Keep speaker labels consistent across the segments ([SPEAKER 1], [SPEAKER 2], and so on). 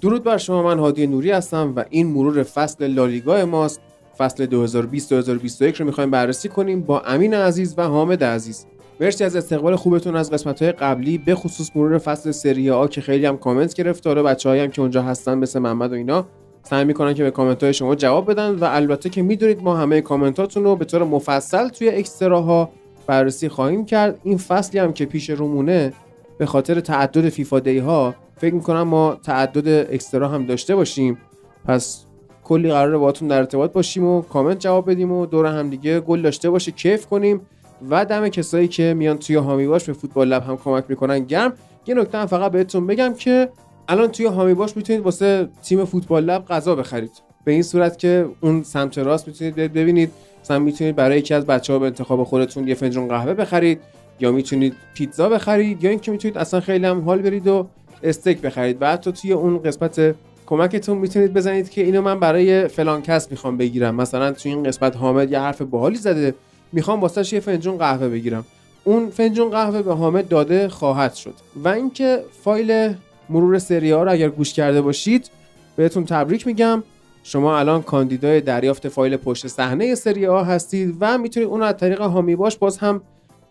[SPEAKER 1] درود بر شما من هادی نوری هستم و این مرور فصل لالیگا ماست فصل 2020-2021 رو میخوایم بررسی کنیم با امین عزیز و حامد عزیز مرسی از استقبال خوبتون از قسمت های قبلی به خصوص مرور فصل سری آ که خیلی هم کامنت گرفت حالا بچه‌هایی هم که اونجا هستن مثل محمد و اینا سعی میکنن که به کامنت های شما جواب بدن و البته که میدونید ما همه کامنتاتون رو به طور مفصل توی اکستراها بررسی خواهیم کرد این فصلی هم که پیش رومونه به خاطر تعدد فیفا دی ها فکر میکنم ما تعدد اکسترا هم داشته باشیم پس کلی قراره باهاتون در ارتباط باشیم و کامنت جواب بدیم و دور هم دیگه گل داشته باشه کیف کنیم و دم کسایی که میان توی هامی باش به فوتبال لب هم کمک میکنن گرم یه نکته هم فقط بهتون بگم که الان توی هامی باش میتونید واسه تیم فوتبال لب غذا بخرید به این صورت که اون سمت راست میتونید برید ببینید مثلا میتونید برای یکی از بچه ها به انتخاب خودتون یه فنجون قهوه بخرید یا میتونید پیتزا بخرید یا اینکه میتونید اصلا خیلی هم حال برید و استیک بخرید و حتی توی اون قسمت کمکتون میتونید بزنید که اینو من برای فلان کس میخوام بگیرم مثلا توی این قسمت حامد یه حرف باحالی زده میخوام واسش یه فنجون قهوه بگیرم اون فنجون قهوه به حامد داده خواهد شد و اینکه فایل مرور سری ها رو اگر گوش کرده باشید بهتون تبریک میگم شما الان کاندیدای دریافت فایل پشت صحنه سری آ هستید و میتونید اون رو از طریق هامی باش باز هم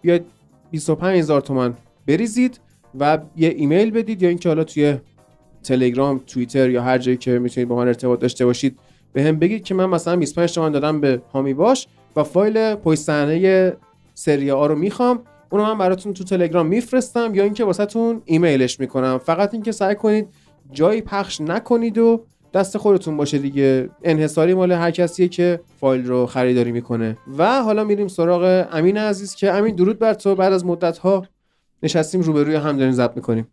[SPEAKER 1] بیاید 25 هزار تومن بریزید و یه ایمیل بدید یا اینکه حالا توی تلگرام توییتر یا هر جایی که میتونید با من ارتباط داشته باشید به هم بگید که من مثلا 25 تومن دادم به هامی باش و فایل پشت صحنه سری آ رو میخوام اونو من براتون تو تلگرام میفرستم یا اینکه واسهتون ایمیلش میکنم فقط اینکه سعی کنید جایی پخش نکنید و دست خودتون باشه دیگه انحصاری مال هر کسیه که فایل رو خریداری میکنه و حالا میریم سراغ امین عزیز که امین درود بر تو بعد از مدت ها نشستیم روبروی هم داریم ضبط میکنیم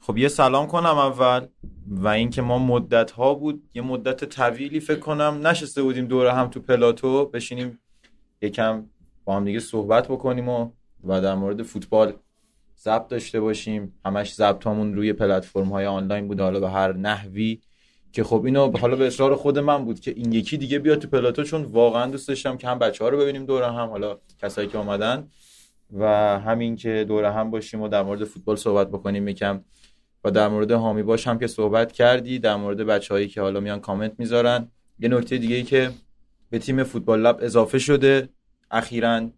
[SPEAKER 2] خب یه سلام کنم اول و اینکه ما مدت ها بود یه مدت طویلی فکر کنم نشسته بودیم دور هم تو پلاتو بشینیم یکم با هم دیگه صحبت بکنیم و و در مورد فوتبال ضبط داشته باشیم همش ضبط همون روی پلتفرم های آنلاین بود حالا به هر نحوی که خب اینو حالا به اصرار خود من بود که این یکی دیگه بیاد تو پلاتو چون واقعا دوست داشتم که هم بچه ها رو ببینیم دوره هم حالا کسایی که آمدن و همین که دوره هم باشیم و در مورد فوتبال صحبت بکنیم یکم و در مورد حامی باش هم که صحبت کردی در مورد بچههایی که حالا میان کامنت میذارن یه نکته دیگه ای که به تیم فوتبال لب اضافه شده اخیرا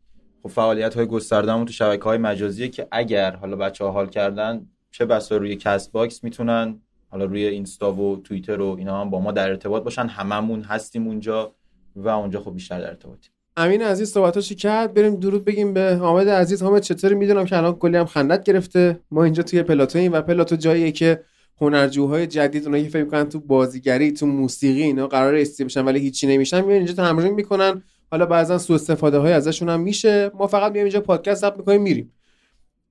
[SPEAKER 2] خب فعالیت های گستردهمون تو شبکه های مجازیه که اگر حالا بچه ها حال کردن چه بسا روی کست باکس میتونن حالا روی اینستا و توییتر و اینا هم با ما در ارتباط باشن هممون هستیم اونجا و اونجا خب بیشتر در ارتباطیم
[SPEAKER 1] امین عزیز صحبتاشو کرد بریم درود بگیم به حامد عزیز حامد چطوری میدونم که الان کلی هم خندت گرفته ما اینجا توی پلاتویم و پلاتو جاییه که هنرجوهای جدید اونایی که فکر میکنن تو بازیگری تو موسیقی اینا قرار استی بشن ولی هیچی نمیشن میان اینجا تمرین میکنن حالا بعضا سوء استفاده های ازشون هم میشه ما فقط میایم اینجا پادکست ضبط میکنیم میریم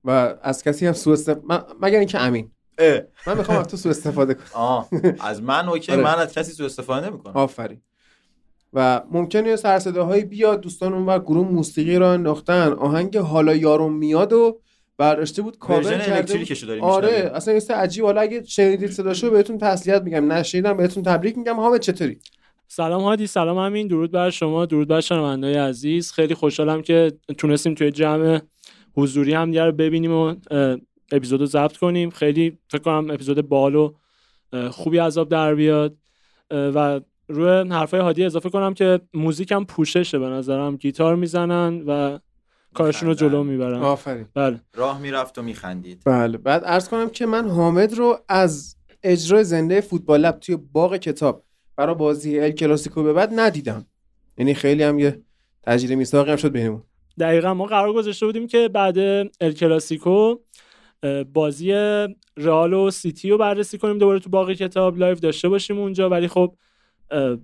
[SPEAKER 1] و از کسی هم سوء استف... من... مگر اینکه امین
[SPEAKER 2] اه.
[SPEAKER 1] من میخوام از تو سوء استفاده کنم
[SPEAKER 2] آه از من اوکی
[SPEAKER 1] آره.
[SPEAKER 2] من از کسی سوء استفاده نمیکنم
[SPEAKER 1] آفرین و ممکنه سر صداهایی بیاد دوستان اونور گروه موسیقی را انداختن آهنگ حالا یارم میاد و برداشته بود کاور
[SPEAKER 2] ورژن
[SPEAKER 1] کرده بود.
[SPEAKER 2] الکتریکشو داریم
[SPEAKER 1] آره اصلا یه سه عجیب حالا اگه شنیدید صداشو بهتون تسلیت میگم نشنیدم بهتون تبریک میگم حامد چطوری
[SPEAKER 3] سلام هادی سلام همین درود بر شما درود بر شنوندای عزیز خیلی خوشحالم که تونستیم توی جمع حضوری هم دیگه رو ببینیم و اه، اپیزود رو ضبط کنیم خیلی فکر کنم اپیزود بال و اه، خوبی عذاب در بیاد اه، و روی حرفای هادی اضافه کنم که موزیکم پوششه به نظرم گیتار میزنن و کارشون رو
[SPEAKER 2] می‌خندن.
[SPEAKER 3] جلو میبرن
[SPEAKER 1] آفرین
[SPEAKER 3] بله
[SPEAKER 2] راه میرفت و میخندید
[SPEAKER 1] بله بعد عرض کنم که من حامد رو از اجرای زنده فوتبال لب توی باغ کتاب برای بازی ال کلاسیکو به بعد ندیدم یعنی خیلی هم یه تجربه میثاقی هم شد بینمون
[SPEAKER 3] دقیقا ما قرار گذاشته بودیم که بعد ال کلاسیکو اه، بازی رئال و سیتی رو بررسی کنیم دوباره تو باقی کتاب لایف داشته باشیم اونجا ولی خب اه،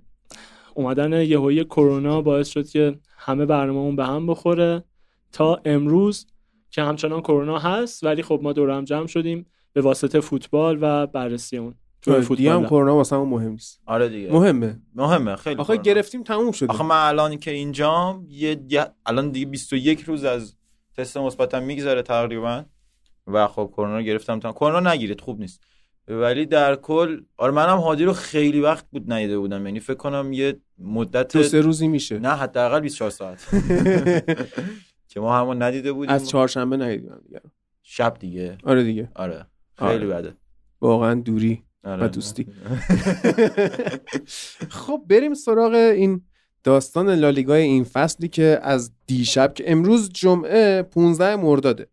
[SPEAKER 3] اومدن یهویی کرونا باعث شد که همه برنامه‌مون به هم بخوره تا امروز که همچنان کرونا هست ولی خب ما دور هم جمع شدیم به واسطه فوتبال و بررسی اون تو
[SPEAKER 1] آره، دیگه هم
[SPEAKER 3] فوتبال
[SPEAKER 1] کرونا واسه همون مهم نیست
[SPEAKER 2] آره دیگه
[SPEAKER 1] مهمه
[SPEAKER 2] مهمه خیلی
[SPEAKER 1] آخه
[SPEAKER 2] مهمه.
[SPEAKER 1] گرفتیم تموم شد
[SPEAKER 2] آخه من الان که اینجام یه یه- الان دیگه 21 روز از تست مثبتم میگذره تقریبا و خب کرونا رو گرفتم تا کرونا نگیرید خوب نیست ولی در کل آره منم هادی رو خیلی وقت بود ندیده بودم یعنی فکر کنم یه مدت
[SPEAKER 1] تو سه روزی میشه
[SPEAKER 2] نه حداقل 24 ساعت که ما همون ندیده بودیم
[SPEAKER 1] از چهارشنبه ندیدم دیگه
[SPEAKER 2] شب دیگه
[SPEAKER 1] آره دیگه
[SPEAKER 2] آره
[SPEAKER 1] آره.
[SPEAKER 2] خیلی بده
[SPEAKER 1] واقعا دوری
[SPEAKER 2] آره.
[SPEAKER 1] و دوستی خب بریم سراغ این داستان لالیگای این فصلی که از دیشب که امروز جمعه 15 مرداده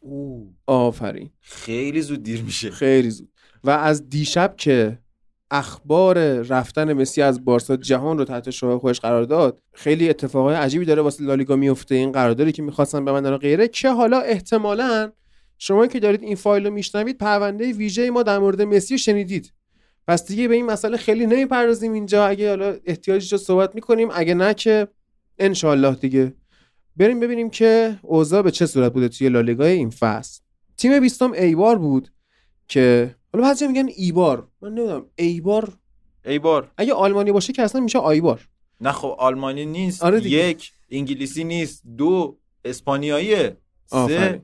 [SPEAKER 2] اوه،
[SPEAKER 1] آفرین
[SPEAKER 2] خیلی زود دیر میشه
[SPEAKER 1] خیلی زود و از دیشب که اخبار رفتن مسی از بارسا جهان رو تحت شعاع خودش قرار داد خیلی اتفاقای عجیبی داره واسه لالیگا میفته این قراردادی که میخواستن ببندن و غیره که حالا احتمالا شما که دارید این فایل رو میشنوید پرونده ویژه ما در مورد مسی رو شنیدید پس دیگه به این مسئله خیلی نمیپردازیم اینجا اگه حالا احتیاجش رو صحبت میکنیم اگه نه که انشالله دیگه بریم ببینیم که اوضاع به چه صورت بوده توی لالیگای این فصل تیم بیستم ایوار بود که حالا بعضی میگن ایبار من نمیدونم ایبار
[SPEAKER 2] ای بار
[SPEAKER 1] اگه آلمانی باشه که اصلا میشه آیبار
[SPEAKER 2] نه خب آلمانی نیست
[SPEAKER 1] آره دیگه.
[SPEAKER 2] یک انگلیسی نیست دو اسپانیاییه
[SPEAKER 1] آفرین.
[SPEAKER 2] سه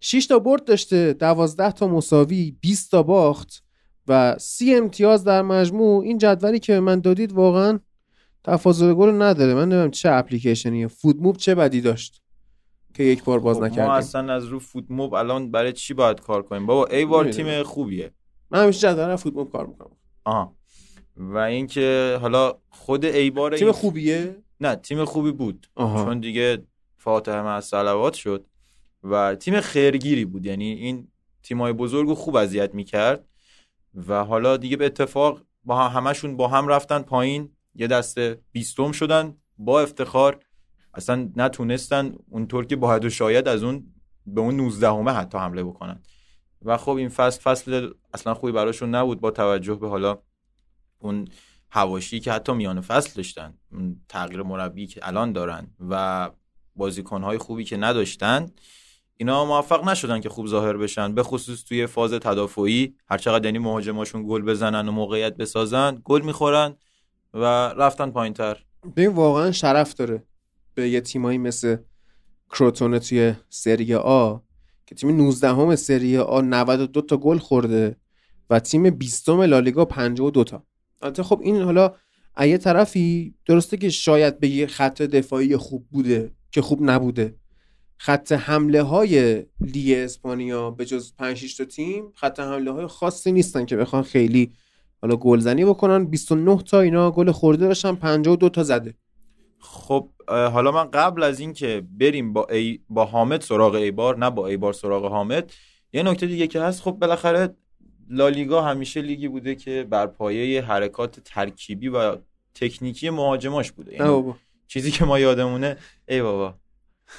[SPEAKER 1] 6 تا برد داشته 12 تا مساوی 20 تا باخت و 30 امتیاز در مجموع این جدولی که به من دادید واقعا تفاضل گل نداره من نمیدونم چه اپلیکیشنیه فودموب چه بدی داشت که یک بار باز
[SPEAKER 2] خب
[SPEAKER 1] نکردیم
[SPEAKER 2] ما اصلا از رو فوت موب الان برای چی باید کار کنیم بابا ای بار
[SPEAKER 1] نمی‌دونم.
[SPEAKER 2] تیم خوبیه
[SPEAKER 1] من همیشه جدول رو فودموب کار میکنم
[SPEAKER 2] آها و اینکه حالا خود ای بار
[SPEAKER 1] تیم
[SPEAKER 2] این-
[SPEAKER 1] خوبیه
[SPEAKER 2] نه تیم خوبی بود
[SPEAKER 1] آها
[SPEAKER 2] چون دیگه فاتح مع الصلوات شد و تیم خیرگیری بود یعنی این تیمای بزرگ رو خوب اذیت میکرد و حالا دیگه به اتفاق با هم- همشون با هم رفتن پایین یه دسته بیستم شدن با افتخار اصلا نتونستن اونطور که باید و شاید از اون به اون 19 همه حتی حمله بکنن و خب این فصل فصل اصلا خوبی براشون نبود با توجه به حالا اون هواشی که حتی میان فصل داشتن اون تغییر مربی که الان دارن و بازیکنهای خوبی که نداشتن اینا موفق نشدن که خوب ظاهر بشن به خصوص توی فاز تدافعی هرچقدر یعنی مهاجماشون گل بزنن و موقعیت بسازن گل میخورن و رفتن پایینتر
[SPEAKER 1] ببین واقعا شرف داره به یه تیمایی مثل کروتونه توی سری آ که تیم 19 هم سری آ 92 تا گل خورده و تیم 20 م لالیگا 52 تا البته خب این حالا از یه طرفی درسته که شاید به یه خط دفاعی خوب بوده که خوب نبوده خط حمله های لیگ اسپانیا به جز 5 6 تا تیم خط حمله های خاصی نیستن که بخوان خیلی حالا گلزنی بکنن 29 تا اینا گل خورده داشتن 52 تا زده
[SPEAKER 2] خب اه، حالا من قبل از اینکه بریم با ای با حامد سراغ ایبار نه با ایبار سراغ حامد یه نکته دیگه که هست خب بالاخره لالیگا همیشه لیگی بوده که بر پایه حرکات ترکیبی و تکنیکی مهاجماش بوده
[SPEAKER 1] نه
[SPEAKER 2] یعنی
[SPEAKER 1] بابا
[SPEAKER 2] چیزی که ما یادمونه ای بابا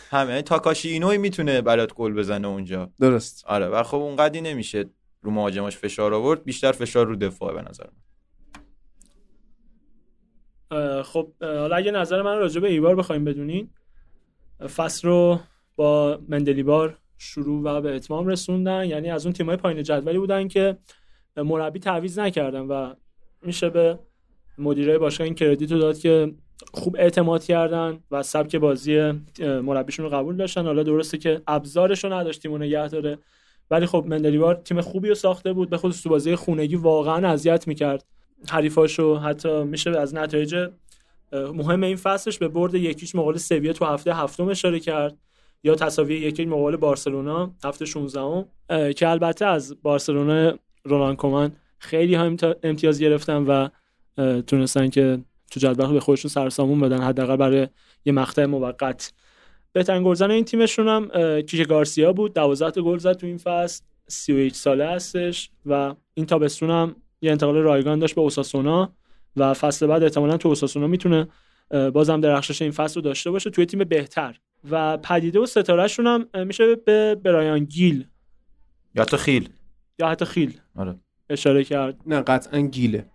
[SPEAKER 2] همه یعنی تاکاشی اینوی میتونه برات گل بزنه اونجا
[SPEAKER 1] درست
[SPEAKER 2] آره و خب اونقدی نمیشه رو مهاجماش فشار آورد بیشتر فشار رو دفاع به نظر من
[SPEAKER 3] اه، خب اه، حالا اگه نظر من راجع به ایبار بخوایم بدونین اه، فصل رو با مندلیبار شروع و به اتمام رسوندن یعنی از اون تیمای پایین جدولی بودن که اه، مربی تعویض نکردن و میشه به مدیره باشگاه این کردیت رو داد که خوب اعتماد کردن و سبک بازی اه، مربیشون رو قبول داشتن حالا درسته که ابزارش رو نداشت تیمو نگه داره ولی خب مندلیبار تیم خوبی رو ساخته بود به خصوص تو بازی خونگی واقعا اذیت میکرد حریفاشو حتی میشه از نتایج اه، مهم این فصلش به برد یکیش مقابل سویا تو هفته هفتم اشاره کرد یا تساوی یکی مقابل بارسلونا هفته 16 ام که البته از بارسلونا رونان کومن خیلی ها امت- امتیاز گرفتن و اه، تونستن که تو جدول به خودشون سرسامون بدن حداقل برای یه مقطع موقت بهترین گلزن این تیمشون هم اه، کیک گارسیا بود 12 تا گل زد تو این فصل 31 ساله هستش و این تابستون هم یه انتقال رایگان داشت به اوساسونا و فصل بعد احتمالا تو اوساسونا میتونه اه، بازم درخشش این فصل رو داشته باشه توی تیم بهتر و پدیده و ستارهشون هم اه، میشه به برایان گیل
[SPEAKER 2] یا تو خیل
[SPEAKER 3] یا حتی خیل
[SPEAKER 2] آره
[SPEAKER 3] اشاره کرد
[SPEAKER 1] نه قطعا گیله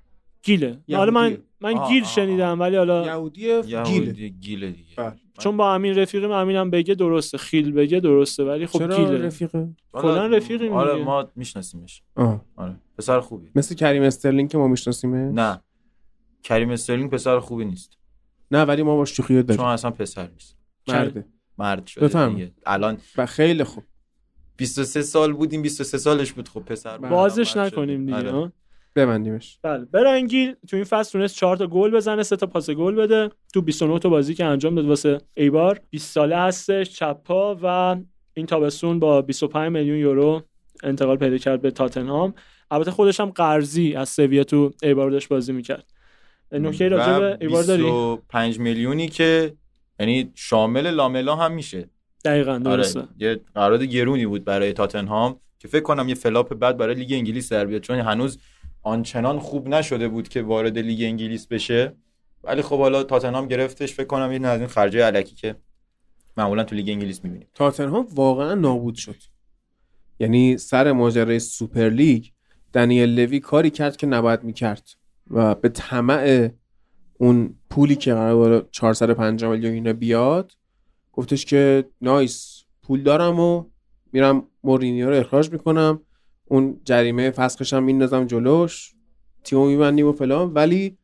[SPEAKER 3] گیله حالا من من
[SPEAKER 2] آه،
[SPEAKER 3] گیل
[SPEAKER 2] آه، آه.
[SPEAKER 3] شنیدم ولی حالا
[SPEAKER 1] یهودی گیله
[SPEAKER 2] یهودی گیله دیگه
[SPEAKER 1] بله.
[SPEAKER 3] چون با امین رفیقی امینم بگه درسته خیل بگه درسته ولی خب
[SPEAKER 1] چرا
[SPEAKER 3] گیله
[SPEAKER 1] رفیقه
[SPEAKER 2] حالا-
[SPEAKER 3] کلاً رفیقیم
[SPEAKER 2] آره
[SPEAKER 3] دیگه.
[SPEAKER 2] ما میشناسیمش
[SPEAKER 1] آه.
[SPEAKER 2] آره پسر خوبی
[SPEAKER 1] مثل کریم استرلینگ که ما میشناسیمه نه.
[SPEAKER 2] نه کریم استرلینگ پسر خوبی نیست
[SPEAKER 1] ولی ما با شوخی
[SPEAKER 3] بله.
[SPEAKER 2] چون
[SPEAKER 1] داریم
[SPEAKER 2] اصلا پسر نیست
[SPEAKER 1] مرده
[SPEAKER 2] مرد شده
[SPEAKER 1] بفرمایید.
[SPEAKER 2] دیگه الان
[SPEAKER 1] و خیلی خوب
[SPEAKER 2] 23 سال بودیم 23 سالش بود خب پسر
[SPEAKER 3] بله.
[SPEAKER 2] بود.
[SPEAKER 3] بازش
[SPEAKER 2] الان مرد شده.
[SPEAKER 3] نکنیم دیگه
[SPEAKER 2] آره.
[SPEAKER 3] آه.
[SPEAKER 1] ببندیمش
[SPEAKER 3] بله برنگیل تو این فصل تونست 4 تا گل بزنه 3 تا پاس گل بده تو 29 تا بازی که انجام داد واسه ایبار 20 ساله هستش چپ پا و این تابستون با 25 میلیون یورو انتقال پیدا کرد به تاتنهام البته خودش هم قرضی از سویه تو ایبار داشت بازی میکرد نکته راجع به ایبار داری
[SPEAKER 2] 5 میلیونی که یعنی شامل لاملا هم میشه
[SPEAKER 3] دقیقا
[SPEAKER 2] آره
[SPEAKER 3] درسته
[SPEAKER 2] یه قرارداد گرونی بود برای تاتنهام که فکر کنم یه فلاپ بد برای لیگ انگلیس در بیاد چون هنوز آنچنان خوب نشده بود که وارد لیگ انگلیس بشه ولی خب حالا تاتنهام گرفتش فکر کنم یه از این خرجه علکی که معمولا تو لیگ انگلیس میبینیم
[SPEAKER 1] تاتنهام واقعا نابود شد یعنی سر ماجرای سوپر لیگ دنیل لوی کاری کرد که نباید میکرد و به طمع اون پولی که قرار بود 450 میلیون اینا بیاد گفتش که نایس پول دارم و میرم مورینیو رو اخراج میکنم اون جریمه فسخش هم میندازم جلوش تیمو میبندیم و فلان ولی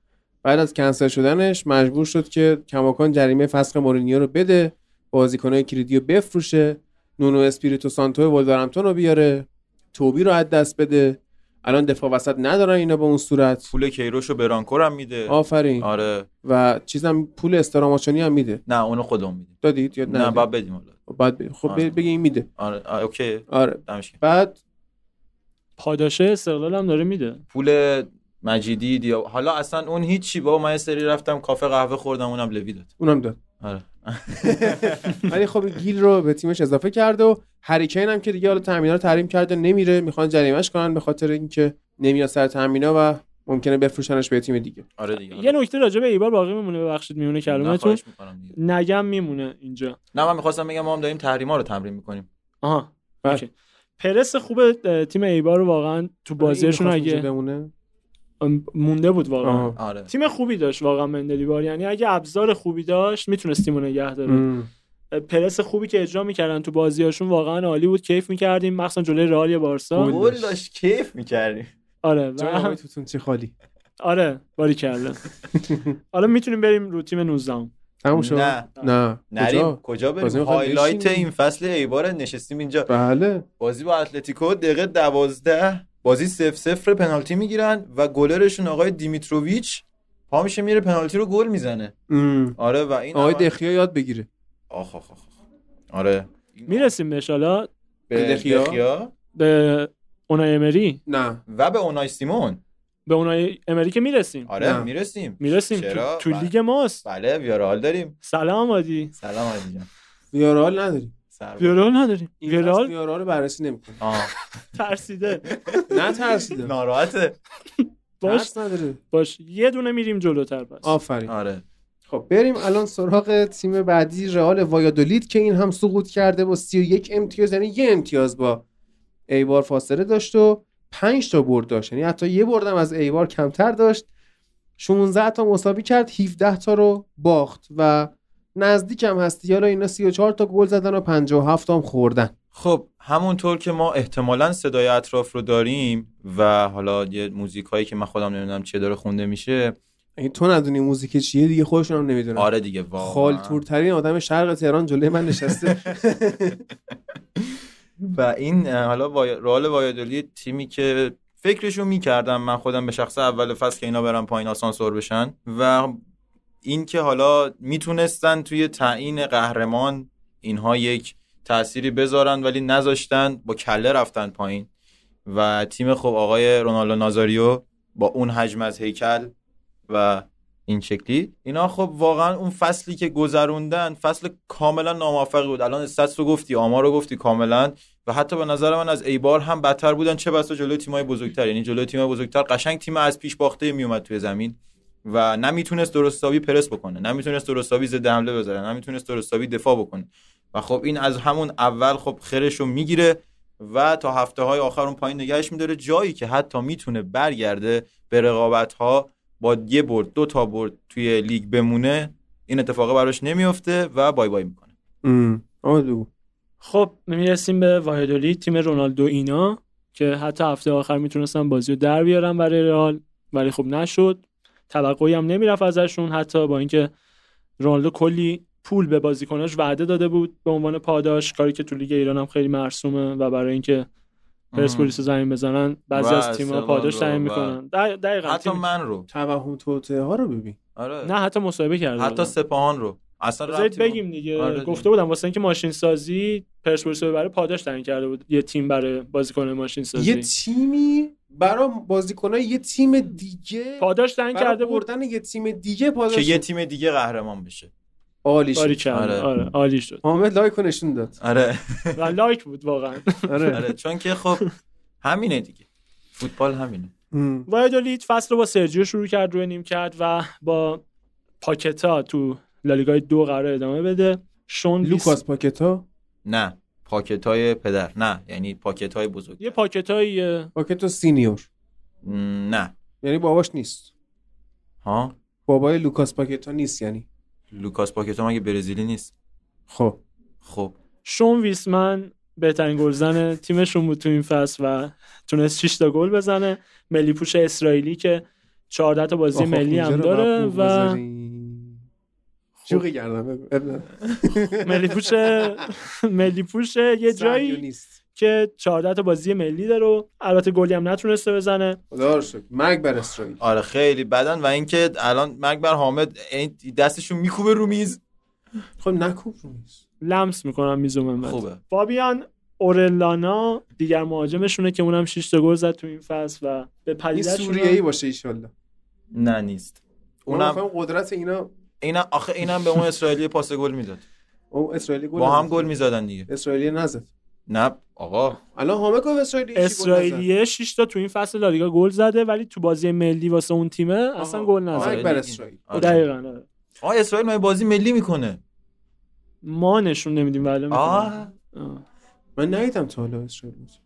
[SPEAKER 1] بعد از کنسل شدنش مجبور شد که کماکان جریمه فسخ مورینیو رو بده بازیکنهای کلیدی رو بفروشه نونو اسپیریتو سانتو ولورهمپتون رو بیاره توبی رو از دست بده الان دفاع وسط ندارن اینا به اون صورت
[SPEAKER 2] پول کیروش و برانکور هم میده
[SPEAKER 1] آفرین
[SPEAKER 2] آره
[SPEAKER 1] و چیزم پول استراماچانی هم میده
[SPEAKER 2] نه اونو خودمون میدیم
[SPEAKER 1] دادید یا
[SPEAKER 2] نه
[SPEAKER 1] نه
[SPEAKER 2] بعد بدیم حالا
[SPEAKER 1] بعد ب... خب
[SPEAKER 2] آره.
[SPEAKER 1] ب- بگی این میده
[SPEAKER 2] آره آه، اوکی
[SPEAKER 1] آره
[SPEAKER 2] دمش گرم.
[SPEAKER 1] بعد
[SPEAKER 3] پاداشه استقلال هم داره میده
[SPEAKER 2] آره. پول مجیدی دیا حالا اصلا اون هیچی با من یه سری رفتم کافه قهوه خوردم اونم لوی داد
[SPEAKER 1] اونم داد
[SPEAKER 2] آره
[SPEAKER 1] ولی خب گیل رو به تیمش اضافه کرد و هریکین هم که دیگه حالا تامینا رو تحریم کرده نمیره میخوان جریمش کنن به خاطر اینکه نمیاد سر تامینا و ممکنه بفروشنش به تیم دیگه
[SPEAKER 2] آره دیگه
[SPEAKER 3] یه نکته راجع به ایبار باقی میمونه ببخشید میونه
[SPEAKER 2] نه
[SPEAKER 3] کلامتون
[SPEAKER 2] خواهش می‌کنم دیگه.
[SPEAKER 3] نگم میمونه اینجا
[SPEAKER 2] نه من میخواستم بگم ما هم داریم تحریما رو تمرین میکنیم
[SPEAKER 3] آها
[SPEAKER 1] بله.
[SPEAKER 3] اوکی. پرس خوب اه، تیم ایبار رو واقعا تو بازیشون
[SPEAKER 1] این می‌خواست
[SPEAKER 3] اگه
[SPEAKER 1] اونجا بمونه
[SPEAKER 3] ام، مونده بود واقعا
[SPEAKER 1] آها.
[SPEAKER 2] آره
[SPEAKER 3] تیم خوبی داشت واقعا مندلی بار یعنی اگه ابزار خوبی داشت میتونست تیمو نگه داره
[SPEAKER 1] ام.
[SPEAKER 3] پرس خوبی که اجرا میکردن تو بازیاشون واقعا عالی بود کیف میکردیم مخصوصا جلوی رئال یا بارسا
[SPEAKER 1] گل.
[SPEAKER 2] گل داشت کیف میکردیم
[SPEAKER 3] آره
[SPEAKER 1] جای آقای
[SPEAKER 3] و...
[SPEAKER 1] توتون چی خالی
[SPEAKER 3] آره باری کرده حالا میتونیم بریم رو تیم 19
[SPEAKER 1] تموم شد
[SPEAKER 2] نه.
[SPEAKER 1] نه
[SPEAKER 2] نریم
[SPEAKER 1] کجا
[SPEAKER 2] کجا
[SPEAKER 1] بازی
[SPEAKER 2] بریم
[SPEAKER 1] می‌خوایم
[SPEAKER 2] هایلایت
[SPEAKER 1] بشینیم.
[SPEAKER 2] این فصل ایبار نشستیم اینجا
[SPEAKER 1] بله
[SPEAKER 2] بازی با اتلتیکو دقیقه دوازده بازی سف سفر پنالتی میگیرن و گلرشون آقای دیمیتروویچ پا میشه میره پنالتی رو گل میزنه
[SPEAKER 1] ام.
[SPEAKER 2] آره و این
[SPEAKER 1] آقای
[SPEAKER 2] عمل-
[SPEAKER 1] دخیا یاد بگیره
[SPEAKER 2] آخ آخ آخ آخ. آره
[SPEAKER 3] میرسیم بهش حالا
[SPEAKER 2] به
[SPEAKER 1] دخیا.
[SPEAKER 2] دخیا
[SPEAKER 3] به اونای امری
[SPEAKER 1] نه
[SPEAKER 2] و به اونای سیمون
[SPEAKER 3] به اونای امری که میرسیم
[SPEAKER 2] آره
[SPEAKER 1] نه.
[SPEAKER 2] میرسیم
[SPEAKER 3] میرسیم تو,
[SPEAKER 2] چرا؟
[SPEAKER 3] تو
[SPEAKER 2] بله.
[SPEAKER 3] لیگ ماست
[SPEAKER 2] بله ویارال داریم
[SPEAKER 3] سلام عادی
[SPEAKER 2] سلام عزیز جان
[SPEAKER 1] ویارال نداریم
[SPEAKER 2] سر
[SPEAKER 3] ویرال نداریم
[SPEAKER 1] این ویارال
[SPEAKER 3] ویرال
[SPEAKER 1] ویارال رو بررسی نمی‌کنه
[SPEAKER 2] آه
[SPEAKER 3] ترسیده
[SPEAKER 1] نه ترسیده
[SPEAKER 2] ناراحته
[SPEAKER 3] باش
[SPEAKER 1] ترس نداره
[SPEAKER 3] باش یه دونه میریم جلوتر پس
[SPEAKER 1] آفرین
[SPEAKER 2] آره
[SPEAKER 1] خب بریم الان سراغ تیم بعدی رئال وایادولید که این هم سقوط کرده با 31 امتیاز یعنی یه امتیاز با ایوار فاصله داشت و 5 تا برد داشت یعنی حتی یه بردم از ایوار کمتر داشت 16 تا مساوی کرد 17 تا رو باخت و نزدیک هم هستی حالا اینا 34 تا گل زدن و 57 تا هم خوردن
[SPEAKER 2] خب همونطور که ما احتمالا صدای اطراف رو داریم و حالا یه موزیک هایی که من خودم نمیدونم چه داره خونده میشه
[SPEAKER 1] این تو ندونی موزیک چیه دیگه خودشون هم نمیدونن
[SPEAKER 2] آره دیگه واقعا
[SPEAKER 1] خالتورترین آدم شرق تهران جلوی من نشسته
[SPEAKER 2] و این اه، حالا وای... رئال وایادولید تیمی که فکرشو میکردم من خودم به شخص اول فصل که اینا برن پایین آسانسور بشن و این که حالا میتونستن توی تعیین قهرمان اینها یک تأثیری بذارن ولی نذاشتن با کله رفتن پایین و تیم خب آقای رونالدو نازاریو با اون حجم از هیکل و این شکلی اینا خب واقعا اون فصلی که گذروندن فصل کاملا ناموفقی بود الان استاتس رو گفتی آمار رو گفتی کاملا و حتی به نظر من از ایبار هم بدتر بودن چه بسا جلوی تیمای بزرگتر یعنی جلوی تیمای بزرگتر قشنگ تیم از پیش باخته میومد توی زمین و نمیتونست درستابی پرس بکنه نمیتونست درستابی ضد حمله بذاره نمیتونست درستابی دفاع بکنه و خب این از همون اول خب خرش رو میگیره و تا هفته های آخر اون پایین نگهش میداره جایی که حتی میتونه برگرده به رقابت ها با یه برد دو تا برد توی لیگ بمونه این اتفاق براش نمیفته و بای بای میکنه
[SPEAKER 1] ام. آمد بگو
[SPEAKER 3] خب میرسیم به وایادولید تیم رونالدو اینا که حتی هفته آخر میتونستن بازی رو در بیارن برای رئال ولی خب نشد توقعی هم نمیرفت ازشون حتی با اینکه رونالدو کلی پول به بازیکناش وعده داده بود به عنوان پاداش کاری که تو لیگ ایران هم خیلی مرسومه و برای اینکه پرسپولیس رو زمین بزنن بعضی
[SPEAKER 2] و
[SPEAKER 3] از تیم‌ها
[SPEAKER 2] استقلال
[SPEAKER 3] پاداش
[SPEAKER 2] رو
[SPEAKER 3] تعیین
[SPEAKER 2] و-
[SPEAKER 3] میکنن دق- دقیقاً
[SPEAKER 2] حتی
[SPEAKER 3] تیم-
[SPEAKER 2] من رو
[SPEAKER 1] توهم توته ها رو ببین
[SPEAKER 2] آره
[SPEAKER 3] نه حتی مصاحبه کرده
[SPEAKER 2] حتی
[SPEAKER 3] بودن.
[SPEAKER 2] سپاهان رو اصلا
[SPEAKER 3] بذارید
[SPEAKER 2] ربطی به-
[SPEAKER 3] بگیم دیگه
[SPEAKER 2] آره دیگه.
[SPEAKER 3] گفته بودم واسه اینکه ماشین سازی پرسپولیس رو برای پاداش تعیین کرده بود یه تیم برای بازیکن ماشین سازی
[SPEAKER 1] یه تیمی برای بازیکنای یه تیم دیگه
[SPEAKER 3] پاداش تعیین
[SPEAKER 1] برای
[SPEAKER 3] کرده بود
[SPEAKER 1] بردن یه تیم دیگه
[SPEAKER 2] که
[SPEAKER 1] پاداش
[SPEAKER 2] یه تیم دیگه قهرمان بشه
[SPEAKER 1] عالی شد.
[SPEAKER 3] باری کرد
[SPEAKER 2] آره.
[SPEAKER 3] آره عالی شد
[SPEAKER 1] حامد لایک رو نشون داد
[SPEAKER 2] آره
[SPEAKER 3] و لایک بود واقعا
[SPEAKER 1] آره
[SPEAKER 2] آره چون که خب همینه دیگه فوتبال همینه
[SPEAKER 1] ام.
[SPEAKER 3] وایدولید فصل رو با سرجیو شروع کرد روی نیم کرد و با پاکتا تو لالیگای دو قرار ادامه بده شون بیست-
[SPEAKER 1] لوکاس پاکتا
[SPEAKER 2] نه پاکت های پدر نه یعنی پاکت های بزرگ
[SPEAKER 3] یه پاکتای
[SPEAKER 1] پاکتا سینیور
[SPEAKER 2] م، نه
[SPEAKER 1] یعنی باباش نیست
[SPEAKER 2] ها
[SPEAKER 1] بابای لوکاس پاکتا نیست یعنی
[SPEAKER 2] لوکاس پاکت مگه برزیلی نیست
[SPEAKER 1] خب
[SPEAKER 2] خب
[SPEAKER 3] شون ویسمن بهترین گلزن تیمشون بود تو این فصل و تونست 6 تا گل بزنه ملی پوش اسرائیلی که 14 تا بازی
[SPEAKER 1] آخ، آخ،
[SPEAKER 3] ملی
[SPEAKER 1] خب اینجا
[SPEAKER 3] هم
[SPEAKER 1] رو
[SPEAKER 3] داره
[SPEAKER 1] مبهوت
[SPEAKER 3] و خب.
[SPEAKER 1] بذاری. شوخی کردم اب نه.
[SPEAKER 3] ملی پوش ملی پوش یه
[SPEAKER 1] سنگیو
[SPEAKER 3] جایی
[SPEAKER 1] نیست
[SPEAKER 3] که 14 تا بازی ملی داره و البته گلی هم نتونسته بزنه
[SPEAKER 1] خدا رو شکر مرگ بر اسرائیل
[SPEAKER 2] آره خیلی بدن و اینکه الان مرگ بر حامد این دستشو میکوبه رو میز
[SPEAKER 1] خب نکوب رو نیست
[SPEAKER 3] لمس میکنم میزوم من
[SPEAKER 2] خوبه
[SPEAKER 3] فابیان اورلانا دیگر مهاجمشونه که اونم 6 تا گل زد تو این فصل و به
[SPEAKER 1] این
[SPEAKER 3] پدیده‌شون هم-
[SPEAKER 1] سوریه ای باشه ایشالله
[SPEAKER 2] نه نیست
[SPEAKER 1] اونم
[SPEAKER 2] اونم
[SPEAKER 1] قدرت اینا
[SPEAKER 2] اینا آخه اینم به اون اسرائیلی پاس گل میداد
[SPEAKER 1] او اسرائیلی گل
[SPEAKER 2] با هم
[SPEAKER 1] نزد.
[SPEAKER 2] گل میزدن دیگه
[SPEAKER 1] اسرائیلی نزد
[SPEAKER 2] نه آقا
[SPEAKER 1] الان حامد گفت اسرائیلی یکی گل نزد.
[SPEAKER 3] اسرائیلیه 6 تا تو این فصل لالیگا گل زده ولی تو بازی ملی واسه اون تیمه
[SPEAKER 1] آها.
[SPEAKER 3] اصلا گل
[SPEAKER 1] مرگ
[SPEAKER 3] نزد
[SPEAKER 1] بر اسرائیل
[SPEAKER 2] آره.
[SPEAKER 3] دقیقاً آره.
[SPEAKER 2] آه اسرائیل مگه بازی ملی میکنه
[SPEAKER 3] ما نشون نمیدیم ولی می‌کنیم.
[SPEAKER 2] آه
[SPEAKER 3] آه.
[SPEAKER 1] من ندیدم تا حالا اسرائیل بازی.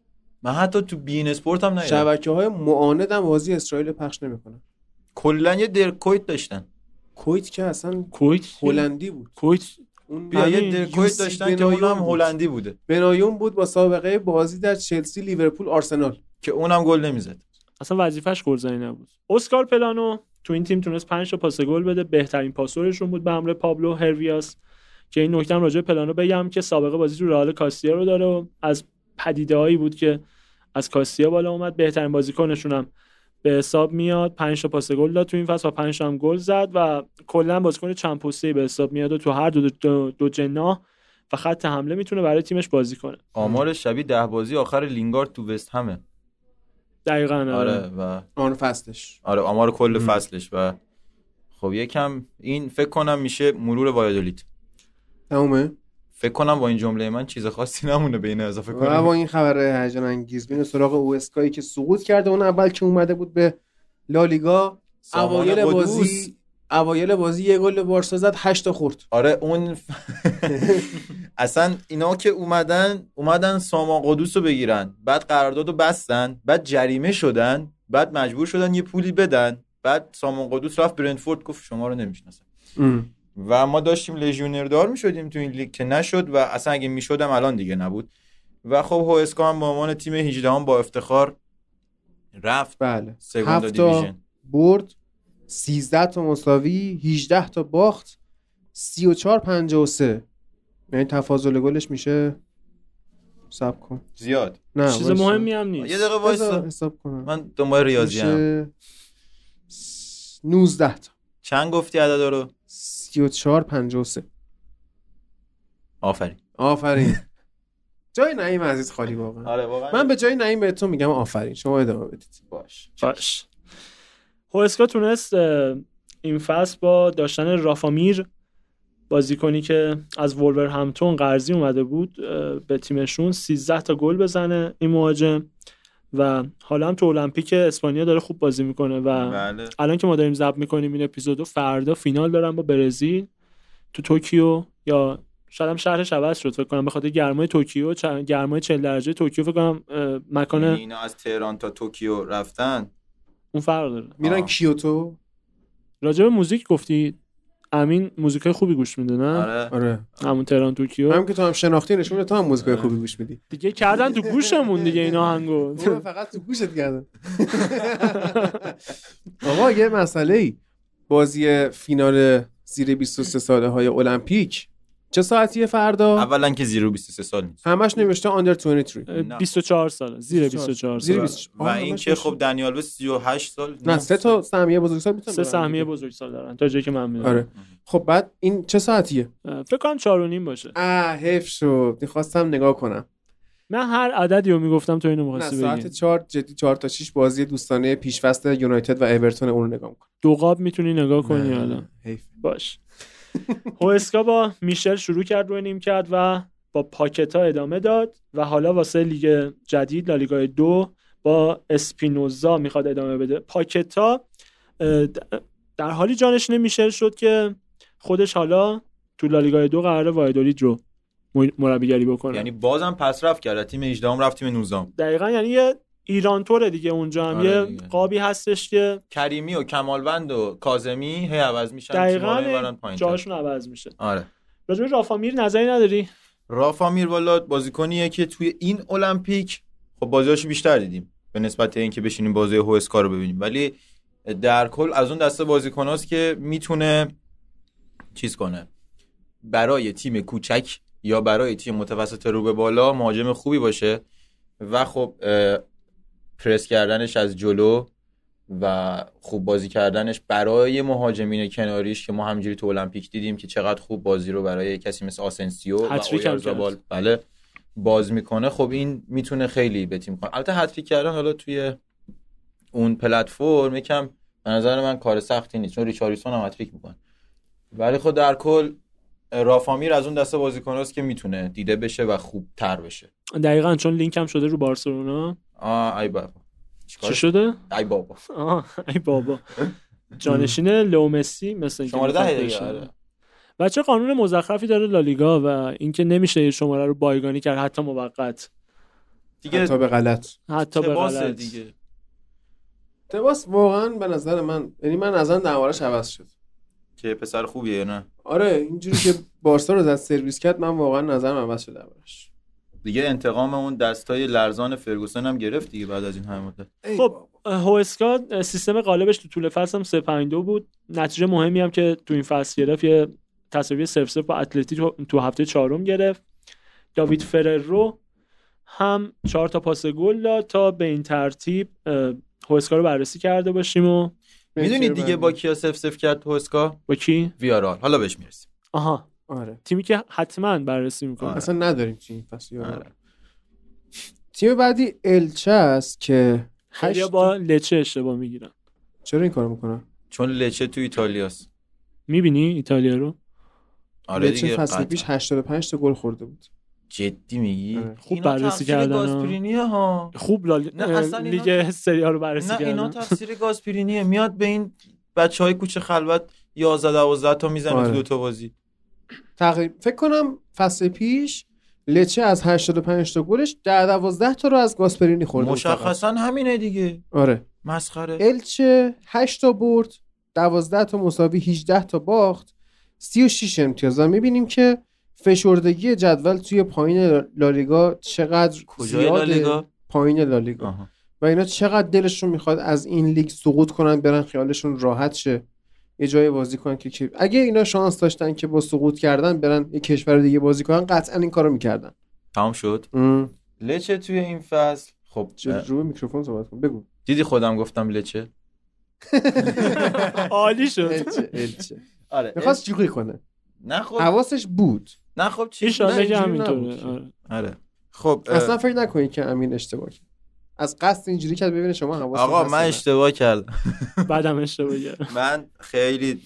[SPEAKER 2] من حتی تو بین اسپورت هم ندیدم
[SPEAKER 1] شبکه های معاند هم بازی اسرائیل رو پخش نمیکنن
[SPEAKER 2] کلا یه درکویت داشتن
[SPEAKER 1] کویت که اصلا
[SPEAKER 3] کویت
[SPEAKER 1] هلندی بود
[SPEAKER 3] کویت
[SPEAKER 1] اون
[SPEAKER 2] بیا یه
[SPEAKER 3] همین
[SPEAKER 1] UC
[SPEAKER 2] درکویت داشتن که اون
[SPEAKER 1] بنایون
[SPEAKER 2] هم
[SPEAKER 1] بود.
[SPEAKER 2] هلندی بوده
[SPEAKER 1] بنایون بود با سابقه بازی در چلسی لیورپول آرسنال
[SPEAKER 2] که اونم گل نمیزد
[SPEAKER 3] اصلا وظیفش گلزنی نبود اسکار پلانو تو این تیم تونست 5 تا پاس گل بده بهترین پاسورشون بود به امر پابلو هرویاس که این نکته هم راجع به پلانو بگم که سابقه بازی تو رئال کاستیا رو داره و از پدیدهایی بود که از کاستیا بالا اومد بهترین بازیکنشون هم به حساب میاد 5 تا پاس گل داد تو این فصل و 5 تا هم گل زد و کلا بازیکن چند پسته‌ای به حساب میاد و تو هر دو دو, دو جناح و خط حمله میتونه برای تیمش بازی کنه
[SPEAKER 2] آمار شبیه ده بازی آخر لینگارد تو وست همه
[SPEAKER 3] دقیقاً
[SPEAKER 2] آره و
[SPEAKER 1] آن فصلش
[SPEAKER 2] آره آمار کل
[SPEAKER 1] مم.
[SPEAKER 2] فصلش و خب یکم این فکر کنم میشه مرور وایادولید
[SPEAKER 1] تمومه
[SPEAKER 2] فکر کنم با این جمله من چیز خاصی نمونه به این اضافه
[SPEAKER 1] و
[SPEAKER 2] کنم
[SPEAKER 1] با این خبر هیجان انگیز بین سراغ اوسکایی که سقوط کرده اون اول که اومده بود به لالیگا
[SPEAKER 2] سامان
[SPEAKER 1] اوایل
[SPEAKER 2] قدوس.
[SPEAKER 1] بازی اوایل بازی یه گل به بارسا زد 8 تا خورد
[SPEAKER 2] آره اون ف- اصلا اینا که اومدن اومدن سامان قدوس رو بگیرن بعد قرارداد رو بستن بعد جریمه شدن بعد مجبور شدن یه پولی بدن بعد سامان قدوس رفت برنتفورد گفت شما رو نمیشناسم و ما داشتیم لژیونر دار میشدیم تو این لیگ که نشد و اصلا اگه میشدم الان دیگه نبود و خب هوسکا هم به عنوان تیم 18 هم با افتخار رفت
[SPEAKER 1] بله
[SPEAKER 2] سگوندا
[SPEAKER 1] هفت تا
[SPEAKER 2] دیویژن
[SPEAKER 1] برد 13 تا مساوی 18 تا باخت 34 53 یعنی تفاضل گلش میشه سب کن
[SPEAKER 2] زیاد
[SPEAKER 1] نه
[SPEAKER 3] چیز
[SPEAKER 1] وایسا.
[SPEAKER 3] مهمی هم نیست
[SPEAKER 2] یه دقیقه
[SPEAKER 1] بذار
[SPEAKER 2] وایسا
[SPEAKER 1] حساب کنم
[SPEAKER 2] من دنبال ریاضی هم
[SPEAKER 1] میشه س- 19 تا
[SPEAKER 2] چند گفتی عدد رو
[SPEAKER 1] 34 53
[SPEAKER 2] آفرین
[SPEAKER 1] آفرین جای نعیم عزیز خالی واقعا
[SPEAKER 2] آره واقعا
[SPEAKER 1] من به جای نعیم بهتون میگم آفرین شما ادامه بدید
[SPEAKER 2] باش
[SPEAKER 3] باش هوسکا تونست اه، این فصل با داشتن رافامیر بازیکنی که از وولور همتون قرضی اومده بود اه، به تیمشون 13 تا گل بزنه این مهاجم و حالا هم تو المپیک اسپانیا داره خوب بازی میکنه و
[SPEAKER 2] بله
[SPEAKER 3] الان که ما داریم ضبط میکنیم این اپیزودو فردا فینال دارن با برزیل تو توکیو یا شاید هم شهرش عوض شد فکر کنم به خاطر گرمای توکیو چ- گرمای 40 درجه توکیو فکر کنم اه، مکان
[SPEAKER 2] یعنی اینا از تهران تا توکیو رفتن
[SPEAKER 3] اون فرق داره
[SPEAKER 1] میرن
[SPEAKER 2] آه.
[SPEAKER 1] کیوتو
[SPEAKER 3] راجع به موزیک گفتی امین موزیک خوبی گوش میده نه
[SPEAKER 2] آره
[SPEAKER 1] آره
[SPEAKER 3] همون تهران توکیو
[SPEAKER 1] هم که تو هم شناختی نشون میده تو هم موزیکای خوبی گوش میدی
[SPEAKER 3] دیگه کردن تو گوشمون دیگه این آهنگو
[SPEAKER 1] اون فقط تو گوشت کردن آقا یه مسئله ای بازی فینال زیر 23 ساله های المپیک چه ساعتیه فردا
[SPEAKER 2] اولا که زیرو 23 سال نیست
[SPEAKER 1] همش نوشته آندر 23
[SPEAKER 3] اه،
[SPEAKER 2] نه.
[SPEAKER 3] 24 ساله زیر 24
[SPEAKER 1] زیر
[SPEAKER 3] ساله
[SPEAKER 1] 24.
[SPEAKER 2] و
[SPEAKER 1] آه،
[SPEAKER 2] اینکه
[SPEAKER 1] همش
[SPEAKER 2] خب دنیال 38 سال
[SPEAKER 1] نه سه تا سهمیه بزرگسال میتونن
[SPEAKER 3] سه
[SPEAKER 1] برن
[SPEAKER 3] سهمیه
[SPEAKER 1] دیگه.
[SPEAKER 3] بزرگ سال دارن تا جایی که من میدونم
[SPEAKER 1] آره خب بعد این چه ساعتیه
[SPEAKER 3] اه، فکر کنم 4 و نیم باشه
[SPEAKER 1] اه حیف شد میخواستم نگاه کنم
[SPEAKER 3] من هر عددی رو میگفتم تو اینو
[SPEAKER 1] نه
[SPEAKER 3] می‌خواستی
[SPEAKER 1] ساعت
[SPEAKER 3] بگی
[SPEAKER 1] چهار جدی چهار تا 6 بازی دوستانه پیشفصل یونایتد و اورتون اون رو نگاه می‌کنم.
[SPEAKER 3] دو قاب میتونی نگاه کنی
[SPEAKER 1] نه،
[SPEAKER 3] حالا
[SPEAKER 1] حیف.
[SPEAKER 3] باش هوسکا با میشل شروع کرد روی نیم کرد و با پاکتا ادامه داد و حالا واسه لیگ جدید لالیگای دو با اسپینوزا میخواد ادامه بده پاکتا اه، د- در حالی جانشین میشل شد که خودش حالا تو لالیگای دو قرار وایدولید رو م- مربیگری بکنه
[SPEAKER 2] یعنی بازم پس رفت کرد از تیم 18 هم رفت تیم 19 هم.
[SPEAKER 3] دقیقا یعنی یه ایران توره دیگه اونجا هم
[SPEAKER 2] آره
[SPEAKER 3] یه
[SPEAKER 2] دیگه.
[SPEAKER 3] قابی هستش که
[SPEAKER 2] کریمی و کمالوند و کاظمی هی عوض میشن تیم‌ها رو می‌برن
[SPEAKER 3] دقیقا
[SPEAKER 2] پایین‌تر.
[SPEAKER 3] جاشون عوض میشه
[SPEAKER 2] آره
[SPEAKER 3] راجب رافامیر نظری نداری
[SPEAKER 2] رافا میروالا بازیکنیه که توی این المپیک خب بازیاشو بیشتر دیدیم به نسبت اینکه بشینیم بازی هوسکا رو ببینیم ولی در کل از اون دسته بازیکناست که میتونه چیز کنه برای تیم کوچک یا برای تیم متوسط رو به بالا مهاجم خوبی باشه و خب اه، پرس کردنش از جلو و خوب بازی کردنش برای مهاجمین کناریش که ما همجوری تو المپیک دیدیم که چقدر خوب بازی رو برای کسی مثل آسنسیو و
[SPEAKER 3] هتریک هم
[SPEAKER 2] اویارزابال بله باز میکنه خب این میتونه خیلی به تیم کنه البته هتریک کردن حالا توی اون پلتفرم یکم به نظر من کار سختی نیست چون ریچاریسون هم هتریک میکنه ولی خب در کل رافامیر از اون دسته بازیکناست که میتونه دیده بشه و خوب تر بشه
[SPEAKER 3] دقیقا چون لینک هم شده رو بارسلونا
[SPEAKER 2] آه ای بابا چیکار
[SPEAKER 3] چی شده؟
[SPEAKER 2] ای بابا
[SPEAKER 3] آه ای بابا جانشین لو مسی مثل اینکه
[SPEAKER 2] شماره
[SPEAKER 3] میخواد
[SPEAKER 2] ده دیگه
[SPEAKER 3] بشه.
[SPEAKER 2] آره.
[SPEAKER 3] و چه قانون مزخرفی داره لالیگا و اینکه نمیشه یه شماره رو بایگانی کرد حتی موقت
[SPEAKER 2] دیگه
[SPEAKER 1] حتی به غلط
[SPEAKER 3] حتی به
[SPEAKER 2] تباس
[SPEAKER 3] غلط
[SPEAKER 2] دیگه
[SPEAKER 1] تباس واقعا به نظر من یعنی من نظرم دربارش عوض شد
[SPEAKER 2] که پسر خوبیه یا نه
[SPEAKER 1] آره اینجوری که بارسا رو زد سرویس کرد من واقعا نظرم عوض شد دربارش
[SPEAKER 2] دیگه انتقام اون دستای لرزان فرگوسن هم گرفت دیگه بعد از این همه مدت
[SPEAKER 1] ای
[SPEAKER 3] خب.
[SPEAKER 1] بابا.
[SPEAKER 3] هوسکا سیستم قالبش تو طول فصل هم 352 بود نتیجه مهمی هم که تو این فصل گرفت یه تساوی 0 0 با اتلتیک تو هفته چهارم گرفت داوید فررو هم چهار تا پاس گل داد تا به این ترتیب اه، هوسکا رو بررسی کرده باشیم و
[SPEAKER 2] میدونی
[SPEAKER 1] بهتر
[SPEAKER 2] دیگه
[SPEAKER 1] برمی.
[SPEAKER 2] با کیا سف سف کرد تو اسکا
[SPEAKER 3] با کی
[SPEAKER 2] ویارال حالا بهش میرسیم
[SPEAKER 3] آها
[SPEAKER 1] آره
[SPEAKER 3] تیمی که حتما بررسی میکنه
[SPEAKER 2] آره.
[SPEAKER 1] اصلا نداریم چی پس یارو.
[SPEAKER 2] آره.
[SPEAKER 1] تیم بعدی الچه است که
[SPEAKER 3] یا
[SPEAKER 1] هشت
[SPEAKER 3] با لچه اشتباه میگیرن
[SPEAKER 1] چرا این کارو میکنه
[SPEAKER 2] چون لچه تو ایتالیاست
[SPEAKER 3] میبینی ایتالیا رو
[SPEAKER 2] آره
[SPEAKER 1] الچه
[SPEAKER 2] دیگه
[SPEAKER 1] فصل
[SPEAKER 2] قطعا.
[SPEAKER 1] پیش 85 تا گل خورده بود
[SPEAKER 2] جدی میگی
[SPEAKER 1] آره.
[SPEAKER 3] خوب
[SPEAKER 2] اینا
[SPEAKER 3] بررسی
[SPEAKER 2] تقصیر
[SPEAKER 3] کردن ها.
[SPEAKER 2] گاسپرینیه ها
[SPEAKER 3] خوب لال...
[SPEAKER 2] نه، اصلا اینا-
[SPEAKER 3] لیگ سری آ رو بررسی
[SPEAKER 2] نه اینا
[SPEAKER 3] کردن
[SPEAKER 2] تقصیر گاسپرینیه میاد به این بچه های کوچه خلوت 11 12 تا میزنه
[SPEAKER 1] آره.
[SPEAKER 2] تو دو تا بازی
[SPEAKER 1] تقریبا فکر کنم فصل پیش لچه از 85 تا گلش 10 12 تا رو از گاسپرینی خورده بود فقط.
[SPEAKER 2] مشخصا همینه دیگه
[SPEAKER 1] آره
[SPEAKER 2] مسخره
[SPEAKER 1] الچه 8 تا برد 12 تا مساوی 18 تا باخت 36 امتیاز و میبینیم که فشردگی جدول توی پایین لالیگا چقدر
[SPEAKER 2] کجای
[SPEAKER 1] زیاده
[SPEAKER 2] لالیگا
[SPEAKER 1] پایین لالیگا
[SPEAKER 2] آها.
[SPEAKER 1] و اینا چقدر دلشون میخواد از این لیگ سقوط کنن برن خیالشون راحت شه یه جایی بازی کنن که که- اگه اینا شانس داشتن که با سقوط کردن برن یه کشور دیگه بازی کنن قطعا این کارو میکردن
[SPEAKER 2] تمام شد لچه توی این فصل خب
[SPEAKER 1] جلو رو به میکروفون صحبت کن بگو
[SPEAKER 2] دیدی خودم گفتم لچه
[SPEAKER 3] عالی شد
[SPEAKER 1] الچه الچه
[SPEAKER 2] آره
[SPEAKER 1] میخواست شوخی کنه
[SPEAKER 2] نه خب
[SPEAKER 1] حواسش بود
[SPEAKER 2] نه خب چی
[SPEAKER 1] نه،
[SPEAKER 3] ایشالله
[SPEAKER 1] اینجوری
[SPEAKER 3] که
[SPEAKER 1] نبود
[SPEAKER 3] همینطوره
[SPEAKER 1] که.
[SPEAKER 3] آره.
[SPEAKER 2] آره خب اه،
[SPEAKER 1] اصلا فکر نکنید که امین اشتباه کرد از قصد اینجوری کرد ببینه شما حواستون
[SPEAKER 2] آقا
[SPEAKER 1] هست
[SPEAKER 2] من
[SPEAKER 1] یا نه.
[SPEAKER 2] اشتباه کردم
[SPEAKER 3] بعدم اشتباه کرد
[SPEAKER 2] من خیلی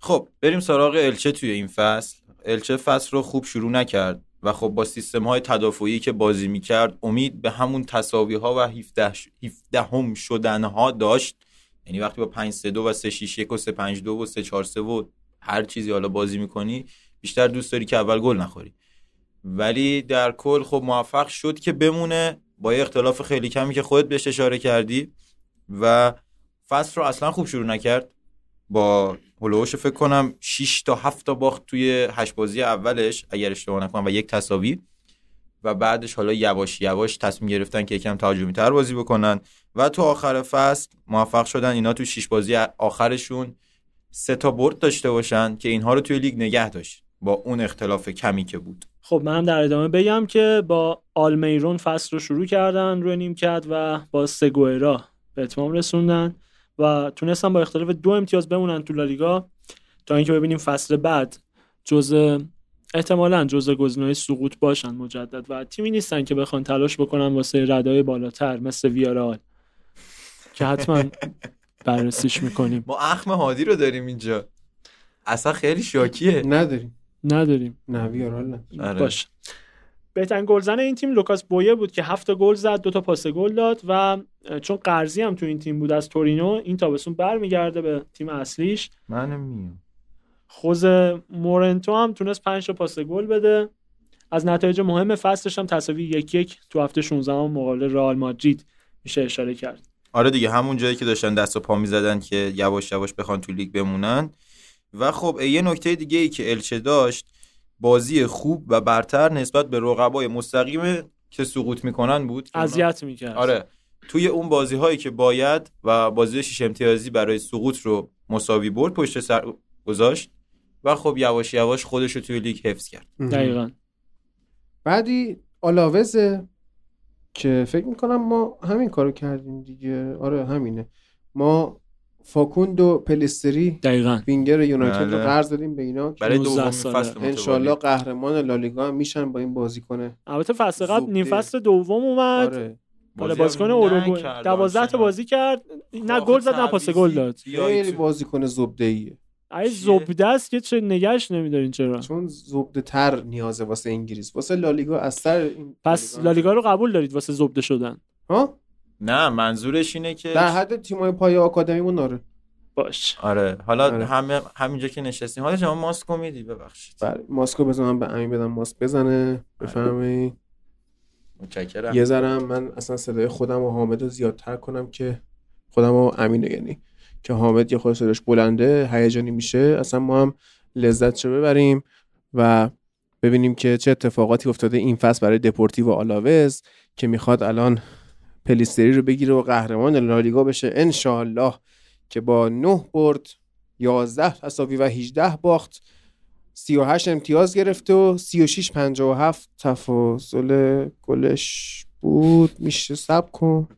[SPEAKER 2] خب بریم سراغ الچه توی این فصل الچه فصل رو خوب شروع نکرد و خب با سیستم های تدافعی که بازی میکرد امید به همون تساوی ها و 17 ش- 17 هم شدن ها داشت یعنی وقتی با 5 3 2 و 3 6 1 و 3 5 2 و 3 4 3 و هر چیزی حالا بازی میکنی بیشتر دوست داری که اول گل نخوری ولی در کل خب موفق شد که بمونه با یه اختلاف خیلی کمی که خودت بهش اشاره کردی و فصل رو اصلا خوب شروع نکرد با هلوش فکر کنم 6 تا 7 تا باخت توی هشت بازی اولش اگر اشتباه نکنم و یک تساوی و بعدش حالا یواش یواش تصمیم گرفتن که یکم تهاجمی تر بازی بکنن و تو آخر فصل موفق شدن اینا تو 6 بازی آخرشون سه تا برد داشته باشن که اینها رو توی لیگ نگه داشت با اون اختلاف کمی که بود
[SPEAKER 3] خب منم در ادامه بگم که با آلمیرون فصل رو شروع کردن روی نیم کرد و با سگوئرا به اتمام رسوندن و تونستن با اختلاف دو امتیاز بمونن تو لالیگا تا اینکه ببینیم فصل بعد جز احتمالا جزء گزینه‌های سقوط باشن مجدد و تیمی نیستن که بخوان تلاش بکنن واسه ردای بالاتر مثل ویارال که حتما بررسیش میکنیم
[SPEAKER 2] ما اخم هادی رو داریم اینجا اصلا خیلی شاکیه
[SPEAKER 1] نداریم
[SPEAKER 3] نداریم
[SPEAKER 1] نه ویارال نه
[SPEAKER 2] آره.
[SPEAKER 3] باشه بهترین گلزن این تیم لوکاس بویه بود که هفت تا گل زد دو تا پاس گل داد و اه، چون قرضی هم تو این تیم بود از تورینو این تابستون برمیگرده به تیم اصلیش
[SPEAKER 2] منم میام
[SPEAKER 3] خوز مورنتو هم تونست 5 تا پاس گل بده از نتایج مهم فصلش هم تساوی یک یک تو هفته 16 هم مقابل رئال مادرید میشه اشاره کرد
[SPEAKER 2] آره دیگه همون جایی که داشتن دست و پا میزدن که یواش یواش بخوان تو لیگ بمونن و خب یه نکته دیگه ای که الچه داشت بازی خوب و برتر نسبت به رقبای مستقیم که سقوط میکنن بود که اونا-
[SPEAKER 3] اذیت میکرد
[SPEAKER 2] آره توی اون بازی هایی که باید و بازی شش امتیازی برای سقوط رو مساوی برد پشت سر گذاشت و خب یواش یواش خودش رو توی لیگ حفظ کرد
[SPEAKER 3] دقیقا
[SPEAKER 1] بعدی آلاوزه که فکر میکنم ما همین کارو کردیم دیگه آره همینه ما فاکوند و پلستری
[SPEAKER 3] دقیقا
[SPEAKER 1] وینگر یونایتد رو
[SPEAKER 2] بله.
[SPEAKER 1] قرض دادیم به اینا که
[SPEAKER 2] برای
[SPEAKER 3] 19
[SPEAKER 2] دومین
[SPEAKER 3] ساله.
[SPEAKER 2] فصل
[SPEAKER 1] انشالله
[SPEAKER 2] متوالی
[SPEAKER 1] قهرمان لالیگا هم میشن با این بازیکنه
[SPEAKER 3] البته فصل قبل
[SPEAKER 1] زبده.
[SPEAKER 3] نیم فصل دوم اومد آره.
[SPEAKER 1] آره
[SPEAKER 2] بازی
[SPEAKER 3] بازیکن
[SPEAKER 2] هم
[SPEAKER 3] اوروگوئه
[SPEAKER 2] نکرد
[SPEAKER 3] دوازده تا
[SPEAKER 2] آرسنال.
[SPEAKER 3] بازی کرد نه
[SPEAKER 2] آخه
[SPEAKER 3] گل زد نه پاس گل
[SPEAKER 2] تعویضی
[SPEAKER 3] داد
[SPEAKER 2] بیای
[SPEAKER 1] خیلی
[SPEAKER 2] تو-
[SPEAKER 1] بازیکن زبده ایه
[SPEAKER 3] ای
[SPEAKER 2] چیه؟
[SPEAKER 3] زبده است که چه نگهش نمیدارین چرا
[SPEAKER 1] چون زبده تر نیازه واسه انگلیس واسه لالیگا از سر این
[SPEAKER 3] پس
[SPEAKER 1] لالیگا هم-
[SPEAKER 3] لالیگا رو قبول دارید واسه زبده شدن
[SPEAKER 1] ها
[SPEAKER 2] نه منظورش اینه که
[SPEAKER 1] در حد تیمای پای آکادمیمون آره
[SPEAKER 3] باش
[SPEAKER 2] آره حالا
[SPEAKER 1] آره.
[SPEAKER 2] همه همینجا که نشستیم حالا شما ماسک رو میدی ببخشید
[SPEAKER 1] بله ماسکو بزنم به امین بدم ماسک بزنه بفرمایید
[SPEAKER 2] متشکرم
[SPEAKER 1] یه ذره هم من اصلا صدای خودم و حامد رو زیادتر کنم که خودم و امینه یعنی که حامد یه خود صداش بلنده هیجانی میشه اصلا ما هم لذت چه ببریم و ببینیم که چه اتفاقاتی افتاده این فصل برای دپورتیو و آلاوز که میخواد الان پلیستری رو بگیره و قهرمان لالیگا بشه انشاالله که با 9 برد 11 تساوی و 18 باخت 38 امتیاز گرفت و 36 57 تفاضل گلش بود میشه سب کن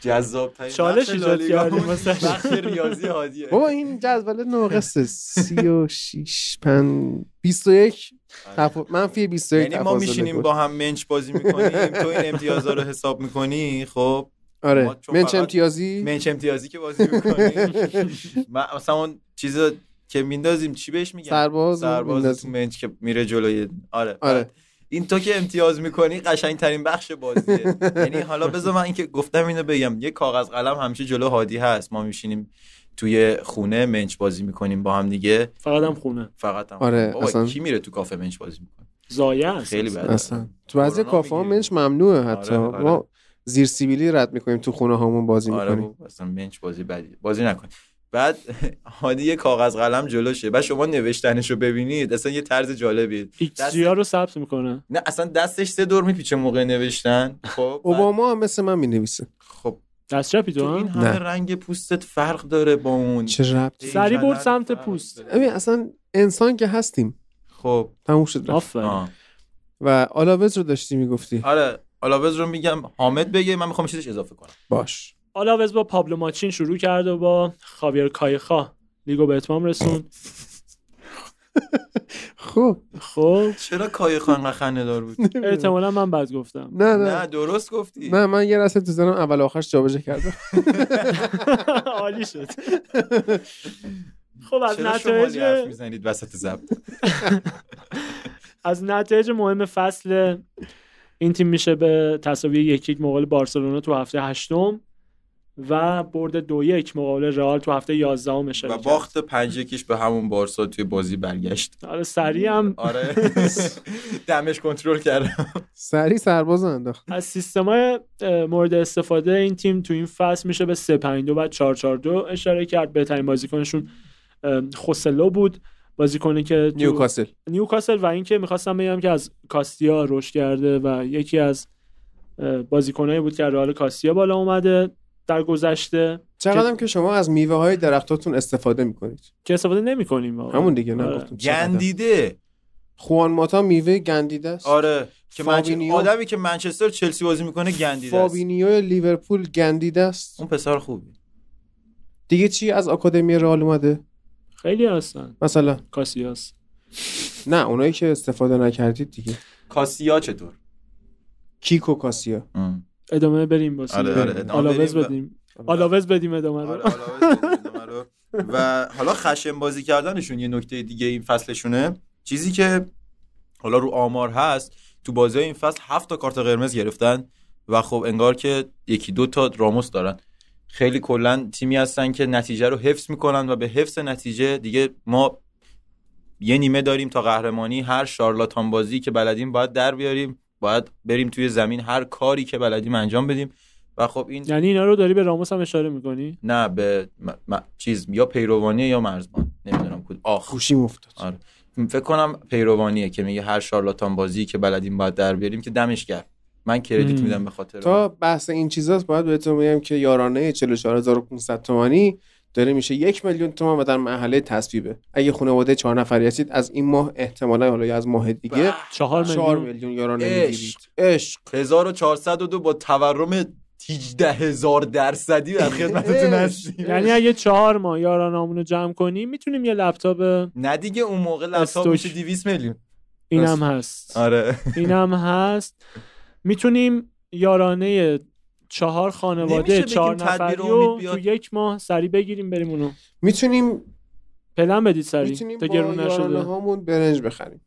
[SPEAKER 2] جذاب ترین
[SPEAKER 3] چالش ایجاد کردیم واسه.
[SPEAKER 2] ریاضی هادیه
[SPEAKER 1] بابا این جدول ناقصه 36 پن 21 تف... منفی 21
[SPEAKER 2] یعنی ما
[SPEAKER 1] تفاضل
[SPEAKER 2] میشینیم
[SPEAKER 1] گل.
[SPEAKER 2] با هم منچ بازی میکنیم تو این امتیازها رو حساب میکنی خب ما
[SPEAKER 1] آره
[SPEAKER 2] چون
[SPEAKER 1] منچ
[SPEAKER 2] فقط-
[SPEAKER 1] امتیازی
[SPEAKER 2] منچ امتیازی که بازی میکنیم ما مثلا اون چیز که میندازیم چی بهش میگن
[SPEAKER 1] سرباز رو
[SPEAKER 2] یعنی سرباز تو
[SPEAKER 1] میندازیم.
[SPEAKER 2] منچ که میره جلوی آره
[SPEAKER 1] آره.
[SPEAKER 2] این تو که امتیاز میکنی قشنگ ترین بخش بازیه یعنی حالا بذار من اینکه گفتم اینو بگم یه کاغذ قلم همیشه جلو هادی هست ما میشینیم توی خونه منچ بازی میکنیم با هم دیگه
[SPEAKER 3] فقط هم خونه
[SPEAKER 2] فقط هم
[SPEAKER 1] آره،
[SPEAKER 2] بابا
[SPEAKER 1] اصلا.
[SPEAKER 2] کی میره تو کافه منچ بازی میکنه
[SPEAKER 3] زایه است
[SPEAKER 2] خیلی بد
[SPEAKER 1] اصلا تو بعضی
[SPEAKER 2] کرونا
[SPEAKER 1] کافه ها
[SPEAKER 2] میگیریم.
[SPEAKER 1] منچ ممنوعه حتی
[SPEAKER 2] آره، آره.
[SPEAKER 1] ما زیر سیبیلی رد میکنیم تو خونه هامون بازی
[SPEAKER 2] آره
[SPEAKER 1] میکنیم
[SPEAKER 2] بابا، اصلا بنچ بازی بدی بازی نکن بعد هادی یه کاغذ قلم جلوشه بعد شما نوشتنش رو ببینید اصلا یه طرز جالبی
[SPEAKER 3] ایکس
[SPEAKER 2] دست-
[SPEAKER 3] جی ها رو ثبت میکنه
[SPEAKER 2] نه اصلا دستش سه دور میپیچه موقع نوشتن خب بعد-
[SPEAKER 1] اوباما هم مثل من مینویسه
[SPEAKER 2] خب
[SPEAKER 3] دست چپی
[SPEAKER 2] تو
[SPEAKER 3] تو
[SPEAKER 2] این
[SPEAKER 3] ها؟
[SPEAKER 2] همه
[SPEAKER 1] نه.
[SPEAKER 2] رنگ پوستت فرق داره با اون
[SPEAKER 1] چه ربطی
[SPEAKER 3] سری برد
[SPEAKER 2] چقدر
[SPEAKER 3] سمت
[SPEAKER 2] فرق
[SPEAKER 3] پوست.
[SPEAKER 2] داره.
[SPEAKER 1] ببین اصلا انسان که هستیم
[SPEAKER 2] خب
[SPEAKER 1] تموم شد رفت
[SPEAKER 3] آفرین
[SPEAKER 2] آه.
[SPEAKER 1] و آلاوز رو داشتی میگفتی
[SPEAKER 2] آره آلاوز رو میگم حامد بگه من میخوام چیزش اضافه کنم
[SPEAKER 1] باش
[SPEAKER 3] آلاوز با پابلو ماچین شروع کرد و با خاویر کایخا لیگو به اتمام رسون
[SPEAKER 1] خب
[SPEAKER 3] خب
[SPEAKER 2] چرا کای خان خنده دار بود
[SPEAKER 3] احتمالا من بد گفتم
[SPEAKER 1] نه
[SPEAKER 2] نه
[SPEAKER 1] نه
[SPEAKER 2] درست گفتی
[SPEAKER 1] نه من یه رسه تو زنم اول آخرش جابجا کردم
[SPEAKER 3] عالی شد خب از
[SPEAKER 2] چرا شمالی حرف
[SPEAKER 3] نتایج
[SPEAKER 2] میزنید وسط زب
[SPEAKER 3] از نتایج مهم فصل این تیم میشه به تساوی یک یک مقابل بارسلونا تو هفته هشتم و برد دو یک مقابل رئال تو هفته یازدهم اشاره
[SPEAKER 2] و
[SPEAKER 3] کرد.
[SPEAKER 2] باخت پنج یکیش به همون بارسا توی بازی برگشت
[SPEAKER 3] آره سریع هم
[SPEAKER 2] آره دمش کنترل کردم
[SPEAKER 1] سری سرباز رو انداخت
[SPEAKER 3] از سیستم مورد استفاده این تیم تو این فصل میشه به 352 و 442 اشاره کرد بهترین بازیکنشون اه، خوسلو بود بازیکنی که تو
[SPEAKER 1] نیوکاسل
[SPEAKER 3] نیوکاسل و اینکه میخواستم بگم که از کاستیا رشد کرده و یکی از اه، بازیکنایی بود که از رئال کاستیا بالا اومده در گذشته
[SPEAKER 1] چقدر هم که شما از میوه های درختاتون استفاده میکنید
[SPEAKER 3] که استفاده نمی‌کنیم واقعا
[SPEAKER 1] همون دیگه نه
[SPEAKER 3] آره.
[SPEAKER 1] گفتم چقدر.
[SPEAKER 2] گندیده
[SPEAKER 1] خوان ماتا میوه گندیده است
[SPEAKER 2] آره که منچ...
[SPEAKER 1] فابینیو.
[SPEAKER 2] آدمی که منچستر چلسی بازی میکنه گندیده است
[SPEAKER 1] فابینیو لیورپول گندیده است
[SPEAKER 2] اون پسر خوبی
[SPEAKER 1] دیگه چی از آکادمی رئال اومده
[SPEAKER 3] خیلی هستن
[SPEAKER 1] مثلا
[SPEAKER 3] کاسیاس
[SPEAKER 1] نه اونایی که استفاده نکردید دیگه
[SPEAKER 2] کاسیا چطور
[SPEAKER 1] کیکو کاسیا
[SPEAKER 3] ادامه بریم واسه
[SPEAKER 2] آره، آره، ادامه
[SPEAKER 3] آلاوز
[SPEAKER 2] بریم.
[SPEAKER 3] بدیم آلاوز بدیم ادامه رو
[SPEAKER 2] آره، حالا بازی کردیم، آره. و حالا خشم بازی کردنشون یه نکته دیگه این فصلشونه چیزی که حالا رو آمار هست تو بازی این فصل هفت تا کارت قرمز گرفتن و خب انگار که یکی دو تا راموس دارن خیلی کلا تیمی هستن که نتیجه رو حفظ میکنن و به حفظ نتیجه دیگه ما یه نیمه داریم تا قهرمانی هر شارلاتان بازی که بلدیم باید در بیاریم باید بریم توی زمین هر کاری که بلدیم انجام بدیم و خب این
[SPEAKER 3] یعنی اینا رو داری به راموس هم اشاره میکنی
[SPEAKER 2] نه به م... م- چیز یا پیروانی یا مرزبان نمیدونم کد آخ
[SPEAKER 1] خوشیم افتاد
[SPEAKER 2] آره. فکر کنم پیروانیه که میگه هر شارلاتان بازی که بلدیم باید در بیاریم که دمش کرد من کردیت
[SPEAKER 3] مم.
[SPEAKER 2] میدم به خاطر
[SPEAKER 1] تا
[SPEAKER 2] اون.
[SPEAKER 1] بحث این چیزاست باید بهتون بگم که یارانه 44500 تومانی داره میشه یک میلیون تومان و در محله تصویبه اگه خانواده چهار نفری هستید از این ماه احتمالا حالا یا از ماه دیگه
[SPEAKER 3] بله. چهار
[SPEAKER 1] چهار
[SPEAKER 3] میلیون
[SPEAKER 1] میلیون یارانه
[SPEAKER 2] عشق.
[SPEAKER 1] میگیرید عشق
[SPEAKER 2] 1402 با تورم 18 هزار درصدی در خدمتتون هستیم
[SPEAKER 3] یعنی اگه چهار ماه یارانامون رو جمع کنیم میتونیم یه لپتاپ
[SPEAKER 2] نه دیگه اون موقع لپتاپ
[SPEAKER 3] استوک.
[SPEAKER 2] میشه 200 میلیون
[SPEAKER 3] اینم هست
[SPEAKER 2] آره
[SPEAKER 3] اینم هست میتونیم یارانه چهار
[SPEAKER 2] نمیشه
[SPEAKER 3] خانواده
[SPEAKER 2] بگیم
[SPEAKER 3] چهار
[SPEAKER 2] تدبیر
[SPEAKER 3] نفری
[SPEAKER 2] امید
[SPEAKER 3] رو
[SPEAKER 2] بیاد.
[SPEAKER 3] تو یک ماه سری بگیریم بریم اونو
[SPEAKER 1] میتونیم
[SPEAKER 3] پلن بدید سری
[SPEAKER 1] میتونیم
[SPEAKER 3] تا
[SPEAKER 1] با
[SPEAKER 3] گرون
[SPEAKER 1] یارانه
[SPEAKER 3] نشده
[SPEAKER 1] هامون برنج بخریم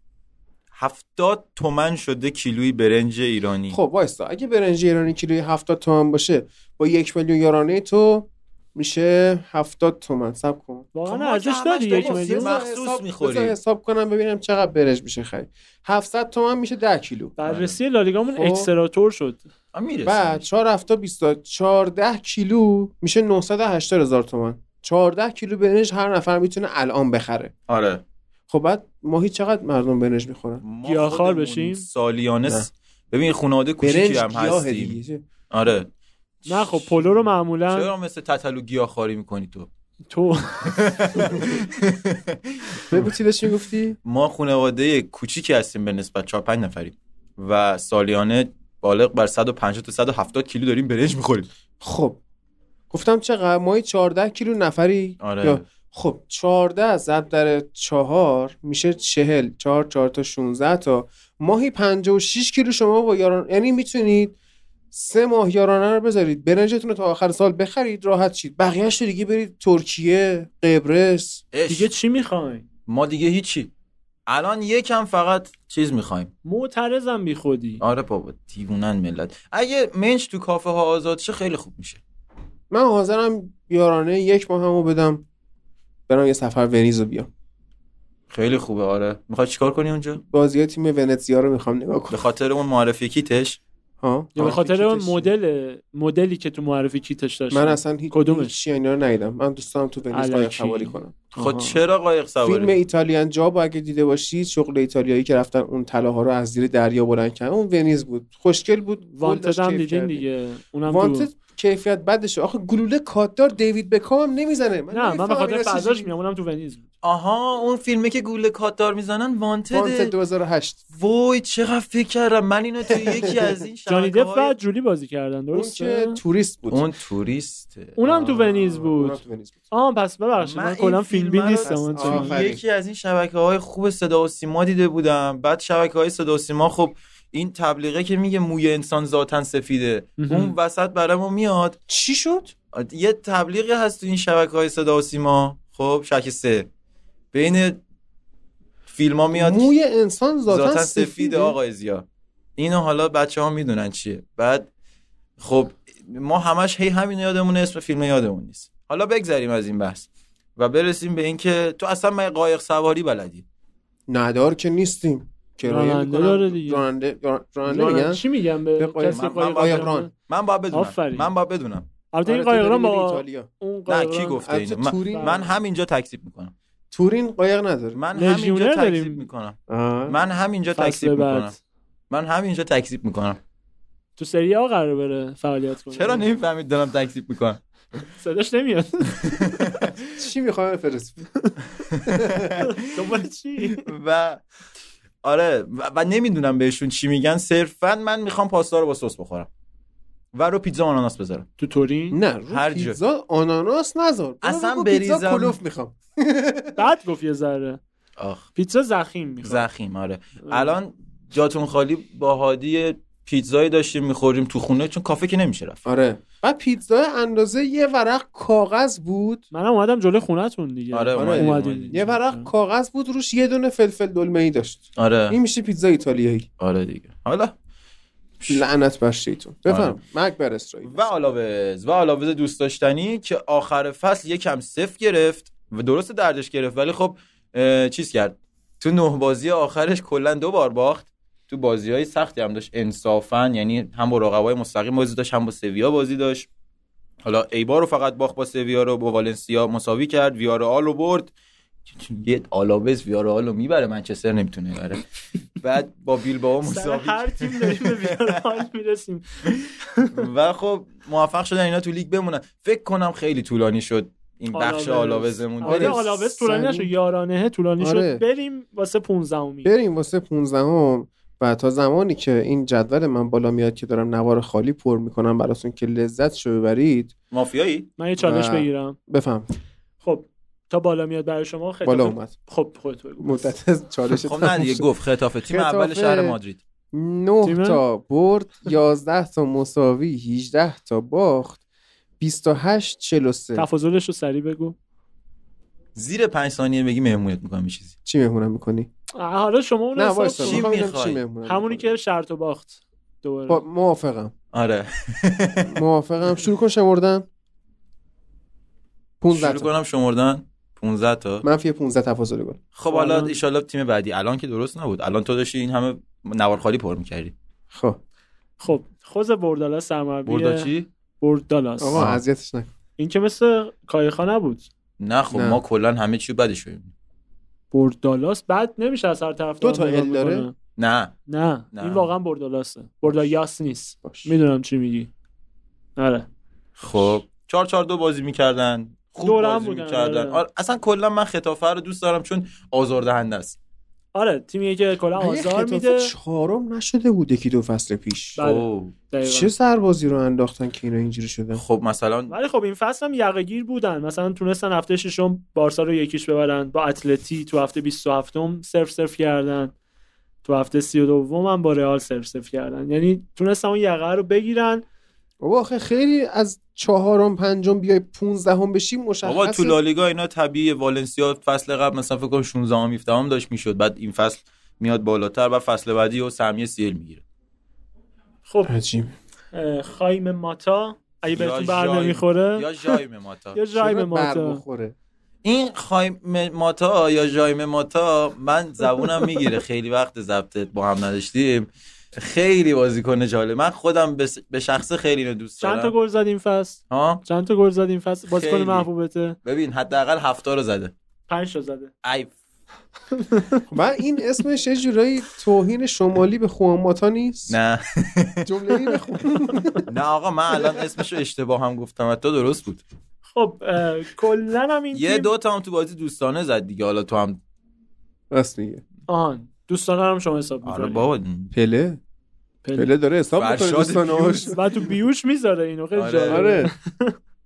[SPEAKER 2] 70 تومن شده کیلویی برنج ایرانی
[SPEAKER 1] خب وایستا اگه برنج ایرانی کیلوی 70 تومن باشه با یک میلیون یارانه تو میشه 70 تومن سب کن
[SPEAKER 2] تو
[SPEAKER 3] واقعا
[SPEAKER 2] ما
[SPEAKER 3] ارزش
[SPEAKER 2] که
[SPEAKER 3] داری
[SPEAKER 2] همش
[SPEAKER 3] یک
[SPEAKER 2] داریم
[SPEAKER 1] بذار
[SPEAKER 3] میلیون
[SPEAKER 2] سیب. مخصوص
[SPEAKER 1] حساب-
[SPEAKER 2] می‌خوری.
[SPEAKER 1] بذار حساب کنم ببینم چقدر برنج میشه خرید 700 تومن میشه 10 کیلو
[SPEAKER 3] بررسی لالیگامون
[SPEAKER 1] خب.
[SPEAKER 3] اکستراتور شد
[SPEAKER 2] آه، میرسیم.
[SPEAKER 1] بعد 4 هفته 20 14 کیلو میشه 980 هزار تومن 14 کیلو برنج هر نفر میتونه الان بخره
[SPEAKER 2] آره
[SPEAKER 1] خب بعد ماهی چقدر مردم برنج میخورن
[SPEAKER 2] ما
[SPEAKER 3] گیاهخوار
[SPEAKER 2] خودمون
[SPEAKER 3] بشیم؟
[SPEAKER 2] سالیانه
[SPEAKER 1] نه.
[SPEAKER 2] س- ببین خانواده کوچیکی
[SPEAKER 1] برنج
[SPEAKER 2] هم
[SPEAKER 1] گیاه
[SPEAKER 2] هستیم
[SPEAKER 1] دیگه
[SPEAKER 2] آره
[SPEAKER 3] نه خب پلو رو معمولا
[SPEAKER 2] چرا مثل تتلو گیاهخواری میکنی تو
[SPEAKER 3] تو
[SPEAKER 1] بگو چی داشتی میگفتی
[SPEAKER 2] ما خانواده کوچیکی هستیم به نسبت 4 5 نفریم و سالیانه بالغ بر 150 تا 170 کیلو داریم برنج میخوریم
[SPEAKER 1] خب گفتم چقدر ماهی 14 کیلو نفری
[SPEAKER 2] آره.
[SPEAKER 1] خب 14 ضرب در 4 میشه 40 4 4 تا 16 تا ماهی 56 کیلو شما با یاران یعنی میتونید سه ماه یارانه رو بذارید برنجتون رو تا آخر سال بخرید راحت شید بقیه‌اش رو دیگه برید ترکیه قبرس
[SPEAKER 2] دیگه
[SPEAKER 3] دیگه چی میخواین
[SPEAKER 2] ما دیگه هیچی الان یکم فقط چیز میخوایم
[SPEAKER 3] معترضم بی خودی
[SPEAKER 2] آره بابا دیوونن ملت اگه منش تو کافه ها آزاد شه خیلی خوب میشه
[SPEAKER 1] من حاضرم یارانه یک ماه همو بدم برم یه سفر ونیز رو بیام
[SPEAKER 2] خیلی خوبه آره میخوای چیکار کنی اونجا
[SPEAKER 1] بازی تیم ونتزیا رو میخوام نگاه
[SPEAKER 2] به
[SPEAKER 1] کنم
[SPEAKER 2] خاطر اون معرفی کیتش
[SPEAKER 1] ها
[SPEAKER 3] یا یعنی به خاطر اون
[SPEAKER 1] کیتش.
[SPEAKER 3] مدل مدلی که تو معرفی کیتش داشت
[SPEAKER 1] من اصلا هیچ
[SPEAKER 3] کدومش؟
[SPEAKER 1] هیچ اینا رو ندیدم من دوست دارم تو ونیز
[SPEAKER 3] الکی.
[SPEAKER 1] قایق سواری کنم
[SPEAKER 2] خب
[SPEAKER 1] آها.
[SPEAKER 2] چرا قایق
[SPEAKER 1] فیلم
[SPEAKER 2] سواری
[SPEAKER 1] ایتالیان جاب رو اگه دیده باشید شغل ایتالیایی که رفتن اون طلاها رو از زیر دریا بلند کردن اون ونیز بود خوشگل بود گل
[SPEAKER 3] وانتد
[SPEAKER 1] داشت
[SPEAKER 3] هم
[SPEAKER 1] کیف
[SPEAKER 3] دیدین
[SPEAKER 1] کردیم.
[SPEAKER 3] دیگه اونم تو
[SPEAKER 1] وانتد کیفیت بدشه آخه گلوله کاتدار دیوید بکام هم نمیزنه من
[SPEAKER 3] نه من به
[SPEAKER 1] نمی‌فهمم
[SPEAKER 3] خاطر
[SPEAKER 1] اینا چه
[SPEAKER 3] فضاش
[SPEAKER 1] جوری-
[SPEAKER 3] میام اونم تو ونیز بود
[SPEAKER 2] آها اون فیلمه که گوله کاتدار میزنن
[SPEAKER 1] وانتد
[SPEAKER 2] وانتد
[SPEAKER 1] 2008
[SPEAKER 2] وای چقدر فکر کردم من اینو تو یکی از این
[SPEAKER 3] جانی دپ
[SPEAKER 2] شبکه‌های-
[SPEAKER 3] و جولی بازی کردن
[SPEAKER 1] اون
[SPEAKER 3] درسته
[SPEAKER 1] که توریست بود
[SPEAKER 2] اون توریسته
[SPEAKER 3] اونم تو
[SPEAKER 2] آه.
[SPEAKER 3] ونیز بود
[SPEAKER 1] اونم تو ونیز بود
[SPEAKER 3] آه پس ببخشید
[SPEAKER 2] من
[SPEAKER 3] من
[SPEAKER 2] این
[SPEAKER 3] کلا فیلم بین
[SPEAKER 2] فیلمه رو
[SPEAKER 3] نیستم
[SPEAKER 1] از
[SPEAKER 3] اونطوری.
[SPEAKER 1] آخر- آفرین.
[SPEAKER 2] یکی از این شبکه های خوب صدا و سیما دیده بودم بعد شبکه های صدا و سیما خب این تبلیغه که میگه موی انسان ذاتا سفیده
[SPEAKER 3] مهم.
[SPEAKER 2] اون وسط برای ما میاد
[SPEAKER 1] چی شد
[SPEAKER 2] یه تبلیغی هست تو این شبکه های صدا و سیما خب شک سه بین فیلم ها میاد
[SPEAKER 1] موی انسان ذاتا
[SPEAKER 2] ذاتا
[SPEAKER 1] سفیده,
[SPEAKER 2] سفید آقای زیا اینو حالا بچه ها میدونن چیه بعد خب ما همش هی همین یادمونه اسم فیلم یادمون نیست حالا بگذریم از این بحث و برسیم به اینکه تو اصلا من قایق سواری بلدی
[SPEAKER 1] ندار که نیستیم کرایه
[SPEAKER 3] راننده
[SPEAKER 1] می‌کنم.
[SPEAKER 3] داره دیگه.
[SPEAKER 1] راننده ران- راننده
[SPEAKER 3] نه،
[SPEAKER 1] میگن
[SPEAKER 3] چی میگم
[SPEAKER 1] به
[SPEAKER 3] به
[SPEAKER 1] قایق-
[SPEAKER 3] کسی
[SPEAKER 2] من-
[SPEAKER 3] قایق
[SPEAKER 2] من قایق
[SPEAKER 3] ران.
[SPEAKER 1] ران.
[SPEAKER 2] من باید بدونم
[SPEAKER 3] آفرین.
[SPEAKER 2] من باید بدونم
[SPEAKER 3] البته این
[SPEAKER 1] آره، تو
[SPEAKER 3] قایق
[SPEAKER 1] داری
[SPEAKER 3] ران
[SPEAKER 1] میری
[SPEAKER 3] با
[SPEAKER 1] ایتالیا.
[SPEAKER 3] اون
[SPEAKER 2] نه
[SPEAKER 3] قایق
[SPEAKER 2] کی
[SPEAKER 3] ران-
[SPEAKER 2] گفته
[SPEAKER 1] البته
[SPEAKER 2] اینو من,
[SPEAKER 1] تورین
[SPEAKER 2] من همینجا تکذیب میکنم
[SPEAKER 1] تورین قایق نداره
[SPEAKER 2] من
[SPEAKER 3] لژیونر
[SPEAKER 2] همینجا تکذیب
[SPEAKER 3] داریم.
[SPEAKER 2] میکنم
[SPEAKER 1] آه.
[SPEAKER 2] من همینجا
[SPEAKER 3] فصل
[SPEAKER 2] تکذیب میکنم
[SPEAKER 3] بعد
[SPEAKER 2] من همینجا تکذیب میکنم
[SPEAKER 3] تو سری ها قرار بره فعالیت کنه
[SPEAKER 2] چرا نمیفهمید دارم تکذیب میکنم
[SPEAKER 3] صداش نمیاد
[SPEAKER 1] چی میخوام بفرست
[SPEAKER 3] دنبال چی
[SPEAKER 2] و آره و, و نمیدونم بهشون چی میگن صرفا من میخوام پاستا رو با سس بخورم و رو پیتزا آناناس بذارم
[SPEAKER 3] تو تورین
[SPEAKER 1] نه رو
[SPEAKER 2] هر جا.
[SPEAKER 1] پیتزا آناناس نذار برو
[SPEAKER 2] اصلا
[SPEAKER 1] بگو پیتزا
[SPEAKER 2] بریزم.
[SPEAKER 1] کلوف میخوام
[SPEAKER 3] بعد گفت یه ذره
[SPEAKER 2] آخ
[SPEAKER 3] پیتزا زخیم میخواد
[SPEAKER 2] زخیم آره
[SPEAKER 3] بله.
[SPEAKER 2] الان جاتون خالی با هادی پیتزایی داشتیم میخوریم تو خونه چون کافه که نمیشه رفت
[SPEAKER 1] آره بعد پیتزا اندازه یه ورق کاغذ بود
[SPEAKER 3] منم اومدم جلوی خونتون دیگه
[SPEAKER 2] آره،
[SPEAKER 1] اومدیم،
[SPEAKER 3] اومدیم.
[SPEAKER 2] اومدیم.
[SPEAKER 1] یه ورق کاغذ بود روش یه دونه فلفل دلمه ای داشت
[SPEAKER 2] آره
[SPEAKER 1] این میشه پیتزا ایتالیایی
[SPEAKER 2] آره دیگه حالا
[SPEAKER 1] لعنت بر شیطون بفهم
[SPEAKER 2] آره.
[SPEAKER 1] مک بر اسرائیل
[SPEAKER 2] و آلاوز و آلاوز دوست داشتنی که آخر فصل یکم صفر گرفت و درست دردش گرفت ولی خب اه، چیز کرد تو نه بازی آخرش کلا دو بار باخت تو بازی های سختی هم داشت انصافا یعنی هم با رقبای مستقیم بازی داشت هم با سویا بازی داشت حالا ایبا رو فقط باخت با سویا رو با والنسیا مساوی کرد ویارال رو برد یه آلاوز ویارال رو میبره منچستر نمیتونه بره بعد با بیلبائو
[SPEAKER 3] سر
[SPEAKER 2] مساوی
[SPEAKER 3] هر تیم داریم به ویارال میرسیم
[SPEAKER 2] و خب موفق شدن اینا تو لیگ بمونن فکر کنم خیلی طولانی شد این بخش
[SPEAKER 3] آلاوز.
[SPEAKER 2] آلاوزمون
[SPEAKER 3] آره
[SPEAKER 1] آره،
[SPEAKER 3] آلاوز طولانی
[SPEAKER 1] سنی.
[SPEAKER 3] نشد یارانه طولانی
[SPEAKER 1] آره.
[SPEAKER 3] شد بریم واسه 15 اومی
[SPEAKER 1] بریم واسه 15 هم و تا زمانی که این جدول من بالا میاد که دارم نوار خالی پر میکنم براتون که لذت شو ببرید
[SPEAKER 2] مافیایی خب
[SPEAKER 3] من یه چالش
[SPEAKER 1] و-
[SPEAKER 3] بگیرم
[SPEAKER 1] بفهم
[SPEAKER 3] خب تا بالا میاد برای شما خیلی
[SPEAKER 1] بالا اومد
[SPEAKER 3] خب خودت بگو
[SPEAKER 1] مدت چالش
[SPEAKER 2] خب نه دیگه گفت خطافه تیم
[SPEAKER 1] خطافه.
[SPEAKER 2] اول شهر مادرید
[SPEAKER 1] 9
[SPEAKER 3] تیم؟
[SPEAKER 1] تا برد 11 تا مساوی 18 تا باخت 28 43
[SPEAKER 3] تفاضلش رو سریع بگو
[SPEAKER 2] زیر پنج ثانیه بگی مهمونت میکنم یه چیزی
[SPEAKER 1] چی مهمونم میکنی
[SPEAKER 3] آه، حالا شما اون
[SPEAKER 1] نه
[SPEAKER 3] حساب
[SPEAKER 1] وایسا
[SPEAKER 2] چی
[SPEAKER 3] کن.
[SPEAKER 1] می‌خوام ببینم
[SPEAKER 2] می‌خوای؟
[SPEAKER 1] چی مهمونم
[SPEAKER 3] همونی
[SPEAKER 1] می‌کنی.
[SPEAKER 3] که شرط و باخت دوباره
[SPEAKER 1] با موافقم
[SPEAKER 2] آره
[SPEAKER 1] موافقم شروع کن شمردن 15
[SPEAKER 2] شروع
[SPEAKER 1] تا
[SPEAKER 2] کنم شمردن 15 تا
[SPEAKER 1] منفی 15 تفاضل گل
[SPEAKER 2] خب حالا
[SPEAKER 3] الان-
[SPEAKER 2] ان تیم بعدی الان که درست نبود الان تو داشتی این همه نوار خالی پر میکردی
[SPEAKER 1] خب
[SPEAKER 3] خب خوز بردالاس
[SPEAKER 2] بردا
[SPEAKER 3] سرمربی
[SPEAKER 2] چی
[SPEAKER 3] بردالاس
[SPEAKER 1] آقا
[SPEAKER 2] آه.
[SPEAKER 1] اذیتش نکن
[SPEAKER 3] این که مثل کایخا نبود
[SPEAKER 2] نه خب
[SPEAKER 1] نه.
[SPEAKER 2] ما کلا همه چی بدش شدیم
[SPEAKER 3] بردالاس بعد نمیشه از هر طرف
[SPEAKER 1] دو تا
[SPEAKER 3] نگاه
[SPEAKER 1] ال داره؟
[SPEAKER 3] می‌کنه.
[SPEAKER 2] نه
[SPEAKER 3] نه,
[SPEAKER 2] نه.
[SPEAKER 3] این واقعا بردالاسه بردایاس نیست
[SPEAKER 1] باش
[SPEAKER 3] میدونم چی میگی آره
[SPEAKER 2] خب چهار چهار دو بازی میکردن خوب
[SPEAKER 3] دورم
[SPEAKER 2] بازی
[SPEAKER 3] بودن،
[SPEAKER 2] میکردن
[SPEAKER 3] آره.
[SPEAKER 2] آره، اصلا کلا من خطافه رو دوست دارم چون آزاردهنده است
[SPEAKER 3] آره تیمیه که کلا آزار
[SPEAKER 1] خطافه
[SPEAKER 3] میده
[SPEAKER 1] چهارم نشده بود یکی دو فصل پیش خب،
[SPEAKER 3] بله.
[SPEAKER 2] اوه.
[SPEAKER 3] دقیقاً.
[SPEAKER 1] چه سربازی رو انداختن که اینا اینجوری شدن
[SPEAKER 2] خب مثلا
[SPEAKER 3] ولی خب این فصل هم یقهگیر بودن مثلا تونستن هفته ششم بارسا رو یکیش ببرن با اتلتی تو هفته 27 م صرف صرف کردن تو هفته 32 هم با رئال صرف صرف کردن یعنی تونستن اون یقه رو بگیرن
[SPEAKER 1] بابا آخه خیلی از چهارم پنجم بیای 15 هم بشی
[SPEAKER 2] بابا
[SPEAKER 1] مشخص
[SPEAKER 2] تو لالیگا اینا طبیعی والنسیا فصل قبل مثلا فکر کنم 16 ام 17 ام داشت میشد بعد این فصل میاد بالاتر و فصل بعدی و سهمیه سیل میگیره
[SPEAKER 3] خب
[SPEAKER 1] عجیب
[SPEAKER 3] اه، خایم ماتا اگه
[SPEAKER 2] یا
[SPEAKER 3] بهتون بر
[SPEAKER 2] جای-
[SPEAKER 3] نمیخوره
[SPEAKER 2] یا جایم ماتا
[SPEAKER 3] یا
[SPEAKER 1] چرا
[SPEAKER 3] جایم
[SPEAKER 1] بر
[SPEAKER 3] ماتا
[SPEAKER 1] بخوره
[SPEAKER 2] این خایم ماتا یا جایم ماتا من زبونم میگیره خیلی وقت ضبطت با هم نداشتیم خیلی بازیکن جالب من خودم به س- به شخصه خیلی اینو دوست
[SPEAKER 3] چند تا
[SPEAKER 2] دارم
[SPEAKER 3] گل زد این فصل
[SPEAKER 2] ها
[SPEAKER 3] چند تا گل زد این فصل بازیکن
[SPEAKER 2] خیلی.
[SPEAKER 3] محبوبته
[SPEAKER 2] ببین حداقل هفتا رو زده
[SPEAKER 3] 5 تا زده
[SPEAKER 2] ای
[SPEAKER 1] و این اسمش یه جورایی توهین شمالی به خواماتا نیست
[SPEAKER 2] نه
[SPEAKER 1] جمله ای بخون
[SPEAKER 2] نه آقا من الان اسمش رو اشتباه هم گفتم حتی درست بود
[SPEAKER 3] خب اه، کلا هم این
[SPEAKER 2] یه
[SPEAKER 3] تیم-
[SPEAKER 2] دو تا هم تو بازی دوستانه زد دیگه حالا تو هم
[SPEAKER 1] راست میگه
[SPEAKER 3] آهان دوستانه رو هم شما حساب
[SPEAKER 2] آره
[SPEAKER 3] می‌کنی.
[SPEAKER 2] بابا
[SPEAKER 1] پله پله داره حساب میکنه
[SPEAKER 2] فرشاد
[SPEAKER 1] دوستاناش
[SPEAKER 2] پیوز.
[SPEAKER 3] و تو بیوش میذاره اینو خیلی
[SPEAKER 2] آره.
[SPEAKER 3] جالبه.
[SPEAKER 1] آره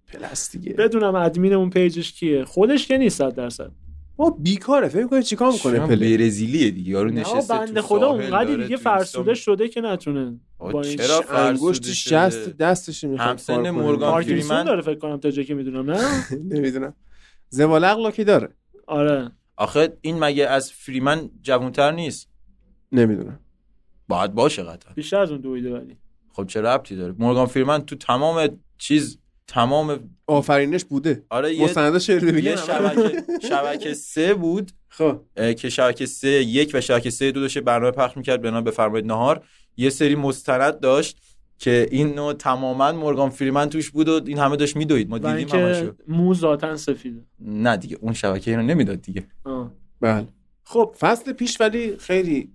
[SPEAKER 1] پلاستیکه
[SPEAKER 3] بدونم ادمین اون پیجش کیه خودش که نیست 100 درصد
[SPEAKER 1] ما بیکاره فکر میکنه چیکار میکنه
[SPEAKER 2] شما
[SPEAKER 1] پله
[SPEAKER 2] برزیلیه دیگه یارو
[SPEAKER 3] نه،
[SPEAKER 2] نشسته
[SPEAKER 3] بنده
[SPEAKER 2] تو
[SPEAKER 3] خدا
[SPEAKER 2] ساحل
[SPEAKER 3] اونقدر
[SPEAKER 2] داره تو
[SPEAKER 3] دیگه
[SPEAKER 2] اینستا
[SPEAKER 3] فرسوده شده که نتونه
[SPEAKER 2] آه،
[SPEAKER 3] با این
[SPEAKER 2] چرا؟
[SPEAKER 1] انگشت
[SPEAKER 2] فرسوده
[SPEAKER 1] شست
[SPEAKER 2] شده.
[SPEAKER 1] دستش میخواد
[SPEAKER 2] همسن
[SPEAKER 1] کار کنه.
[SPEAKER 2] مورگان
[SPEAKER 1] پارکینگ-
[SPEAKER 2] فریمن.
[SPEAKER 3] پارکینسون داره فکر کنم تا جایی که میدونم نه
[SPEAKER 1] نمیدونم زوال اقلا کی داره
[SPEAKER 3] آره
[SPEAKER 2] آخه این مگه از فریمن جوانتر نیست
[SPEAKER 1] نمیدونم
[SPEAKER 2] باید باشه قطعا
[SPEAKER 3] بیشتر از اون دویده ولی
[SPEAKER 2] خب چه ربطی داره مورگان فریمن تو تمام چیز تمام
[SPEAKER 1] آفرینش بوده
[SPEAKER 2] آره یه,
[SPEAKER 1] مستنداش شعر
[SPEAKER 2] یه
[SPEAKER 1] ببینیم
[SPEAKER 2] شبکه شبکه سه بود
[SPEAKER 1] خب
[SPEAKER 2] اه، که شبکه سه یک و شبکه سه دو داشته برنامه پخش میکرد به نام بفرمایید نهار یه سری مستند داشت که این نوع تماما مورگان فریمن توش بود و این همه داشت میدوید ما
[SPEAKER 3] و
[SPEAKER 2] دیدیم
[SPEAKER 3] اینکه
[SPEAKER 2] همشو
[SPEAKER 3] مو ذاتا سفیده
[SPEAKER 2] نه دیگه اون شبکه اینو نمیداد دیگه
[SPEAKER 3] آه.
[SPEAKER 1] بله
[SPEAKER 3] خب
[SPEAKER 1] فصل پیش ولی خیلی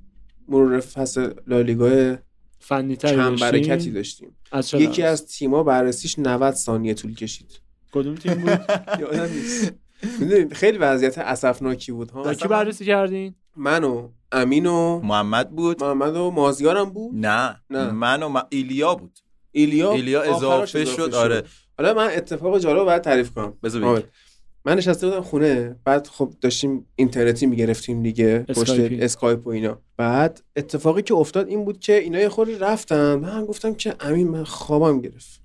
[SPEAKER 1] مرور فصل لالیگا
[SPEAKER 3] فنی تری
[SPEAKER 1] کم
[SPEAKER 3] داشتیم.
[SPEAKER 1] برکتی داشتیم
[SPEAKER 3] از چه
[SPEAKER 1] یکی
[SPEAKER 3] لحاظ؟
[SPEAKER 1] از تیما بررسیش 90 ثانیه طول کشید
[SPEAKER 3] کدوم تیم بود
[SPEAKER 1] یادم نیست می‌دونید، خیلی وضعیت اسفناکی بود ها
[SPEAKER 3] با کی بررسی کردین
[SPEAKER 1] من و امین و
[SPEAKER 2] محمد بود
[SPEAKER 1] محمد و مازیارم بود
[SPEAKER 2] نه,
[SPEAKER 1] نه.
[SPEAKER 2] من و م- ایلیا بود
[SPEAKER 1] ایلیا
[SPEAKER 2] ایلیا
[SPEAKER 1] آخرش
[SPEAKER 2] اضافه شد آره
[SPEAKER 1] حالا من اتفاق جالب رو باید تعریف کنم
[SPEAKER 2] بذار
[SPEAKER 1] آره.
[SPEAKER 2] بگی
[SPEAKER 1] من نشسته بودم خونه بعد خب داشتیم اینترنتی میگرفتیم دیگه پشت
[SPEAKER 3] اسکایپی.
[SPEAKER 1] اسکایپ و اینا بعد اتفاقی که افتاد این بود که اینا یه خوری رفتم من گفتم که امین من خوابم گرفت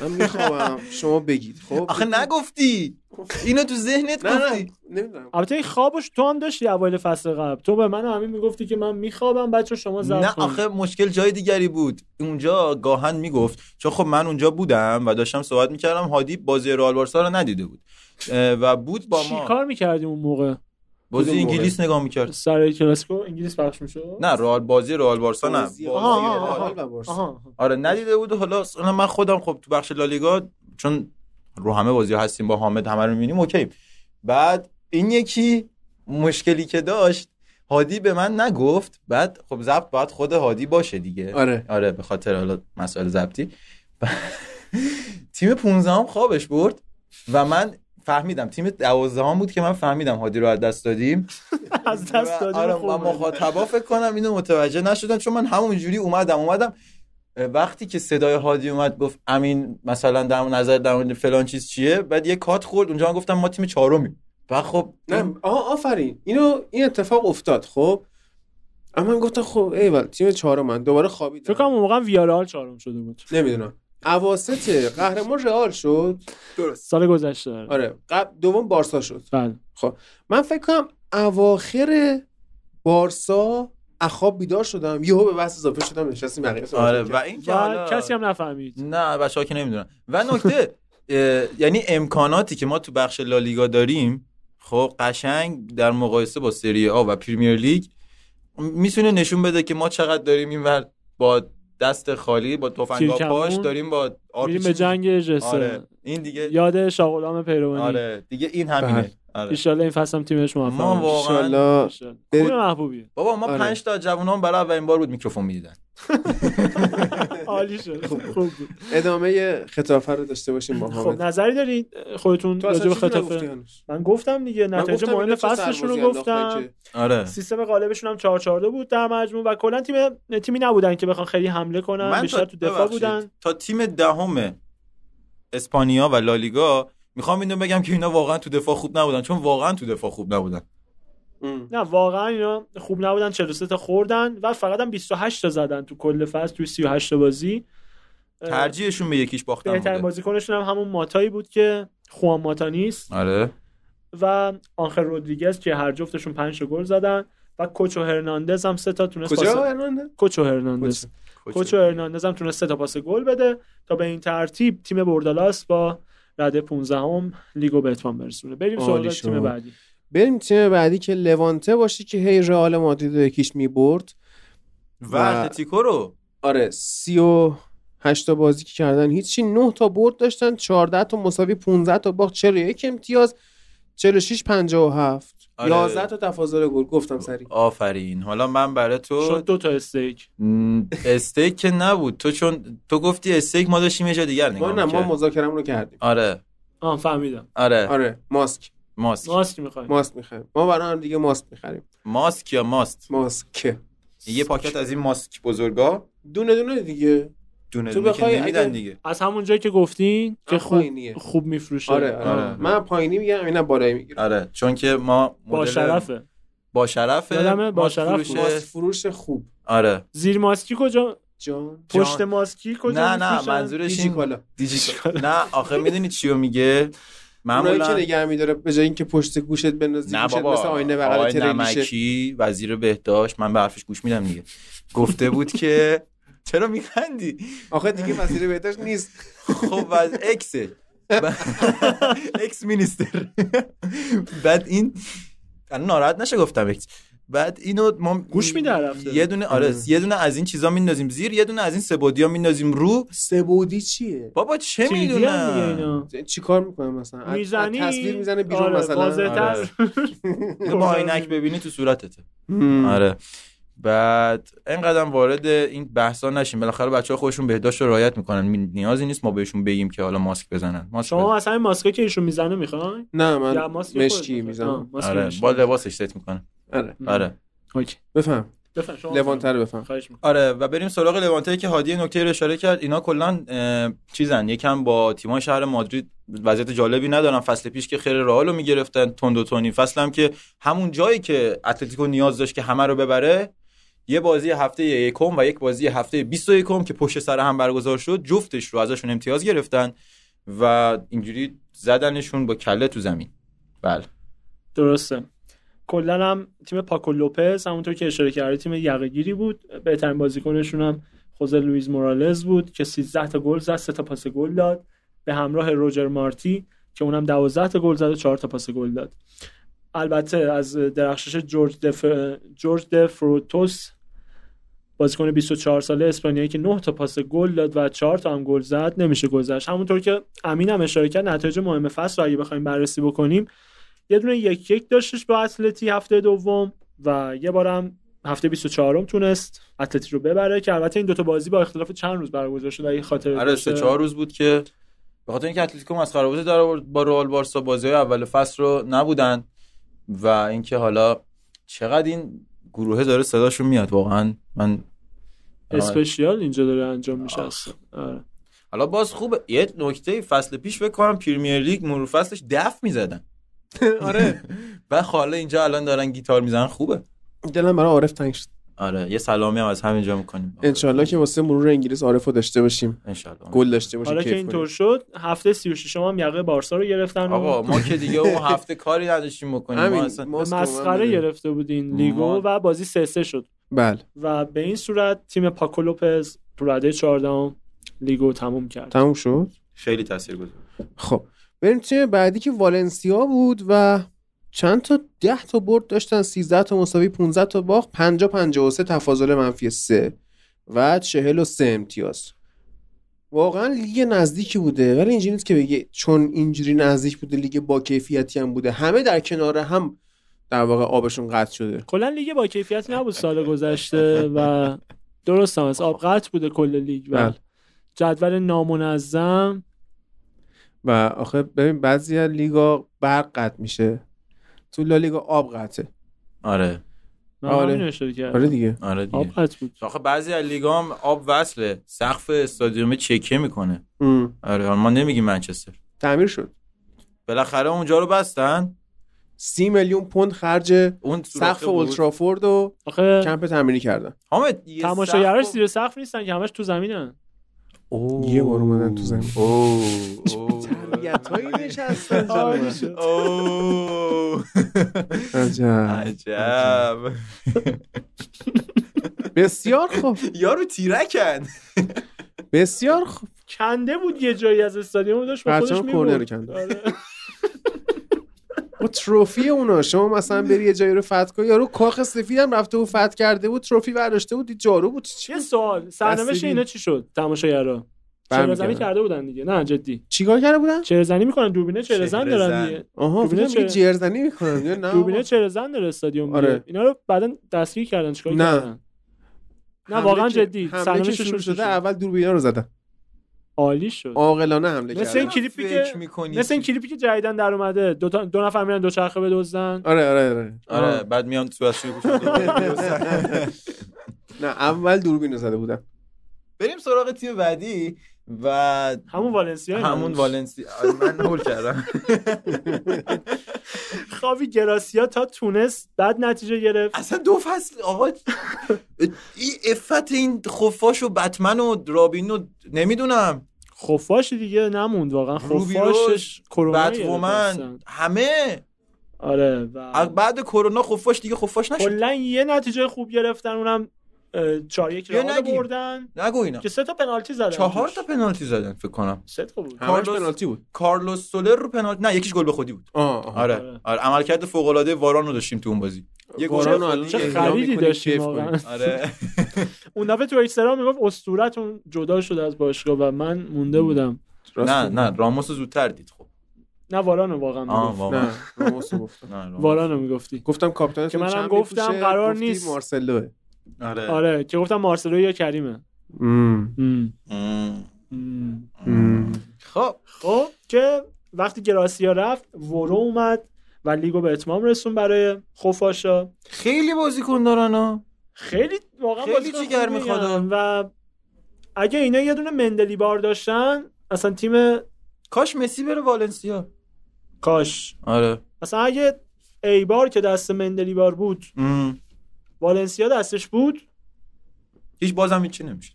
[SPEAKER 1] من میخوابم شما بگید خب
[SPEAKER 2] آخه نگفتی اینو تو ذهنت
[SPEAKER 1] نه نه
[SPEAKER 2] گفتی
[SPEAKER 1] نمیدونم
[SPEAKER 3] البته این خوابش تو هم داشتی اوایل فصل قبل تو به من و همین میگفتی که من میخوابم بچه شما زب
[SPEAKER 1] خب.
[SPEAKER 2] نه آخه مشکل جای دیگری بود اونجا گاهن میگفت چون خب من اونجا بودم و داشتم صحبت میکردم هادی بازی رئال بارسا رو ندیده بود اه، و بود با
[SPEAKER 3] چی
[SPEAKER 2] ما
[SPEAKER 3] کار میکردیم اون موقع
[SPEAKER 2] بازی
[SPEAKER 1] کدوم موقع؟
[SPEAKER 2] انگلیس نگاه میکرد
[SPEAKER 3] سر کلاسیکو انگلیس پخش میشد
[SPEAKER 2] نه رئال بازی رئال بارسا نه
[SPEAKER 1] بازی
[SPEAKER 2] بازی
[SPEAKER 3] آها،
[SPEAKER 2] رئال.
[SPEAKER 3] آها.
[SPEAKER 1] رئال و بارسا.
[SPEAKER 3] آها
[SPEAKER 2] آره ندیده بود و حالا اصلا من خودم خب تو بخش لالیگا چون رو همه بازی هستیم با حامد همه رو میبینیم اوکی بعد این یکی مشکلی که داشت هادی به من نگفت بعد خب ضبط باید خود هادی باشه دیگه
[SPEAKER 1] آره
[SPEAKER 2] آره به خاطر حالا مسائل ضبطی تیم 15 هم خوابش برد و من فهمیدم تیم 12 هم بود که من فهمیدم هادی رو از دست دادیم
[SPEAKER 3] از دست دادیم
[SPEAKER 2] آره
[SPEAKER 3] خوب
[SPEAKER 2] و مخاطبا فکر کنم اینو متوجه نشدن چون من همونجوری اومدم اومدم اه، وقتی که صدای هادی اومد گفت امین مثلا در مورد نظر در مورد فلان چیز چیه بعد یه کات خورد اونجا من گفتم ما تیم چهارمیم و خب
[SPEAKER 1] نه آها آفرین اینو این اتفاق افتاد خب اما من گفتم خب ایول تیم چهارم من دوباره
[SPEAKER 3] فکر کنم
[SPEAKER 1] خوابیدم
[SPEAKER 3] اون موقع ویارال چهارم شده بود
[SPEAKER 1] نمیدونم اواسط قهرمان رئال شد
[SPEAKER 3] سال گذشته آره.
[SPEAKER 1] آره قبل دوم بارسا شد
[SPEAKER 3] بله
[SPEAKER 1] من فکر کنم اواخر بارسا اخواب بیدار شدم یهو به بحث اضافه شدم نشستیم بقیه صحبت
[SPEAKER 2] آره
[SPEAKER 1] کردیم.
[SPEAKER 2] و این که
[SPEAKER 3] و
[SPEAKER 2] حالا-
[SPEAKER 3] کسی هم نفهمید
[SPEAKER 2] نه بچه ها که نمیدونن و نکته اه، یعنی امکاناتی که ما تو بخش لالیگا داریم خب قشنگ در مقایسه با سری آ و پریمیر لیگ میتونه نشون بده که ما چقدر داریم اینور با دست خالی با تفنگا
[SPEAKER 3] تیرکمون.
[SPEAKER 2] پاش داریم با آر
[SPEAKER 3] میریم
[SPEAKER 2] پی
[SPEAKER 3] به
[SPEAKER 2] جی.
[SPEAKER 3] جنگ جسه
[SPEAKER 2] آره این دیگه
[SPEAKER 3] یاد شاغلام پیروانی آره.
[SPEAKER 2] آره دیگه این
[SPEAKER 1] بله.
[SPEAKER 2] همینه آره.
[SPEAKER 3] ایشالله این فصل هم تیمش موفق
[SPEAKER 2] ما
[SPEAKER 3] ما
[SPEAKER 2] واقعا
[SPEAKER 1] انشالله
[SPEAKER 3] خوب محبوبیه
[SPEAKER 2] بابا ما
[SPEAKER 1] آره.
[SPEAKER 2] پنج تا جوانان برای اولین بار بود میکروفون میدیدن
[SPEAKER 3] عالی شد خوب بود.
[SPEAKER 1] ادامه خطافه رو داشته باشیم با
[SPEAKER 3] خب
[SPEAKER 1] حامد
[SPEAKER 3] نظری دارین خودتون
[SPEAKER 1] تو اصلا
[SPEAKER 3] راجع به
[SPEAKER 1] چیزی نگفتی
[SPEAKER 3] خطافه
[SPEAKER 1] هنوز.
[SPEAKER 3] من گفتم دیگه
[SPEAKER 1] من
[SPEAKER 3] نتایج
[SPEAKER 1] گفتم
[SPEAKER 3] مهم
[SPEAKER 1] اینا چه
[SPEAKER 3] فصلشون رو
[SPEAKER 1] سربازی انداختن
[SPEAKER 3] گفتم
[SPEAKER 1] که-
[SPEAKER 2] آره
[SPEAKER 3] سیستم غالبشون هم 4 4 بود در مجموع و کلا تیم تیمی نبودن که بخوان خیلی حمله کنن
[SPEAKER 2] من
[SPEAKER 3] بیشتر
[SPEAKER 2] تا,
[SPEAKER 3] تو دفاع
[SPEAKER 2] ببخشید.
[SPEAKER 3] بودن
[SPEAKER 2] تا تیم دهم اسپانیا و لالیگا میخوام اینو بگم که اینا واقعا تو دفاع خوب نبودن چون واقعا تو دفاع خوب نبودن
[SPEAKER 1] ام.
[SPEAKER 3] نه واقعا اینا خوب نبودن 43 تا خوردن و فقط هم 28 تا زدن تو کل فصل تو 38 تا بازی اه،
[SPEAKER 2] ترجیحشون به یکیش باختن
[SPEAKER 3] بهترین
[SPEAKER 2] بوده
[SPEAKER 3] بازیکنشون هم همون ماتایی بود که خوان ماتا نیست
[SPEAKER 2] آره
[SPEAKER 3] و آنخل رودریگز که هر جفتشون 5 گل زدن و کوچو هرناندز هم سه تا تونست
[SPEAKER 1] کجا
[SPEAKER 3] پاس-
[SPEAKER 1] هرنانده؟
[SPEAKER 3] کوچو هرناندز کوچو هرناندز هم تونست سه تا پاس گل بده تا به این ترتیب تیم بردالاس با رده 15 هم لیگو به اتمام برسونه بریم سراغ
[SPEAKER 1] عالی شد.
[SPEAKER 3] تیم بعدی
[SPEAKER 1] بریم تیم بعدی که لوانته باشه که هی رئال مادرید رو یکیش میبرد
[SPEAKER 2] و اتلتیکو رو
[SPEAKER 1] آره سی و هشت تا بازی که کردن هیچی نه تا برد داشتن 14 تا مساوی 15 تا باخت 41 امتیاز 46 57
[SPEAKER 2] آره.
[SPEAKER 1] 11 تا تفاضل گل گفتم سری
[SPEAKER 2] آفرین حالا من برای تو
[SPEAKER 3] شد دو تا استیک
[SPEAKER 2] م، استیک که نبود تو چون تو گفتی استیک ما داشتیم یه جا دیگر
[SPEAKER 1] ما
[SPEAKER 2] نگاه
[SPEAKER 1] نه ما
[SPEAKER 2] می‌کردیم.
[SPEAKER 1] مذاکرمون رو کردیم
[SPEAKER 2] آره
[SPEAKER 3] آه فهمیدم
[SPEAKER 2] آره
[SPEAKER 1] آره ماسک
[SPEAKER 2] ماسک
[SPEAKER 3] ماسک می‌خوایم
[SPEAKER 1] ماسک میخریم ما برای هم دیگه ماسک میخریم
[SPEAKER 2] ماسک یا ماست
[SPEAKER 1] ماسک
[SPEAKER 2] یه پاکت از این ماسک بزرگا
[SPEAKER 1] دونه دونه دیگه
[SPEAKER 2] دونه
[SPEAKER 1] تو
[SPEAKER 2] دونه که
[SPEAKER 1] بخوای اگه-
[SPEAKER 2] نمیدن دیگه
[SPEAKER 3] از همون جایی که گفتین که
[SPEAKER 1] آه،
[SPEAKER 3] خوب
[SPEAKER 1] پایینیه.
[SPEAKER 3] خوب میفروشه
[SPEAKER 1] آره آره,
[SPEAKER 2] آره.
[SPEAKER 1] من پایینی میگم اینا بالایی میگیرم
[SPEAKER 2] آره چون که ما
[SPEAKER 3] با
[SPEAKER 2] مدل-
[SPEAKER 3] شرفه
[SPEAKER 2] با شرف
[SPEAKER 3] یادمه، با شرف
[SPEAKER 1] ماسک فروش خوب
[SPEAKER 2] آره
[SPEAKER 3] زیر ماسکی کجا
[SPEAKER 1] جان
[SPEAKER 2] جان.
[SPEAKER 3] پشت ماسکی کجا
[SPEAKER 2] نه نه
[SPEAKER 3] می‌فروشن؟
[SPEAKER 2] منظورش
[SPEAKER 1] دیجی
[SPEAKER 2] این
[SPEAKER 1] کالا
[SPEAKER 2] دیجی نه آخه میدونی چی رو میگه
[SPEAKER 1] اونایی که
[SPEAKER 2] معمولا
[SPEAKER 1] نگه میداره به جای اینکه پشت گوشت بندازی
[SPEAKER 2] نه
[SPEAKER 1] گوشت
[SPEAKER 2] بابا
[SPEAKER 1] مثل آینه بغل
[SPEAKER 2] آقای
[SPEAKER 1] تریلیشه
[SPEAKER 2] نمکی وزیر بهداشت من به حرفش گوش میدم دیگه گفته بود که چرا میخندی
[SPEAKER 1] آخه دیگه مسیر بهداشت نیست
[SPEAKER 2] خب از اکسه ب- اکس مینیستر بعد این الان ناراحت نشه گفتم اکس بعد اینو ما
[SPEAKER 3] گوش میده هر هفته.
[SPEAKER 2] یه دونه آره
[SPEAKER 1] آره.
[SPEAKER 2] یه دونه از این چیزا میندازیم زیر یه دونه از این سبودیا میندازیم رو
[SPEAKER 1] سبودی چیه
[SPEAKER 2] بابا چه
[SPEAKER 3] تیوی هم دیگه
[SPEAKER 2] میدونم
[SPEAKER 3] اینا.
[SPEAKER 1] چی کار میکنه مثلا از- از
[SPEAKER 3] میزنی
[SPEAKER 1] تصویر میزنه بیرون
[SPEAKER 3] آره،
[SPEAKER 1] مثلا
[SPEAKER 3] واضح‌تر.
[SPEAKER 2] آره. اینو با عینک ببینی تو صورتته
[SPEAKER 1] هم.
[SPEAKER 2] آره بعد اینقدر وارد این بحثا نشیم بالاخره بچه ها خودشون بهداشت رو رعایت میکنن می- نیازی نیست ما بهشون بگیم که حالا ماسک بزنن ماسک
[SPEAKER 3] شما
[SPEAKER 2] بزن.
[SPEAKER 3] مثلا این ماسکا که ایشون میزنه میخوان
[SPEAKER 1] نه
[SPEAKER 3] یا
[SPEAKER 1] من
[SPEAKER 3] ماسک
[SPEAKER 1] مشکی میزنم
[SPEAKER 2] آره با لباسش ست میکنن
[SPEAKER 1] آره
[SPEAKER 2] آره
[SPEAKER 1] بفهم
[SPEAKER 3] بفهم شما
[SPEAKER 1] لوانته رو بفهم
[SPEAKER 3] خواهش می‌کنم.
[SPEAKER 2] آره و بریم سراغ لوانته که هادی نکته رو اشاره کرد اینا کلا اه، چیزن یکم با تیمای شهر مادرید وضعیت جالبی ندارن فصل پیش که خیر رئال رو میگرفتن تند و تونی فصل هم که همون جایی که اتلتیکو نیاز داشت که همه رو ببره یه بازی هفته یکم و یک بازی هفته 21 که پشت سر هم برگزار شد جفتش رو ازشون امتیاز گرفتن و اینجوری زدنشون با کله تو زمین بله
[SPEAKER 3] درسته کلا هم تیم پاکو لوپز همونطور که اشاره کردی تیم یقهگیری بود بهترین بازیکنشون هم خوزه لوئیز مورالز بود که 13 تا گل زد 3 تا پاس گل داد به همراه روجر مارتی که اونم 12 تا گل زد و 4 تا پاس گل داد البته از درخشش جورج دف... جورج دفروتوس بازیکن 24 ساله اسپانیایی که 9 تا پاس گل داد و 4 تا هم گل زد نمیشه گذشت همونطور که امین هم اشاره کرد نتایج مهم فصل رو اگه بخوایم بررسی بکنیم یه دونه یک یک داشتش با اتلتی هفته دوم و یه بارم هفته 24 م تونست اتلتی رو ببره که البته این دوتا بازی با اختلاف چند روز برگزار شد اگه خاطر
[SPEAKER 2] آره سه چهار روز بود که به خاطر اینکه اتلتیکو مسخره بازی در آورد با رئال بارسا بازی اول فصل رو نبودن و اینکه حالا چقدر این گروه داره صداشون میاد واقعا من
[SPEAKER 1] آره.
[SPEAKER 3] اسپشیال اینجا داره انجام میشه اصلا آره.
[SPEAKER 2] حالا باز خوبه یه نکته فصل پیش فکر کنم پریمیر لیگ مرور فصلش دف میزدن آره و حالا اینجا الان دارن گیتار میزنن خوبه
[SPEAKER 1] دلم برای عارف تنگ شد
[SPEAKER 2] آره یه سلامی هم از همینجا میکنیم
[SPEAKER 1] انشالله که واسه مرور انگلیس عارف رو داشته باشیم
[SPEAKER 2] انشالله
[SPEAKER 1] گل داشته باشیم
[SPEAKER 3] حالا که
[SPEAKER 1] کیف
[SPEAKER 3] اینطور
[SPEAKER 1] کنیم.
[SPEAKER 3] شد هفته 36 هم یقه بارسا رو گرفتن
[SPEAKER 2] آقا
[SPEAKER 3] و
[SPEAKER 2] ما که دیگه اون هفته کاری نداشتیم بکنیم ما
[SPEAKER 1] همین،
[SPEAKER 2] اصلا
[SPEAKER 1] ما سکومن
[SPEAKER 3] مسخره
[SPEAKER 1] داریم.
[SPEAKER 3] گرفته بود این لیگو
[SPEAKER 2] ما-
[SPEAKER 3] و بازی سه سه شد
[SPEAKER 1] بله
[SPEAKER 3] و به این صورت تیم پاکو لوپز تو رده 14 لیگو تموم کرد
[SPEAKER 1] تموم شد
[SPEAKER 2] خیلی تاثیرگذار
[SPEAKER 1] خب بریم تیم بعدی که والنسیا بود و چند تا 10 تا برد داشتن 13 تا مساوی 15 تا باخت 50 53 تفاضل منفی 3 و 43 امتیاز واقعا لیگ نزدیکی بوده ولی اینجوری نیست که بگه چون اینجوری نزدیک بوده لیگ با کیفیتی هم بوده همه در کنار هم در واقع آبشون قطع شده
[SPEAKER 3] کلا لیگ با کیفیت نبود سال گذشته و درست هم از آب قطع بوده کل لیگ و
[SPEAKER 1] بله.
[SPEAKER 3] جدول نامنظم
[SPEAKER 1] و آخه ببین بعضی از لیگا برق قطع میشه تو لالیگا آب قطعه
[SPEAKER 2] آره
[SPEAKER 3] من
[SPEAKER 1] آره.
[SPEAKER 3] همینو اشاره کردم.
[SPEAKER 1] آره دیگه
[SPEAKER 2] آره
[SPEAKER 3] آب
[SPEAKER 2] دیگه
[SPEAKER 3] قطع بود
[SPEAKER 2] آخه بعضی از لیگام آب وصله سقف استادیوم چکه میکنه
[SPEAKER 1] ام.
[SPEAKER 2] آره حالا ما نمیگیم منچستر
[SPEAKER 1] تعمیر شد
[SPEAKER 2] بالاخره اونجا رو بستن
[SPEAKER 1] سی میلیون پوند خرج
[SPEAKER 2] اون
[SPEAKER 1] سقف اولترافورد و
[SPEAKER 3] آخه
[SPEAKER 1] کمپ تمرینی کردن
[SPEAKER 2] حامد یه
[SPEAKER 3] تماشاگراش
[SPEAKER 2] سقف-
[SPEAKER 3] زیر سقف نیستن که همش تو زمینن
[SPEAKER 2] اوه.
[SPEAKER 1] یه بار اومدن تو زمین.
[SPEAKER 2] اوه. اوه. آره. اوه.
[SPEAKER 1] عجب
[SPEAKER 2] عجب
[SPEAKER 1] بسیار خوب
[SPEAKER 2] یارو تیرکن
[SPEAKER 1] بسیار خوب
[SPEAKER 3] کنده بود یه جایی از استادیوم داشت با
[SPEAKER 1] بچه‌ها
[SPEAKER 3] خودش
[SPEAKER 1] کورنر
[SPEAKER 3] میبود
[SPEAKER 1] کندن.
[SPEAKER 3] آره.
[SPEAKER 1] با تروفی اونا شما مثلا بری یه جایی رو فتح کنی یارو کاخ سفید هم رفته بود فتح کرده بود تروفی برداشته بود دید جارو بود چی
[SPEAKER 3] یه سوال سرنوشت
[SPEAKER 1] بستگی.
[SPEAKER 3] اینا چی شد تماشاگرا چهره زنی
[SPEAKER 1] برمی‌گردن.
[SPEAKER 3] کرده بودن دیگه نه جدی
[SPEAKER 1] چیکار کرده بودن
[SPEAKER 3] چهره زنی میکنن دوربینه چهره زن
[SPEAKER 2] چهره
[SPEAKER 3] دارن
[SPEAKER 2] زن.
[SPEAKER 3] دیگه
[SPEAKER 1] آها
[SPEAKER 3] دوربینه
[SPEAKER 1] فکر کنم
[SPEAKER 3] چه-
[SPEAKER 1] جرزنی میکنن یا نه
[SPEAKER 3] دوربینه
[SPEAKER 1] آقا.
[SPEAKER 3] چهره زن داره استادیوم
[SPEAKER 1] آره.
[SPEAKER 3] دیگه. اینا رو بعدا دستگیر کردن چیکار
[SPEAKER 1] نه.
[SPEAKER 3] کردن نه
[SPEAKER 1] حمله
[SPEAKER 3] واقعا
[SPEAKER 1] که-
[SPEAKER 3] جدی
[SPEAKER 1] حمله که
[SPEAKER 3] سرنوشتشون
[SPEAKER 1] شروع
[SPEAKER 3] چی شد؟
[SPEAKER 1] شده اول دوربینا رو زدن
[SPEAKER 3] عالی شد
[SPEAKER 1] عاقلانه حمله
[SPEAKER 3] مثل
[SPEAKER 1] کردن
[SPEAKER 3] این کلیپی که-
[SPEAKER 2] میکنی
[SPEAKER 3] مثل این کلیپی که جدیدن در اومده دو, تا... دو نفر میرن دو چرخه بدزدن
[SPEAKER 1] آره آره آره
[SPEAKER 2] آره بعد میام تو از توی گوشم دوباره.
[SPEAKER 1] نه اول دوربین رو زده بودن
[SPEAKER 2] بریم سراغ تیم بعدی و
[SPEAKER 3] همون والنسیا اینا.
[SPEAKER 2] همون والنسی آره، من هول کردم
[SPEAKER 3] خاوی گراسیا تا تونس بعد نتیجه گرفت
[SPEAKER 2] اصلا دو فصل آقا این افت این خفاش و بتمن و رابین و نمیدونم
[SPEAKER 3] خفاش دیگه نموند واقعا
[SPEAKER 2] روبی
[SPEAKER 3] خفاشش
[SPEAKER 2] روز،
[SPEAKER 3] کرونا گرفت اصلا.
[SPEAKER 2] بتومن همه
[SPEAKER 3] آره و
[SPEAKER 2] بعد کرونا خفاش دیگه خفاش نشد
[SPEAKER 3] کلا یه نتیجه خوب گرفتن اونم 4 1
[SPEAKER 2] بیا
[SPEAKER 3] رو
[SPEAKER 2] نگیم.
[SPEAKER 3] بردن
[SPEAKER 2] نگو اینا
[SPEAKER 3] که سه تا پنالتی زدن
[SPEAKER 2] چهار
[SPEAKER 3] توش.
[SPEAKER 2] تا پنالتی زدن فکر کنم
[SPEAKER 3] سه تا بود
[SPEAKER 1] همش
[SPEAKER 2] کارلوس-
[SPEAKER 1] پنالتی بود
[SPEAKER 2] کارلوس سولر رو پنالتی نه یکیش گل به خودی بود
[SPEAKER 1] آه آه.
[SPEAKER 2] آره
[SPEAKER 3] آره.
[SPEAKER 2] آره عملکرد فوق العاده واران رو داشتیم تو اون بازی یه گل
[SPEAKER 1] واران
[SPEAKER 2] به
[SPEAKER 1] رو الان
[SPEAKER 2] خودی.
[SPEAKER 3] چه
[SPEAKER 1] اعلام
[SPEAKER 3] خریدی
[SPEAKER 1] می‌کنی،
[SPEAKER 3] داشتیم
[SPEAKER 1] کیف
[SPEAKER 3] واقعا.
[SPEAKER 1] کنی.
[SPEAKER 2] آره
[SPEAKER 3] اون دفعه تو اکسترا میگفت استورتون جدا شده از باشگاه و من مونده بودم
[SPEAKER 1] راست
[SPEAKER 2] نه
[SPEAKER 1] می‌گی.
[SPEAKER 2] نه راموس رو زودتر دید خب
[SPEAKER 3] نه وارانو واقعا
[SPEAKER 2] آه
[SPEAKER 3] میگفت
[SPEAKER 2] واقعا
[SPEAKER 1] نه راموس رو گفتم.
[SPEAKER 2] نه، راموس.
[SPEAKER 3] وارانو میگفتی
[SPEAKER 1] گفتم کاپیتان
[SPEAKER 3] که منم گفتم قرار نیست.
[SPEAKER 1] مارسلو
[SPEAKER 2] آره
[SPEAKER 3] آره که گفتم مارسلو یا کریمه مم.
[SPEAKER 2] مم.
[SPEAKER 3] مم.
[SPEAKER 2] خب
[SPEAKER 3] خب که وقتی گراسیا رفت ورو اومد و لیگو به اتمام رسون برای خفاشا
[SPEAKER 2] خیلی بازیکن دارن ها
[SPEAKER 3] خیلی واقعا
[SPEAKER 4] خیلی
[SPEAKER 3] بازیکن
[SPEAKER 4] جیگر
[SPEAKER 3] خوبی
[SPEAKER 4] می‌خواد.
[SPEAKER 3] هن و اگه اینا یه دونه مندلی بار داشتن اصلا تیم
[SPEAKER 4] کاش مسی بره والنسیا
[SPEAKER 3] کاش
[SPEAKER 4] آره
[SPEAKER 3] اصلا اگه ایبار که دست مندلی بار بود
[SPEAKER 2] ام.
[SPEAKER 3] والنسیا دستش بود
[SPEAKER 2] هیچ بازم هیچی نمیشه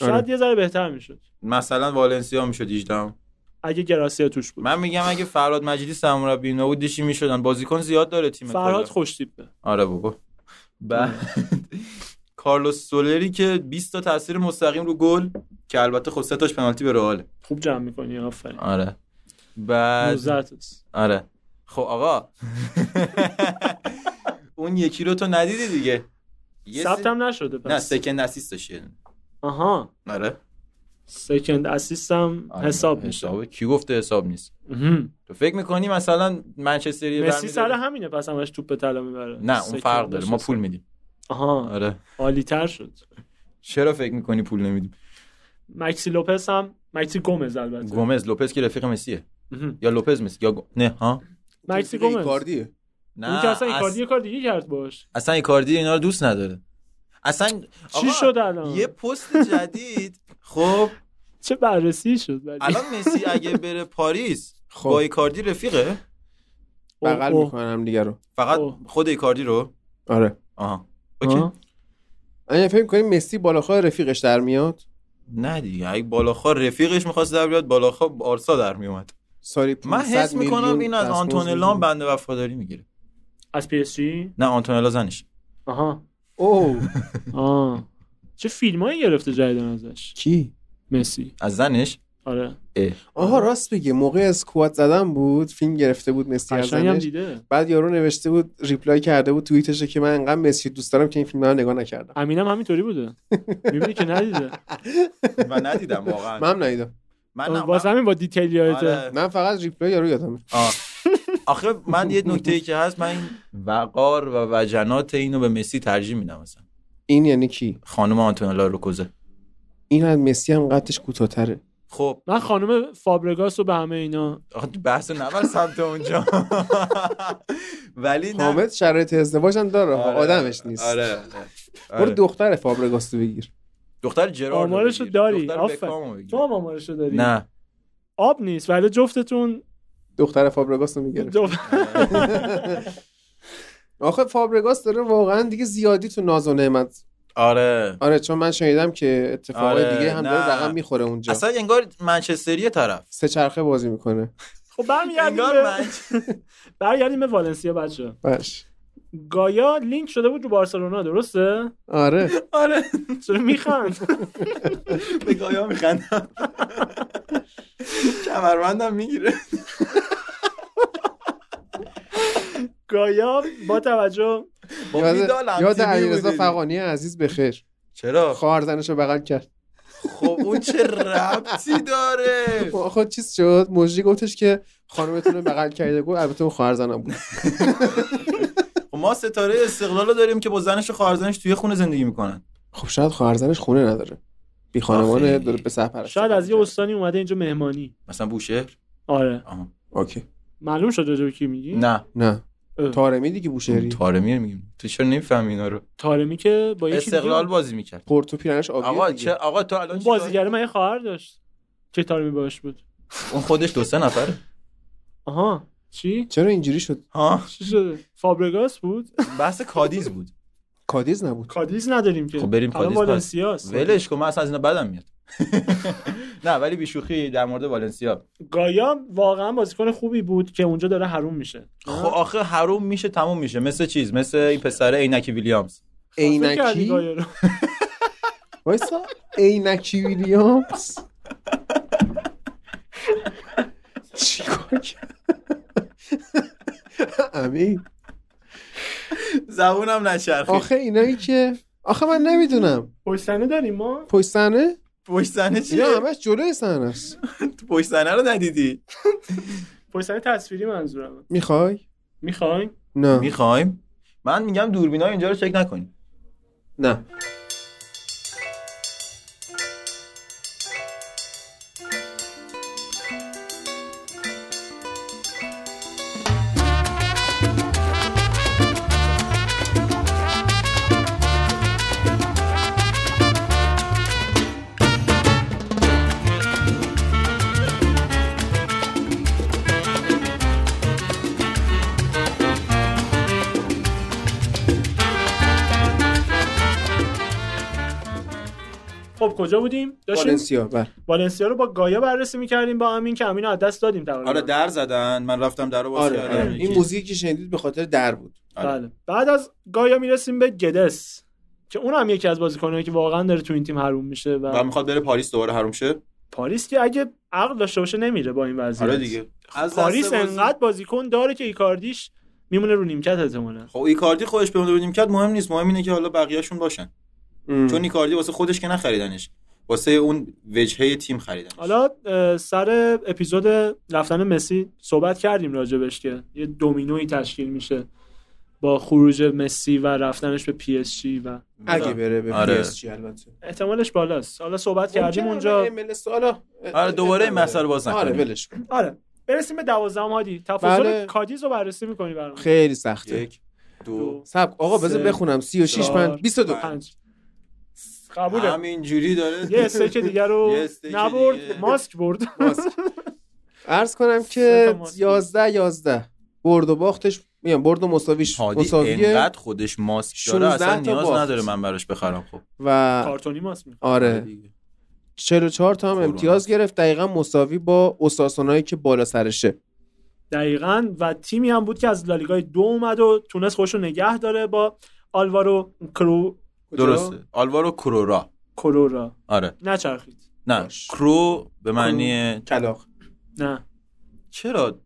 [SPEAKER 3] شاید
[SPEAKER 1] آره.
[SPEAKER 3] یه ذره بهتر میشد
[SPEAKER 2] مثلا والنسیا میشد 18
[SPEAKER 3] اگه گراسیا توش بود
[SPEAKER 2] من میگم اگه فراد مجیدی سرمربی اینا بود دیشی میشدن بازیکن زیاد داره تیم
[SPEAKER 3] فرهاد خب-
[SPEAKER 2] کلا.
[SPEAKER 3] خوش تیپه
[SPEAKER 2] آره بابا بعد کارلوس سولری که 20 تا تاثیر مستقیم رو گل که البته خب سه تاش پنالتی به رئاله
[SPEAKER 3] خوب جمع میکنی آفرین
[SPEAKER 2] آره بعد
[SPEAKER 3] 19 تاست.
[SPEAKER 2] آره خب آقا اون یکی رو تو ندیدی دیگه یه
[SPEAKER 3] ثبت
[SPEAKER 2] سری-
[SPEAKER 3] هم نشده
[SPEAKER 2] نه
[SPEAKER 3] پس
[SPEAKER 2] سکند اسیست داشت یه دونه.
[SPEAKER 3] آها
[SPEAKER 2] آره
[SPEAKER 3] سکند اسیستم
[SPEAKER 2] آره.
[SPEAKER 3] حساب میشه
[SPEAKER 2] حسابه کی گفته حساب نیست تو فکر میکنی مثلا منچستری
[SPEAKER 3] مسی
[SPEAKER 2] برمی‌داره؟
[SPEAKER 3] سر همینه پس همش توپ به طلا میبره
[SPEAKER 2] نه اون فرق داره ما پول میدیم
[SPEAKER 3] آها
[SPEAKER 2] آره
[SPEAKER 3] عالی تر شد
[SPEAKER 2] چرا فکر میکنی پول نمیدیم
[SPEAKER 3] مکسی لوپس هم مکسی گومز البته
[SPEAKER 2] گومز لوپز که رفیق مسیه
[SPEAKER 3] مهم.
[SPEAKER 2] یا لوپز مسی یا گو- نه ها
[SPEAKER 3] مکسی
[SPEAKER 1] تیم دیگه
[SPEAKER 3] گومز
[SPEAKER 1] ایکاردیه.
[SPEAKER 2] نه
[SPEAKER 3] اون که اصلا
[SPEAKER 2] اص-
[SPEAKER 3] ایکاردی یه کار دیگه کرد باش
[SPEAKER 2] اصلا ایکاردی اینا رو دوست نداره اصلا آقا،
[SPEAKER 3] چی شد الان
[SPEAKER 2] یه پست جدید خب
[SPEAKER 3] چه بررسی شد ولی
[SPEAKER 2] الان مسی اگه بره پاریس
[SPEAKER 1] خب.
[SPEAKER 2] با ایکاردی رفیقه
[SPEAKER 3] اوه،
[SPEAKER 1] بغل
[SPEAKER 3] اوه.
[SPEAKER 1] میکنن هم دیگه رو
[SPEAKER 2] فقط
[SPEAKER 3] اوه.
[SPEAKER 2] خود ایکاردی رو
[SPEAKER 1] آره
[SPEAKER 2] آها اوکی
[SPEAKER 3] آه.
[SPEAKER 1] آیا فکر کنیم مسی بالاخواه رفیقش در میاد
[SPEAKER 2] نه دیگه اگه بالاخا رفیقش میخواست در بیاد بالاخا آرسا در میومد
[SPEAKER 1] سالی
[SPEAKER 2] من
[SPEAKER 1] 500
[SPEAKER 2] حس میکنم
[SPEAKER 1] میلیون
[SPEAKER 2] این از
[SPEAKER 1] دستمزد
[SPEAKER 2] آنتونلا
[SPEAKER 1] می‌گیره.
[SPEAKER 2] هم بنده وفاداری میگیره
[SPEAKER 3] از پی اس جی
[SPEAKER 2] نه آنتونلا زنش
[SPEAKER 3] آها
[SPEAKER 1] اوه
[SPEAKER 3] آه چه فیلمایی گرفته جدیدن ازش
[SPEAKER 1] کی
[SPEAKER 3] مسی
[SPEAKER 2] از زنش
[SPEAKER 3] آره
[SPEAKER 2] اه.
[SPEAKER 1] آها راست بگه موقع اسکوات زدن بود فیلم گرفته بود مسی از
[SPEAKER 3] قشنگم
[SPEAKER 1] زنش.
[SPEAKER 3] دیده
[SPEAKER 1] بعد یارو نوشته بود ریپلای کرده بود توییتشه که من انقدر مسی دوست دارم که این فیلم رو نگاه نکردم
[SPEAKER 3] امینم همینطوری بوده میبینی که ندیده
[SPEAKER 2] و ندیدم واقعا
[SPEAKER 1] من هم ندیدم
[SPEAKER 2] من نه،
[SPEAKER 3] واسه همین با دیتیلیات
[SPEAKER 2] آره.
[SPEAKER 1] من فقط ریپلای یارو یادمه
[SPEAKER 2] آه. آخه من یه نکته ای که هست من این وقار و وجنات اینو به مسی ترجیح میدم مثلا
[SPEAKER 1] این یعنی کی
[SPEAKER 2] خانم آنتونلا روکوزه
[SPEAKER 1] این از مسی هم قدش کوتاه‌تره
[SPEAKER 2] خب
[SPEAKER 3] من خانم فابرگاس رو به همه اینا
[SPEAKER 2] آخه بحث نبر سمت اونجا ولی نه
[SPEAKER 1] حامد شرایط ازدواج هم داره ها،
[SPEAKER 2] آره.
[SPEAKER 1] آدمش نیست
[SPEAKER 2] آره
[SPEAKER 1] برو
[SPEAKER 2] آره.
[SPEAKER 1] دختر فابرگاس رو بگیر
[SPEAKER 2] دختر جرارد رو
[SPEAKER 3] آمارشو
[SPEAKER 2] بگیر.
[SPEAKER 3] داری،
[SPEAKER 2] دختر
[SPEAKER 3] آفر.
[SPEAKER 2] بکامو بگیر.
[SPEAKER 3] تو هم آمارشو داری
[SPEAKER 2] نه
[SPEAKER 3] آب نیست ولی جفتتون
[SPEAKER 1] دختر فابرگاس رو میگیره
[SPEAKER 3] دو...
[SPEAKER 1] آخه فابرگاس داره واقعا دیگه زیادی تو ناز و نعمت
[SPEAKER 2] آره
[SPEAKER 1] آره چون من شنیدم که اتفاقای
[SPEAKER 2] آره،
[SPEAKER 1] دیگه هم
[SPEAKER 2] نه.
[SPEAKER 1] داره رقم میخوره اونجا
[SPEAKER 2] اصلا انگار منچستری طرف
[SPEAKER 1] سه چرخه بازی میکنه
[SPEAKER 3] خب برمیگردیم
[SPEAKER 2] انگار
[SPEAKER 3] به...
[SPEAKER 2] من
[SPEAKER 3] برگردیم به والنسیا بچه
[SPEAKER 1] باش
[SPEAKER 3] گایا لینک شده بود رو بارسلونا درسته
[SPEAKER 1] آره
[SPEAKER 2] آره
[SPEAKER 3] چرا میخند
[SPEAKER 2] به گایا میخندم کمربندم میگیره
[SPEAKER 3] گایا با توجه
[SPEAKER 2] با
[SPEAKER 1] یاد,
[SPEAKER 2] میدالم
[SPEAKER 1] یاد
[SPEAKER 2] تیمی
[SPEAKER 1] علیرضا
[SPEAKER 2] بودیم.
[SPEAKER 1] فقانی عزیز بخیر
[SPEAKER 2] چرا
[SPEAKER 1] خواهر زنش رو بغل کرد
[SPEAKER 2] خب اون چه ربطی داره
[SPEAKER 1] آخه چیز شد مجری گفتش که خانمتون رو بغل کرده گفت البته اون خواهر زنم بود
[SPEAKER 2] خب ما ستاره استقلال رو داریم که با زنش و خواهرزنش توی خونه زندگی میکنن
[SPEAKER 1] خب شاید خواهر زنش خونه نداره بی خانمانه
[SPEAKER 2] آخه.
[SPEAKER 1] داره به سر پرست
[SPEAKER 3] شاید از یه استانی اومده اینجا مهمانی
[SPEAKER 2] مثلا بوشهر
[SPEAKER 3] آره
[SPEAKER 2] آها.
[SPEAKER 1] اوکی
[SPEAKER 3] معلوم شد راجع به کی میگی
[SPEAKER 2] نه
[SPEAKER 1] نه
[SPEAKER 3] اه.
[SPEAKER 1] تارمی دیگه بوشهری
[SPEAKER 2] تارمی میگیم تو چرا نمیفهمی اینا رو
[SPEAKER 3] طارمی که با یکی دیگه
[SPEAKER 2] استقلال بازی میکرد
[SPEAKER 1] پورتو پیرنش آبیه
[SPEAKER 2] آقا
[SPEAKER 1] خب، دیگه.
[SPEAKER 2] چه آقا تو الان
[SPEAKER 3] اون
[SPEAKER 2] چی
[SPEAKER 3] بازیگر من یه خواهر داشت چه طارمی باش بود
[SPEAKER 2] کار- اون خودش دو سه نفره
[SPEAKER 3] آها چی
[SPEAKER 1] چرا اینجوری شد
[SPEAKER 2] ها
[SPEAKER 3] چی شده فابرگاس بود
[SPEAKER 2] بحث کادیز بود
[SPEAKER 1] کادیز نبود
[SPEAKER 3] کادیز نداریم که
[SPEAKER 2] خب بریم
[SPEAKER 3] الان
[SPEAKER 2] کادیز پس.
[SPEAKER 3] والنسیاست
[SPEAKER 2] ولش کن من اصلا از اینا بدم میاد نه ولی بیشوخی در مورد والنسیا
[SPEAKER 3] گایا واقعا بازیکن خوبی بود که اونجا داره حروم میشه
[SPEAKER 2] خب آخه حروم میشه تموم میشه مثل چیز مثل این پسر عینکی ویلیامز
[SPEAKER 3] خاطر کردی
[SPEAKER 1] عینکی
[SPEAKER 3] گایا رو.
[SPEAKER 1] وایسا عینکی ویلیامز چیکار کرد امین
[SPEAKER 2] زبونم نچرخید
[SPEAKER 1] آخه اینایی که آخه من نمیدونم
[SPEAKER 3] پشت صحنه داریم ما
[SPEAKER 1] پشت صحنه
[SPEAKER 2] پشت صحنه چیه
[SPEAKER 1] اینا همش جلوی صحنه است
[SPEAKER 2] تو پشت صحنه رو ندیدی
[SPEAKER 3] پشت صحنه تصویری منظورم
[SPEAKER 1] میخوای
[SPEAKER 3] میخواین
[SPEAKER 1] نه
[SPEAKER 2] میخوایم من میگم دوربینا اینجا رو چک نکنیم
[SPEAKER 1] نه
[SPEAKER 3] خب کجا بودیم داشتیم
[SPEAKER 1] والنسیا بله.
[SPEAKER 3] والنسیا رو با گایا بررسی میکردیم با امین که امین رو از دست دادیم تقریبا
[SPEAKER 2] آره در زدن من رفتم در رو باز
[SPEAKER 1] آره,
[SPEAKER 2] کردم
[SPEAKER 1] آره. این موزیکی که شنیدید به خاطر در بود
[SPEAKER 2] آره.
[SPEAKER 3] بله. بعد از گایا میرسیم به گدس که اون هم یکی از بازیکنایی که واقعا داره تو این تیم حروم میشه و
[SPEAKER 2] و میخواد بره پاریس دوباره حروم شه
[SPEAKER 3] پاریس که اگه عقل داشته باشه نمیره با این وضعیت
[SPEAKER 2] آره دیگه از دست
[SPEAKER 3] پاریس
[SPEAKER 2] بازی-
[SPEAKER 3] انقدر بازیکن داره که ایکاردیش میمونه رو نیمکت احتمالاً
[SPEAKER 2] خب ایکاردی خودش بمونه بودیم کرد مهم نیست مهم اینه که حالا بقیه‌شون باشن چون ایکاردی واسه خودش که نخریدنش واسه اون وجهه تیم خریدن
[SPEAKER 3] حالا اه، سر اپیزود رفتن مسی صحبت کردیم راجبش که یه دومینوی تشکیل میشه با خروج مسی و رفتنش به پی اس جی و
[SPEAKER 1] اگه بره به
[SPEAKER 2] آره.
[SPEAKER 1] PSG البته
[SPEAKER 3] احتمالش بالاست حالا
[SPEAKER 2] خب،
[SPEAKER 3] صحبت کردیم اونجا
[SPEAKER 1] اونجا
[SPEAKER 2] آره، دوباره این مسئله رو باز
[SPEAKER 1] آره
[SPEAKER 2] نکنیم.
[SPEAKER 1] ولش کن
[SPEAKER 3] آره برسیم به دوازدهم هادی تفاضل
[SPEAKER 1] بله.
[SPEAKER 3] کادیز رو بررسی می‌کنی برام
[SPEAKER 1] خیلی سخته
[SPEAKER 2] یک دو
[SPEAKER 1] سب آقا بذار
[SPEAKER 3] سه،
[SPEAKER 1] بخونم 36
[SPEAKER 3] چهار،
[SPEAKER 1] من 22
[SPEAKER 3] پنج قبوله
[SPEAKER 2] همین جوری داره
[SPEAKER 3] یه استیک دیگه رو
[SPEAKER 2] یه استیک
[SPEAKER 3] نبرد
[SPEAKER 2] دیگه.
[SPEAKER 3] ماسک برد
[SPEAKER 1] عرض کنم
[SPEAKER 3] سه
[SPEAKER 1] که
[SPEAKER 3] تا ماسک.
[SPEAKER 1] 11 11 برد و باختش میگم برد و مساویش
[SPEAKER 2] هادی
[SPEAKER 1] مساویه
[SPEAKER 2] انقدر خودش ماسک
[SPEAKER 1] 16
[SPEAKER 2] داره اصلا
[SPEAKER 1] تا
[SPEAKER 2] نیاز
[SPEAKER 1] باخت.
[SPEAKER 2] نداره من براش بخرم خب
[SPEAKER 1] و
[SPEAKER 3] کارتونی ماسک می‌خوره.
[SPEAKER 1] آره 44 تا هم
[SPEAKER 2] کرونا.
[SPEAKER 1] امتیاز گرفت دقیقا مساوی با اساسونایی که بالا سرشه
[SPEAKER 3] دقیقا و تیمی هم بود که از لالیگای دو اومد و تونست خودش رو نگه داره با آلوارو کرو
[SPEAKER 2] درسته آلوارو کرورا
[SPEAKER 3] کرورا
[SPEAKER 2] آره
[SPEAKER 3] نچرخید
[SPEAKER 2] نه
[SPEAKER 1] باش.
[SPEAKER 2] کرو به معنی
[SPEAKER 1] کلاق
[SPEAKER 3] نه
[SPEAKER 2] چرا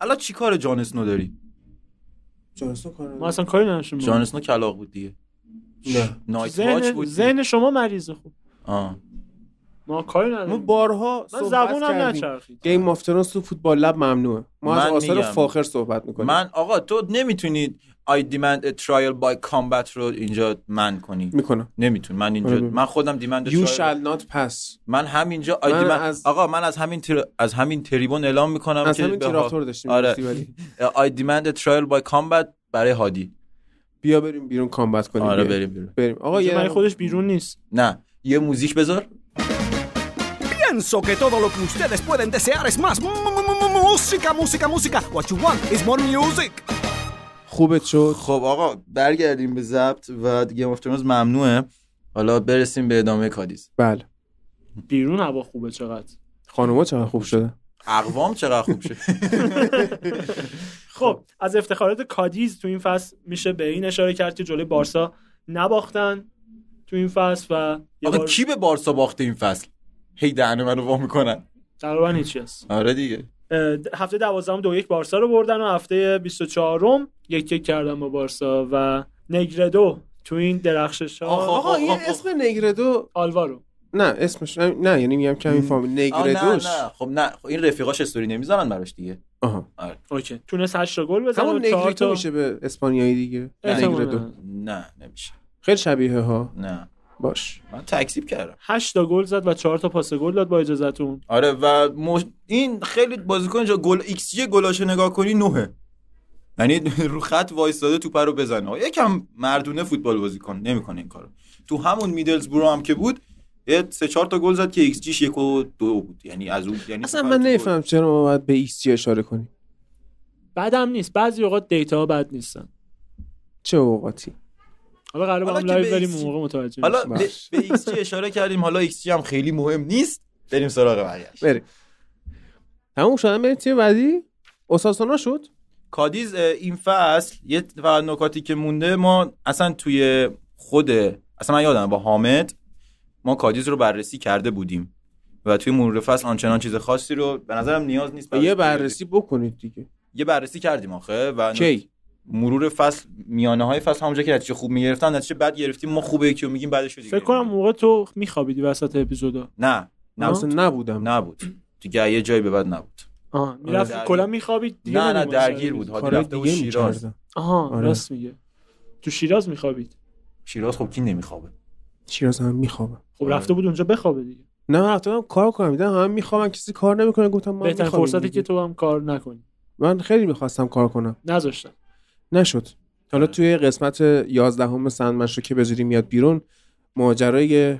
[SPEAKER 2] الان چی کار جان اسنو داری
[SPEAKER 1] جانسون کار
[SPEAKER 3] ما اصلا کاری نداشتیم به
[SPEAKER 2] جان
[SPEAKER 3] اون.
[SPEAKER 2] اسنو کلاق بود دیگه
[SPEAKER 1] نه
[SPEAKER 2] نایت واچ
[SPEAKER 3] ذهن
[SPEAKER 2] بود
[SPEAKER 3] ذهن شما مریضه خوب
[SPEAKER 2] آه.
[SPEAKER 3] ما کاری
[SPEAKER 1] ما
[SPEAKER 3] نداریم
[SPEAKER 1] بارها
[SPEAKER 3] من
[SPEAKER 1] صحبت
[SPEAKER 3] زبونم
[SPEAKER 1] کردیم
[SPEAKER 3] نچرخید
[SPEAKER 1] گیم آف ترونز تو فوتبال لب ممنوعه ما از
[SPEAKER 2] من
[SPEAKER 1] آثار
[SPEAKER 2] میگم.
[SPEAKER 1] فاخر صحبت میکنیم
[SPEAKER 2] من آقا تو نمیتونید I demand a trial by combat رو اینجا من کنی
[SPEAKER 1] میکنم
[SPEAKER 2] نمیتون من اینجا
[SPEAKER 1] آره.
[SPEAKER 2] من خودم دیمند
[SPEAKER 1] You shall not pass
[SPEAKER 2] من همینجا I
[SPEAKER 1] من
[SPEAKER 2] demand-
[SPEAKER 1] از-
[SPEAKER 2] آقا من از همین تر... از همین تریبون اعلام میکنم
[SPEAKER 1] از
[SPEAKER 2] که
[SPEAKER 1] همین
[SPEAKER 2] به ها-
[SPEAKER 1] تیراکتور داشتیم
[SPEAKER 2] آره.
[SPEAKER 1] می‌گفتی ولی.
[SPEAKER 2] I demand a trial by combat برای هادی
[SPEAKER 1] بیا بریم بیرون کامبت کنیم
[SPEAKER 2] آره
[SPEAKER 1] بیا.
[SPEAKER 2] بریم بریم
[SPEAKER 1] بریم آقا
[SPEAKER 3] آقا
[SPEAKER 1] یه
[SPEAKER 3] خودش بیرون نیست
[SPEAKER 2] نه یه موزیک بذار
[SPEAKER 5] Pienso que todo lo que ustedes pueden desear es más mu- mu- mu- mu- música, música, música. What you want is more music.
[SPEAKER 1] خوبت شد
[SPEAKER 2] خب آقا برگردیم به ضبط و گیم آف ترونز ممنوعه حالا برسیم به ادامه کادیز
[SPEAKER 1] بله
[SPEAKER 3] بیرون هوا خوبه چقدر
[SPEAKER 1] خانوما چقدر خوب شده
[SPEAKER 2] اقوام چقدر خوب شد
[SPEAKER 3] خب از افتخارات کادیز تو این فصل میشه به این اشاره کرد که جلوی بارسا نباختن تو این فصل و یه
[SPEAKER 2] آقا
[SPEAKER 3] بار
[SPEAKER 2] کی به بارسا باخته این فصل هی دهن منو وا میکنن
[SPEAKER 3] تقریبا هیچی هست
[SPEAKER 2] آره دیگه
[SPEAKER 3] اه، هفته دوازدهم دو یک بارسا رو بردن و هفته 24 م یک یک کردن با بارسا و نگردو تو این درخشش
[SPEAKER 2] آخ،
[SPEAKER 3] ها
[SPEAKER 2] آخ.
[SPEAKER 1] آقا این
[SPEAKER 2] خب، خب.
[SPEAKER 1] اسم نگردو
[SPEAKER 3] آلوارو
[SPEAKER 1] نه اسمش نه, نه یعنی میگم کمی فامیل
[SPEAKER 2] آه، نه
[SPEAKER 1] نگردوش
[SPEAKER 2] نه خب نه خب این رفیقاش استوری نمیذارن براش دیگه
[SPEAKER 1] آها
[SPEAKER 3] اوکی تونست 8 تا گل بزنه و
[SPEAKER 1] همون
[SPEAKER 3] 4
[SPEAKER 1] نگریتو
[SPEAKER 3] تا
[SPEAKER 1] میشه به اسپانیایی دیگه
[SPEAKER 3] احتمالاً.
[SPEAKER 1] نگردو
[SPEAKER 2] نه نمیشه
[SPEAKER 1] خیلی شبیه ها
[SPEAKER 2] نه
[SPEAKER 1] باش
[SPEAKER 2] من تکسیب کردم
[SPEAKER 3] 8 تا گل زد و 4 تا پاس گل داد با اجازهتون
[SPEAKER 2] آره و مش... این خیلی بازیکن جا گل ایکس جی گلاشو نگاه کنی نهه یعنی رو خط وایستاده توپ رو بزنه یکم مردونه فوتبال بازی کن نمیکنه این کارو تو همون میدلزبرو هم که بود یه سه چهار تا گل زد که ایکس جیش یک و دو بود یعنی از اون یعنی
[SPEAKER 1] اصلا
[SPEAKER 2] توپ
[SPEAKER 1] من
[SPEAKER 2] رو-
[SPEAKER 1] نمیفهم چرا ما باید به ایکس جی اشاره کنیم
[SPEAKER 3] بعدم نیست بعضی اوقات دیتا بد نیستن
[SPEAKER 1] چه اوقاتی
[SPEAKER 3] حالا قرار با
[SPEAKER 2] حالا
[SPEAKER 3] هم
[SPEAKER 2] که
[SPEAKER 3] لایو
[SPEAKER 2] به
[SPEAKER 3] بریم
[SPEAKER 2] ایسی-
[SPEAKER 3] اون موقع متوجه
[SPEAKER 2] حالا
[SPEAKER 3] میشیم.
[SPEAKER 2] به
[SPEAKER 1] باش.
[SPEAKER 2] ایکس جی اشاره کردیم حالا ایکس جی هم خیلی مهم نیست بریم سراغ بقیه‌اش
[SPEAKER 1] بریم تموم شدن بریم تیم بعدی اساسونا
[SPEAKER 2] بله،
[SPEAKER 1] شد
[SPEAKER 2] کادیز اه، این فصل یه و نکاتی که مونده ما اصلا توی خود اصلا من یادم با حامد ما کادیز رو بررسی کرده بودیم و توی مرور فصل آنچنان چیز خاصی رو به نظرم نیاز نیست
[SPEAKER 1] یه بررسی بکنید دیگه
[SPEAKER 2] یه بررسی کردیم آخه و
[SPEAKER 1] کی
[SPEAKER 2] مرور فصل میانه های فصل همونجا که نتیجه خوب میگرفتن نتیجه بد گرفتیم ما خوبه یکی رو میگیم بعدش رو دیگه
[SPEAKER 3] فکر کنم اون
[SPEAKER 2] نمی‌گیم.
[SPEAKER 3] موقع تو میخوابیدی وسط اپیزودا
[SPEAKER 2] نه
[SPEAKER 1] اصلا
[SPEAKER 2] نبود
[SPEAKER 1] نبودم
[SPEAKER 2] نبود دیگه یه جایی به بعد نبود
[SPEAKER 3] آها میرفت
[SPEAKER 1] آره.
[SPEAKER 2] درگیر.
[SPEAKER 3] کلا میخوابید
[SPEAKER 2] نه نه درگیر بود حادی
[SPEAKER 1] کار
[SPEAKER 2] رفته بود
[SPEAKER 1] دیگه
[SPEAKER 2] شیراز
[SPEAKER 1] می‌کردم.
[SPEAKER 3] آها
[SPEAKER 1] آره.
[SPEAKER 3] راست میگه تو شیراز میخوابید
[SPEAKER 2] شیراز خب کی نمیخوابه
[SPEAKER 1] شیراز هم میخوابم
[SPEAKER 3] خب رفته بود اونجا بخوابه دیگه
[SPEAKER 1] نه من رفتم کار کنم دیدم همه میخوام کسی کار نمیکنه گفتم من
[SPEAKER 3] بهترین
[SPEAKER 1] می‌خوام
[SPEAKER 3] فرصتی
[SPEAKER 1] دیگه.
[SPEAKER 3] که تو هم کار نکنی
[SPEAKER 1] من خیلی میخواستم کار کنم
[SPEAKER 3] نذاشتن
[SPEAKER 1] نشد حالا
[SPEAKER 2] آره.
[SPEAKER 1] توی قسمت 11 هم سند مشروع که بذاری میاد بیرون ماجرای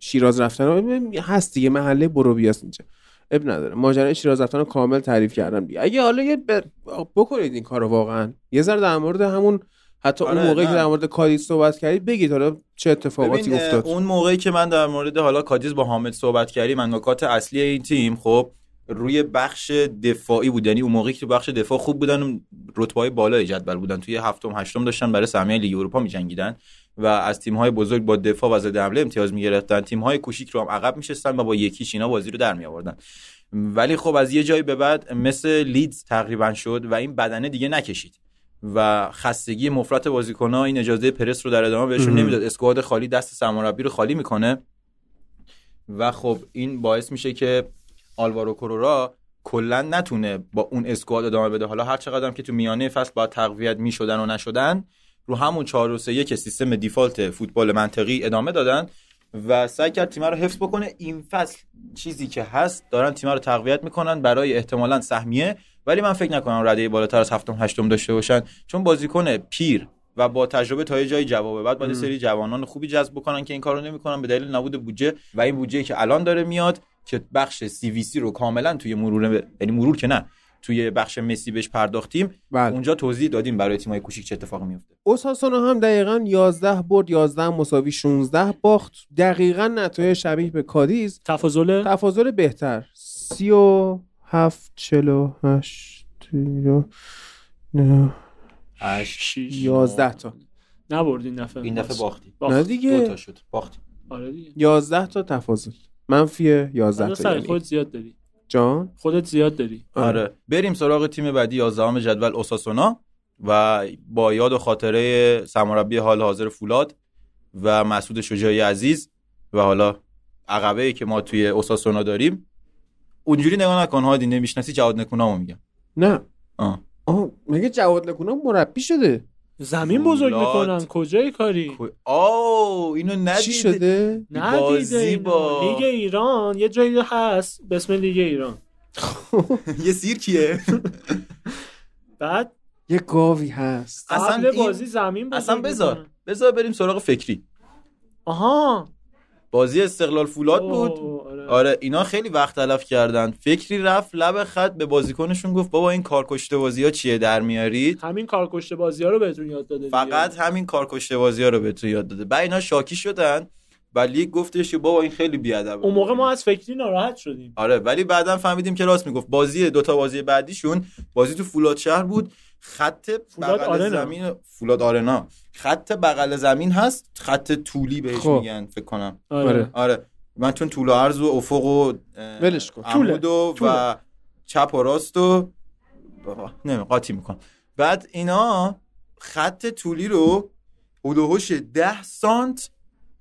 [SPEAKER 1] شیراز رفتن رو- هست دیگه محله بروبیاس اینجا اب نداره ماجرای شیراز رفتن رو کامل تعریف کردم دیگه اگه حالا یه بر... بکنید این کارو واقعا یه ذره در مورد همون حتی اون
[SPEAKER 2] آره،
[SPEAKER 1] موقعی
[SPEAKER 2] نه.
[SPEAKER 1] که در مورد کادیز صحبت کردید بگید حالا چه اتفاقاتی
[SPEAKER 2] ببین،
[SPEAKER 1] افتاد
[SPEAKER 2] اه، اون موقعی که من در مورد حالا کادیز با حامد صحبت کردیم من نکات اصلی این تیم خب روی بخش دفاعی بود یعنی اون موقعی که تو بخش دفاع خوب بودن رتبه های بالای جدول بودن توی هفتم هشتم داشتن برای سهمیه لیگ اروپا می‌جنگیدن و از تیم های بزرگ با دفاع و ضد حمله امتیاز می‌گرفتن تیم های کوچیک رو هم عقب می‌شستن و با یکیش اینا بازی رو در می‌آوردن ولی خب از یه جایی به بعد مثل لیدز تقریبا شد و این بدنه دیگه نکشید و خستگی مفرط بازیکن‌ها این اجازه پرس رو در ادامه بهشون نمیداد اسکواد خالی دست سرمربی رو خالی میکنه و خب این باعث میشه که آلوارو کورورا کلا نتونه با اون اسکواد ادامه بده حالا هر چقدر هم که تو میانه فصل با تقویت میشدن و نشدن رو همون 4 و 3 1 سیستم دیفالت فوتبال منطقی ادامه دادن و سعی کرد تیم رو حفظ بکنه این فصل چیزی که هست دارن تیم رو تقویت میکنن برای احتمالا سهمیه ولی من فکر نکنم رده بالاتر از هفتم هشتم داشته باشن چون بازیکن پیر و با تجربه تا یه جای جوابه بعد باید یه سری جوانان خوبی جذب بکنن که این کارو نمیکنن به دلیل نبود بودجه و این بودجه که الان داره میاد که بخش سی وی سی رو کاملا توی مرور یعنی مرور که نه توی بخش مسی بهش پرداختیم
[SPEAKER 1] بله
[SPEAKER 2] اونجا توضیح دادیم برای تیمای کوچیک چه اتفاقی میفته
[SPEAKER 1] اوساسونا هم دقیقا 11 برد 11 مساوی 16 باخت دقیقا نتایج شبیه به کادیز
[SPEAKER 3] تفاضل
[SPEAKER 1] تفاضل بهتر 37 48 نه، 11 تا
[SPEAKER 3] نبرد این دفعه
[SPEAKER 2] این دفعه باختیم
[SPEAKER 3] باخت.
[SPEAKER 1] نه
[SPEAKER 2] دو
[SPEAKER 1] دیگه
[SPEAKER 2] تا شد باختیم
[SPEAKER 3] آره دیگه
[SPEAKER 1] 11 تا تفاضل منفی 11
[SPEAKER 3] حالا
[SPEAKER 1] تا
[SPEAKER 3] سر
[SPEAKER 1] یعنی.
[SPEAKER 3] خودت زیاد داری
[SPEAKER 1] جان
[SPEAKER 3] خودت زیاد داری
[SPEAKER 1] آره.
[SPEAKER 2] آره بریم سراغ تیم بعدی 11 جدول اوساسونا و با یاد و خاطره سرمربی حال حاضر فولاد و مسعود شجاعی عزیز و حالا عقبه ای که ما توی اوساسونا داریم اونجوری نگاه نکن هادی نمیشناسی جواد نکونامو میگم
[SPEAKER 1] نه
[SPEAKER 2] آه.
[SPEAKER 1] آه مگه جواد نکنم مربی شده
[SPEAKER 3] زمین بزرگ
[SPEAKER 2] فولاد.
[SPEAKER 3] میکنن کجای کاری
[SPEAKER 2] کو- آو اینو ندید
[SPEAKER 1] چی شده
[SPEAKER 3] نه
[SPEAKER 2] بازی
[SPEAKER 3] دیده
[SPEAKER 2] با-
[SPEAKER 3] لیگ ایران یه جایی هست به اسم لیگ ایران
[SPEAKER 2] یه سیرکیه
[SPEAKER 3] بعد
[SPEAKER 1] یه گاوی هست
[SPEAKER 2] اصلا
[SPEAKER 3] قبل
[SPEAKER 2] این-
[SPEAKER 3] بازی زمین بزرگ
[SPEAKER 2] اصلا بذار
[SPEAKER 3] می‌کنن.
[SPEAKER 2] بذار بریم سراغ فکری
[SPEAKER 3] آها
[SPEAKER 2] بازی استقلال فولاد بود
[SPEAKER 3] اوه، آره.
[SPEAKER 2] آره اینا خیلی وقت تلف کردن فکری رفت لب خط به بازیکنشون گفت بابا این کارکشته بازی ها چیه در میارید
[SPEAKER 3] همین کارکشته بازی ها رو بهتون یاد داده دیگه.
[SPEAKER 2] فقط همین کارکشته بازی ها رو بهتون یاد داده بعد اینا شاکی شدن و لیگ گفتش که بابا این خیلی بیادب
[SPEAKER 3] اون موقع ما از فکری ناراحت شدیم
[SPEAKER 2] آره ولی بعدا فهمیدیم که راست میگفت بازی دوتا بازی بعدیشون بازی تو فولاد شهر بود خط
[SPEAKER 3] فولاد
[SPEAKER 2] بغل
[SPEAKER 3] آرنا.
[SPEAKER 2] زمین فولاد آرنا خط بغل زمین هست خط طولی بهش
[SPEAKER 1] خب.
[SPEAKER 2] میگن فکر کنم
[SPEAKER 1] آره.
[SPEAKER 2] آره من چون طول و عرض و افق و اه،
[SPEAKER 1] ولش کن.
[SPEAKER 2] عمود و,
[SPEAKER 3] طوله.
[SPEAKER 2] و چپ و راست و بابا نمی قاطی میکنم بعد اینا خط طولی رو هلوهوش 10 سانت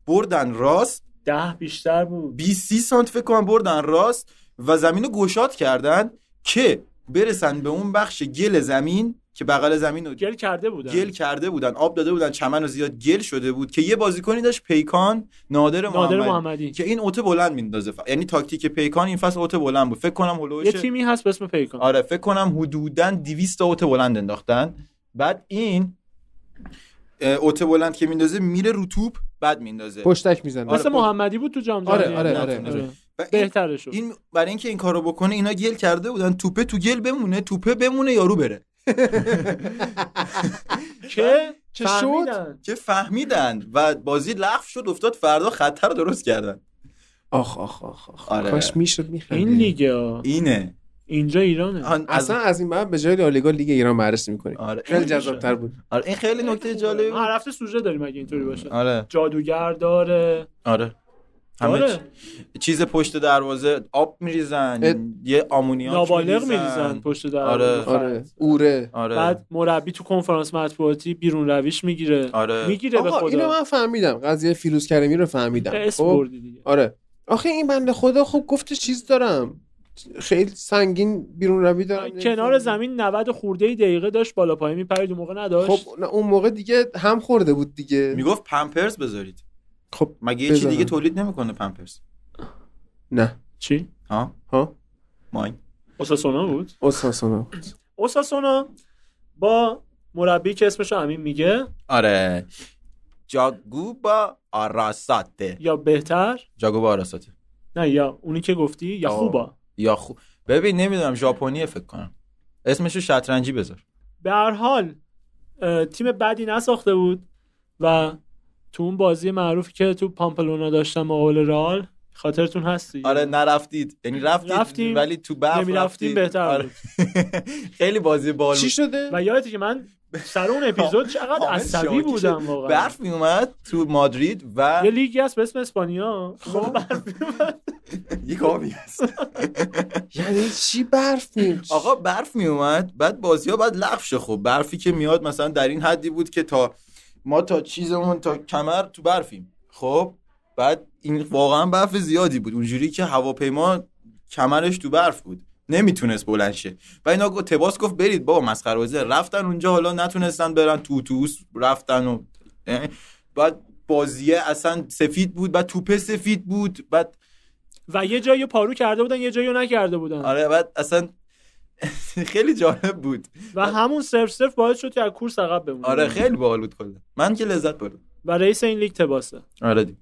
[SPEAKER 2] بردن راست
[SPEAKER 3] ده بیشتر بود
[SPEAKER 2] 20 30 سانت فکر کنم بردن راست و زمین رو گشاد کردن که برسن به اون بخش گل زمین که بغل زمین رو
[SPEAKER 3] گل کرده بودن
[SPEAKER 2] گل کرده بودن آب داده بودن چمن رو زیاد گل شده بود که یه بازیکنی داشت پیکان نادر
[SPEAKER 3] نادر
[SPEAKER 2] محمدی
[SPEAKER 3] محمدی
[SPEAKER 2] که این اوت بلند میندازه ف... یعنی تاکتیک پیکان این فصل اوت بلند بود فکر کنم هلوش
[SPEAKER 3] یه تیمی هست به اسم پیکان
[SPEAKER 2] آره فکر کنم حدوداً 200 تا اوت بلند انداختن بعد این اه، اوت بلند که میندازه میره رو توپ بعد میندازه
[SPEAKER 1] پشتک میزنه
[SPEAKER 2] آره.
[SPEAKER 3] مثل محمدی بود تو جام
[SPEAKER 1] آره،
[SPEAKER 3] جهانی.
[SPEAKER 1] آره،
[SPEAKER 2] آره، آره. و این,
[SPEAKER 3] بهتره شد
[SPEAKER 2] این برای اینکه این کارو بکنه اینا گل کرده بودن توپه تو گل بمونه توپه بمونه یارو بره
[SPEAKER 3] که
[SPEAKER 1] چه
[SPEAKER 3] فهمیدن.
[SPEAKER 2] که فهمیدن و بازی لغو شد افتاد فردا خطر رو درست کردن
[SPEAKER 1] آخ آخ آخ آخ
[SPEAKER 2] آره.
[SPEAKER 1] کاش میشد میخرید
[SPEAKER 3] این لیگه ها.
[SPEAKER 2] اینه
[SPEAKER 3] اینجا ایرانه
[SPEAKER 2] آن- از-
[SPEAKER 1] اصلا از این بعد به جای لالیگا لیگ ایران بررسی میکنیم
[SPEAKER 2] آره
[SPEAKER 1] خیلی جذابتر بود
[SPEAKER 2] آره این خیلی نکته جالبی بود.
[SPEAKER 3] هر هفته سوژه داریم اگه اینطوری باشه
[SPEAKER 2] آره
[SPEAKER 3] جادوگر داره
[SPEAKER 2] آره همه
[SPEAKER 3] داره
[SPEAKER 2] چی- چیز پشت دروازه آب میریزن یه آمونیاک
[SPEAKER 3] نابالغ میریزن پشت در
[SPEAKER 2] آره.
[SPEAKER 1] آره اوره
[SPEAKER 2] آره
[SPEAKER 3] بعد مربی تو کنفرانس مطبوعاتی بیرون رویش میگیره
[SPEAKER 2] آره
[SPEAKER 3] میگیره به
[SPEAKER 1] آقا اینو
[SPEAKER 3] خدا
[SPEAKER 1] من فهمیدم قضیه فیروز کریمی رو فهمیدم
[SPEAKER 3] اسم
[SPEAKER 1] خب
[SPEAKER 3] بردی دیگه
[SPEAKER 1] آره آخه این بنده خدا خب گفته چیز دارم خیلی سنگین بیرون روی دارم
[SPEAKER 3] کنار زمین 90 خورده دقیقه داشت بالا پایین میپرید اون موقع نداشت
[SPEAKER 1] خب نه، اون موقع دیگه هم خورده بود دیگه
[SPEAKER 2] میگفت پمپرز بذارید
[SPEAKER 1] خب
[SPEAKER 2] مگه یه چی
[SPEAKER 1] بذارم.
[SPEAKER 2] دیگه تولید نمیکنه پمپرز
[SPEAKER 1] نه
[SPEAKER 3] چی
[SPEAKER 2] ها
[SPEAKER 1] ها
[SPEAKER 2] ماین
[SPEAKER 3] اوساسونا بود
[SPEAKER 1] اوساسونا بود.
[SPEAKER 3] اوساسونا با مربی که اسمش رو امین میگه
[SPEAKER 2] آره جاگوبا آراساته
[SPEAKER 3] یا بهتر
[SPEAKER 2] جاگوبا آراساته
[SPEAKER 3] نه یا اونی که گفتی یا
[SPEAKER 2] آه.
[SPEAKER 3] خوبا
[SPEAKER 2] یا خو... ببین نمیدونم ژاپنیه فکر کنم اسمشو شطرنجی بذار
[SPEAKER 3] به هر حال اه، تیم بدی نساخته بود و تو اون بازی معروفی که تو پامپلونا داشتن مقابل رئال خاطرتون هستی
[SPEAKER 2] آره نرفتید یعنی رفتید
[SPEAKER 3] رفتیم.
[SPEAKER 2] ولی تو برف
[SPEAKER 3] نمی‌رفتیم
[SPEAKER 2] رفتید
[SPEAKER 3] بهتر
[SPEAKER 2] آره.
[SPEAKER 3] بود.
[SPEAKER 2] خیلی بازی بال
[SPEAKER 1] چی شده
[SPEAKER 3] و یادته که من سر اون اپیزود چقدر
[SPEAKER 2] کامل
[SPEAKER 3] عصبی
[SPEAKER 2] شاکی
[SPEAKER 3] بودم
[SPEAKER 2] شد.
[SPEAKER 3] واقعا
[SPEAKER 2] برف می اومد تو مادرید
[SPEAKER 3] یه
[SPEAKER 2] و
[SPEAKER 3] لیگی هست به اسم اسپانیا
[SPEAKER 2] خب.
[SPEAKER 3] خب.
[SPEAKER 2] یک آبی هست
[SPEAKER 1] یعنی چی برف میاد
[SPEAKER 2] آقا برف می اومد بعد بازی ها بعد لغو شه خب برفی که میاد مثلا در این حدی بود که تا ما تا چیزمون تا کمر تو برفیم خب بعد این واقعا برف زیادی بود اونجوری که هواپیما کمرش تو برف بود نمیتونست بلند شه و اینا گفت تباس گفت برید بابا مسخره بازی رفتن اونجا حالا نتونستن برن تو اتوبوس رفتن و اه. بعد بازیه اصلا سفید بود بعد توپه سفید بود بعد
[SPEAKER 3] و یه جایی رو پارو کرده بودن یه جایی رو نکرده بودن
[SPEAKER 2] آره بعد اصلا خیلی جالب بود
[SPEAKER 3] و همون صرف صرف باعث شد که از کورس عقب بمونه
[SPEAKER 2] آره خیلی باحال بود کلا من که لذت بردم
[SPEAKER 3] و رئیس این لیگ تباسه
[SPEAKER 2] آره دی.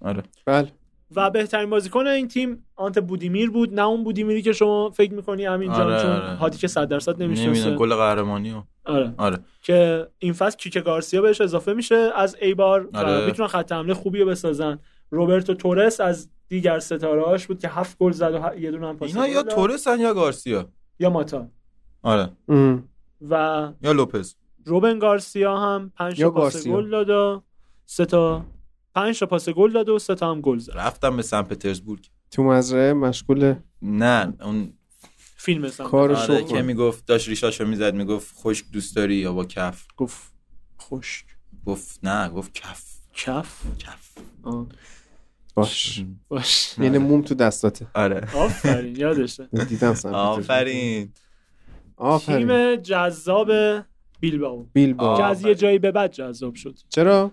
[SPEAKER 2] آره
[SPEAKER 1] بله
[SPEAKER 3] و بهترین بازیکن این تیم آنت بودیمیر بود نه اون بودیمیری که شما فکر میکنی همین جان
[SPEAKER 2] آره،
[SPEAKER 3] چون
[SPEAKER 2] آره.
[SPEAKER 3] هادی که 100 درصد
[SPEAKER 2] نمیدونم
[SPEAKER 3] نمیشناسه
[SPEAKER 2] گل قهرمانی و
[SPEAKER 3] آره
[SPEAKER 2] آره
[SPEAKER 3] که این فصل کیک گارسیا بهش اضافه میشه از ایبار و
[SPEAKER 2] آره.
[SPEAKER 3] میتونن خط حمله خوبی رو بسازن روبرتو تورس از دیگر ستارهاش بود که هفت گل زد و ه- یه دونه هم پاس
[SPEAKER 2] اینا
[SPEAKER 3] گل
[SPEAKER 2] یا
[SPEAKER 3] داد.
[SPEAKER 2] تورسن یا گارسیا
[SPEAKER 3] یا ماتا
[SPEAKER 2] آره
[SPEAKER 1] ام.
[SPEAKER 3] و
[SPEAKER 2] یا لوپز
[SPEAKER 3] روبن گارسیا هم 5 تا
[SPEAKER 1] یا
[SPEAKER 3] پاس
[SPEAKER 1] گارسیا.
[SPEAKER 3] گل داد و سه تا 5 تا پاس گل داد و سه تا هم گل زد
[SPEAKER 2] رفتم به سن پترزبورگ
[SPEAKER 1] تو مزرعه مشغول
[SPEAKER 2] نه اون
[SPEAKER 3] فیلم مثلا
[SPEAKER 1] کار
[SPEAKER 2] آره که
[SPEAKER 1] شغل
[SPEAKER 2] میگفت داشت ریشاشو میزد میگفت خشک دوست داری یا با کف
[SPEAKER 3] گفت خوش
[SPEAKER 2] گفت نه گفت کف
[SPEAKER 3] کف
[SPEAKER 2] کف
[SPEAKER 3] آه.
[SPEAKER 1] باش
[SPEAKER 3] باش
[SPEAKER 1] یعنی موم تو دستاته
[SPEAKER 2] آره
[SPEAKER 3] آفرین یادشه
[SPEAKER 1] دیدم سمت
[SPEAKER 2] آفرین
[SPEAKER 1] آفرین
[SPEAKER 3] تیم جذاب بیلباو
[SPEAKER 1] بیل با
[SPEAKER 3] که از یه
[SPEAKER 2] آفرین.
[SPEAKER 3] جایی به بعد جذاب شد
[SPEAKER 1] چرا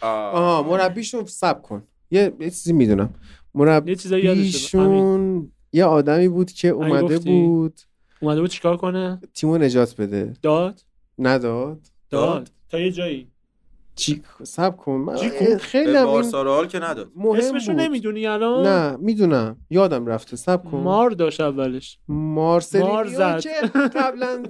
[SPEAKER 2] آه.
[SPEAKER 1] آها مربیشون سب کن یه یه چیزی میدونم مربی
[SPEAKER 3] یه چیزایی یادشه همین.
[SPEAKER 1] ایشون یه آدمی بود که اومده
[SPEAKER 3] گفتی؟
[SPEAKER 1] بود
[SPEAKER 3] اومده بود چیکار کنه
[SPEAKER 1] تیمو نجات بده
[SPEAKER 3] داد
[SPEAKER 1] نداد
[SPEAKER 3] داد تا یه جایی
[SPEAKER 1] چی سب کن من
[SPEAKER 3] چیکو؟
[SPEAKER 1] اه، خیلی
[SPEAKER 2] به
[SPEAKER 1] هم این
[SPEAKER 2] بارسا رو حال که نداد
[SPEAKER 1] مهم
[SPEAKER 3] اسمشو
[SPEAKER 1] بود
[SPEAKER 3] نمیدونی الان
[SPEAKER 1] نه میدونم یادم رفته سب کن
[SPEAKER 3] مار داشت اولش
[SPEAKER 1] مارسلینیو
[SPEAKER 3] مار زد.
[SPEAKER 1] که قبلا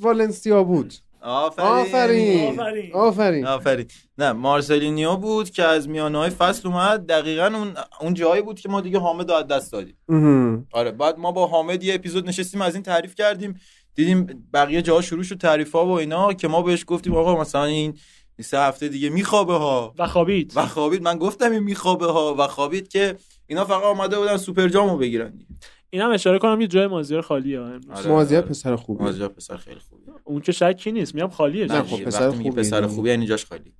[SPEAKER 1] والنسیا بود
[SPEAKER 2] آفرین
[SPEAKER 1] آفرین
[SPEAKER 3] آفرین.
[SPEAKER 1] آفرین
[SPEAKER 2] آفرین نه مارسلینیو بود که از میانهای فصل اومد دقیقا اون اون جایی بود که ما دیگه حامد رو از دست دادیم
[SPEAKER 1] مهم.
[SPEAKER 2] آره بعد ما با حامد یه اپیزود نشستیم از این تعریف کردیم دیدیم بقیه جاها شروع شد تعریف ها و اینا که ما بهش گفتیم آقا مثلا این سه هفته دیگه میخوابه ها
[SPEAKER 3] و خوابید
[SPEAKER 2] و خوابید من گفتم این میخوابه ها و خوابید که اینا فقط آمده بودن سوپر جامو بگیرن دیگه.
[SPEAKER 3] اینم اشاره کنم یه جای مازیار خالیه امروز.
[SPEAKER 2] آره،
[SPEAKER 1] مازیار
[SPEAKER 2] آره.
[SPEAKER 1] پسر خوبی
[SPEAKER 2] مازیار پسر خیلی خوبه
[SPEAKER 3] اون که شکی نیست میام خالیه
[SPEAKER 1] نه،
[SPEAKER 2] نه
[SPEAKER 3] جاش.
[SPEAKER 1] خب،
[SPEAKER 2] خب
[SPEAKER 1] پسر
[SPEAKER 2] پسر خوبی
[SPEAKER 1] خوبه.
[SPEAKER 2] پسر خوبی یعنی جاش خالی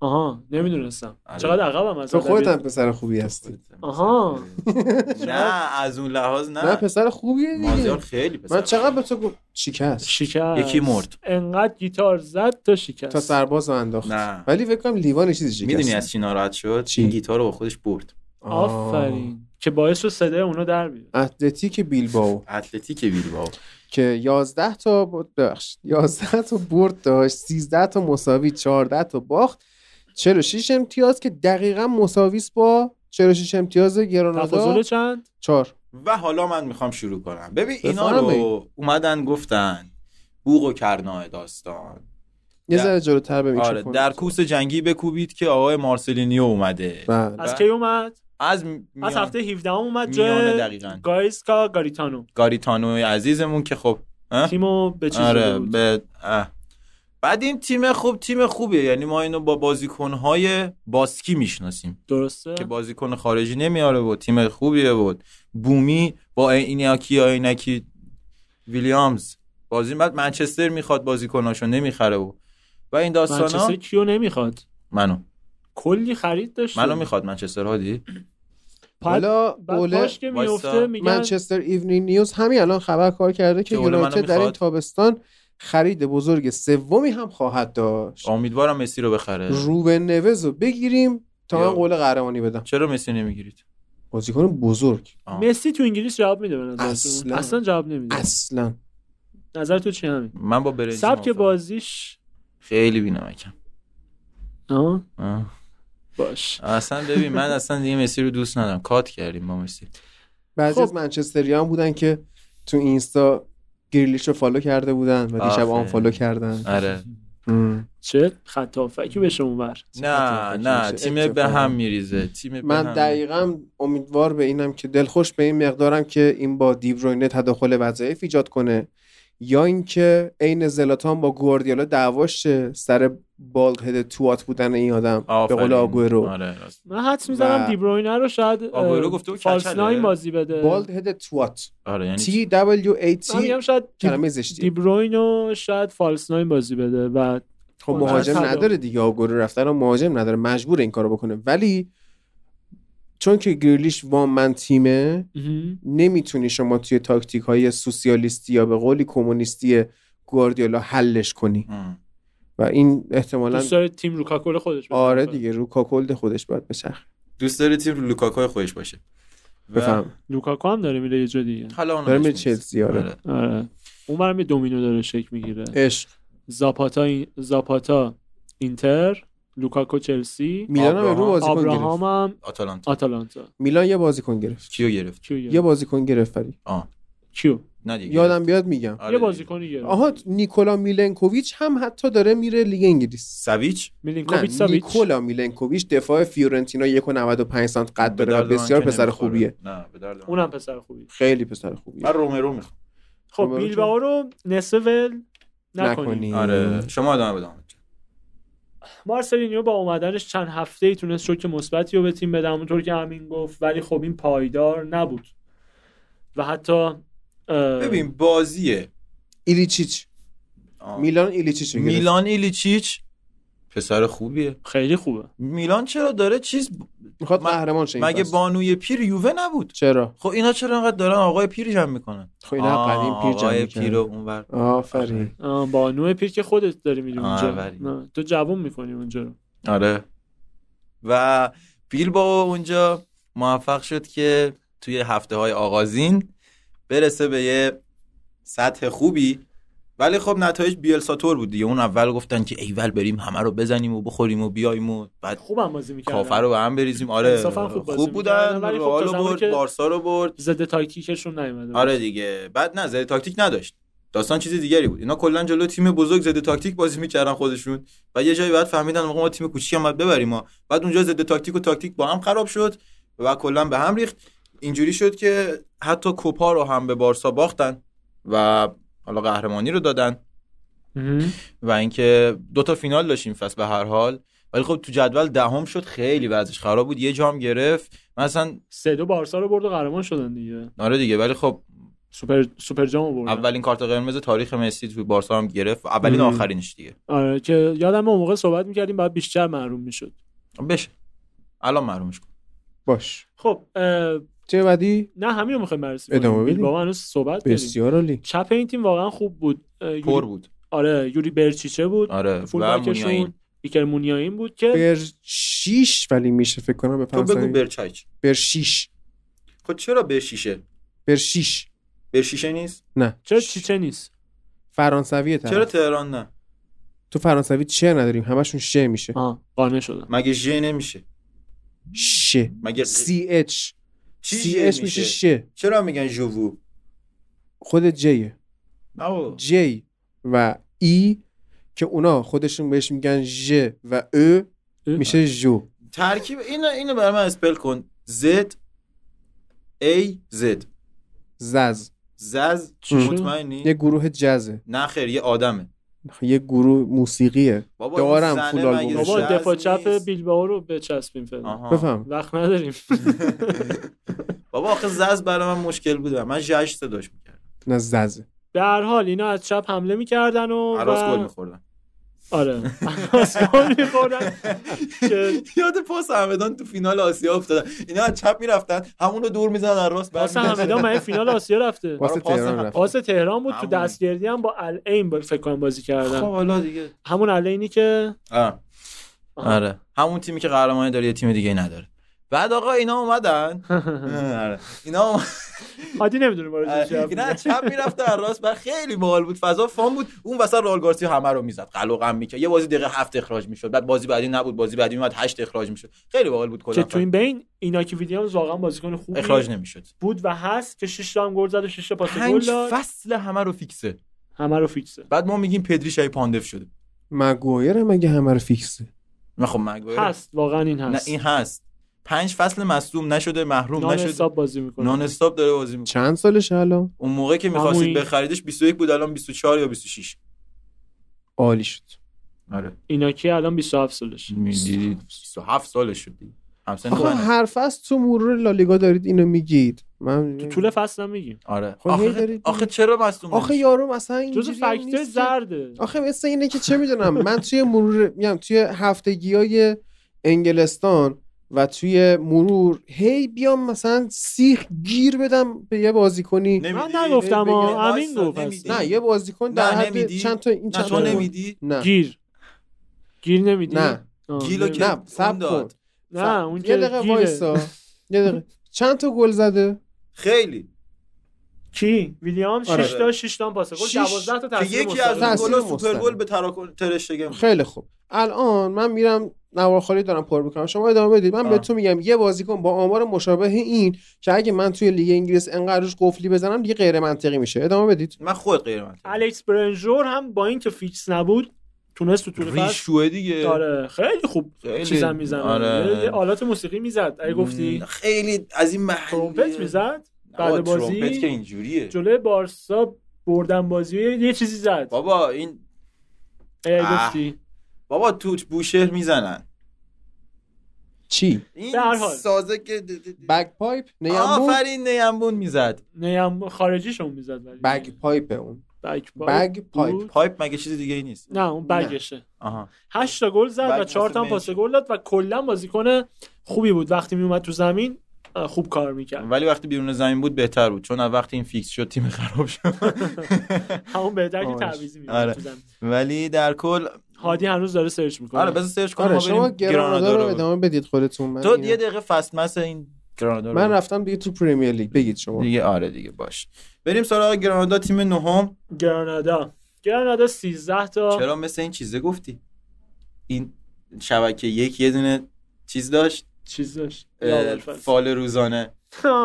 [SPEAKER 3] آها نمیدونستم
[SPEAKER 2] آره.
[SPEAKER 3] چقدر عقبم از
[SPEAKER 1] تو خودت هم
[SPEAKER 3] ادبیات.
[SPEAKER 1] پسر خوبی هستی
[SPEAKER 3] آها.
[SPEAKER 2] نه از اون لحاظ نه,
[SPEAKER 1] نه پسر خوبیه
[SPEAKER 2] مازیار
[SPEAKER 1] دیگه
[SPEAKER 2] خیلی پسر
[SPEAKER 1] من چقدر
[SPEAKER 2] خوبیه.
[SPEAKER 1] به تو گفت شکست
[SPEAKER 3] شکست
[SPEAKER 2] یکی مرد.
[SPEAKER 3] انقدر گیتار زد تا شکست
[SPEAKER 1] تا سرباز رو انداخت
[SPEAKER 2] نه.
[SPEAKER 1] ولی فکر کنم لیوان یه چیزی شکست
[SPEAKER 2] میدونی از چی ناراحت شد
[SPEAKER 1] چی؟
[SPEAKER 2] این گیتار رو با خودش برد
[SPEAKER 1] آه.
[SPEAKER 3] آفرین که باعث شد صدای اونا در بیاد
[SPEAKER 1] اتلتیک بیلباو
[SPEAKER 2] اتلتیک بیلبائو
[SPEAKER 1] که 11 تا بود- ببخشید 11 تا برد داشت 13 تا مساوی 14 تا باخت 46 امتیاز که دقیقا مساوی است با 46 امتیاز
[SPEAKER 3] تفاضل
[SPEAKER 1] گرانادا
[SPEAKER 3] چند
[SPEAKER 1] 4
[SPEAKER 2] و حالا من میخوام شروع کنم ببین اینا
[SPEAKER 1] بفرمایید.
[SPEAKER 2] رو اومدن گفتن بوق و کرناه داستان
[SPEAKER 1] یه
[SPEAKER 2] در-
[SPEAKER 1] ذره جلوتر به
[SPEAKER 2] آره
[SPEAKER 1] میکروفون
[SPEAKER 2] در کوس جنگی بکوبید که آقای مارسلینیو اومده
[SPEAKER 1] بله.
[SPEAKER 3] از کی اومد
[SPEAKER 2] از میان...
[SPEAKER 3] از هفته 17 اومد
[SPEAKER 2] میانه
[SPEAKER 3] جای
[SPEAKER 2] دقیقاً.
[SPEAKER 3] گایسکا گاریتانو
[SPEAKER 2] گاریتانو عزیزمون که خب اه؟
[SPEAKER 3] تیمو به چیز داده
[SPEAKER 2] آره
[SPEAKER 3] بود
[SPEAKER 2] به اه. بعد این تیم خوب تیم خوبیه یعنی ما اینو با بازیکنهای باسکی میشناسیم
[SPEAKER 3] درسته
[SPEAKER 2] که بازیکن خارجی نمیاره و تیم خوبیه بود بومی با اینیاکی اینکی ویلیامز بازی بعد منچستر میخواد بازیکناشو نمیخره و و این
[SPEAKER 3] منچستر
[SPEAKER 2] داستانا
[SPEAKER 3] کیو نمیخواد
[SPEAKER 2] منو
[SPEAKER 3] کلی خرید داشت
[SPEAKER 2] منو میخواد منچستر هادی
[SPEAKER 3] بعد
[SPEAKER 1] حالا
[SPEAKER 3] بعد
[SPEAKER 1] اوله
[SPEAKER 3] باش که
[SPEAKER 2] وایسا.
[SPEAKER 3] میفته میگن
[SPEAKER 1] منچستر ایونینگ نیوز همین الان خبر کار کرده که
[SPEAKER 2] که اوله منو
[SPEAKER 1] یونایتد در این
[SPEAKER 2] می‌خواد.
[SPEAKER 1] تابستان خرید بزرگ سومی هم خواهد داشت
[SPEAKER 2] امیدوارم مسی رو بخره
[SPEAKER 1] روبن نوز رو بگیریم تا من
[SPEAKER 2] یا.
[SPEAKER 1] قول قهرمانی بدم
[SPEAKER 2] چرا مسی نمیگیرید
[SPEAKER 1] بازیکن بزرگ
[SPEAKER 2] آه.
[SPEAKER 3] مسی تو انگلیس جواب میده به نظر
[SPEAKER 1] اصلاً.
[SPEAKER 3] اصلا جواب نمیده
[SPEAKER 1] اصلا
[SPEAKER 3] نظر تو چی همین
[SPEAKER 2] من با برنجی
[SPEAKER 3] سبک
[SPEAKER 2] موافقم.
[SPEAKER 3] بازیش
[SPEAKER 2] خیلی بینمکم
[SPEAKER 3] آه،
[SPEAKER 2] آه.
[SPEAKER 3] باش
[SPEAKER 2] اصلا ببین من اصلا دیگه مسی رو دوست ندارم کات کردیم با مسی
[SPEAKER 1] بعضی
[SPEAKER 3] خب.
[SPEAKER 1] از منچستری هم بودن که تو اینستا گریلیش رو فالو کرده بودن و دیشب
[SPEAKER 2] آفرین.
[SPEAKER 1] آن فالو کردن
[SPEAKER 2] آره
[SPEAKER 3] چه خط هافکی بشه اونور
[SPEAKER 2] نه نه تیم به هم میریزه تیم به
[SPEAKER 1] من
[SPEAKER 2] هم.
[SPEAKER 1] دقیقا امیدوار به اینم که دلخوش به این مقدارم که این با دیبروینه تداخل وظایف ایجاد کنه یا اینکه عین زلاتان با گواردیولا دعواش شه سر بالک هد توات بودن این آدم به قول
[SPEAKER 2] آفرین.
[SPEAKER 1] آگورو
[SPEAKER 2] آره راست.
[SPEAKER 3] من حدس میزنم
[SPEAKER 1] و-
[SPEAKER 3] دیبروینه رو شاید
[SPEAKER 2] آگورو گفته بود
[SPEAKER 3] فالس
[SPEAKER 2] کچله.
[SPEAKER 3] ناین بازی بده
[SPEAKER 1] بالد هد توات
[SPEAKER 2] آره یعنی
[SPEAKER 1] تی دبلیو ای
[SPEAKER 3] من
[SPEAKER 1] تی
[SPEAKER 3] میگم شاید
[SPEAKER 1] کلمه زشتی
[SPEAKER 3] دیبروین رو شاید فالس ناین بازی بده و
[SPEAKER 1] خب مهاجم
[SPEAKER 3] تداخل.
[SPEAKER 1] نداره دیگه آگورو رفتن و مهاجم نداره مجبور این کارو بکنه ولی چون که گریلیش وام من تیمه نمیتونی شما توی تاکتیک های سوسیالیستی یا به قولی کمونیستی گواردیولا حلش کنی
[SPEAKER 2] ام.
[SPEAKER 1] و این احتمالا
[SPEAKER 3] دوست داره تیم رو کاکل خودش خب. بزنه.
[SPEAKER 1] آره دیگه رو کاکلد خودش باید بچرخ
[SPEAKER 2] دوست داره تیم رو لوکاکو خودش باشه و-
[SPEAKER 1] بفهم
[SPEAKER 3] لوکاکو هم داره میره یه جا دیگه
[SPEAKER 2] حالا اونو
[SPEAKER 1] داره میره
[SPEAKER 2] بهش میرسیم.
[SPEAKER 1] چلسی آره
[SPEAKER 2] آره.
[SPEAKER 3] آره اونورم یه دومینو داره شکل میگیره
[SPEAKER 1] عشق
[SPEAKER 3] زاپاتا این- زاپاتا اینتر لوکاکو چلسی
[SPEAKER 1] میلان هم رو
[SPEAKER 2] آبراهام-
[SPEAKER 1] بازیکن گرفت
[SPEAKER 3] آبراهام هم
[SPEAKER 2] آتالانتا
[SPEAKER 3] آتالانتا
[SPEAKER 1] میلان یه بازیکن گرفت
[SPEAKER 2] کیو گرفت
[SPEAKER 3] کیو گرفت؟
[SPEAKER 1] یه بازیکن گرفت ولی
[SPEAKER 3] کیو
[SPEAKER 2] نه دیگه
[SPEAKER 1] یادم بیاد میگم
[SPEAKER 2] آره
[SPEAKER 3] یه
[SPEAKER 2] دیگه.
[SPEAKER 3] بازیکنی گرفت
[SPEAKER 1] آها نیکولا میلنکوویچ هم حتی داره میره لیگ انگلیس
[SPEAKER 2] سویچ
[SPEAKER 3] میلینکوویچ
[SPEAKER 1] نه
[SPEAKER 3] ساویچ
[SPEAKER 1] نیکولا میلنکوویچ دفاع فیورنتینا 1.95 سانت قد
[SPEAKER 2] به
[SPEAKER 1] داره و
[SPEAKER 2] درد من
[SPEAKER 1] بسیار
[SPEAKER 2] که
[SPEAKER 1] پسر
[SPEAKER 2] نمیخوره.
[SPEAKER 1] خوبیه
[SPEAKER 2] نه به درد من.
[SPEAKER 3] اونم پسر خوبی
[SPEAKER 1] خیلی پسر خوبیه
[SPEAKER 2] من رومرو میخوام
[SPEAKER 3] خب
[SPEAKER 1] شما رو
[SPEAKER 3] بیلبائو رو نصف ول نکنی
[SPEAKER 1] نکنی
[SPEAKER 2] آره شما ادامه بدم
[SPEAKER 3] مارسلینیو با اومدنش چند هفته ای تونست شوک مثبتی رو به تیم بده همونطور که همین گفت ولی خب این پایدار نبود و حتی اه،
[SPEAKER 2] ببین بازیه
[SPEAKER 1] ایلیچیچ
[SPEAKER 2] آه.
[SPEAKER 1] میلان ایلیچیچ رو گرفت.
[SPEAKER 2] میلان ایلیچیچ پسر خوبیه
[SPEAKER 3] خیلی خوبه
[SPEAKER 2] میلان چرا داره چیز
[SPEAKER 1] میخواد
[SPEAKER 2] من-
[SPEAKER 1] قهرمان شه این
[SPEAKER 2] مگه
[SPEAKER 1] فصل.
[SPEAKER 2] بانوی پیر یووه نبود
[SPEAKER 1] چرا
[SPEAKER 2] خب اینا چرا انقدر دارن آقای پیر جمع میکنن
[SPEAKER 1] خب اینا
[SPEAKER 2] آه،
[SPEAKER 1] قدیم پیر جمع
[SPEAKER 2] آقای
[SPEAKER 1] می‌کردن.
[SPEAKER 2] پیر و اونور
[SPEAKER 1] آفرین
[SPEAKER 3] اه، با نوع پیر که خودت داری میری
[SPEAKER 2] آه،
[SPEAKER 3] اونجا
[SPEAKER 2] ولی.
[SPEAKER 3] نه، تو جوون میکنی اونجا رو
[SPEAKER 2] آره و بیل با اونجا موفق شد که توی هفته های آغازین برسه به یه سطح خوبی ولی خب نتایج بیلساتور بود دیگه اون اول گفتن که ایول بریم همه رو بزنیم و بخوریم و بیایم و بعد
[SPEAKER 3] خوبم بازی میکردن
[SPEAKER 2] کافر رو به هم بریزیم آره
[SPEAKER 3] انصافاً خوب بازی
[SPEAKER 2] خوب بودن
[SPEAKER 3] می‌کردن، ولی خب
[SPEAKER 2] رئال
[SPEAKER 3] تا
[SPEAKER 2] رو
[SPEAKER 3] زمانی
[SPEAKER 2] برد
[SPEAKER 3] که-
[SPEAKER 2] بارسا رو برد
[SPEAKER 3] ضد تاکتیکشون نیومده
[SPEAKER 2] آره دیگه بعد نه زده تاکتیک نداشت داستان چیز دیگری بود اینا کلا جلو تیم بزرگ زده تاکتیک بازی میکردن خودشون و یه جایی بعد فهمیدن آقا ما تیم کوچیک هم باید ببریم ما بعد اونجا زده تاکتیک و تاکتیک با هم خراب شد و کلا به هم ریخت اینجوری شد که حتی کوپا رو هم به بارسا باختن و حالا قهرمانی رو دادن
[SPEAKER 3] مهم.
[SPEAKER 2] و اینکه دو تا فینال داشت این فصل به هر حال ولی خب تو جدول دهم شد خیلی وضعش خراب بود یه جام گرفت مثلا
[SPEAKER 3] سه دو بارسا رو برد و قهرمان شدن دیگه
[SPEAKER 2] آره دیگه ولی خب
[SPEAKER 3] سوپر سوپر جام رو بردن
[SPEAKER 2] اولین کارت قرمز تاریخ مسی توی بارسا هم گرفت و اولین
[SPEAKER 1] مم.
[SPEAKER 2] آخرینش دیگه
[SPEAKER 3] آره که یادم اون موقع صحبت میکردیم بعد بیشتر معروم میشد
[SPEAKER 2] بشه الان معلومش کن
[SPEAKER 1] باش
[SPEAKER 3] خب اه،
[SPEAKER 1] چه بعدی
[SPEAKER 3] نه همین رو میخوایم بررسی کنیم
[SPEAKER 1] ادامه بدیم.
[SPEAKER 3] بیل بابا هنوز صحبت داریم
[SPEAKER 1] بسیار عالی
[SPEAKER 3] چپ این تیم واقعا خوب بود اه، یوری-
[SPEAKER 2] پر بود
[SPEAKER 3] آره یوری برچیچه بود
[SPEAKER 2] آره
[SPEAKER 3] فول
[SPEAKER 2] و مونیاین
[SPEAKER 3] باکشون ایکر مونیاین بود که
[SPEAKER 1] بر 6 ولی میشه فکر کنم به
[SPEAKER 2] تو بگو
[SPEAKER 1] فرانسوی بر...
[SPEAKER 2] برچایچ
[SPEAKER 1] 6
[SPEAKER 2] خب چرا بر شیشه
[SPEAKER 1] بر 6
[SPEAKER 2] بر شیشه نیست
[SPEAKER 1] نه
[SPEAKER 3] چرا چیچه نیست
[SPEAKER 1] فرانسویه طرف
[SPEAKER 2] چرا تهران نه
[SPEAKER 1] تو فرانسوی چه نداریم همشون شه میشه
[SPEAKER 3] آه قانع شدم
[SPEAKER 2] مگه ژ نمیشه
[SPEAKER 1] شه
[SPEAKER 2] مگه
[SPEAKER 1] سی اچ
[SPEAKER 2] چی
[SPEAKER 1] سی
[SPEAKER 2] ژ
[SPEAKER 1] اچ میشه
[SPEAKER 2] میشه
[SPEAKER 1] شه
[SPEAKER 2] چرا میگن ژوو
[SPEAKER 1] خود جیه
[SPEAKER 2] نه بابا.
[SPEAKER 1] جی و ای که اونا خودشون بهش میگن ژ و ا
[SPEAKER 3] اه.
[SPEAKER 1] میشه جو
[SPEAKER 2] ترکیب اینو اینو برای من اسپل کن زد ای زد
[SPEAKER 1] زز
[SPEAKER 2] زز
[SPEAKER 3] چی شد؟
[SPEAKER 2] مطمئنی
[SPEAKER 1] یه گروه جزه
[SPEAKER 2] نه خیر یه آدمه
[SPEAKER 1] یه گروه موسیقیه
[SPEAKER 2] بابا این
[SPEAKER 1] دارم
[SPEAKER 2] زنه
[SPEAKER 1] فول
[SPEAKER 2] مگه
[SPEAKER 1] آلبوم.
[SPEAKER 3] بابا
[SPEAKER 2] جز
[SPEAKER 3] دفاع چپ
[SPEAKER 2] نیست؟
[SPEAKER 3] بیلبائو رو بچسبیم فعلا
[SPEAKER 2] آها.
[SPEAKER 1] بفهم
[SPEAKER 3] وقت نداریم
[SPEAKER 2] بابا آخه زز برای من مشکل بوده من جشت داشت میکرد
[SPEAKER 1] نه زز
[SPEAKER 3] در حال اینا از چپ حمله میکردن و
[SPEAKER 2] عراس
[SPEAKER 3] و-
[SPEAKER 2] گل میخوردن
[SPEAKER 3] آره عراس گل میخوردن که
[SPEAKER 2] یاد پاس همدان تو فینال آسیا افتادن اینا از چپ میرفتن همون رو دور میزدن از راست
[SPEAKER 3] پاس
[SPEAKER 2] برمی‌گشتن.
[SPEAKER 3] همدان من فینال آسیا رفته
[SPEAKER 1] واسه
[SPEAKER 2] آره، پاس
[SPEAKER 1] تهران
[SPEAKER 2] هم-
[SPEAKER 1] رفت
[SPEAKER 3] پاس تهران بود تو
[SPEAKER 2] همون.
[SPEAKER 3] دستگیردی هم با العین با- فکر کنم بازی
[SPEAKER 2] خب
[SPEAKER 3] کردن
[SPEAKER 2] حالا دیگه
[SPEAKER 3] همون العینی که
[SPEAKER 2] آه.
[SPEAKER 3] آها.
[SPEAKER 2] آره همون تیمی که قهرمانی داره یه تیم دیگه نداره بعد آقا اینا اومدن آره. اینا اومدن.
[SPEAKER 3] عادی نمیدونه بارو چی
[SPEAKER 2] آره. اینا از چپ میرفت از راست بر خیلی باحال بود فضا فان بود اون وسط رال گارسیا همه رو میزد قلقم میکرد یه بازی دقیقه هفت اخراج میشد بعد بازی بعدی نبود بازی بعدی میومد هشت اخراج میشد خیلی باحال بود
[SPEAKER 3] که
[SPEAKER 2] کلا
[SPEAKER 3] تو این بین ایناکی ویلیامز واقعا بازیکن خوبی
[SPEAKER 2] اخراج نمیشد
[SPEAKER 3] بود و هست که 6 تا هم گل زد و 6 تا پاس گل
[SPEAKER 2] پنج
[SPEAKER 3] داد
[SPEAKER 2] فصل همه رو فیکسه
[SPEAKER 3] همه رو فیکسه
[SPEAKER 2] بعد ما میگیم پدری شای پاندف شده
[SPEAKER 1] مگوایر هم مگه همه رو فیکسه
[SPEAKER 2] نه خب مگوایر
[SPEAKER 3] هست واقعا این
[SPEAKER 2] نه
[SPEAKER 3] هست
[SPEAKER 2] این هست پنج فصل مصدوم نشده محروم
[SPEAKER 3] نان
[SPEAKER 2] نشده
[SPEAKER 3] حساب بازی میکنه
[SPEAKER 2] نان استاپ داره بازی میکنه
[SPEAKER 1] چند سالشه الان
[SPEAKER 2] اون موقع که
[SPEAKER 3] همونی.
[SPEAKER 2] میخواستید بخریدش 21 بود الان 24 یا 26
[SPEAKER 1] عالی شد
[SPEAKER 2] آره
[SPEAKER 3] ایناکی الان 27 سالش
[SPEAKER 2] میدیدید 27 سالش شد همسن
[SPEAKER 1] آخه
[SPEAKER 2] منه
[SPEAKER 1] هر فصل تو مرور لالیگا دارید اینو میگید من
[SPEAKER 3] تو طول فصل هم میگیم
[SPEAKER 2] آره
[SPEAKER 1] خب هی
[SPEAKER 2] آخه
[SPEAKER 1] دارید-
[SPEAKER 2] آخه چرا مصدوم
[SPEAKER 1] آخه
[SPEAKER 2] آخه
[SPEAKER 1] یارو مثلا اینجوری
[SPEAKER 3] جزو
[SPEAKER 1] هم
[SPEAKER 3] فکتور
[SPEAKER 1] نیست که-
[SPEAKER 3] زرده
[SPEAKER 1] آخه مثل اینه که چه میدونم من توی مرور میگم توی هفتگی های انگلستان و توی مرور هی بیام مثلا سیخ گیر بدم به یه بازیکنی نه,
[SPEAKER 3] من نگفتم
[SPEAKER 1] بگی-
[SPEAKER 3] ها امین
[SPEAKER 2] وایسا،
[SPEAKER 3] گفت
[SPEAKER 2] نمیدی.
[SPEAKER 3] اصلا.
[SPEAKER 1] یه بازیکن
[SPEAKER 2] نه،
[SPEAKER 1] در حد
[SPEAKER 2] نمیدی.
[SPEAKER 1] چند تا این
[SPEAKER 2] نه
[SPEAKER 1] چند
[SPEAKER 2] تو
[SPEAKER 1] تا
[SPEAKER 2] نمیدی
[SPEAKER 1] نه
[SPEAKER 3] گیر گیر نمیدی
[SPEAKER 1] نه
[SPEAKER 3] آه،
[SPEAKER 2] گیلو
[SPEAKER 3] نمی‌دی.
[SPEAKER 2] که
[SPEAKER 1] نه، صبر
[SPEAKER 2] اون داد.
[SPEAKER 1] کن.
[SPEAKER 3] نه اون
[SPEAKER 1] یه
[SPEAKER 3] که
[SPEAKER 1] دقیقه
[SPEAKER 3] گیره.
[SPEAKER 1] وایسا یه دقیقه چند تا گل زده
[SPEAKER 2] خیلی
[SPEAKER 3] کی ویلیام 6
[SPEAKER 1] آره.
[SPEAKER 3] تا 6 تا هم پاس گل
[SPEAKER 2] شیش.
[SPEAKER 3] 12 تا
[SPEAKER 2] که
[SPEAKER 3] تاثیر
[SPEAKER 2] یکی از اون
[SPEAKER 1] تأثیر
[SPEAKER 2] گلا
[SPEAKER 1] مستقیم.
[SPEAKER 2] سوپر گل به تراکن ترشتگن
[SPEAKER 1] خیلی خوب الان من میرم نوارخالی دارم پر میکنم شما ادامه بدید من
[SPEAKER 2] آه.
[SPEAKER 1] به تو میگم یه بازیکن با آمار مشابه این که اگه من توی لیگ انگلیس انقدر روش قفلی بزنم دیگه غیر منطقی میشه ادامه بدید
[SPEAKER 2] من خود غیر من
[SPEAKER 3] الکس برنجور هم با اینکه فیکس نبود تونست تو طول فصل
[SPEAKER 2] ریشوه دیگه
[SPEAKER 3] آره خیلی خوب
[SPEAKER 2] خیلی.
[SPEAKER 3] چیزم میزنه
[SPEAKER 2] آره.
[SPEAKER 3] یه- یه آلات موسیقی میزد اگه گفتی
[SPEAKER 2] مم، خیلی از این محلی
[SPEAKER 3] ترومپت میزد
[SPEAKER 2] آقا،
[SPEAKER 3] بعد
[SPEAKER 2] ترومپت که
[SPEAKER 3] بازی
[SPEAKER 2] اینجوریه
[SPEAKER 3] جلوی بارسا بردن بازی یه یه چیزی زد
[SPEAKER 2] بابا این
[SPEAKER 3] اگه
[SPEAKER 2] آه.
[SPEAKER 3] گفتی
[SPEAKER 2] بابا تو بوشهر میزنن
[SPEAKER 1] چی
[SPEAKER 2] این
[SPEAKER 3] به هر حال.
[SPEAKER 2] سازه که د- د- د-
[SPEAKER 1] بک پایپ نیمبون
[SPEAKER 2] آفرین نیمبون میزد
[SPEAKER 3] نیم خارجیشون میزد ولی
[SPEAKER 1] بگ پایپ اون
[SPEAKER 3] بگ
[SPEAKER 1] بگ پایپ.
[SPEAKER 3] بود.
[SPEAKER 2] پایپ مگه چیز دیگه ای نیست
[SPEAKER 3] نه اون
[SPEAKER 1] نه.
[SPEAKER 3] بگشه
[SPEAKER 2] آها
[SPEAKER 3] 8 تا گل زد
[SPEAKER 2] بگ
[SPEAKER 3] و 4
[SPEAKER 2] واسه
[SPEAKER 3] تا هم پاس
[SPEAKER 2] بنچ.
[SPEAKER 3] گل داد و کلا بازیکن خوبی بود وقتی میومد تو زمین اه، خوب کار میکرد
[SPEAKER 2] ولی وقتی بیرون زمین بود بهتر بود چون از وقتی این فیکس شد تیم خراب شد
[SPEAKER 3] همون بهتر که
[SPEAKER 1] آره.
[SPEAKER 3] تعویضی میومد
[SPEAKER 2] آره.
[SPEAKER 3] تو زمین
[SPEAKER 2] ولی در کل
[SPEAKER 3] هادی هنوز داره سرچ میکنه
[SPEAKER 2] آره بذار سرچ کنم
[SPEAKER 1] آره
[SPEAKER 2] ما
[SPEAKER 1] شما
[SPEAKER 2] بریم
[SPEAKER 1] گرانادا رو
[SPEAKER 2] گرانادا رو
[SPEAKER 1] ادامه بدید خودتون من
[SPEAKER 2] تو
[SPEAKER 1] اینا-
[SPEAKER 2] یه دقیقه فست مس این گرانادا رو
[SPEAKER 1] من
[SPEAKER 2] بگو.
[SPEAKER 1] رفتم دیگه تو پریمیر لیگ بگید شما
[SPEAKER 2] دیگه آره دیگه باش بریم سراغ گرانادا تیم نهم
[SPEAKER 3] گرانادا گرانادا 13 تا
[SPEAKER 2] چرا مثل این چیزه گفتی این شبکه یک یه دونه چیز داشت
[SPEAKER 3] چیز داشت
[SPEAKER 2] اه،
[SPEAKER 3] لاوالفصل.
[SPEAKER 2] فال روزانه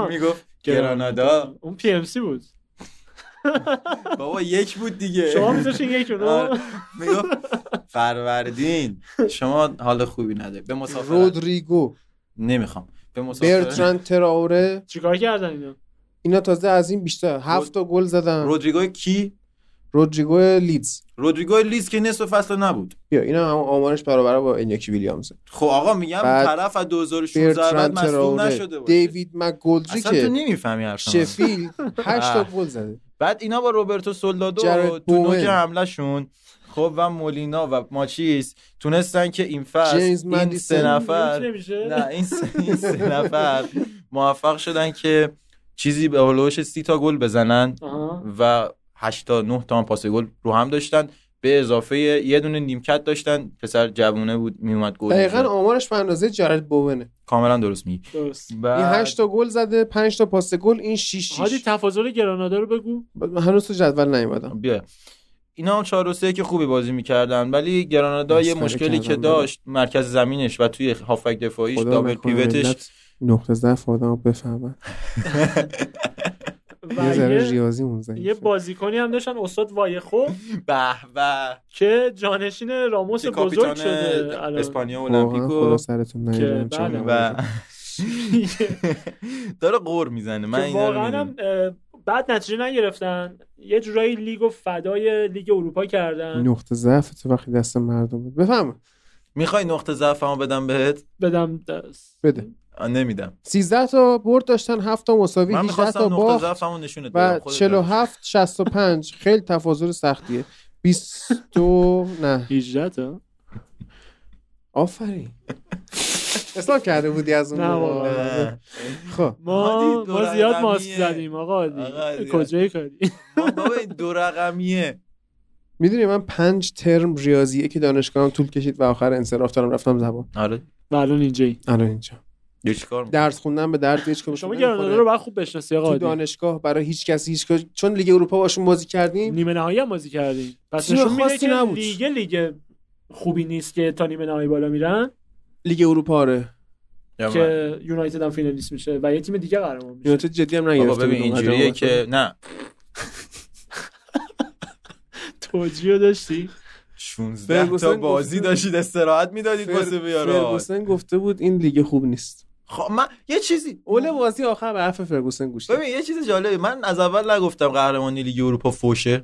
[SPEAKER 2] میگفت گرانادا
[SPEAKER 3] اون پی ام سی بود
[SPEAKER 2] بابا یک بود دیگه
[SPEAKER 3] شما میذاشین یک اونو
[SPEAKER 2] آره. میگفت فروردین شما حال خوبی نداری به مسافرت
[SPEAKER 1] رودریگو
[SPEAKER 2] نمیخوام به مسافرت
[SPEAKER 1] برتران تراوره
[SPEAKER 3] چیکار کردن اینا
[SPEAKER 1] اینا تازه از این بیشتر هفت تا گل زدن
[SPEAKER 2] رودریگو کی
[SPEAKER 1] رودریگو لیدز
[SPEAKER 2] رودریگو لیز که نصف فصل نبود
[SPEAKER 1] بیا اینا هم آمارش برابر با انیاکی ویلیامز
[SPEAKER 2] خب آقا میگم
[SPEAKER 1] بعد
[SPEAKER 2] طرف از 2016
[SPEAKER 1] برتران
[SPEAKER 2] بعد مصدوم
[SPEAKER 1] تراوره
[SPEAKER 2] نشده باشه
[SPEAKER 1] دیوید مکگولدری
[SPEAKER 2] اصلا تو
[SPEAKER 1] که
[SPEAKER 2] نمیفهمی حرف من.
[SPEAKER 1] شفیل 8 تا گل زده
[SPEAKER 2] بعد اینا با روبرتو سولدادو
[SPEAKER 1] جرد
[SPEAKER 2] تو نوک
[SPEAKER 1] بوون.
[SPEAKER 2] حمله شون خب و مولینا و ماچیس تونستن که این فصل
[SPEAKER 1] جیمز
[SPEAKER 2] این سه
[SPEAKER 1] مدیسن.
[SPEAKER 3] هیچ
[SPEAKER 2] نفر
[SPEAKER 3] نمیشه
[SPEAKER 2] نه این سه, این سه نفر موفق شدن که چیزی به هلوش سی تا گل بزنن
[SPEAKER 3] آها.
[SPEAKER 2] و 8 تا 9 تا هم پاس گل رو هم داشتن به اضافه یه دونه نیمکت داشتن پسر جوونه بود میومد گل
[SPEAKER 1] دقیقا
[SPEAKER 2] می‌زد.
[SPEAKER 1] آمارش به اندازه جرد بوونه
[SPEAKER 2] کاملا درست میگی
[SPEAKER 3] درست
[SPEAKER 1] این 8 تا گل زده 5 تا پاس گل این 6
[SPEAKER 3] هادی
[SPEAKER 1] 6
[SPEAKER 3] تفاضل گرانادا رو بگو
[SPEAKER 1] هنوز تو جدول نیومدم
[SPEAKER 2] بیا اینا هم 4 و 3 که خوبی بازی میکردن ولی گرانادا یه
[SPEAKER 1] مسخره
[SPEAKER 2] مشکلی که
[SPEAKER 1] کردن
[SPEAKER 2] داشت مرکز زمینش و توی هافک دفاعیش دابل پیوتش
[SPEAKER 1] نقطه ضعف آدمو بفهمن یه
[SPEAKER 3] و
[SPEAKER 1] ذره
[SPEAKER 3] یه,
[SPEAKER 1] ریاضی مون
[SPEAKER 3] یه بازیکنی هم داشتن استاد وایخو
[SPEAKER 2] به به
[SPEAKER 3] که جانشین راموس
[SPEAKER 2] که
[SPEAKER 3] بزرگ
[SPEAKER 2] کاپیتان
[SPEAKER 3] شده الان
[SPEAKER 2] اسپانیا
[SPEAKER 1] واقعا خدا
[SPEAKER 2] المپیکو
[SPEAKER 1] سرتون
[SPEAKER 3] که
[SPEAKER 1] نمیدونم
[SPEAKER 3] بله.
[SPEAKER 2] و داره قور میزنه من
[SPEAKER 3] که
[SPEAKER 2] اینا رو
[SPEAKER 3] واقعا هم
[SPEAKER 2] می‌دونم.
[SPEAKER 3] اه، بعد نتیجه نگرفتن یه جورایی لیگ و فدای لیگ اروپا کردن
[SPEAKER 1] نقطه ضعف تو وقتی دست مردم بود بفهم
[SPEAKER 2] میخوای نقطه ضعفمو بدم بهت
[SPEAKER 3] بدم دست
[SPEAKER 1] بده
[SPEAKER 2] آه، نمیدم
[SPEAKER 1] 13 تا برد داشتن 7 تا مساوی
[SPEAKER 2] من
[SPEAKER 1] 18 تا
[SPEAKER 2] میخواستم نقطه
[SPEAKER 1] باخت
[SPEAKER 2] ضعفمو نشونت
[SPEAKER 1] و
[SPEAKER 2] بدم خودت داری.
[SPEAKER 1] 47 65 خیلی تفاضل سختیه 22 نه
[SPEAKER 3] 18 تا
[SPEAKER 1] آفرین اصلا کرده بودی از اون
[SPEAKER 3] نه
[SPEAKER 1] موقع.
[SPEAKER 3] واقعا.
[SPEAKER 1] خب
[SPEAKER 3] ما
[SPEAKER 2] هادی، دو
[SPEAKER 3] ما زیاد
[SPEAKER 2] رقمیه.
[SPEAKER 3] ماسک زدیم آقا
[SPEAKER 2] آقا
[SPEAKER 3] عادی.
[SPEAKER 2] عادی.
[SPEAKER 3] کجای کاری
[SPEAKER 2] ما بابا این دو رقمیه
[SPEAKER 1] میدونی من پنج ترم ریاضیه که دانشگاهم طول کشید و آخر انصراف دارم رفتم زبان
[SPEAKER 2] آره
[SPEAKER 3] و الان اینجایی
[SPEAKER 1] الان اینجا
[SPEAKER 2] یه چیکار می‌کنی؟
[SPEAKER 1] درس خوندن به درد هیچ کدوم
[SPEAKER 3] شما
[SPEAKER 1] نمی‌خوره.
[SPEAKER 3] گرانادا رو باید خوب بشناسی
[SPEAKER 1] تو
[SPEAKER 3] آقا عادی.
[SPEAKER 1] دانشگاه برای هیچ کسی هیچ کس... چون لیگ اروپا باشون بازی کردیم
[SPEAKER 3] نیمه نهایی هم بازی کردیم پس
[SPEAKER 1] تیم
[SPEAKER 3] نشون میده
[SPEAKER 1] خاصی
[SPEAKER 3] که
[SPEAKER 1] نبود.
[SPEAKER 3] لیگ لیگ خوبی نیست که تا نیمه نهایی بالا میرن
[SPEAKER 1] لیگ اروپا آره
[SPEAKER 2] یا من.
[SPEAKER 3] که یونایتد هم فینالیست میشه و یه تیم دیگه قهرمان میشه
[SPEAKER 1] یونایتد جدی هم
[SPEAKER 2] بابا
[SPEAKER 1] نگرفته
[SPEAKER 2] ببین
[SPEAKER 1] بود اونقدر
[SPEAKER 2] اینجوریه
[SPEAKER 1] اون
[SPEAKER 2] که نه
[SPEAKER 3] توجیه داشتی
[SPEAKER 6] 16
[SPEAKER 1] فرگوسن
[SPEAKER 6] تا بازی
[SPEAKER 1] گفته-
[SPEAKER 6] داشتید استراحت میدادید واسه ویارال
[SPEAKER 1] فرگوسن گفته بود این لیگ خوب نیست
[SPEAKER 6] خب من یه چیزی
[SPEAKER 1] اول بازی آخر به حرف فرگوسن گوش داد
[SPEAKER 6] ببین یه چیز جالبه من از اول نگفتم قهرمانی لیگ اروپا فوشه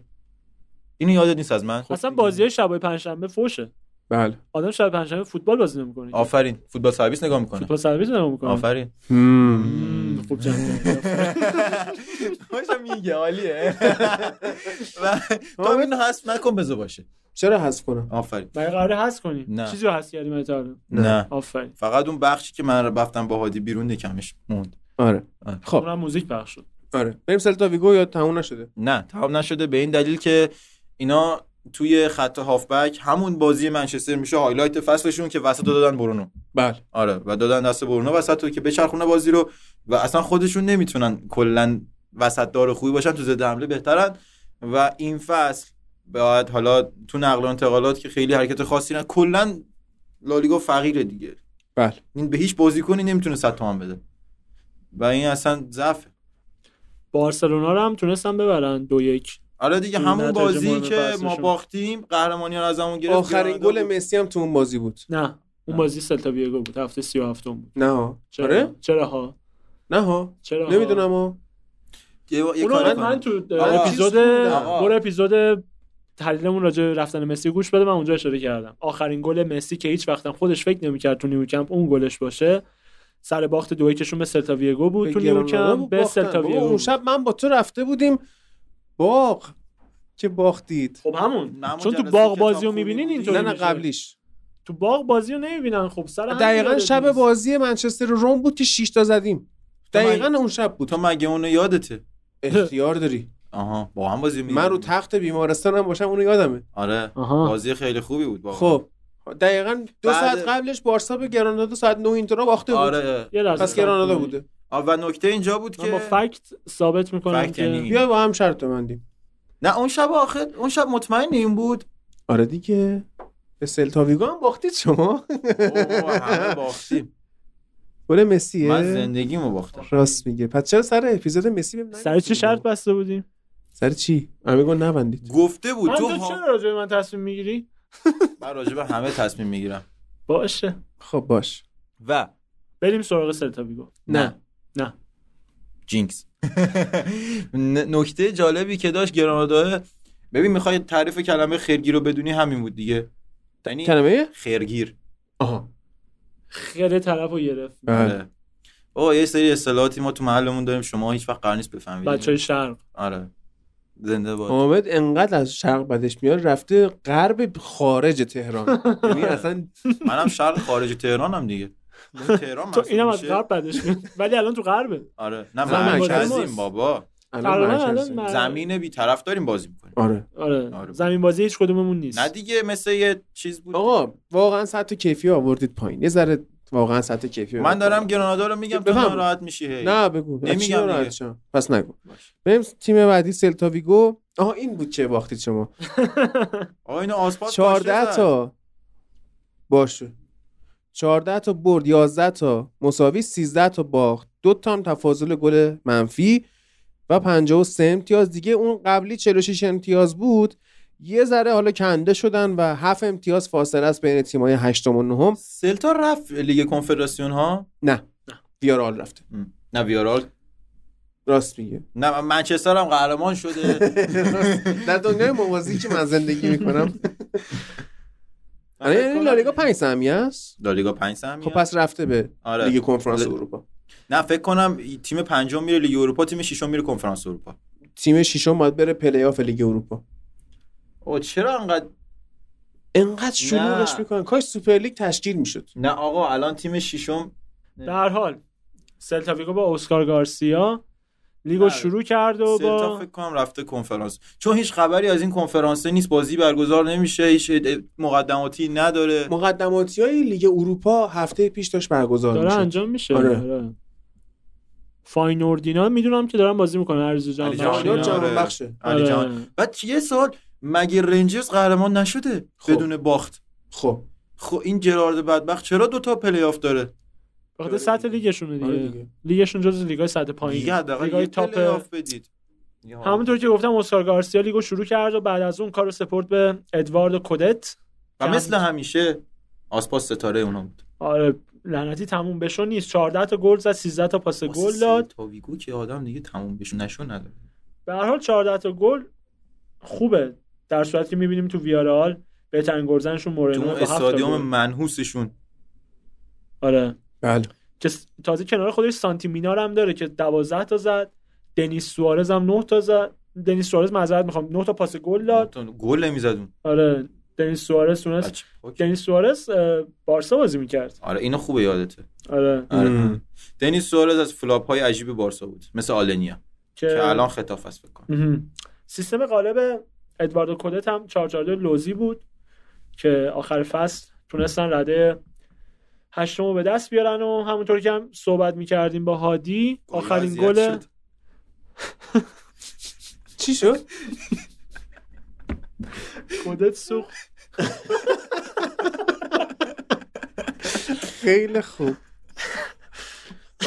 [SPEAKER 6] اینو یادت نیست از من
[SPEAKER 3] خب اصلا بازی شب پنجشنبه فوشه
[SPEAKER 1] بله
[SPEAKER 3] آدم شب پنجشنبه فوتبال بازی نمی‌کنه
[SPEAKER 6] آفرین فوتبال سرویس نگاه میکنه
[SPEAKER 3] فوتبال سرویس نگاه می‌کنه
[SPEAKER 6] آفرین
[SPEAKER 3] مم، خوب جمع کردی.
[SPEAKER 6] باشه میگه عالیه و تو
[SPEAKER 1] آره.
[SPEAKER 6] اینو حذف نکن بذار باشه
[SPEAKER 1] چرا حذف کنم
[SPEAKER 6] آفرین
[SPEAKER 3] برای قراره هست کنی
[SPEAKER 6] نه.
[SPEAKER 3] چیزی رو هست کردیم من تا الان؟
[SPEAKER 6] نه
[SPEAKER 3] آفرین
[SPEAKER 2] فقط اون بخشی که من رو رفتم با هادی بیرون یکمش موند
[SPEAKER 1] آره خب
[SPEAKER 3] اونم موزیک پخش شد
[SPEAKER 1] آره بریم سلتا ویگو یا تموم نشده
[SPEAKER 2] نه تمام نشده به این دلیل که اینا توی خط هافبک همون بازی منچستر میشه هایلایت فصلشون که وسط رو دادن برونو
[SPEAKER 1] بله
[SPEAKER 2] آره و دادن دست برونو وسط رو که بچرخونه بازی رو و اصلا خودشون نمیتونن کلا وسط دار خوبی باشن تو ضد حمله بهترن و این فصل باید حالا تو نقل و انتقالات که خیلی حرکت خاصی نه کلا لالیگا فقیره دیگه
[SPEAKER 1] بله
[SPEAKER 2] این به هیچ بازیکنی نمیتونه 100 تومن بده و این اصلا ضعف
[SPEAKER 3] بارسلونا رو هم تونستن ببرن دو یک
[SPEAKER 2] آره دیگه
[SPEAKER 3] این
[SPEAKER 2] همون
[SPEAKER 3] نتایج
[SPEAKER 2] بازی
[SPEAKER 3] مهم
[SPEAKER 2] که ما
[SPEAKER 3] فصلشون.
[SPEAKER 2] باختیم قهرمانی رو از همون گرفت
[SPEAKER 1] آخرین
[SPEAKER 2] گرانادا
[SPEAKER 1] گل
[SPEAKER 2] بود.
[SPEAKER 1] مسی هم تو اون بازی بود
[SPEAKER 3] نه اون بازی سلتا ویگو بود هفته 37 بود
[SPEAKER 1] نه ها
[SPEAKER 3] چرا
[SPEAKER 1] آره
[SPEAKER 3] چرا ها
[SPEAKER 1] نه ها
[SPEAKER 3] چرا ها؟
[SPEAKER 1] نمیدونم ها
[SPEAKER 2] یه- یه
[SPEAKER 3] اونو
[SPEAKER 2] کاری
[SPEAKER 3] من,
[SPEAKER 2] کنیم.
[SPEAKER 3] من تو
[SPEAKER 1] آقا.
[SPEAKER 3] اپیزود
[SPEAKER 1] آقا.
[SPEAKER 3] برو اپیزود تحلیلمون راجع به رفتن مسی گوش بده من اونجا اشاره کردم آخرین گل مسی که هیچ وقتم خودش فکر نمیکرد تو نیوکمپ اون گلش باشه سر باخت دو یکشون به سلتا ویگو بود تو نیوکمپ به سلتا ویگو
[SPEAKER 1] اون
[SPEAKER 3] بود.
[SPEAKER 1] شب من با تو رفته بودیم باغ که باختید
[SPEAKER 3] خب همون
[SPEAKER 2] همون
[SPEAKER 3] چون تو
[SPEAKER 2] جلسه
[SPEAKER 3] باغ
[SPEAKER 2] کتاب
[SPEAKER 3] بازی رو
[SPEAKER 2] خونی
[SPEAKER 3] میبینین
[SPEAKER 2] بودی.
[SPEAKER 3] اینطوری
[SPEAKER 1] نه نه
[SPEAKER 3] میشه.
[SPEAKER 1] قبلیش
[SPEAKER 3] تو باغ بازی رو نمیبینن خب سر همین
[SPEAKER 1] دقیقا
[SPEAKER 3] یادت
[SPEAKER 1] شب
[SPEAKER 3] نیست.
[SPEAKER 1] بازی منچستر و روم بود که 6 تا زدیم دقیقا اون شب بود
[SPEAKER 2] تو مگه اونو یادته
[SPEAKER 1] اختیار داری
[SPEAKER 2] آها با هم بازی می‌کردیم.
[SPEAKER 1] من رو تخت بیمارستانم باشم اونو یادمه
[SPEAKER 2] آره
[SPEAKER 3] آها
[SPEAKER 2] بازی خیلی خوبی بود واقعا
[SPEAKER 1] خب دقیقا دو
[SPEAKER 2] بعد-
[SPEAKER 1] ساعت قبلش بارسا به گرانادا ساعت 9 اینترا باخته بود
[SPEAKER 2] آره
[SPEAKER 3] یه لحظه
[SPEAKER 1] پس
[SPEAKER 3] صبر
[SPEAKER 1] گرانادا
[SPEAKER 3] کنید.
[SPEAKER 1] بوده
[SPEAKER 2] آه، و نکته اینجا بود
[SPEAKER 3] من با
[SPEAKER 2] که
[SPEAKER 3] فکت ثابت میکنم
[SPEAKER 2] فکت یعنی
[SPEAKER 3] که
[SPEAKER 2] این.
[SPEAKER 1] بیا با هم شرط بندیم
[SPEAKER 2] نه اون شب آخر اون شب مطمئن این بود
[SPEAKER 1] آره دیگه به سلتا ویگو هم باختید شما
[SPEAKER 2] اوه، همه باختیم
[SPEAKER 1] گل مسیه
[SPEAKER 2] من زندگیمو باختم
[SPEAKER 1] راست میگه پس چرا سر اپیزود مسی بهم
[SPEAKER 3] سر
[SPEAKER 1] نگفتی؟
[SPEAKER 3] چه شرط بسته بودیم
[SPEAKER 1] سر چی امیر گل نبندید
[SPEAKER 2] گفته بود
[SPEAKER 3] من
[SPEAKER 2] تو
[SPEAKER 3] تو
[SPEAKER 2] ها...
[SPEAKER 3] چرا راجع به من تصمیم میگیری
[SPEAKER 2] من راجع به همه تصمیم میگیرم
[SPEAKER 3] باشه
[SPEAKER 1] خب باش
[SPEAKER 2] و
[SPEAKER 3] بریم سراغ سلتا بیگو
[SPEAKER 1] نه
[SPEAKER 3] نه
[SPEAKER 2] جینکس ن- نکته جالبی که داشت گرانادا ببین میخوای تعریف کلمه خیرگیر رو بدونی همین بود دیگه یعنی
[SPEAKER 1] کلمه
[SPEAKER 2] خیرگیر
[SPEAKER 1] آها
[SPEAKER 3] خیره طرف رو گرفت
[SPEAKER 1] بله
[SPEAKER 2] آره. او یه سری اصطلاحاتی ما تو محلمون داریم شما هیچ وقت قرار نیست بفهمید
[SPEAKER 3] بچه های شرق
[SPEAKER 2] آره زنده باد
[SPEAKER 1] حامد انقدر از شرق بدش میاد رفته غرب خارج تهران یعنی اصلا
[SPEAKER 2] منم شرق خارج تهرانم دیگه من تهران
[SPEAKER 3] تو
[SPEAKER 2] محسوب
[SPEAKER 3] اینم از
[SPEAKER 2] میشه.
[SPEAKER 3] غرب بعدش میاد ولی الان تو غربه
[SPEAKER 2] آره نه
[SPEAKER 1] زمان
[SPEAKER 3] ماست. آره.
[SPEAKER 2] مرکزیم بابا
[SPEAKER 1] الان
[SPEAKER 3] تقریباً
[SPEAKER 1] مرکز.
[SPEAKER 3] الان مر-
[SPEAKER 2] زمین بی طرف داریم بازی میکنیم
[SPEAKER 1] آره
[SPEAKER 3] آره
[SPEAKER 2] آره.
[SPEAKER 3] زمین بازی هیچ کدوممون
[SPEAKER 2] نه
[SPEAKER 3] نیست
[SPEAKER 2] دیگه مثل یه چیز بود
[SPEAKER 1] آقا واقعا سطح کیفی آوردید پایین یه ذره واقعا سطح کیفی
[SPEAKER 2] من
[SPEAKER 1] آوردید
[SPEAKER 2] دارم گرانادا رو میگم تو
[SPEAKER 1] بفهم.
[SPEAKER 2] ناراحت میشی هی.
[SPEAKER 1] پایین. نه بگو
[SPEAKER 2] نمیگم
[SPEAKER 1] از چی ناراحت
[SPEAKER 2] دیگه.
[SPEAKER 1] شم؟ پس نگو بریم تیم بعدی سلتا ویگو آها این بود چه باختید شما
[SPEAKER 2] آقا اینو آسپاس
[SPEAKER 1] 14
[SPEAKER 2] پاشنه زد.
[SPEAKER 1] تا باشه 14 تا برد 11 تا مساوی 13 تا باخت دو تا هم تفاضل گل منفی و 53 امتیاز دیگه اون قبلی 46 امتیاز بود یه ذره حالا کنده شدن و 7 امتیاز فاصله است بین تیم‌های هشتم و نهم
[SPEAKER 2] سلتا رفت لیگ کنفدراسیون ها
[SPEAKER 1] نه ویارال رفته
[SPEAKER 2] م. نه ویارال
[SPEAKER 1] راست میگه
[SPEAKER 2] نه منچستر هم قهرمان شده
[SPEAKER 1] در دنیای موازی که من زندگی میکنم یعنی لالیگا 5 سهمیه است
[SPEAKER 2] لالیگا 5 سهمیه
[SPEAKER 1] خب پس رفته به
[SPEAKER 2] آره.
[SPEAKER 1] لیگ کنفرانس
[SPEAKER 2] ل-
[SPEAKER 1] اروپا
[SPEAKER 2] نه فکر کنم تیم پنجم میره لیگ اروپا تیم ششم میره کنفرانس اروپا
[SPEAKER 1] تیم ششم باید بره پلی آف لیگ اروپا
[SPEAKER 2] او چرا انقدر
[SPEAKER 1] انقدر شلوغش
[SPEAKER 2] نه.
[SPEAKER 1] میکنن کاش سوپر لیگ تشکیل میشد
[SPEAKER 2] نه آقا الان تیم ششم
[SPEAKER 3] به هر حال سلتا ویگو با اسکار گارسیا لیگو
[SPEAKER 2] نه.
[SPEAKER 3] شروع کرد و
[SPEAKER 2] سلتا
[SPEAKER 3] با
[SPEAKER 2] فکر کنم رفته کنفرانس چون هیچ خبری از این کنفرانس نیست بازی برگزار نمیشه هیچ مقدماتی نداره
[SPEAKER 1] مقدماتی های لیگ اروپا هفته پیش داشت برگزار
[SPEAKER 3] داره
[SPEAKER 1] میشد
[SPEAKER 3] انجام میشه
[SPEAKER 1] آره.
[SPEAKER 3] آره. فاینوردینا میدونم که دارن بازی میکنن عرض جان
[SPEAKER 2] علی جهانی
[SPEAKER 1] جهانیان
[SPEAKER 2] آره.
[SPEAKER 1] جهان بخشه
[SPEAKER 2] علی
[SPEAKER 3] آره.
[SPEAKER 2] جهان بعد یه سال مگه رنجرز قهرمان نشده
[SPEAKER 1] خب.
[SPEAKER 2] بدون باخت
[SPEAKER 1] خب
[SPEAKER 2] خب این جرارد بدبخت چرا دوتا پلی آف داره
[SPEAKER 3] بخاطر سطح لیگشونه دیگه
[SPEAKER 1] آره دیگه.
[SPEAKER 3] لیگشون جز لیگای سطح پایین
[SPEAKER 2] دیگه حداقل
[SPEAKER 3] لیگای
[SPEAKER 2] یه پلی
[SPEAKER 3] تاپ
[SPEAKER 2] آف بدید دیگه حالا.
[SPEAKER 3] خب. همونطور که گفتم اسکار گارسیا لیگو شروع کرد و بعد از اون کارو سپرد به ادوارد کودت
[SPEAKER 2] و مثل همیشه آسپاس ستاره اونا بود
[SPEAKER 3] آره لعنتی تموم بشو نیست 14 تا گل زد 13 تا پاس گل داد
[SPEAKER 2] تا ویگو که آدم دیگه تموم بشه نشون نداره
[SPEAKER 3] به هر حال 14 تا گل خوبه در صورتی که میبینیم تو ویارال بهترین گلزنشون
[SPEAKER 2] تو
[SPEAKER 3] مورینو با
[SPEAKER 2] اون
[SPEAKER 3] هفت تا
[SPEAKER 2] استادیوم
[SPEAKER 3] گل.
[SPEAKER 2] منحوسشون
[SPEAKER 3] آره
[SPEAKER 1] بله
[SPEAKER 3] که س- تازه کنار خودش سانتی مینار هم داره که 12 تا زد دنیس سوارز هم 9 تا زد دنیس سوارز معذرت میخوام 9 تا پاس گل داد
[SPEAKER 2] گل نمیزد اون
[SPEAKER 3] آره دنیس سوارز تونست
[SPEAKER 2] بچه، پاک.
[SPEAKER 3] دنیس سوارز اه، بارسا بازی میکرد
[SPEAKER 2] آره اینو خوبه یادته
[SPEAKER 3] آره
[SPEAKER 2] آره.
[SPEAKER 1] مم.
[SPEAKER 2] دنیس سوارز از فلاپ های عجیب بارسا بود مثل آلنیا
[SPEAKER 3] که
[SPEAKER 2] که الان خطاف است بکن
[SPEAKER 3] مهم. سیستم قالب ادواردو کودت هم 442 لوزی بود که آخر فصل تونستن رده هشتم رو به دست بیارن و همونطور که هم صحبت میکردیم با هادی آخرین
[SPEAKER 2] اذیت
[SPEAKER 3] گل
[SPEAKER 2] شد.
[SPEAKER 1] چی شد
[SPEAKER 3] کودت سوخت
[SPEAKER 1] خیلی خوب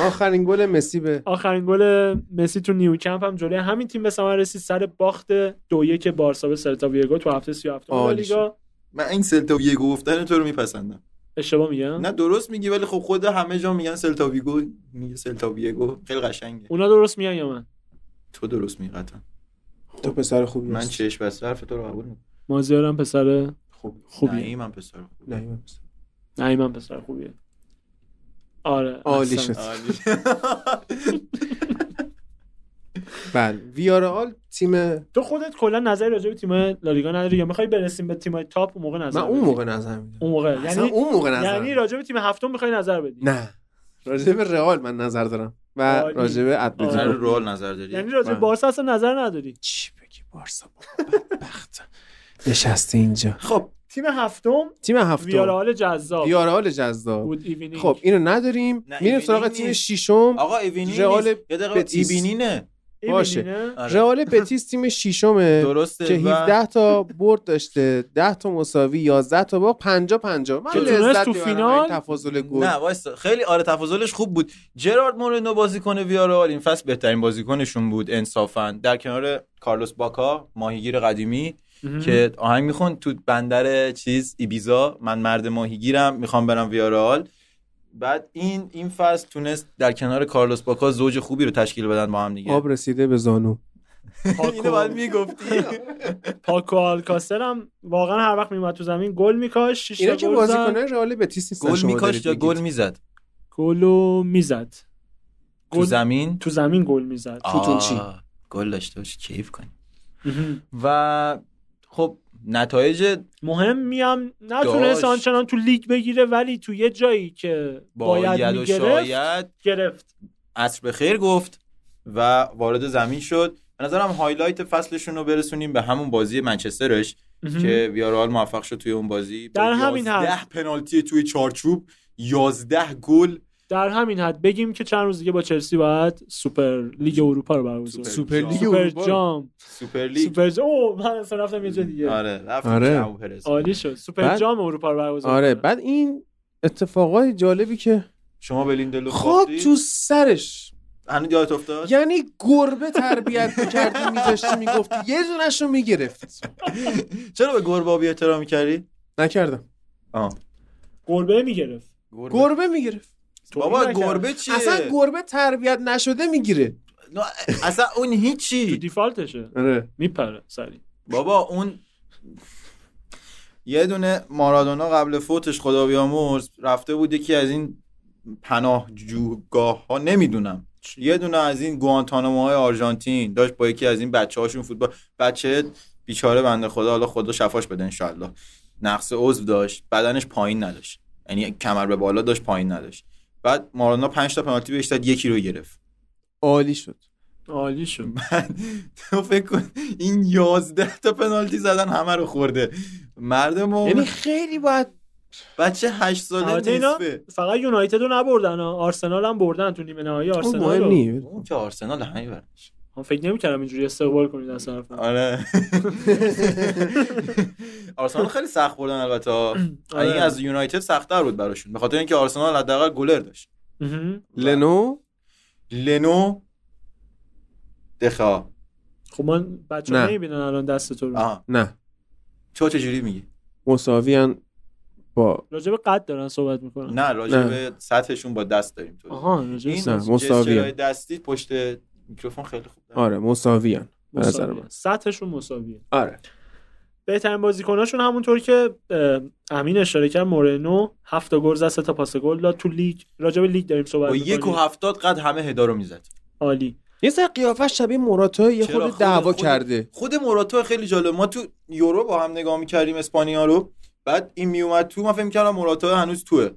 [SPEAKER 1] آخرین گل مسی به
[SPEAKER 3] آخرین گل مسی تو نیوکمپ هم جلوی همین تیم به ثمر رسید سر باخت دو یک بارسا به سلتا ویگو تو هفته 37
[SPEAKER 1] عالی
[SPEAKER 3] لیگا
[SPEAKER 2] من این سلتا ویگو گفتن تو رو میپسندم
[SPEAKER 3] اشتباه میگم
[SPEAKER 2] نه درست میگی ولی خب خود همه جا میگن سلتا ویگو میگه سلتا ویگو خیلی قشنگه
[SPEAKER 3] اونا درست میگن یا من
[SPEAKER 2] تو درست میگی قطعا
[SPEAKER 1] تو پسر خوبی
[SPEAKER 2] من
[SPEAKER 1] هستی.
[SPEAKER 2] چشم بسته حرف تو رو قبول میکنم
[SPEAKER 3] مازیارم پسر
[SPEAKER 1] خوب
[SPEAKER 3] خوبیه.
[SPEAKER 2] نه من پسر
[SPEAKER 1] نه من پسر.
[SPEAKER 3] نه من پسر خوبیه آره
[SPEAKER 1] عالی
[SPEAKER 3] احسن.
[SPEAKER 1] شد
[SPEAKER 2] عالی.
[SPEAKER 1] بله ویارال تیم من
[SPEAKER 3] تو خودت کلا نظری راجع به تیم لالیگا نداری یا میخوای برسیم به تیم تاپ اون موقع نظر
[SPEAKER 1] اون
[SPEAKER 3] بدی؟
[SPEAKER 1] موقع نظر میدم
[SPEAKER 3] اون موقع
[SPEAKER 1] اصلا
[SPEAKER 3] یعنی
[SPEAKER 1] اون موقع نظر
[SPEAKER 3] یعنی
[SPEAKER 1] میدم.
[SPEAKER 3] راجع به تیم هفتم میخوای نظر بدی
[SPEAKER 1] نه راجع به رئال من نظر دارم و
[SPEAKER 3] عالی.
[SPEAKER 1] راجع به
[SPEAKER 2] نظر
[SPEAKER 1] اتلتیکو
[SPEAKER 3] آره.
[SPEAKER 2] رول نظر داری
[SPEAKER 3] یعنی راجع به
[SPEAKER 1] من-
[SPEAKER 3] بارسا اصلا نظر نداری
[SPEAKER 1] چی بگی بارسا بابا، بدبخت نشسته اینجا
[SPEAKER 2] خب
[SPEAKER 3] تیم هفتم
[SPEAKER 1] تیم هفتم
[SPEAKER 3] ویارال جذاب
[SPEAKER 1] ویارال جذاب
[SPEAKER 3] بود ایوینینگ
[SPEAKER 1] خب اینو نداریم
[SPEAKER 2] نه،
[SPEAKER 1] میریم
[SPEAKER 2] ایوینینگ
[SPEAKER 1] سراغ تیم
[SPEAKER 2] نیست.
[SPEAKER 1] ششم
[SPEAKER 2] آقا ایوینی
[SPEAKER 1] رئال
[SPEAKER 2] نیست. یه دقیقه
[SPEAKER 1] بتیس.
[SPEAKER 2] ایبینینه
[SPEAKER 3] ایوینینگ
[SPEAKER 1] باشه.
[SPEAKER 3] نه؟
[SPEAKER 2] آره.
[SPEAKER 1] رئال بتیس تیم ششمه
[SPEAKER 2] درسته
[SPEAKER 1] که
[SPEAKER 2] و
[SPEAKER 1] 17 تا برد داشته 10 تا مساوی 11 تا با 50 50 من
[SPEAKER 3] که تونست
[SPEAKER 1] لذت
[SPEAKER 3] تو
[SPEAKER 1] می‌برم از این
[SPEAKER 3] فینال-
[SPEAKER 1] تفاضل گل
[SPEAKER 2] نه وایسا خیلی آره تفاضلش خوب بود جرارد مورینو بازیکن ویارال این فصل بهترین بازیکنشون بود انصافا در کنار کارلوس باکا ماهیگیر قدیمی
[SPEAKER 3] مهم.
[SPEAKER 2] که آهنگ میخون تو بندر چیز ایبیزا من مرد ماهیگیرم میخوام برم ویارال بعد این این فصل تونست در کنار کارلوس باکا زوج خوبی رو تشکیل بدن با هم دیگه
[SPEAKER 1] آب رسیده به زانو
[SPEAKER 2] اینو باید
[SPEAKER 3] پاکو
[SPEAKER 2] میگفتی
[SPEAKER 3] پاکو آلکاستر هم واقعا هر وقت میومد تو زمین گل میکاش شش
[SPEAKER 1] اینا
[SPEAKER 3] تا
[SPEAKER 1] که
[SPEAKER 3] گل
[SPEAKER 1] بازیکنان
[SPEAKER 3] زد
[SPEAKER 1] رئال بتیس نیستن
[SPEAKER 2] گل
[SPEAKER 1] شما
[SPEAKER 2] میکاش
[SPEAKER 1] دارید
[SPEAKER 2] یا گل
[SPEAKER 1] میگید.
[SPEAKER 2] میزد
[SPEAKER 3] گلو میزد
[SPEAKER 2] تو
[SPEAKER 3] گل
[SPEAKER 2] زمین
[SPEAKER 3] تو زمین گل میزد
[SPEAKER 1] توتون چی؟
[SPEAKER 2] آه، گل داشته باشی کیف کنی
[SPEAKER 3] مهم.
[SPEAKER 2] و خب نتایج
[SPEAKER 3] مهمی هم نتونست
[SPEAKER 2] داشت.
[SPEAKER 3] آنچنان تو لیگ بگیره ولی تو یه جایی که باید,
[SPEAKER 2] باید و
[SPEAKER 3] میگرفت
[SPEAKER 2] شاید
[SPEAKER 3] گرفت
[SPEAKER 2] عصر به خیر گفت و وارد زمین شد به نظرم هایلایت فصلشون رو برسونیم به همون بازی منچسترش که ویارال موفق شد توی اون بازی با
[SPEAKER 3] در همین
[SPEAKER 2] 11
[SPEAKER 3] حد.
[SPEAKER 2] پنالتی توی چارچوب 11 گل
[SPEAKER 3] در همین حد بگیم که چند روز دیگه با چلسی باید سوپر لیگ اروپا رو برگزار
[SPEAKER 2] سوپر-
[SPEAKER 1] سوپر لیگ
[SPEAKER 3] سوپر
[SPEAKER 1] اروپا رو.
[SPEAKER 3] جام
[SPEAKER 2] سوپر لیگ
[SPEAKER 3] سوپر جام اوه، من اصلا رفتم یه جا دیگه
[SPEAKER 2] آره رفتیم
[SPEAKER 1] آره.
[SPEAKER 2] جمع و پرس.
[SPEAKER 3] عالی شد سوپر
[SPEAKER 1] بعد-
[SPEAKER 3] جام اروپا رو برگزار
[SPEAKER 1] آره
[SPEAKER 3] کنن.
[SPEAKER 1] بعد این اتفاقای جالبی که
[SPEAKER 2] شما بلیندلو
[SPEAKER 3] خب،
[SPEAKER 1] خواب
[SPEAKER 2] خواهدی
[SPEAKER 1] تو سرش
[SPEAKER 2] هنوز یادت افتاد
[SPEAKER 1] یعنی گربه تربیت میکردی میذاشتی میگفتی یه دونش رو میگرفت
[SPEAKER 2] چرا به گربابی احترام کردی
[SPEAKER 1] نکردم
[SPEAKER 3] گربه میگرفت
[SPEAKER 1] گربه میگرفت
[SPEAKER 2] بابا
[SPEAKER 3] توهین نکرد.
[SPEAKER 2] گربه چیه
[SPEAKER 1] اصلا گربه تربیت نشده میگیره
[SPEAKER 2] نه، اصلا اون
[SPEAKER 3] تو
[SPEAKER 2] هیچی
[SPEAKER 3] دیفالتشه
[SPEAKER 1] آره
[SPEAKER 3] میپره سری
[SPEAKER 2] بابا اون یه دونه مارادونا قبل فوتش خدا بیامرز رفته بود یکی از این پناهجوگاه ها نمیدونم یه دونه از این گوانتانامو های آرژانتین داشت با یکی از این بچه هاشون فوتبال بچه بیچاره بنده خدا حالا خدا شفاش بده انشالله نقص عضو داشت بدنش پایین نداشت یعنی کمر به بالا داشت پایین نداشت بعد مارادونا 5 تا پنالتی بهش داد یکی رو گرفت
[SPEAKER 1] عالی شد
[SPEAKER 3] عالی شد
[SPEAKER 2] تو فکر کن این 11 تا پنالتی زدن همه رو خورده مردم و
[SPEAKER 1] یعنی خیلی باید
[SPEAKER 2] بچه 8
[SPEAKER 3] البته
[SPEAKER 2] ساله
[SPEAKER 3] اینا
[SPEAKER 2] نیسته
[SPEAKER 3] فقط یونایتد رو نبردن ها. آرسنال هم بردن تو نیمه نهایی
[SPEAKER 1] اون
[SPEAKER 3] آرسنال
[SPEAKER 1] مهم
[SPEAKER 3] رو.
[SPEAKER 1] نیست
[SPEAKER 2] اون که آرسنال همین برش
[SPEAKER 3] من فکر نمیکردم اینجوری استقبال کنید از طرف من.
[SPEAKER 2] آره آرسنال خیلی سخت بردن البته
[SPEAKER 3] آره.
[SPEAKER 2] این از یونایتد سخت‌تر بود براشون به خاطر اینکه آرسنال حداقل گلر داشت
[SPEAKER 3] مهم.
[SPEAKER 1] لنو
[SPEAKER 2] لنو دخا
[SPEAKER 3] خب من بچه
[SPEAKER 1] نه.
[SPEAKER 3] نمیبینن الان دست تو رو
[SPEAKER 2] آها
[SPEAKER 1] نه
[SPEAKER 2] تو چجوری میگی
[SPEAKER 1] مساویان با
[SPEAKER 3] راجع به قد دارن صحبت میکنن
[SPEAKER 2] نه راجع
[SPEAKER 1] نه.
[SPEAKER 2] به سطحشون با دست داریم تو
[SPEAKER 3] آها راجع به
[SPEAKER 2] این
[SPEAKER 1] نه، مساویه.
[SPEAKER 2] جسترهای دستی پشت میکروفون خیلی خوب داره.
[SPEAKER 1] آره مساویان به نظر
[SPEAKER 3] مساویه.
[SPEAKER 1] من.
[SPEAKER 3] سطحشون مساویه
[SPEAKER 1] آره
[SPEAKER 3] بهترین بازیکناشون همونطور که اه، امین اشاره کرد مورنو هفت تا گل زد سه تا پاس گل داد تو لیگ راجع به لیگ داریم صحبت
[SPEAKER 2] با یک و
[SPEAKER 3] می‌کنیم.
[SPEAKER 2] هفتاد قد همه هدا رو میزد
[SPEAKER 3] عالی
[SPEAKER 1] یه سر قیافش شبیه موراتا یه
[SPEAKER 2] چرا؟
[SPEAKER 1] خود
[SPEAKER 2] خود-
[SPEAKER 1] دعوا
[SPEAKER 2] خود-
[SPEAKER 1] کرده
[SPEAKER 2] خود موراتا خیلی جالب ما تو یورو با هم نگاه میکردیم اسپانیا رو بعد این میومد تو من فکر میکردم موراتا هنوز توه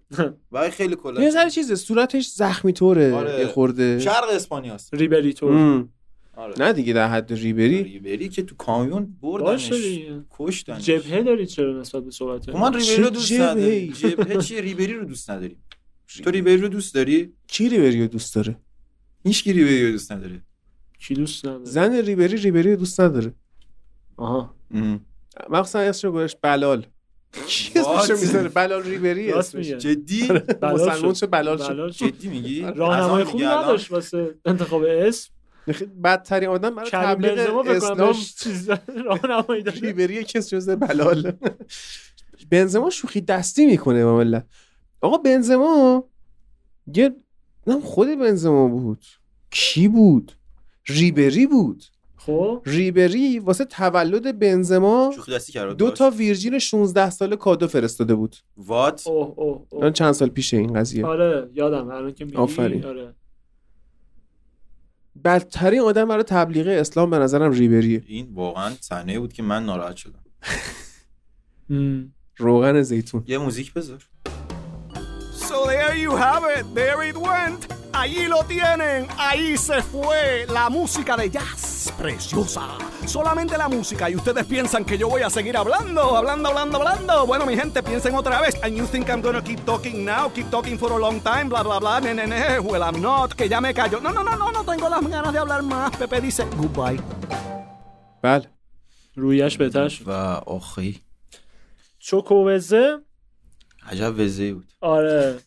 [SPEAKER 2] و خیلی
[SPEAKER 1] یه سر
[SPEAKER 2] کلا
[SPEAKER 1] چیزه صورتش زخمی طوره
[SPEAKER 2] آره.
[SPEAKER 1] یه خورده
[SPEAKER 2] شرق اسپانیاست
[SPEAKER 3] ریبری تو
[SPEAKER 1] مم.
[SPEAKER 2] آره
[SPEAKER 1] نه دیگه در حد ریبری
[SPEAKER 2] ریبری که تو کامیون
[SPEAKER 3] باشه
[SPEAKER 2] بردنش
[SPEAKER 3] دیگه.
[SPEAKER 2] کشتنش
[SPEAKER 3] جبهه دارید چرا نسبت به صحبت
[SPEAKER 2] خب من ریبری رو
[SPEAKER 1] چه
[SPEAKER 2] دوست
[SPEAKER 1] جبهه‌ای؟
[SPEAKER 2] نداریم جبهه چیه ریبری رو دوست نداریم تو ریبری رو دوست داری
[SPEAKER 1] کی ریبری رو دوست داره
[SPEAKER 2] هیچ کی ریبری رو دوست نداره
[SPEAKER 3] کی دوست نداره
[SPEAKER 1] زن ریبری ریبری رو دوست نداره
[SPEAKER 3] آها
[SPEAKER 1] مخصوصا اسمش گوش بلال کی اسمشو
[SPEAKER 2] What?
[SPEAKER 1] میذاره بلال ریبری
[SPEAKER 3] راست
[SPEAKER 1] اسمش
[SPEAKER 3] میگه
[SPEAKER 2] جدی
[SPEAKER 3] بلال
[SPEAKER 1] مسلمون
[SPEAKER 3] شد.
[SPEAKER 1] چه بلال شد
[SPEAKER 3] بلال شد
[SPEAKER 2] جدی میگی
[SPEAKER 3] آره. راهنمای
[SPEAKER 2] الان
[SPEAKER 3] خوبی
[SPEAKER 2] دیگه الان
[SPEAKER 3] نداشت واسه انتخاب اسم
[SPEAKER 1] خیلی بدترین آدم برای
[SPEAKER 3] کریم
[SPEAKER 1] تبلیغ
[SPEAKER 3] بنزما فکر کنم
[SPEAKER 1] اسلام
[SPEAKER 3] بهش چیز راهنمایی داره
[SPEAKER 1] ریبری کس جزه بلال بنزما شوخی دستی میکنه با ملت آقا بنزما یه نه خود بنزما بود کی بود ریبری بود
[SPEAKER 3] خب
[SPEAKER 1] ریبری واسه تولد بنزما
[SPEAKER 2] شوخی دستی کرد
[SPEAKER 1] دو تا ویرجین 16 ساله کادو فرستاده بود
[SPEAKER 2] وات
[SPEAKER 3] اوه اوه
[SPEAKER 1] الان
[SPEAKER 3] اوه
[SPEAKER 1] چند سال پیش این قضیه
[SPEAKER 3] آره یادم الان که میگی
[SPEAKER 1] آفرین.
[SPEAKER 3] آره
[SPEAKER 1] بدترین آدم برای تبلیغ اسلام به نظرم ریبریه
[SPEAKER 2] این واقعا صحنه بود که من ناراحت شدم
[SPEAKER 3] مم.
[SPEAKER 1] روغن زیتون
[SPEAKER 2] یه موزیک بذار
[SPEAKER 5] So there you have it, there it went. Allí lo tienen, ahí se fue. La música de jazz, preciosa. Solamente la música. Y ustedes piensan que yo voy a seguir hablando, hablando, hablando, hablando. Bueno, mi gente, piensen otra vez. And you think I'm gonna keep talking now, keep talking for a long time, bla, bla, bla, ne, ne, ne. Well, I'm not, que ya me callo. No, no, no, no, no tengo las ganas de hablar más. Pepe dice goodbye.
[SPEAKER 1] بله
[SPEAKER 3] رویش بهتر شد
[SPEAKER 2] و آخی
[SPEAKER 3] چوکووزه
[SPEAKER 2] عجب وزه بود
[SPEAKER 3] آره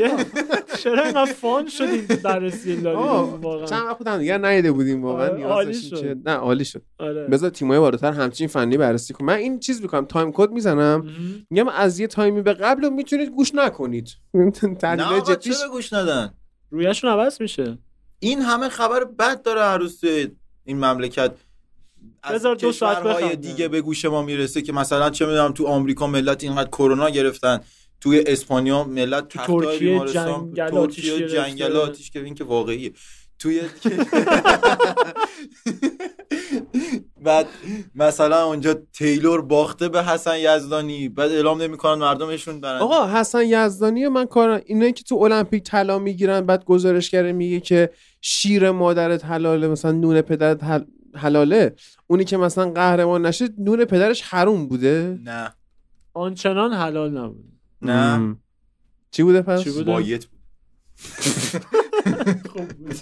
[SPEAKER 3] یه- چرا اینقدر فان شدیم بررسی لالیگا
[SPEAKER 1] آه،
[SPEAKER 3] واقعا
[SPEAKER 1] چند وقت بود هم دیگه نیده بودیم واقعا
[SPEAKER 3] آره،
[SPEAKER 1] نیاز
[SPEAKER 3] عالی
[SPEAKER 1] داشتیم
[SPEAKER 3] شد.
[SPEAKER 1] که- نه عالی شد
[SPEAKER 3] آره
[SPEAKER 1] بذار تیمای بالاتر همچین فنی بررسی کنم من این چیز میکنم تایم کد میزنم
[SPEAKER 3] مهم.
[SPEAKER 1] میگم از یه تایمی به قبل رو میتونید گوش نکنید
[SPEAKER 2] نه
[SPEAKER 1] تحلیل
[SPEAKER 2] آقا
[SPEAKER 1] جدیش
[SPEAKER 2] چرا گوش ندن
[SPEAKER 3] رویشون عوض میشه
[SPEAKER 2] این همه خبر بد داره هر روز توی این مملکت از
[SPEAKER 3] بذار دو ساعت
[SPEAKER 2] کشورهای
[SPEAKER 3] بخندن.
[SPEAKER 2] دیگه به گوش ما میرسه که مثلا چه میدونم تو آمریکا ملت اینقدر کرونا گرفتن توی اسپانیا ملت
[SPEAKER 3] تو
[SPEAKER 2] تختای
[SPEAKER 3] ترکیه
[SPEAKER 2] بیمارستان-
[SPEAKER 3] جنگل آتیش
[SPEAKER 2] ترکیه
[SPEAKER 3] گرفته.
[SPEAKER 2] جنگل آتیش که این که واقعیه توی بعد مثلا اونجا تیلور باخته به حسن یزدانی بعد اعلام نمیکنن مردمشون برنده
[SPEAKER 1] آقا حسن یزدانی من کار اینه که تو المپیک طلا میگیرن بعد گزارشگر میگه که شیر مادرت حلاله مثلا نون پدرت حل- حلاله اونی که مثلا قهرمان نشه نون پدرش حروم بوده
[SPEAKER 2] نه
[SPEAKER 3] آنچنان حلال نبود
[SPEAKER 2] نه
[SPEAKER 1] مم. چی بوده پس
[SPEAKER 3] چی بوده؟
[SPEAKER 2] بایت بود. خب.
[SPEAKER 3] خوب بود.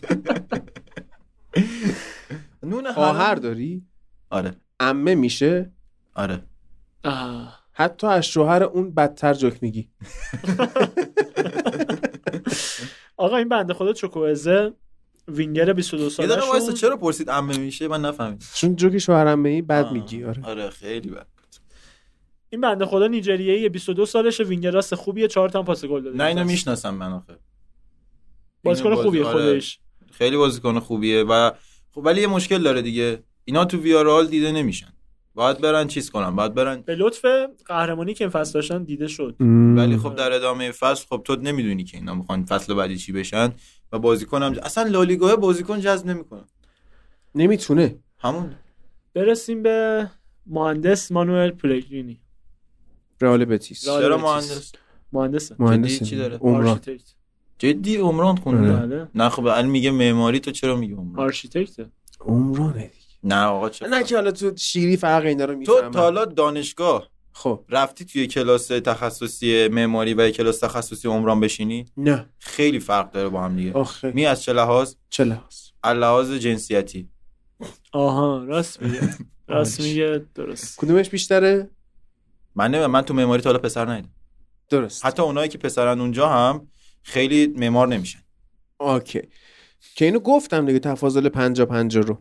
[SPEAKER 2] نون
[SPEAKER 1] خواهر
[SPEAKER 2] حلال-
[SPEAKER 1] داری
[SPEAKER 2] آره
[SPEAKER 1] عمه میشه
[SPEAKER 2] آره
[SPEAKER 3] آه.
[SPEAKER 1] حتی از شوهر اون بدتر جوک میگی
[SPEAKER 3] آقا این بنده خدا چوکوزه وینگر 22
[SPEAKER 2] یه دقیقه وایسا
[SPEAKER 3] سالشون
[SPEAKER 2] چرا پرسید عمه میشه من نفهمیدم
[SPEAKER 1] چون جوک شوهر عمه ای بد
[SPEAKER 2] آه.
[SPEAKER 1] میگی آره
[SPEAKER 2] آره خیلی بد
[SPEAKER 3] این بنده خدا نیجریه 22 سالش وینگر راست خوبیه 4 تا هم پاس گل داده
[SPEAKER 2] نه اینو میشناسم من آخه
[SPEAKER 3] بازیکن
[SPEAKER 2] اینو باز-
[SPEAKER 3] خوبیه
[SPEAKER 2] آره.
[SPEAKER 3] خودش
[SPEAKER 2] خیلی بازیکن خوبیه و خب ولی یه مشکل داره دیگه اینا تو ویارال دیده نمیشن باید برن چیز کنن باید برن
[SPEAKER 3] به لطف قهرمانی که این فصل داشتن دیده شد
[SPEAKER 2] ولی خب در ادامه فصل خب تو نمیدونی که اینا میخوان فصل بعدی چی بشن و بازیکن هم اصلا لالیگاه بازیکن جذب نمیکنه
[SPEAKER 1] نمیتونه
[SPEAKER 2] همون
[SPEAKER 3] برسیم به مهندس مانوئل پلگرینی
[SPEAKER 1] رئال بتیس
[SPEAKER 3] رئال-
[SPEAKER 2] چرا
[SPEAKER 3] بتیس.
[SPEAKER 2] مهندس
[SPEAKER 3] مهندس
[SPEAKER 1] مهندس
[SPEAKER 2] چی داره؟
[SPEAKER 1] عمران
[SPEAKER 3] آرشیتکت
[SPEAKER 2] جدی عمران
[SPEAKER 1] آره.
[SPEAKER 2] خونده
[SPEAKER 3] بله
[SPEAKER 2] نه خب الان میگه معماری تو چرا میگی
[SPEAKER 3] آره.
[SPEAKER 2] عمران
[SPEAKER 3] آرشیتکت
[SPEAKER 1] عمرانه دیگه.
[SPEAKER 2] نه آقا چرا
[SPEAKER 1] نه که حالا تو شیری فرق اینا رو
[SPEAKER 2] تو
[SPEAKER 1] میفهمم
[SPEAKER 2] تا حالا دانشگاه
[SPEAKER 1] خب
[SPEAKER 2] رفتی توی کلاس تخصصی معماری و یه کلاس تخصصی عمران بشینی
[SPEAKER 1] نه
[SPEAKER 2] خیلی فرق داره با هم دیگه
[SPEAKER 1] آخه
[SPEAKER 2] می از چه لحاظ
[SPEAKER 1] چه لحاظ
[SPEAKER 2] از لحاظ جنسیتی
[SPEAKER 3] آها راست میگه راست میگه درست
[SPEAKER 1] کدومش بیشتره
[SPEAKER 2] من نمی- من تو معماری تا حالا پسر ندیدم
[SPEAKER 1] درست
[SPEAKER 2] حتی اونایی که پسرن اونجا هم خیلی معمار نمیشن
[SPEAKER 1] آکی که اینو گفتم دیگه تفاضل 50 50 رو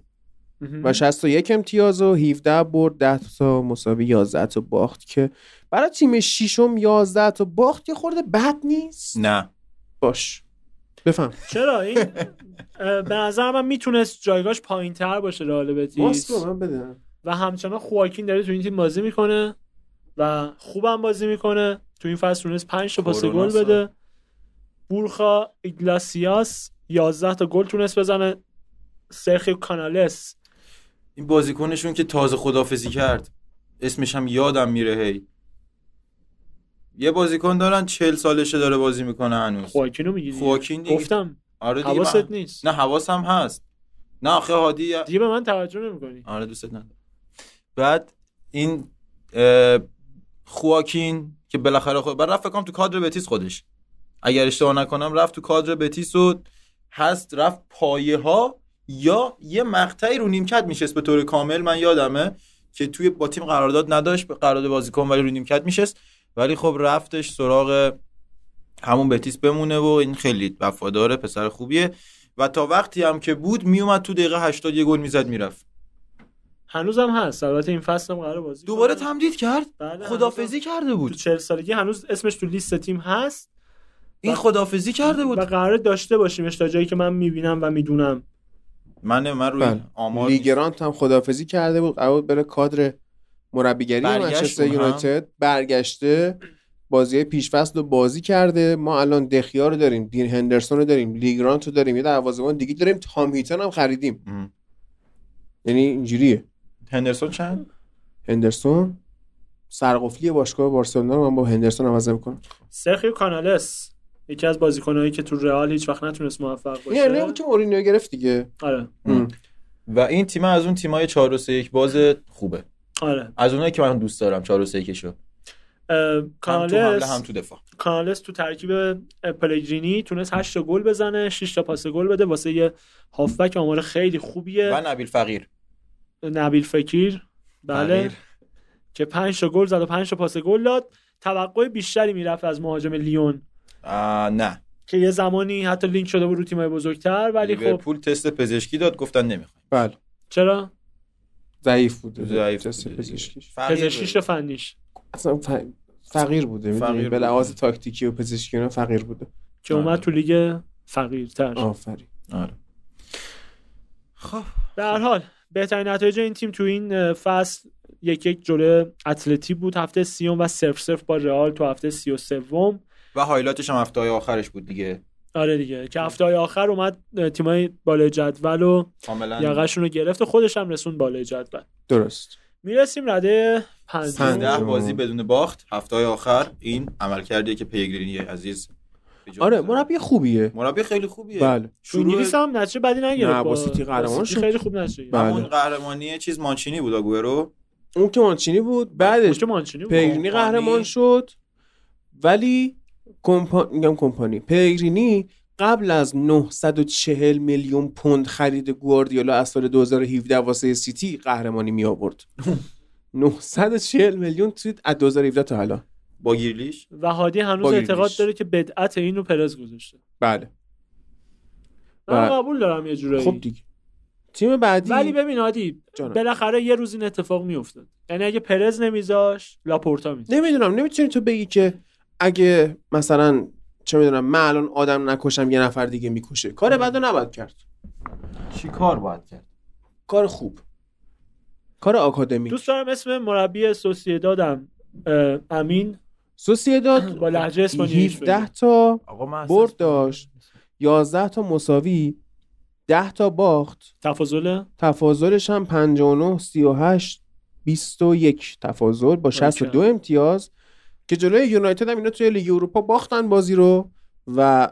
[SPEAKER 1] و 61 امتیاز و 17 برد 10 تا مساوی 11 تا باخت که برای تیم ششم 11 تا باخت یه خورده بد نیست
[SPEAKER 2] نه
[SPEAKER 1] باش بفهم
[SPEAKER 3] چرا این اه، به نظر من میتونست جایگاش پایین تر باشه رئال بتیس
[SPEAKER 1] ماسکو من بده
[SPEAKER 3] و همچنان خواکین داره تو این تیم بازی میکنه و خوبم بازی میکنه تو این فصل تونست 5 تا پاس
[SPEAKER 2] کرونا
[SPEAKER 3] گل
[SPEAKER 2] سال.
[SPEAKER 3] بده بورخا ایگلاسیاس 11 تا گل تونست بزنه سرخیو کانالس
[SPEAKER 2] این بازیکنشون که تازه خدافزی کرد اسمش هم یادم میره هی یه بازیکن دارن چل سالشه داره بازی میکنه هنوز
[SPEAKER 3] خواکین رو میگی
[SPEAKER 2] خواکین دیگه
[SPEAKER 3] گفتم
[SPEAKER 2] آره دیگه
[SPEAKER 3] خب، حواست
[SPEAKER 2] من-
[SPEAKER 3] نیست
[SPEAKER 2] نه حواسم هست نه آخه هادی
[SPEAKER 3] دیگه به من توجه نمیکنی
[SPEAKER 2] آره دوستت ندارم بعد این اه، خواکین که بالاخره خود بعد رفت فکر کنم تو کادر بتیس خودش اگر اشتباه نکنم رفت تو کادر بتیس و هست رفت پایه ها یا یه مقطعی رو نیمکت میشست به طور کامل من یادمه که توی با تیم قرارداد نداشت به قرارداد بازیکن ولی رو نیمکت میشست ولی خب رفتش سراغ همون بتیس بمونه و این خیلی وفاداره پسر خوبیه و تا وقتی هم که بود میومد تو دقیقه 80 یه گل میزد میرفت
[SPEAKER 3] هنوزم هست البته این فصل هم قرار بازی
[SPEAKER 2] دوباره
[SPEAKER 3] کنه.
[SPEAKER 2] تمدید کرد
[SPEAKER 3] بله،
[SPEAKER 2] خدافزی کرده
[SPEAKER 3] تو
[SPEAKER 2] بود
[SPEAKER 3] 40 سالگی هنوز اسمش تو لیست تیم هست
[SPEAKER 2] این خدافزی کرده
[SPEAKER 3] و
[SPEAKER 2] بود
[SPEAKER 3] قرار داشته باشیمش تا جایی که من میبینم و میدونم
[SPEAKER 2] من من روی
[SPEAKER 1] بله.
[SPEAKER 2] آمار
[SPEAKER 1] لیگرانت هم خدافزی کرده بود قرار بود بره کادر مربیگری
[SPEAKER 2] برگشت
[SPEAKER 1] منچستر
[SPEAKER 2] اون هم.
[SPEAKER 1] یونایتد برگشته بازی پیشفصل رو بازی کرده ما الان دخیا رو داریم دین هندرسون رو داریم لیگرانت رو داریم یه دروازه‌بان دیگه داریم تام هیتون هم خریدیم
[SPEAKER 2] ام.
[SPEAKER 1] یعنی اینجوریه
[SPEAKER 2] هندرسون چند
[SPEAKER 1] هندرسون سرقفلی باشگاه بارسلونا رو من با هندرسون عوض می‌کنم
[SPEAKER 3] سرخیو کانالس یکی از بازیکنهایی که تو رئال هیچ وقت نتونست موفق
[SPEAKER 1] این یعنی
[SPEAKER 3] باشه
[SPEAKER 1] اون که مورینیو گرفت دیگه
[SPEAKER 3] آره
[SPEAKER 1] ام.
[SPEAKER 2] و این تیم از اون تیمای 4 و 3 1 باز خوبه
[SPEAKER 3] آره
[SPEAKER 2] از اونایی که من دوست دارم 4 و 3 1 شو
[SPEAKER 3] اه،
[SPEAKER 2] هم تو حمله هم
[SPEAKER 3] کانالس
[SPEAKER 2] تو دفاع
[SPEAKER 3] کانالس تو ترکیب اه، پلگرینی تونست 8 تا گل بزنه 6 تا پاس گل بده واسه یه هافبک آمار خیلی
[SPEAKER 2] و
[SPEAKER 3] خوبیه
[SPEAKER 2] نبیل فقیر
[SPEAKER 3] نبیل فکیر بله
[SPEAKER 2] فقیر.
[SPEAKER 3] که 5 تا گل زد و 5 تا پاس گل داد توقع بیشتری میرفت از مهاجم لیون
[SPEAKER 2] آه، نه
[SPEAKER 3] که یه زمانی حتی لینک شده بود رو تیمای بزرگتر ولی خب
[SPEAKER 2] لیورپول تست پزشکی داد گفتن نمیخوایم
[SPEAKER 1] بله
[SPEAKER 3] چرا
[SPEAKER 1] ضعیف بوده
[SPEAKER 2] ضعیف
[SPEAKER 1] دست
[SPEAKER 2] بوده دیگه.
[SPEAKER 1] پزشکیش.
[SPEAKER 2] فقیر
[SPEAKER 3] پزشکیش و
[SPEAKER 2] بود.
[SPEAKER 3] فنیش
[SPEAKER 1] اصلا ف- فقیر بوده می‌دونی؟
[SPEAKER 2] فقیر
[SPEAKER 1] به
[SPEAKER 2] بوده.
[SPEAKER 1] لحاظ تاکتیکی و پزشکی اینا فقیر بوده
[SPEAKER 3] که اومد
[SPEAKER 2] آره.
[SPEAKER 3] تو لیگ فقیرتر
[SPEAKER 1] آفرین
[SPEAKER 2] آره خب
[SPEAKER 3] به هر حال بهترین نتایج این تیم تو این اه، فصل یک یک جلو اتلتی بود هفته سیوم و صرف صرف با رئال تو هفته سی و سوم
[SPEAKER 2] و هایلایتش هم هفته های آخرش بود دیگه
[SPEAKER 3] آره دیگه که هفته های آخر اومد اه، تیمای بالای جدول و
[SPEAKER 1] بله.
[SPEAKER 2] کاملا
[SPEAKER 3] یقشون رو گرفت و خودش هم رسون بالای جدول
[SPEAKER 1] درست
[SPEAKER 3] میرسیم رده
[SPEAKER 1] پنجم.
[SPEAKER 3] پنجم
[SPEAKER 2] ده بازی بدون باخت هفته های آخر این عملکردیه که پیگرینی عزیز به جا
[SPEAKER 1] آره
[SPEAKER 2] بذاره.
[SPEAKER 1] مربی خوبیه
[SPEAKER 2] مربی خیلی خوبیه
[SPEAKER 1] بله
[SPEAKER 3] تو انگلیس هم نتیجه بدی نگرفت
[SPEAKER 1] نه، با سیتی قهرمان
[SPEAKER 3] با سیتی
[SPEAKER 1] شد.
[SPEAKER 3] خیلی خوب نتیجه گرفت
[SPEAKER 1] بله.
[SPEAKER 2] همون قهرمانی چیز مانچینی بود آگورو
[SPEAKER 1] اون که مانچینی بود بعدش
[SPEAKER 3] کوچ مانچینی بود.
[SPEAKER 1] بله. پیگرینی
[SPEAKER 2] کمپانی.
[SPEAKER 1] قهرمان شد ولی کمپا... میگم کمپانی پیگرینی قبل از 940 میلیون پوند خرید گواردیولا از سال 2017 واسه سیتی قهرمانی می آورد 940 میلیون توی از 2017 تا حالا
[SPEAKER 2] با گیرلیش
[SPEAKER 3] و هادی هنوز
[SPEAKER 1] با
[SPEAKER 3] اعتقاد
[SPEAKER 1] گریلیش.
[SPEAKER 3] داره که بدعت اینو پرز گذاشته
[SPEAKER 1] بله
[SPEAKER 3] من
[SPEAKER 1] و-
[SPEAKER 3] قبول دارم یه جورایی
[SPEAKER 1] بله. خب دیگه تیم بعدی
[SPEAKER 3] ولی ببین هادی
[SPEAKER 1] جانم.
[SPEAKER 3] بالاخره یه روز این اتفاق میافتاد یعنی اگه پرز نمیذاش لاپورتا میذاشت
[SPEAKER 1] نمیدونم نمیتونی تو بگی که اگه مثلا چه میدونم من الان آدم نکشم یه نفر دیگه میکشه کار بد رو نباید کرد
[SPEAKER 2] چی کار باید کرد
[SPEAKER 1] کار خوب کار آکادمی
[SPEAKER 3] دوست دارم اسم مربی سوسیدادم اه، امین
[SPEAKER 1] سوسیداد
[SPEAKER 3] با لهجه اسپانیاییش
[SPEAKER 1] 17
[SPEAKER 3] بگو.
[SPEAKER 1] تا
[SPEAKER 2] آقا من اصلا-
[SPEAKER 1] برد داشت 11 تا مساوی 10 تا باخت
[SPEAKER 3] تفاضل
[SPEAKER 1] تفاضلش هم 59 38 21 تفاضل با 62 امتیاز که جلوی یونایتد هم اینا توی لیگ اروپا باختن بازی رو و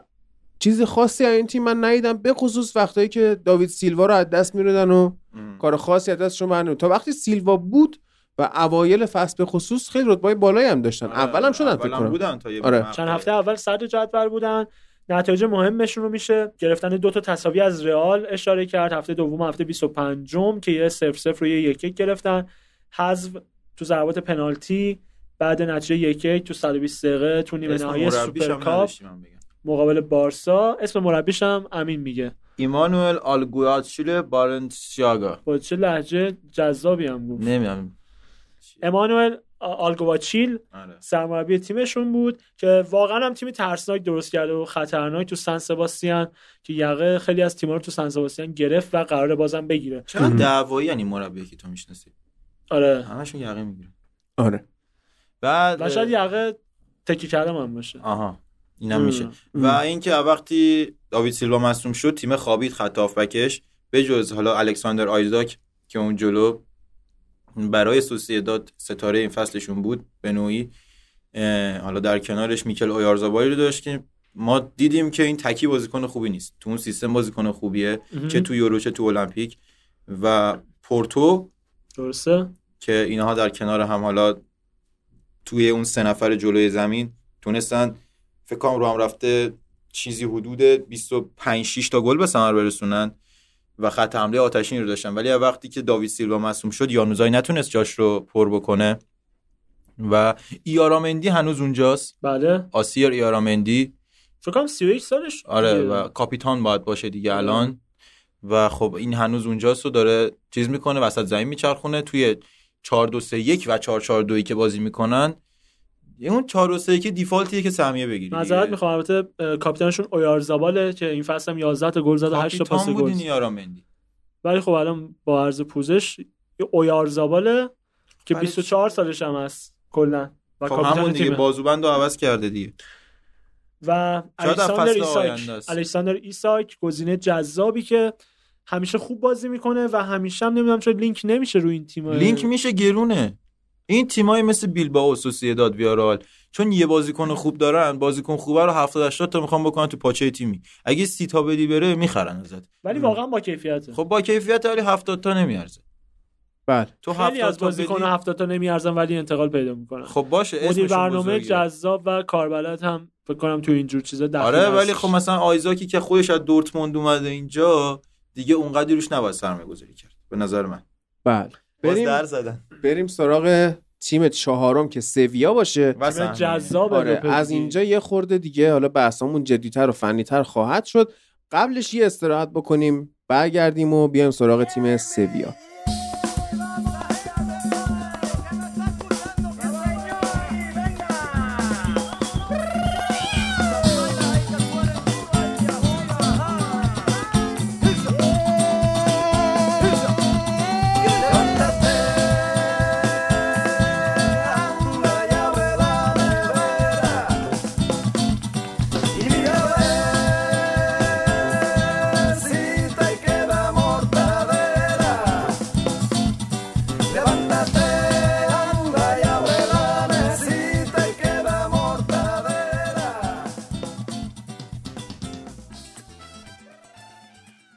[SPEAKER 1] چیز خاصی از این تیم من ندیدم به خصوص وقتایی که داوید سیلوا رو از دست می‌ردن و
[SPEAKER 2] ام.
[SPEAKER 1] کار خاصی از دستشون بر نمیاد. تا وقتی سیلوا بود و اوایل فصل به خصوص خیلی رتبه بالایی هم داشتن
[SPEAKER 2] آره،
[SPEAKER 1] اول هم شدن فکر
[SPEAKER 2] اول هم
[SPEAKER 1] کنم
[SPEAKER 2] بودن تا یه
[SPEAKER 1] آره.
[SPEAKER 2] مقطع.
[SPEAKER 3] چند هفته اول صدر جدول بودن نتایج مهمشون رو میشه گرفتن دو تا تساوی از رئال اشاره کرد هفته دوم و هفته 25 که یه 0 0 رو یه 1 1 گرفتن حذف تو ضربات پنالتی بعد نتیجه 1 1 تو 120 دقیقه تو نیمه
[SPEAKER 2] اسم
[SPEAKER 3] نهایی
[SPEAKER 2] مربیش هم
[SPEAKER 3] سوپرکاپ
[SPEAKER 2] نداشتیم، من بگم.
[SPEAKER 3] مقابل بارسا اسم مربیش هم امین میگه
[SPEAKER 2] ایمانوئل آلگواتشیل بارنسیاگا
[SPEAKER 3] با چه لحجه جذابی هم گفت
[SPEAKER 2] نمیدونم
[SPEAKER 3] امانوئل آلگوواچیل
[SPEAKER 2] آره.
[SPEAKER 3] سرمربی تیمشون بود که واقعا هم تیم ترسناک درست کرده و خطرناک تو سن سباستیان که یقه خیلی از تیم‌ها رو تو سن سباستیان گرفت و قرار بازم بگیره
[SPEAKER 2] چرا دعوایی یعنی مربی که تو میشناسی
[SPEAKER 3] آره
[SPEAKER 2] همشون یقه میگیره
[SPEAKER 1] آره
[SPEAKER 2] بعد
[SPEAKER 3] و شاید یقه تکی کردم هم باشه
[SPEAKER 2] آها اینم
[SPEAKER 3] مم.
[SPEAKER 2] آره. میشه و اینکه وقتی داوید سیلوا مصوم شد تیم خوابید خط هافبکش به جز حالا الکساندر آیزاک که اون جلو برای سوسیداد ستاره این فصلشون بود به نوعی اه، حالا در کنارش میکل اویارزابالی رو داشت که ما دیدیم که این تکی بازیکن خوبی نیست تو اون سیستم بازیکن خوبیه چه تو یورو چه تو المپیک و پورتو
[SPEAKER 3] درسته
[SPEAKER 2] که اینها در کنار هم حالا توی اون سه نفر جلوی زمین تونستن فکر کنم رو هم رفته چیزی حدود 25 6 تا گل به ثمر برسونن و خط حمله آتشین رو داشتن ولی وقتی که داوید سیلوا مصوم شد یانوزای نتونست جاش رو پر بکنه و ایارامندی هنوز اونجاست
[SPEAKER 3] بله
[SPEAKER 2] آسیر ایارامندی
[SPEAKER 3] فکر کنم 31 سالش
[SPEAKER 2] آره
[SPEAKER 3] بود.
[SPEAKER 2] و کاپیتان باید باشه
[SPEAKER 3] آره.
[SPEAKER 2] دیگه الان و خب این هنوز اونجاست و داره چیز میکنه وسط زمین میچرخونه توی 4 2 3 1 و 4 4 2 که بازی میکنن یه اون 4 2 3 1 دیفالتیه که سهمیه بگیری
[SPEAKER 3] معذرت میخوام البته اه، کاپیتانشون اویارزاباله که این فصل هم 11 تا گل زد و 8 تا پاس
[SPEAKER 2] کاپیتان بود
[SPEAKER 3] گل
[SPEAKER 2] این یارامندی
[SPEAKER 3] ولی خب الان با عرض پوزش یه اویارزاباله که
[SPEAKER 2] ولی-
[SPEAKER 3] 24 سالش هم هست کلا و
[SPEAKER 2] خب همون
[SPEAKER 3] کاپیتان
[SPEAKER 2] دیگه
[SPEAKER 3] تیمه
[SPEAKER 2] بازوبند رو عوض کرده دیگه
[SPEAKER 3] و
[SPEAKER 2] شاید در
[SPEAKER 3] الکساندر
[SPEAKER 2] فصل
[SPEAKER 3] ایساک
[SPEAKER 2] آینده است.
[SPEAKER 3] الکساندر ایساک گزینه جذابی که همیشه خوب بازی میکنه و همیشه هم نمیدونم چرا لینک نمیشه روی این تیم
[SPEAKER 2] لینک میشه گرونه این تیمایی مثل بیلبائو سوسییداد ویارال چون یه بازیکن خوب دارن بازیکن خوبه رو 70 80 تا میخوان بکنن تو پاچه تیمی اگه سی تا بدی بره میخرن ازت
[SPEAKER 3] ولی واقعا با کیفیته
[SPEAKER 2] خب با کیفیت ولی 70 تا نمیارزه
[SPEAKER 1] بله
[SPEAKER 2] تو
[SPEAKER 3] خیلی
[SPEAKER 2] 70
[SPEAKER 3] از
[SPEAKER 2] تا بدی
[SPEAKER 3] بازیکن 70 تا نمیارزن ولی انتقال پیدا میکنن
[SPEAKER 2] خب باشه
[SPEAKER 3] مدیر
[SPEAKER 2] اسمشون
[SPEAKER 3] برنامه
[SPEAKER 2] بزرگه.
[SPEAKER 3] جذاب و کاربلد هم فکر کنم تو این جور چیزا دخیل
[SPEAKER 2] آره ولی
[SPEAKER 3] هستش.
[SPEAKER 2] خب مثلا آیزاکی که خودش از دورتموند اومده اینجا دیگه اونقدری روش نباید سرمایه گذاری کرد به نظر من
[SPEAKER 1] بله
[SPEAKER 2] باز
[SPEAKER 1] بریم
[SPEAKER 2] در زدن
[SPEAKER 1] بریم سراغ تیم چهارم که سویا باشه
[SPEAKER 2] و
[SPEAKER 3] تیم
[SPEAKER 2] سهمیه.
[SPEAKER 3] جذاب
[SPEAKER 1] آره
[SPEAKER 3] لوپزگی.
[SPEAKER 1] از اینجا یه خورده دیگه حالا بحثمون جدیتر و فنیتر خواهد شد قبلش یه استراحت بکنیم برگردیم و بیایم سراغ تیم سویا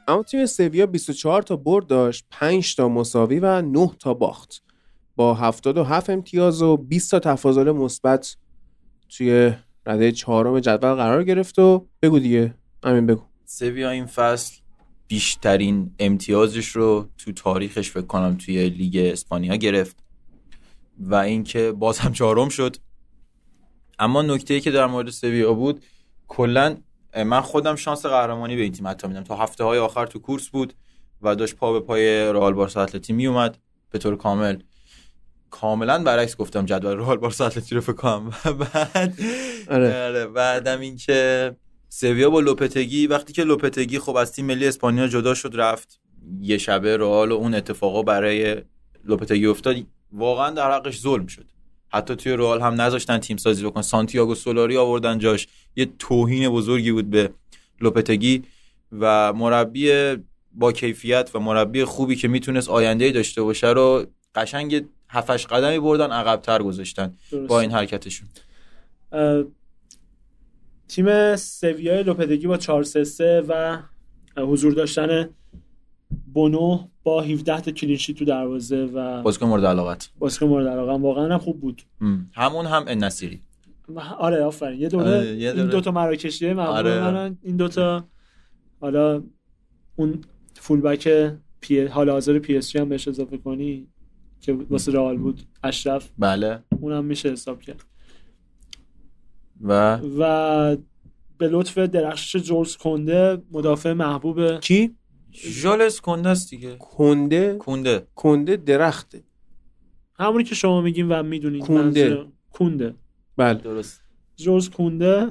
[SPEAKER 1] اما تیم سویا 24 تا برد داشت 5 تا مساوی و 9 تا باخت با 77 امتیاز و 20 تا تفاضل مثبت توی رده چهارم جدول قرار گرفت و بگو دیگه همین بگو
[SPEAKER 2] سویا این فصل بیشترین امتیازش رو تو تاریخش فکر کنم توی لیگ اسپانیا گرفت و اینکه باز هم چهارم شد اما نکته ای که در مورد سویا بود کلا من خودم شانس قهرمانی به این تیم حتی میدم تا هفته های آخر تو کورس بود و داشت پا به پای رئال بارسا اتلتی می اومد به طور کامل کاملا برعکس گفتم جدول رئال بارسا اتلتی رو فکر کنم و بعد
[SPEAKER 1] آره.
[SPEAKER 2] آره بعدم اینکه سویا با لوپتگی وقتی که لوپتگی خب از تیم ملی اسپانیا جدا شد رفت یه شبه رئال و اون اتفاقا برای لوپتگی افتاد واقعا در حقش ظلم شد حتی توی رئال هم نذاشتن تیم سازی بکن سانتیاگو سولاری آوردن جاش یه توهین بزرگی بود به لوپتگی و مربی با کیفیت و مربی خوبی که میتونست آینده داشته باشه رو قشنگ هفش قدمی بردن عقبتر گذاشتن
[SPEAKER 3] درست.
[SPEAKER 2] با این حرکتشون
[SPEAKER 3] اه، تیم سویا لوپدگی با 4 3 3 و حضور داشتن بونو با 17 تا کلینشی تو دروازه و
[SPEAKER 2] بازیکن مورد علاقت
[SPEAKER 3] بازیکن مورد علاقه هم واقعا هم خوب بود
[SPEAKER 2] ام. همون هم النصیری
[SPEAKER 3] آره آفرین یه دوره
[SPEAKER 2] آره، یه
[SPEAKER 3] این
[SPEAKER 2] دوره.
[SPEAKER 3] دو تا مراکشیه معمولا
[SPEAKER 2] آره.
[SPEAKER 3] منن. این دو تا حالا اون فول بک پی حال حاضر پی اس جی هم بهش اضافه کنی که واسه رئال بود اشرف
[SPEAKER 2] بله
[SPEAKER 3] اونم میشه حساب کرد
[SPEAKER 2] و
[SPEAKER 3] و به لطف درخشش جولز کنده مدافع محبوب
[SPEAKER 1] چی
[SPEAKER 7] ژالس کنده است دیگه
[SPEAKER 1] کنده
[SPEAKER 7] کونده
[SPEAKER 1] کنده درخته
[SPEAKER 3] همونی که شما میگین و میدونید
[SPEAKER 1] کونده.
[SPEAKER 3] منظورم. کونده
[SPEAKER 1] بله
[SPEAKER 7] درست
[SPEAKER 3] جولز کونده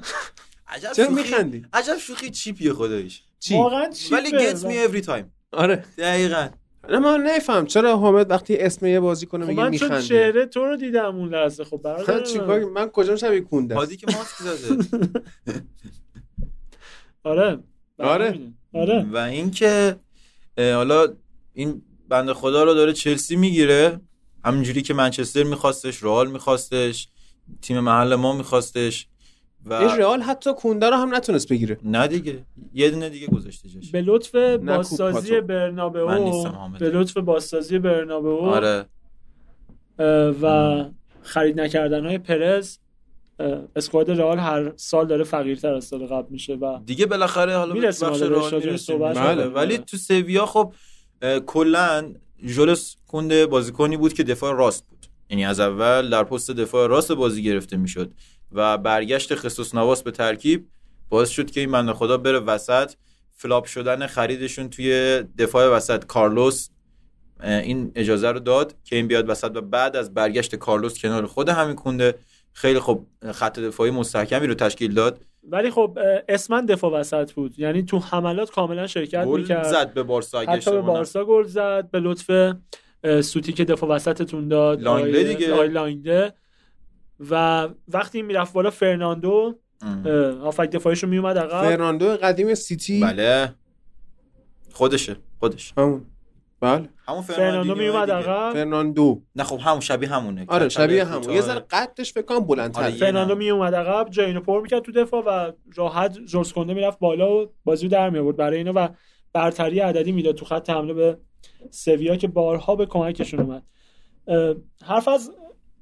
[SPEAKER 2] عجب
[SPEAKER 1] چرا
[SPEAKER 2] شوخی-
[SPEAKER 1] میخندی
[SPEAKER 2] عجب شوخی چیپیه خداییش
[SPEAKER 1] چی
[SPEAKER 3] واقعا چیپه.
[SPEAKER 2] ولی گت می every تایم
[SPEAKER 1] آره
[SPEAKER 2] دقیقاً
[SPEAKER 1] نه من نفهم چرا حامد وقتی اسم یه بازیکن
[SPEAKER 3] خب
[SPEAKER 1] رو میگه
[SPEAKER 3] من چون
[SPEAKER 1] میخنده
[SPEAKER 3] چهره تو رو دیدم اون لحظه خب برادر
[SPEAKER 1] من
[SPEAKER 3] من.
[SPEAKER 1] چیکار من کجام شبیه کونده است؟
[SPEAKER 2] هادی که ماسک زده
[SPEAKER 3] آره
[SPEAKER 1] آره.
[SPEAKER 3] برمی‌دونی. آره
[SPEAKER 2] و اینکه اه، حالا این بنده خدا رو داره چلسی میگیره همینجوری که منچستر میخواستش رئال میخواستش تیم محل ما میخواستش
[SPEAKER 1] این
[SPEAKER 2] و
[SPEAKER 1] رئال حتی کونده رو هم نتونست بگیره
[SPEAKER 2] نه دیگه یه دونه دیگه گذاشته جاش
[SPEAKER 3] به لطف بازسازی
[SPEAKER 1] پاتو.
[SPEAKER 2] من
[SPEAKER 3] برنابئو
[SPEAKER 2] نیستم، حامد.
[SPEAKER 3] به لطف بازسازی برنابئو
[SPEAKER 2] آره
[SPEAKER 3] اه، و خرید نکردن های پرز اه، اسکواد رئال هر سال داره فقیرتر از سال قبل میشه و
[SPEAKER 2] دیگه بالاخره حالا به
[SPEAKER 3] میرسیم
[SPEAKER 2] بخش
[SPEAKER 3] حالا بهش
[SPEAKER 2] رئال
[SPEAKER 3] راجعش
[SPEAKER 2] میرسیم.
[SPEAKER 3] صحبت
[SPEAKER 1] بله.
[SPEAKER 3] کنیم. آره.
[SPEAKER 2] ولی تو سویا خب اه، کلا ژولس کونده بازیکنی بود که دفاع راست بود یعنی از اول در پست دفاع راست بازی گرفته میشد و برگشت خصوص نواس به ترکیب باعث شد که این بنده خدا بره وسط فلاپ شدن خریدشون توی دفاع وسط کارلوس اه، این اجازه رو داد که این بیاد وسط و بعد از برگشت کارلوس کنار خود همین کونده خیلی خب خط دفاعی مستحکمی رو تشکیل داد
[SPEAKER 3] ولی خب اه، اسمن دفاع وسط بود یعنی تو حملات کاملا شرکت
[SPEAKER 2] گل
[SPEAKER 3] میکرد
[SPEAKER 2] زد به بارسا اگه
[SPEAKER 3] حتی به
[SPEAKER 2] اشتباه نکنم.
[SPEAKER 3] بارسا گل زد به لطف اه، سوتی که دفاع وسطتون داد
[SPEAKER 2] لانگله
[SPEAKER 3] آقای-
[SPEAKER 2] دیگه.
[SPEAKER 3] آقای لانگله و وقتی میرفت بالا فرناندو
[SPEAKER 2] ام.
[SPEAKER 3] اه، هافک دفاعیشون میومد عقب
[SPEAKER 1] فرناندو قدیم سیتی
[SPEAKER 2] بله خودشه خودش
[SPEAKER 1] همون بله
[SPEAKER 2] همون
[SPEAKER 3] فرناندو میومد عقب
[SPEAKER 1] فرناندو
[SPEAKER 2] نه خب همون شبیه همونه
[SPEAKER 1] آره شبیه
[SPEAKER 2] کوتاه.
[SPEAKER 1] همون یه ذره قدش فکر کنم بلندتر
[SPEAKER 2] آره، یه-
[SPEAKER 3] فرناندو میومد عقب جاینو پر میکرد تو دفاع و راحت جورج کنده میرفت بالا و بازی رو در میآورد برای اینا و برتری عددی میداد تو خط حمله به سویا که بارها به کمکشون اومد اه، حرف از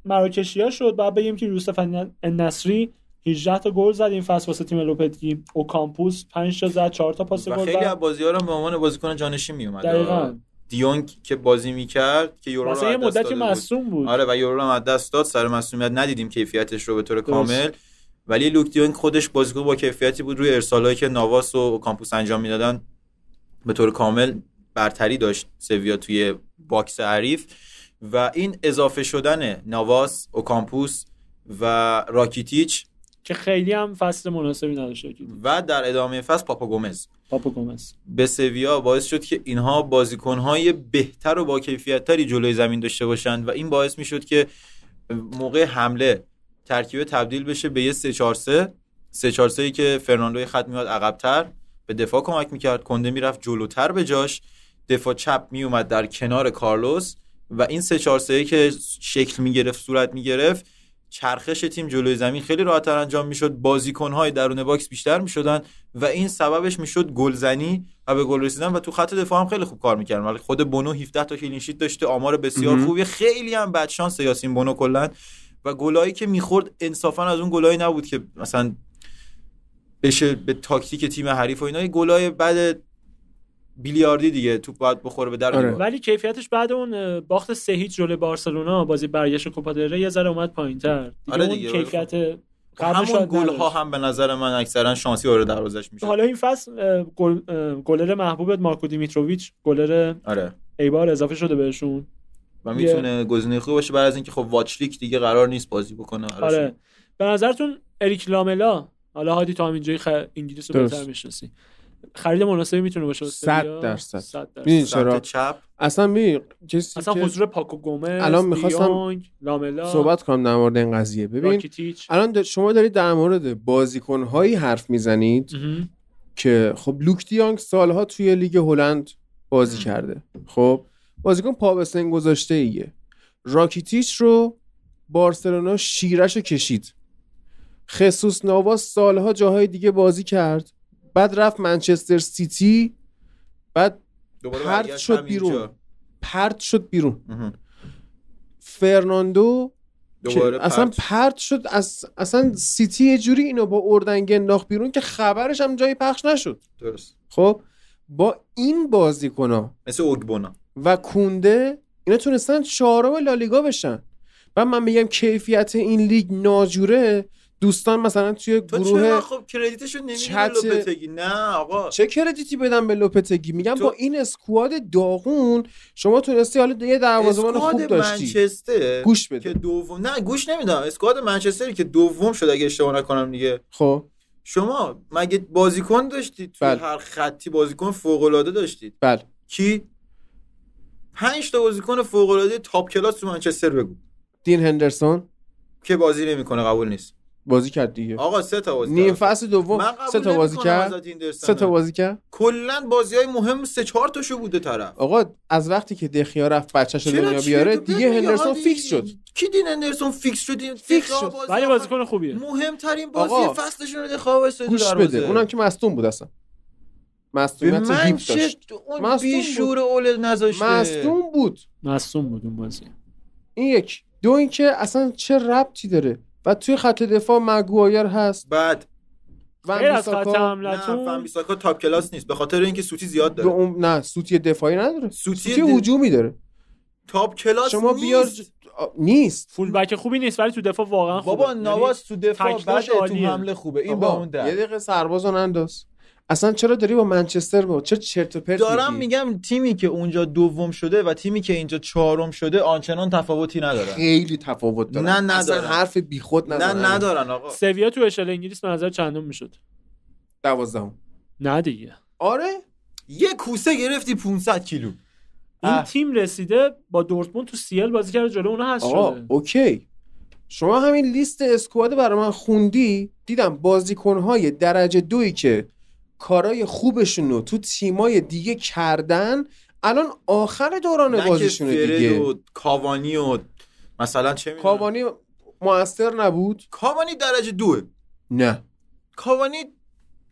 [SPEAKER 3] مراکشیا شد بعد بگیم که یوسف نصری 18 تا گل زد این فصل واسه تیم لوپتگی اوکامپوس 5 تا زد 4 تا پاس
[SPEAKER 2] و
[SPEAKER 3] گل
[SPEAKER 2] خیلی از
[SPEAKER 3] زد
[SPEAKER 2] بازی‌ها رو به عنوان بازیکن جانشین میومد
[SPEAKER 3] دقیقاً
[SPEAKER 2] دیونگ که بازی میکرد که یورو رو
[SPEAKER 3] واسه یه
[SPEAKER 2] از دست
[SPEAKER 3] مدتی
[SPEAKER 2] داده
[SPEAKER 3] مصوم بود
[SPEAKER 2] بود. آره و یورو رو هم از دست داد سر مسئولیت ندیدیم کیفیتش رو به طور کامل ولی لوک دیونگ خودش بازیکن با کیفیتی بود روی ارسالایی که نواس و کامپوس انجام میدادن به طور کامل برتری داشت سویا توی باکس حریف و این اضافه شدن نواس اوکامپوس و راکیتیچ
[SPEAKER 3] که خیلی هم فصل مناسبی نداشت
[SPEAKER 2] و در ادامه فصل پاپا گومز
[SPEAKER 3] پاپو گومز
[SPEAKER 2] به سویا باعث شد که اینها بازیکنهای بهتر و با کیفیتتری جلوی زمین داشته باشند و این باعث می شد که موقع حمله ترکیب تبدیل بشه به یه 3 4 3 3 4 3 که فرناندو خط میاد عقبتر به دفاع کمک میکرد کنده میرفت جلوتر به جاش دفاع چپ میومد در کنار کارلوس و این 3 4 3 که شکل میگرفت صورت میگرفت چرخش تیم جلوی زمین خیلی راحتتر انجام میشد بازیکنهای درون باکس بیشتر میشدن و این سببش میشد گلزنی و به گل رسیدن و تو خط دفاع هم خیلی خوب کار میکردن ولی خود بونو 17 تا کلین شیت داشته آمار بسیار
[SPEAKER 1] مهم.
[SPEAKER 2] خوبی خیلی هم بد شانس یاسین بونو کلا و گلایی که میخورد انصافا از اون گلایی نبود که مثلا بشه به تاکتیک تیم حریف و اینا یه گلای بعد بیلیاردی دیگه توپ باید بخوره به در
[SPEAKER 1] آره.
[SPEAKER 2] دیوار.
[SPEAKER 3] خب. ولی کیفیتش بعد اون اه، باخت سه هیچ جلوی بارسلونا بازی برگشت کوپا دل ری یه ذره اومد پایینتر دیگه
[SPEAKER 2] آره
[SPEAKER 3] اون
[SPEAKER 2] دیگه، ولی
[SPEAKER 3] کیفیت قبلش
[SPEAKER 2] همون
[SPEAKER 3] شاید
[SPEAKER 2] گل ها
[SPEAKER 3] نداشت.
[SPEAKER 2] هم به نظر من اکثرا شانسی وارد دروازش میشه
[SPEAKER 3] حالا این فصل اه، گل- اه، گلر محبوبت مارکو دیمیتروویچ گلر
[SPEAKER 2] آره
[SPEAKER 3] ایبار اضافه شده بهشون
[SPEAKER 2] و
[SPEAKER 3] یه-
[SPEAKER 2] میتونه گزینه خوب باشه بعد از اینکه خب واچلیک دیگه قرار نیست بازی بکنه
[SPEAKER 3] آره به نظرتون اریک لاملا حالا هادی تو هم اینجای خ... انگلیس رو
[SPEAKER 1] درست.
[SPEAKER 3] بهتر میشناسی خرید مناسبی میتونه باشه واسه
[SPEAKER 1] صد
[SPEAKER 3] سویا؟
[SPEAKER 1] درصد.
[SPEAKER 3] صد درصد.
[SPEAKER 1] میدونی
[SPEAKER 2] چرا
[SPEAKER 1] چرا
[SPEAKER 2] چپ
[SPEAKER 1] اصلا می کسی
[SPEAKER 3] اصلا
[SPEAKER 1] که
[SPEAKER 3] حضور پاکو گومز
[SPEAKER 1] الان می‌خواستم
[SPEAKER 3] دیونگ، لاملا
[SPEAKER 1] صحبت کنم در مورد این قضیه ببین
[SPEAKER 3] راکیتیچ
[SPEAKER 1] الان د- شما دارید در مورد بازیکنهایی حرف میزنید
[SPEAKER 3] مهم.
[SPEAKER 1] که خب لوک دیانگ سالها توی لیگ هلند بازی کرده خب بازیکن پا به سن گذاشته ایه راکیتیچ رو بارسلونا شیرش رو کشید خصوص ناواس سالها جاهای دیگه بازی کرد بعد رفت منچستر سیتی بعد
[SPEAKER 2] دوباره
[SPEAKER 1] پرت
[SPEAKER 2] برگشت
[SPEAKER 1] شد
[SPEAKER 2] همینجا.
[SPEAKER 1] بیرون. پرت شد بیرون
[SPEAKER 2] مهم.
[SPEAKER 1] فرناندو
[SPEAKER 2] دوباره
[SPEAKER 1] که اصلا
[SPEAKER 2] پرت.
[SPEAKER 1] پرت شد از اصلا سیتی یه جوری اینو با اردنگ انداخت بیرون که خبرش هم جایی پخش نشد
[SPEAKER 2] درست
[SPEAKER 1] خب با این بازیکنا
[SPEAKER 2] مثل اوگبونا
[SPEAKER 1] و کونده اینا تونستن چهارم لالیگا بشن و من میگم کیفیت این لیگ ناجوره دوستان مثلا توی
[SPEAKER 2] تو
[SPEAKER 1] گروه
[SPEAKER 2] چرا خب کردیتشو نمیدی
[SPEAKER 1] چت-
[SPEAKER 2] لوپتگی نه آقا
[SPEAKER 1] چه کردیتی بدم به لوپتگی میگم
[SPEAKER 2] تو-
[SPEAKER 1] با این اسکواد داغون شما تونستی حالا یه دروازه‌بان
[SPEAKER 2] اسکواد
[SPEAKER 1] خوب داشتی
[SPEAKER 2] منچستر
[SPEAKER 1] گوش بده
[SPEAKER 2] که دوم نه گوش نمیدم اسکواد منچستری که دوم شد اگه اشتباه نکنم دیگه
[SPEAKER 1] خب
[SPEAKER 2] شما مگه بازیکن داشتید تو
[SPEAKER 1] بله.
[SPEAKER 2] هر خطی بازیکن فوق العاده داشتید
[SPEAKER 1] بله
[SPEAKER 2] کی پنج تا بازیکن فوق العاده تاپ کلاس تو منچستر بگو
[SPEAKER 1] دین هندرسون
[SPEAKER 2] که بازی نمیکنه قبول نیست
[SPEAKER 1] بازی کرد دیگه
[SPEAKER 2] آقا سه تا بازی
[SPEAKER 1] نیم فصل
[SPEAKER 2] من
[SPEAKER 1] دوم
[SPEAKER 2] قبول
[SPEAKER 1] سه تا بازی
[SPEAKER 2] نمی‌کنم
[SPEAKER 1] کرد
[SPEAKER 2] ازت این درس
[SPEAKER 1] سه تا
[SPEAKER 2] نه.
[SPEAKER 1] بازی کرد
[SPEAKER 2] کلا بازی های مهم سه چهار تاشو بوده طرف
[SPEAKER 1] آقا از وقتی که دخیا رفت بچه‌شو
[SPEAKER 2] چرا
[SPEAKER 1] دنیا
[SPEAKER 2] چی؟
[SPEAKER 1] بیاره
[SPEAKER 2] تو بگو
[SPEAKER 1] دیگه
[SPEAKER 2] یه
[SPEAKER 1] هندرسون
[SPEAKER 2] حالی.
[SPEAKER 1] فیکس شد
[SPEAKER 2] کی دین هندرسون فیکس شد
[SPEAKER 1] فیکس شد.
[SPEAKER 3] ولی بازیکن خوبیه
[SPEAKER 2] مهمترین بازی
[SPEAKER 1] آقا،
[SPEAKER 2] فصلشون رو دخواه استادی
[SPEAKER 1] گوش بده اونم که مصدوم بود اصلا
[SPEAKER 2] به
[SPEAKER 1] مصدومیت
[SPEAKER 2] من
[SPEAKER 1] هیپ
[SPEAKER 2] چه
[SPEAKER 1] داشت
[SPEAKER 2] اون
[SPEAKER 1] مصدوم بود.
[SPEAKER 2] بیشور اول نذاشته
[SPEAKER 1] مصدوم بود
[SPEAKER 3] مصوم بود اون بازی
[SPEAKER 1] این یک دو اینکه اصلا چه ربطی داره و توی خط دفاع مگوایر هست
[SPEAKER 2] بعد
[SPEAKER 1] و
[SPEAKER 3] غیر از خط
[SPEAKER 1] میساکا
[SPEAKER 2] نه فن
[SPEAKER 3] حملتون
[SPEAKER 2] بیساکا تاپ کلاس نیست به خاطر اینکه سوتی زیاد
[SPEAKER 1] به
[SPEAKER 2] داره
[SPEAKER 1] اون نه سوتی دفاعی نداره
[SPEAKER 2] سوتی
[SPEAKER 1] سوتی
[SPEAKER 2] د-
[SPEAKER 1] هجومی داره
[SPEAKER 2] تاپ کلاس
[SPEAKER 1] شما بیار
[SPEAKER 2] نیست.
[SPEAKER 1] آ، نیست
[SPEAKER 3] فول بک خوبی نیست ولی تو دفاع واقعا خوبه
[SPEAKER 2] بابا
[SPEAKER 3] یعنی
[SPEAKER 2] نواز تو دفاع
[SPEAKER 3] تکناش
[SPEAKER 2] بعد تو
[SPEAKER 3] عالیه.
[SPEAKER 2] حمله خوبه این
[SPEAKER 1] آقا،
[SPEAKER 2] با اون
[SPEAKER 1] یه
[SPEAKER 2] در
[SPEAKER 1] دقیقه سرباز رو ننداز اصلا چرا داری با منچستر با چرا چرت و پرت
[SPEAKER 2] دارم
[SPEAKER 1] میگی؟
[SPEAKER 2] میگم تیمی که اونجا دوم شده و تیمی که اینجا چهارم شده آنچنان تفاوتی نداره
[SPEAKER 1] خیلی تفاوت داره
[SPEAKER 2] نه، ندارن.
[SPEAKER 1] اصلا حرف بیخود
[SPEAKER 2] نه
[SPEAKER 1] نزن نه
[SPEAKER 2] ندارن آقا
[SPEAKER 3] سویا تو اشل انگلیس به نظر چندم میشد
[SPEAKER 1] دوازدهم
[SPEAKER 3] نه دیگه
[SPEAKER 1] آره
[SPEAKER 2] یه کوسه گرفتی 500 کیلو
[SPEAKER 3] این
[SPEAKER 2] اه.
[SPEAKER 3] تیم رسیده با دورتموند تو سیل بازی کرده جلو اونها هست
[SPEAKER 1] آقا
[SPEAKER 3] شده
[SPEAKER 1] اوکی شما همین لیست اسکواد برای من خوندی دیدم بازیکنهای درجه دویی که کارای خوبشون رو تو تیمای دیگه کردن الان آخر دوران
[SPEAKER 2] نه که
[SPEAKER 1] بازیشونه
[SPEAKER 2] فرد
[SPEAKER 1] دیگه
[SPEAKER 2] و کاوانی و مثلا چه می‌دونم.
[SPEAKER 1] کاوانی موثر نبود
[SPEAKER 2] کاوانی درجه دوه
[SPEAKER 1] نه
[SPEAKER 2] کاوانی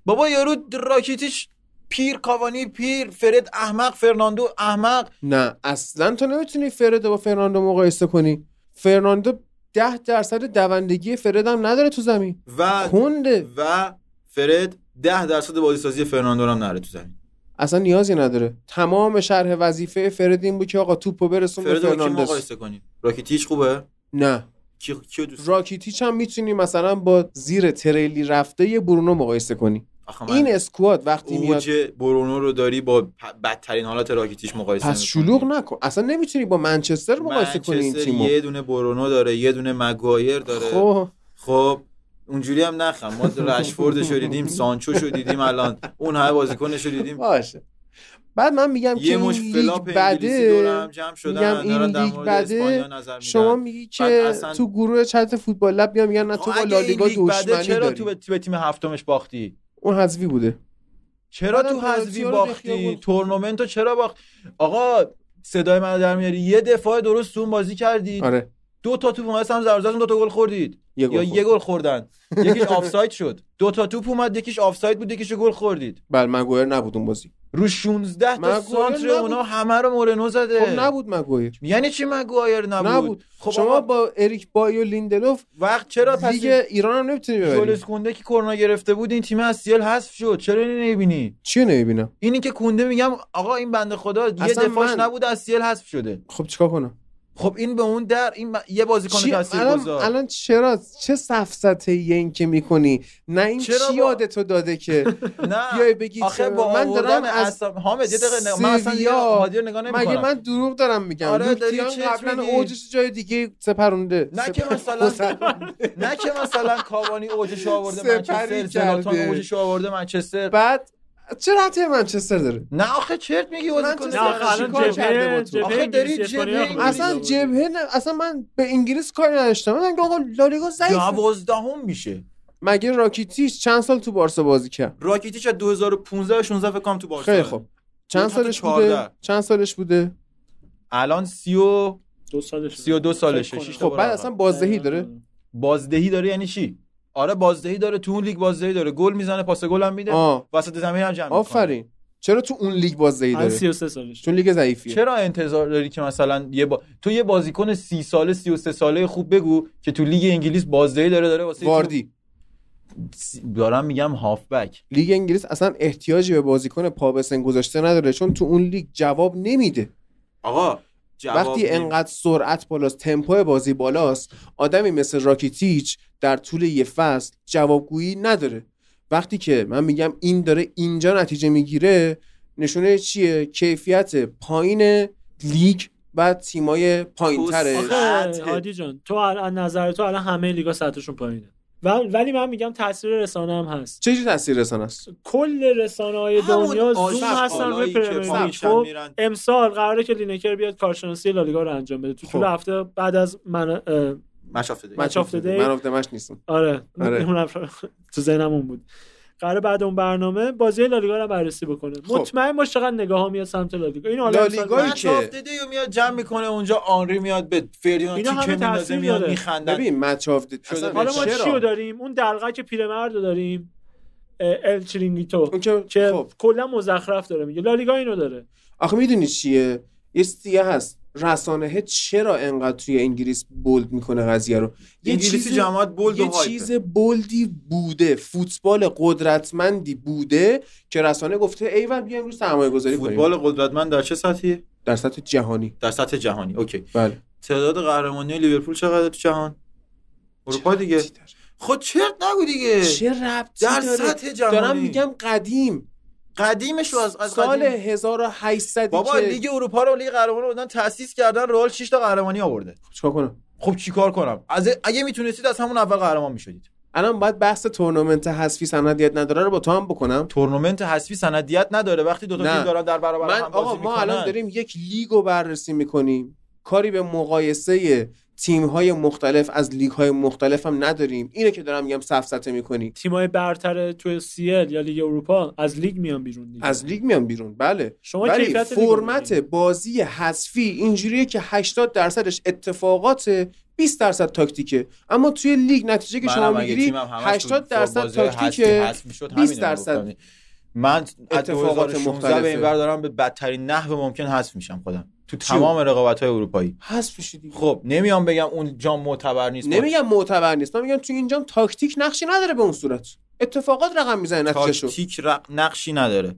[SPEAKER 2] بابا یارو راکیتیش پیر کاوانی پیر فرد احمق فرناندو احمق
[SPEAKER 1] نه اصلا تو نمیتونی فرد با فرناندو مقایسه کنی فرناندو ده درصد دوندگی فرد هم نداره تو زمین
[SPEAKER 2] و
[SPEAKER 1] کنده
[SPEAKER 2] و فرد ده درصد بازیسازی فرناندو رو هم نره تو زمین
[SPEAKER 1] اصلا نیازی نداره تمام شرح وظیفه فرد این بود که آقا توپو برسون به
[SPEAKER 2] فرد رو با کی
[SPEAKER 1] فرناندز
[SPEAKER 2] مقایسه کنی راکیتیش خوبه
[SPEAKER 1] نه
[SPEAKER 2] کی کیو دوست داری؟
[SPEAKER 1] راکیتیچ هم میتونی مثلا با زیر تریلی رفته یه برونو مقایسه کنی
[SPEAKER 2] آخه من
[SPEAKER 1] این اسکواد وقتی میاد
[SPEAKER 2] اوج برونو رو داری با پ- بدترین حالت راکیتیش
[SPEAKER 1] پس
[SPEAKER 2] مقایسه می‌کنی.
[SPEAKER 1] شلوغ نکن اصلا نمیتونی با منچستر مقایسه کنی این
[SPEAKER 2] منچستر
[SPEAKER 1] تیمو
[SPEAKER 2] یه دونه برونو داره یه دونه مگایر داره
[SPEAKER 1] خب
[SPEAKER 2] خب اونجوری هم نخم ما رشفوردش رو دیدیم سانچو رو دیدیم الان اون همه بازیکنش رو دیدیم
[SPEAKER 1] باشه بعد من میگم که
[SPEAKER 2] یه
[SPEAKER 1] این
[SPEAKER 2] مش
[SPEAKER 1] لیگ
[SPEAKER 2] فلاپ انگلیسی دور
[SPEAKER 1] بده
[SPEAKER 2] هم جمع
[SPEAKER 1] میگم
[SPEAKER 2] شدن
[SPEAKER 1] این
[SPEAKER 2] دارن در
[SPEAKER 1] لیگ
[SPEAKER 2] مورد
[SPEAKER 1] بده،
[SPEAKER 2] اسپانیا نظر
[SPEAKER 1] شما
[SPEAKER 2] میدن
[SPEAKER 1] میگی
[SPEAKER 2] بعد
[SPEAKER 1] که
[SPEAKER 2] اصلا-
[SPEAKER 1] تو گروه چت فوتبال لب بیام میگن نه تو با
[SPEAKER 2] خب اگه این
[SPEAKER 1] لالیگا
[SPEAKER 2] لیگ بده،
[SPEAKER 1] دشمنی
[SPEAKER 2] چرا
[SPEAKER 1] داری
[SPEAKER 2] تو به به تیم هفتمش باختی
[SPEAKER 1] اون حذفی بده
[SPEAKER 2] چرا
[SPEAKER 1] بعدم
[SPEAKER 2] تو حذفی
[SPEAKER 1] پنالتی‌ها رو دخیا
[SPEAKER 2] باختی
[SPEAKER 1] گل
[SPEAKER 2] تورنمنت رو چرا باخت آقا صدای من رو در میاری یه دفاع درست تو اون بازی کردید
[SPEAKER 1] آره
[SPEAKER 2] دو تا توپ اومد سمت دروازه دو تا گل خوردید
[SPEAKER 1] یه
[SPEAKER 2] یا
[SPEAKER 1] گل
[SPEAKER 2] یه
[SPEAKER 1] خورد.
[SPEAKER 2] گل خوردن یکیش آفساید شد دو تا توپ اومد یکیش آفساید بود یکیش گل خوردید
[SPEAKER 1] بل بله، مگوئر نبود اون بازی
[SPEAKER 2] رو 16 تا
[SPEAKER 1] مگوایر
[SPEAKER 2] سانتر
[SPEAKER 1] نبود.
[SPEAKER 2] اونا همه رو مورنو زده
[SPEAKER 1] خب نبود مگوئر
[SPEAKER 2] یعنی چی مگوایر نبود,
[SPEAKER 1] نبود
[SPEAKER 2] خب
[SPEAKER 1] شما
[SPEAKER 2] آقا،
[SPEAKER 1] با اریک بای و لیندلوف
[SPEAKER 2] وقت چرا پس
[SPEAKER 1] لیگ ایران هم نمیتونی ببری
[SPEAKER 2] جولس کونده که کرونا گرفته بود این تیم از سیل حذف شد چرا اینو نمیبینی
[SPEAKER 1] چیو نمیبینم
[SPEAKER 2] اینی که کونده میگم آقا این بنده خدا یه
[SPEAKER 1] اصلا
[SPEAKER 2] دفاعش
[SPEAKER 1] من-
[SPEAKER 2] نبود از سیل حذف شده
[SPEAKER 1] خب چیکار کنم
[SPEAKER 2] خب این به اون در این ب- یه بازیکن
[SPEAKER 1] چی- الان,
[SPEAKER 2] تاثیرگذار
[SPEAKER 1] الان چرا چه سفسته یه این که میکنی نه این
[SPEAKER 2] چرا
[SPEAKER 1] چی
[SPEAKER 2] با-
[SPEAKER 1] یادتو داده که
[SPEAKER 2] نه
[SPEAKER 1] بیای بگی
[SPEAKER 2] آخه
[SPEAKER 1] چرا؟
[SPEAKER 2] با
[SPEAKER 1] من دارم از
[SPEAKER 2] اعصاب حامد یه دقیقه نگاه- من اصلا دیگه
[SPEAKER 1] سیویا-
[SPEAKER 2] هادی رو نگاه
[SPEAKER 1] مگه
[SPEAKER 2] نمی‌کنم
[SPEAKER 1] من دروغ دارم میگم
[SPEAKER 2] آره،
[SPEAKER 1] آره
[SPEAKER 2] داری چرت
[SPEAKER 1] قبلا
[SPEAKER 2] میگی.
[SPEAKER 1] اوجش جای دیگه سپرونده
[SPEAKER 2] نه
[SPEAKER 1] سپ-
[SPEAKER 2] که مثلا-
[SPEAKER 1] سپرونده.
[SPEAKER 2] نه که مثلا کاوانی اوجش آورده
[SPEAKER 1] سپری
[SPEAKER 2] منچستر
[SPEAKER 1] کرده.
[SPEAKER 2] زلاتان اوجش آورده منچستر
[SPEAKER 1] بعد چه ربطی به منچستر داره
[SPEAKER 2] نه آخه چرت میگی بازیکن
[SPEAKER 1] منچستر
[SPEAKER 3] نه آخه الان
[SPEAKER 1] چیکار کرده با
[SPEAKER 3] جبهه
[SPEAKER 1] تو؟
[SPEAKER 2] آخه
[SPEAKER 3] جبهه
[SPEAKER 2] داری
[SPEAKER 3] انگلیسی،
[SPEAKER 2] جبهه
[SPEAKER 3] اسپانیا رو
[SPEAKER 1] اصلا
[SPEAKER 3] آوردی.
[SPEAKER 1] جبهه نه اصلا من به انگلیس کاری نداشتم من آقا لالیگا ضعیف
[SPEAKER 2] دوازدهم میشه
[SPEAKER 1] مگه راکیتیش چند سال تو بارسا بازی کرد
[SPEAKER 2] راکیتیچ از 2015 و 16 فکر کنم تو بارسا
[SPEAKER 1] خیلی خوب چند
[SPEAKER 2] تا
[SPEAKER 1] سالش
[SPEAKER 2] 14.
[SPEAKER 1] بوده چند سالش بوده
[SPEAKER 2] الان 30 و
[SPEAKER 3] دو سالش
[SPEAKER 2] 32 سالشه،
[SPEAKER 3] فکر کنم. آره.
[SPEAKER 2] شش تا
[SPEAKER 1] خب بعد
[SPEAKER 2] برابر.
[SPEAKER 1] اصلا بازدهی داره
[SPEAKER 2] بازدهی داره یعنی چی آره بازدهی داره تو اون لیگ بازدهی داره گل میزنه پاس گل هم میده
[SPEAKER 1] آه
[SPEAKER 2] وسط زمین هم جمع می‌کنه.
[SPEAKER 1] آفرین چرا تو اون لیگ بازدهی
[SPEAKER 3] الان
[SPEAKER 1] داره
[SPEAKER 3] 33 سالش
[SPEAKER 1] چون لیگ ضعیفیه
[SPEAKER 2] چرا انتظار داری که مثلا یه با... تو یه بازیکن سی ساله سی و سه ساله خوب بگو که تو لیگ انگلیس بازدهی داره داره واسه تیم-
[SPEAKER 1] واردی
[SPEAKER 2] دارم میگم هافبک
[SPEAKER 1] لیگ انگلیس اصلا احتیاجی به بازیکن پا به سن گذاشته نداره چون تو اون لیگ جواب نمیده
[SPEAKER 4] آقا
[SPEAKER 2] جواب
[SPEAKER 1] وقتی
[SPEAKER 2] میده.
[SPEAKER 1] انقدر سرعت بالاست تمپو بازی بالاست آدمی مثل راکیتیچ در طول یه فصل جوابگویی نداره وقتی که من میگم این داره اینجا نتیجه میگیره نشونه چیه کیفیت پایین لیگ و تیمای پایینتره
[SPEAKER 2] توسعه.
[SPEAKER 3] آخه
[SPEAKER 2] قطعه.
[SPEAKER 3] هادی جان تو ال- از نظر تو الان همه لیگا سطحشون پایینه و- ولی من میگم تاثیر رسانه هم هست
[SPEAKER 1] چه جور تاثیر رسانه است
[SPEAKER 3] کل رسانه های
[SPEAKER 2] همون
[SPEAKER 3] دنیا
[SPEAKER 2] آژانس
[SPEAKER 3] زوم هستن
[SPEAKER 2] بالایی
[SPEAKER 3] روی
[SPEAKER 2] که
[SPEAKER 3] پرمیر لیگ
[SPEAKER 2] پامیشن
[SPEAKER 3] خب
[SPEAKER 2] میرن.
[SPEAKER 3] امسال قراره که لینکر بیاد کارشناسی لالیگا رو انجام بده تو طول
[SPEAKER 1] خب.
[SPEAKER 3] هفته بعد از من اه،
[SPEAKER 2] مشافت دیگه.
[SPEAKER 3] مچ آف دی.
[SPEAKER 1] من افتمش نیستم
[SPEAKER 3] آره,
[SPEAKER 1] آره.
[SPEAKER 3] اونم تو ذهنم اون بود قرار بعد اون برنامه بازی لالیگا رو بررسی بکنه
[SPEAKER 1] خب.
[SPEAKER 3] مطمئن باش چقدر نگاه ها میاد سمت لالیگا این حالا
[SPEAKER 1] لالیگا
[SPEAKER 3] امسال-
[SPEAKER 1] هایی
[SPEAKER 2] مچ آف
[SPEAKER 1] که-
[SPEAKER 2] دیگه میاد جمع میکنه اونجا آنری میاد به فردیناند
[SPEAKER 3] اینا همه
[SPEAKER 2] تیکه میندازه
[SPEAKER 3] تأثیر
[SPEAKER 2] میاد
[SPEAKER 3] داره.
[SPEAKER 2] میخندن
[SPEAKER 1] ببین مچ آف دی-
[SPEAKER 2] شده
[SPEAKER 1] اصلا
[SPEAKER 3] حالا ما
[SPEAKER 1] چرا؟
[SPEAKER 3] چی رو داریم اون دلغک پیرمرد رو داریم اه، ال چرینگیتو
[SPEAKER 1] اون که
[SPEAKER 3] که
[SPEAKER 1] خب
[SPEAKER 3] کلا مزخرف داره میگه لالیگا اینو داره
[SPEAKER 1] آخه میدونی چیه یه سیه هست رسانه چرا انقدر توی انگلیس بولد میکنه قضیه رو یه
[SPEAKER 2] انگلیسی
[SPEAKER 1] چیزی-
[SPEAKER 2] جماعت بولد و
[SPEAKER 1] یه
[SPEAKER 2] هایپه.
[SPEAKER 1] چیز بلدی بوده فوتبال قدرتمندی بوده که رسانه گفته ایول بیا امروز سرمایه گذاری کنیم
[SPEAKER 2] فوتبال قدرتمند در چه سطحی
[SPEAKER 1] در سطح جهانی
[SPEAKER 2] در سطح جهانی اوکی
[SPEAKER 1] بله
[SPEAKER 2] تعداد قهرمانی لیورپول چقدر تو جهان اروپا دیگه
[SPEAKER 1] چه ربطی
[SPEAKER 2] خود چرت نگو دیگه
[SPEAKER 1] داره؟ چه ربطی
[SPEAKER 2] در
[SPEAKER 1] داره؟
[SPEAKER 2] سطح جهانی
[SPEAKER 1] دارم میگم قدیم
[SPEAKER 2] قدیمش رو از, از
[SPEAKER 1] سال
[SPEAKER 2] قدیم.
[SPEAKER 1] 1800
[SPEAKER 2] بابا
[SPEAKER 1] که...
[SPEAKER 2] لیگ اروپا رو لیگ قهرمانان بودن تاسیس کردن رئال 6 تا قهرمانی آورده
[SPEAKER 1] چیکار کنم
[SPEAKER 2] خب چیکار کنم از اگه میتونستید از همون اول قهرمان میشدید
[SPEAKER 1] الان باید بحث تورنمنت حذفی سندیت نداره رو با تو هم بکنم
[SPEAKER 2] تورنمنت حذفی سندیت نداره وقتی دو
[SPEAKER 1] نه.
[SPEAKER 2] تا تیم دارن در برابر
[SPEAKER 1] من
[SPEAKER 2] هم بازی
[SPEAKER 1] آقا ما
[SPEAKER 2] می‌کنن.
[SPEAKER 1] الان داریم یک لیگ رو بررسی میکنیم کاری به مقایسه تیم های مختلف از لیگ های مختلف هم نداریم اینه که دارم میگم سفسته میکنی
[SPEAKER 3] تیمای برتر تو سیل یا لیگ اروپا از لیگ میان بیرون دیگه.
[SPEAKER 1] از لیگ میام بیرون بله
[SPEAKER 3] شما
[SPEAKER 1] ولی
[SPEAKER 3] کیفیت لیگ رو
[SPEAKER 1] فرمت
[SPEAKER 3] می‌بینی.
[SPEAKER 1] بازی حذفی اینجوریه که 80 درصدش اتفاقات 20 درصد تاکتیکه اما توی لیگ نتیجه که
[SPEAKER 2] منم
[SPEAKER 1] شما
[SPEAKER 2] اگه
[SPEAKER 1] میگیری
[SPEAKER 2] تیمم همش
[SPEAKER 1] 80
[SPEAKER 2] تو
[SPEAKER 1] درصد
[SPEAKER 2] بازی حذفی
[SPEAKER 1] تاکتیکه
[SPEAKER 2] حذف می‌شد،
[SPEAKER 1] 20
[SPEAKER 2] همینو
[SPEAKER 1] درصد.
[SPEAKER 2] گفتم. من از
[SPEAKER 1] اتفاقات
[SPEAKER 2] 2016
[SPEAKER 1] مختلفه.
[SPEAKER 2] به این ور دارم به بدترین نحو ممکن حذف میشم خودم تو تمام رقابت های اروپایی
[SPEAKER 1] حذف میشه دیگه
[SPEAKER 2] خب نمیام بگم اون جام معتبر نیست
[SPEAKER 1] نمیگم معتبر نیست من میگم تو اینجام تاکتیک نقشی نداره به اون صورت اتفاقات رقم میزنه نتیجه
[SPEAKER 2] خب، تاکتیک رق... نقشی نداره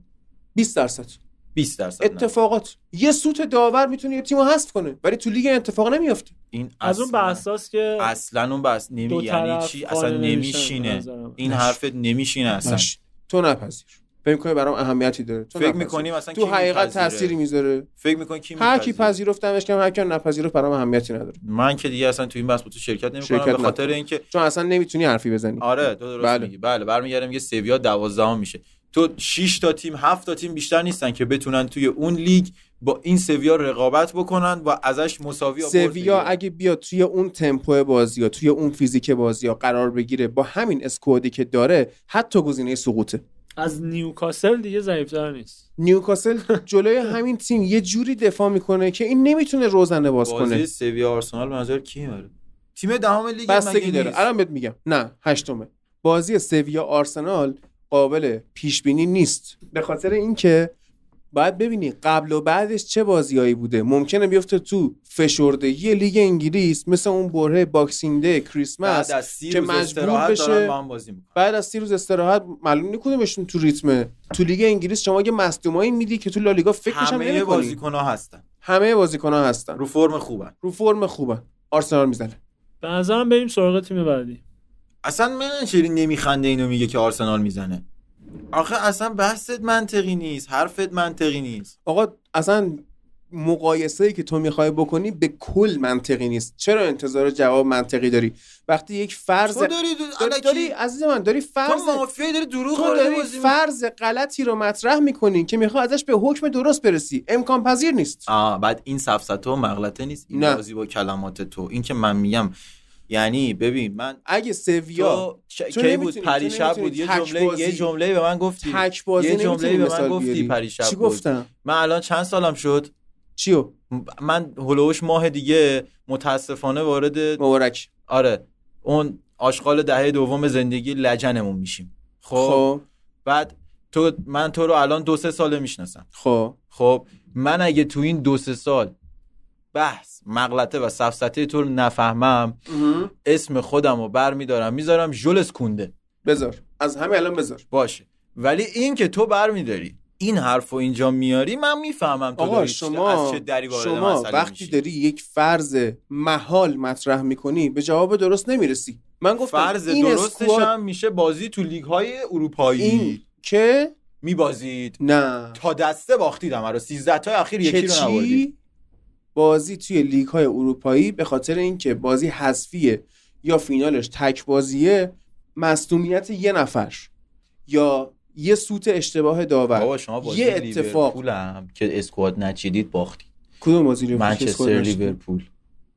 [SPEAKER 1] 20 درصد
[SPEAKER 2] 20 درصد نداره.
[SPEAKER 1] اتفاقات یه سوت داور میتونه یه تیمو حذف کنه ولی تو لیگ این اتفاق نمیفته
[SPEAKER 2] این
[SPEAKER 3] از اون
[SPEAKER 2] اصلاً-
[SPEAKER 3] بحثاست که
[SPEAKER 2] اصلا اون بس
[SPEAKER 3] دو
[SPEAKER 2] نمی یعنی
[SPEAKER 3] طرف
[SPEAKER 2] چی
[SPEAKER 3] قانع
[SPEAKER 2] اصلا
[SPEAKER 3] نمیشن، به
[SPEAKER 2] نمیشینه
[SPEAKER 3] نظرم.
[SPEAKER 2] این حرفت نمیشینه اصلا
[SPEAKER 1] باش. تو نپذیر فکر می‌کنی برام اهمیتی داره تو
[SPEAKER 2] فکر
[SPEAKER 1] نپذیر.
[SPEAKER 2] می‌کنی مثلا
[SPEAKER 1] تو
[SPEAKER 2] کی
[SPEAKER 1] حقیقت
[SPEAKER 2] می‌پذیره؟
[SPEAKER 1] تأثیری میذاره
[SPEAKER 2] فکر میکنی کی
[SPEAKER 1] هر کی
[SPEAKER 2] می‌پذیره؟
[SPEAKER 1] پذیرفتمش کم هر کی هم نپذیرفت برام اهمیتی نداره
[SPEAKER 2] من که دیگه اصلا تو این بحث با تو شرکت نمیکنم
[SPEAKER 1] شرکت
[SPEAKER 2] به خاطر
[SPEAKER 1] نکنم.
[SPEAKER 2] اینکه
[SPEAKER 1] چون اصلا نمیتونی حرفی بزنی
[SPEAKER 2] آره تو درست
[SPEAKER 1] بله.
[SPEAKER 2] میگی بله برمیگردم یه سویا 12 میشه تو 6 تا تیم 7 تا تیم بیشتر نیستن که بتونن توی اون لیگ با این سویا رقابت بکنن و ازش مساوی یا برد
[SPEAKER 1] سویا
[SPEAKER 2] بگیرن.
[SPEAKER 1] اگه بیاد توی اون تمپو بازی ها توی اون فیزیک بازی ها قرار بگیره با همین اسکوادی که داره حتی گزینه سقوطه
[SPEAKER 3] از نیوکاسل دیگه ضعیفتر نیست
[SPEAKER 1] نیوکاسل جلوی همین تیم یه جوری دفاع میکنه که این نمیتونه روزنه باز کنه
[SPEAKER 2] بازی سویا آرسنال به نظر کی میاره تیم دهم لیگ
[SPEAKER 1] بستگی
[SPEAKER 2] مگه
[SPEAKER 1] داره
[SPEAKER 2] نیست؟
[SPEAKER 1] الان بهت میگم نه هشتمه بازی سویا آرسنال قابل پیش بینی نیست به خاطر اینکه باید ببینی قبل و بعدش چه بازیایی بوده ممکنه بیفته تو فشردگی لیگ انگلیس مثل اون بره باکسینگ دی کریسمس
[SPEAKER 2] بعد از 30
[SPEAKER 1] که
[SPEAKER 2] روز
[SPEAKER 1] مجبور
[SPEAKER 2] استراحت
[SPEAKER 1] بشه.
[SPEAKER 2] دارن با هم بازی میکنن
[SPEAKER 1] بعد از سی روز استراحت معلوم نکنه تو ریتمه تو لیگ انگلیس شما یه مصدومایی میدی که تو لالیگا فکرش هم
[SPEAKER 2] همه
[SPEAKER 1] نمی‌کنی
[SPEAKER 2] بازیکن ها هستن
[SPEAKER 1] همه بازیکن‌ها هستن
[SPEAKER 2] رو فرم خوبن
[SPEAKER 1] رو فرم خوبه آرسنال میزنه
[SPEAKER 3] به نظرم بریم سراغ تیم بعدی
[SPEAKER 2] اصلا منچری نمیخنده اینو میگه که آرسنال میزنه آخه اصلا بحثت منطقی نیست حرفت منطقی نیست
[SPEAKER 1] آقا اصلا مقایسه که تو میخوای بکنی به کل منطقی نیست چرا انتظار جواب منطقی داری وقتی یک فرض
[SPEAKER 2] تو داری دو...
[SPEAKER 1] داری, داری
[SPEAKER 2] داری...
[SPEAKER 1] عزیز من داری فرض
[SPEAKER 2] تو مافیایی داری دروغ
[SPEAKER 1] تو
[SPEAKER 2] وارد
[SPEAKER 1] داری
[SPEAKER 2] بازی می‌کنی.
[SPEAKER 1] فرض غلطی رو مطرح میکنی که میخوای ازش به حکم درست برسی امکان پذیر نیست
[SPEAKER 2] آه بعد این سفسطه و مغلطه نیست این
[SPEAKER 1] نه.
[SPEAKER 2] بازی با کلمات تو این که من میگم یعنی ببین من
[SPEAKER 1] اگه سویا
[SPEAKER 2] تو ش-
[SPEAKER 1] تو
[SPEAKER 2] کی بود
[SPEAKER 1] نمی‌تونی-
[SPEAKER 2] پریشب
[SPEAKER 1] تو
[SPEAKER 2] بود یه
[SPEAKER 1] نمی‌تونی تک
[SPEAKER 2] جمله
[SPEAKER 1] بازی-
[SPEAKER 2] یه جمله به من گفتی
[SPEAKER 1] تک بازی
[SPEAKER 2] یه جمله
[SPEAKER 1] نمی‌تونی
[SPEAKER 2] به من
[SPEAKER 1] مثال
[SPEAKER 2] گفتی
[SPEAKER 1] بیاری.
[SPEAKER 2] پریشب
[SPEAKER 1] چی
[SPEAKER 2] بود؟
[SPEAKER 1] گفتم
[SPEAKER 2] من الان چند سالم شد
[SPEAKER 1] چیو
[SPEAKER 2] من هلوش ماه دیگه متاسفانه وارد
[SPEAKER 1] مبارک
[SPEAKER 2] آره اون آشغال دهه دوم زندگی لجنمون میشیم خب
[SPEAKER 1] خب
[SPEAKER 2] بعد تو من تو رو الان دو سه ساله میشناسم
[SPEAKER 1] خب
[SPEAKER 2] خب من اگه تو این دو سه سال بحث مغلطه و سفسته تو رو نفهمم اسم خودم رو برمیدارم میذارم ژولس کونده
[SPEAKER 1] بذار از همه الان بذار
[SPEAKER 2] باشه ولی این که تو برمیداری این حرف رو اینجا میاری من میفهمم تو
[SPEAKER 1] آقا
[SPEAKER 2] داری چه-
[SPEAKER 1] شما
[SPEAKER 2] از چه دری وارد
[SPEAKER 1] شما
[SPEAKER 2] مسئله
[SPEAKER 1] وقتی
[SPEAKER 2] میشی.
[SPEAKER 1] داری یک فرض محال مطرح میکنی به جواب درست نمیرسی من گفتم
[SPEAKER 2] فرض
[SPEAKER 1] این
[SPEAKER 2] درستش
[SPEAKER 1] اسکواد
[SPEAKER 2] هم میشه بازی تو لیگ های اروپایی
[SPEAKER 1] این که
[SPEAKER 2] میبازید
[SPEAKER 1] نه
[SPEAKER 2] تا دسته باختید همه رو 13 تا اخیر
[SPEAKER 1] که
[SPEAKER 2] یکی رو نبردید
[SPEAKER 1] چی بازی توی لیگ های اروپایی به خاطر اینکه بازی حذفیه یا فینالش تک بازیه مصدومیت یه نفر یا یه سوت اشتباه داور
[SPEAKER 2] بابا شما بازی
[SPEAKER 1] بله. یه اتفاق.
[SPEAKER 2] لیورپول هم که اسکواد نچیدید باختید
[SPEAKER 1] کدوم بازی لیورپول که اسکواد
[SPEAKER 2] منچستر
[SPEAKER 1] داشت؟
[SPEAKER 2] لیورپول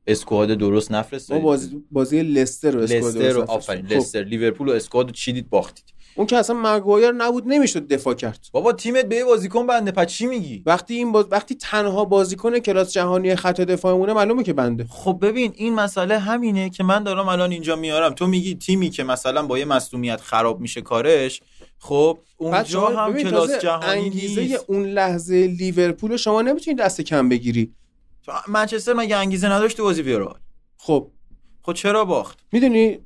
[SPEAKER 2] اسکواد درست
[SPEAKER 1] ما
[SPEAKER 2] نفرستید
[SPEAKER 1] بازی بازی لستر رو اسکواد
[SPEAKER 2] لستر
[SPEAKER 1] درست
[SPEAKER 2] رو
[SPEAKER 1] نفرستیم.
[SPEAKER 2] آفرین
[SPEAKER 1] خب،
[SPEAKER 2] لستر لیورپول و اسکواد رو چیدید باختید
[SPEAKER 1] اون که اصلا مگوایر نبود نمیشد دفاع کرد
[SPEAKER 2] بابا تیمت به یه بازیکن بنده پس چی میگی
[SPEAKER 1] وقتی این باز... وقتی تنها بازیکن کلاس جهانی خط دفاعمونه معلومه که بنده
[SPEAKER 2] خب ببین این مسئله همینه که من دارم الان اینجا میارم تو میگی تیمی که مثلا با یه مصدومیت خراب میشه کارش خب
[SPEAKER 1] بعد
[SPEAKER 2] اونجا
[SPEAKER 1] شما
[SPEAKER 2] هم
[SPEAKER 1] ببین
[SPEAKER 2] کلاس
[SPEAKER 1] تازه
[SPEAKER 2] جهانی
[SPEAKER 1] انگیزه
[SPEAKER 2] نیست
[SPEAKER 1] اون لحظه لیورپول رو شما نمیتونید دست کم بگیری
[SPEAKER 2] تو- منچستر مگه انگیزه نداشت تو بازی ویرال
[SPEAKER 1] خب
[SPEAKER 2] خب چرا باخت
[SPEAKER 1] میدونی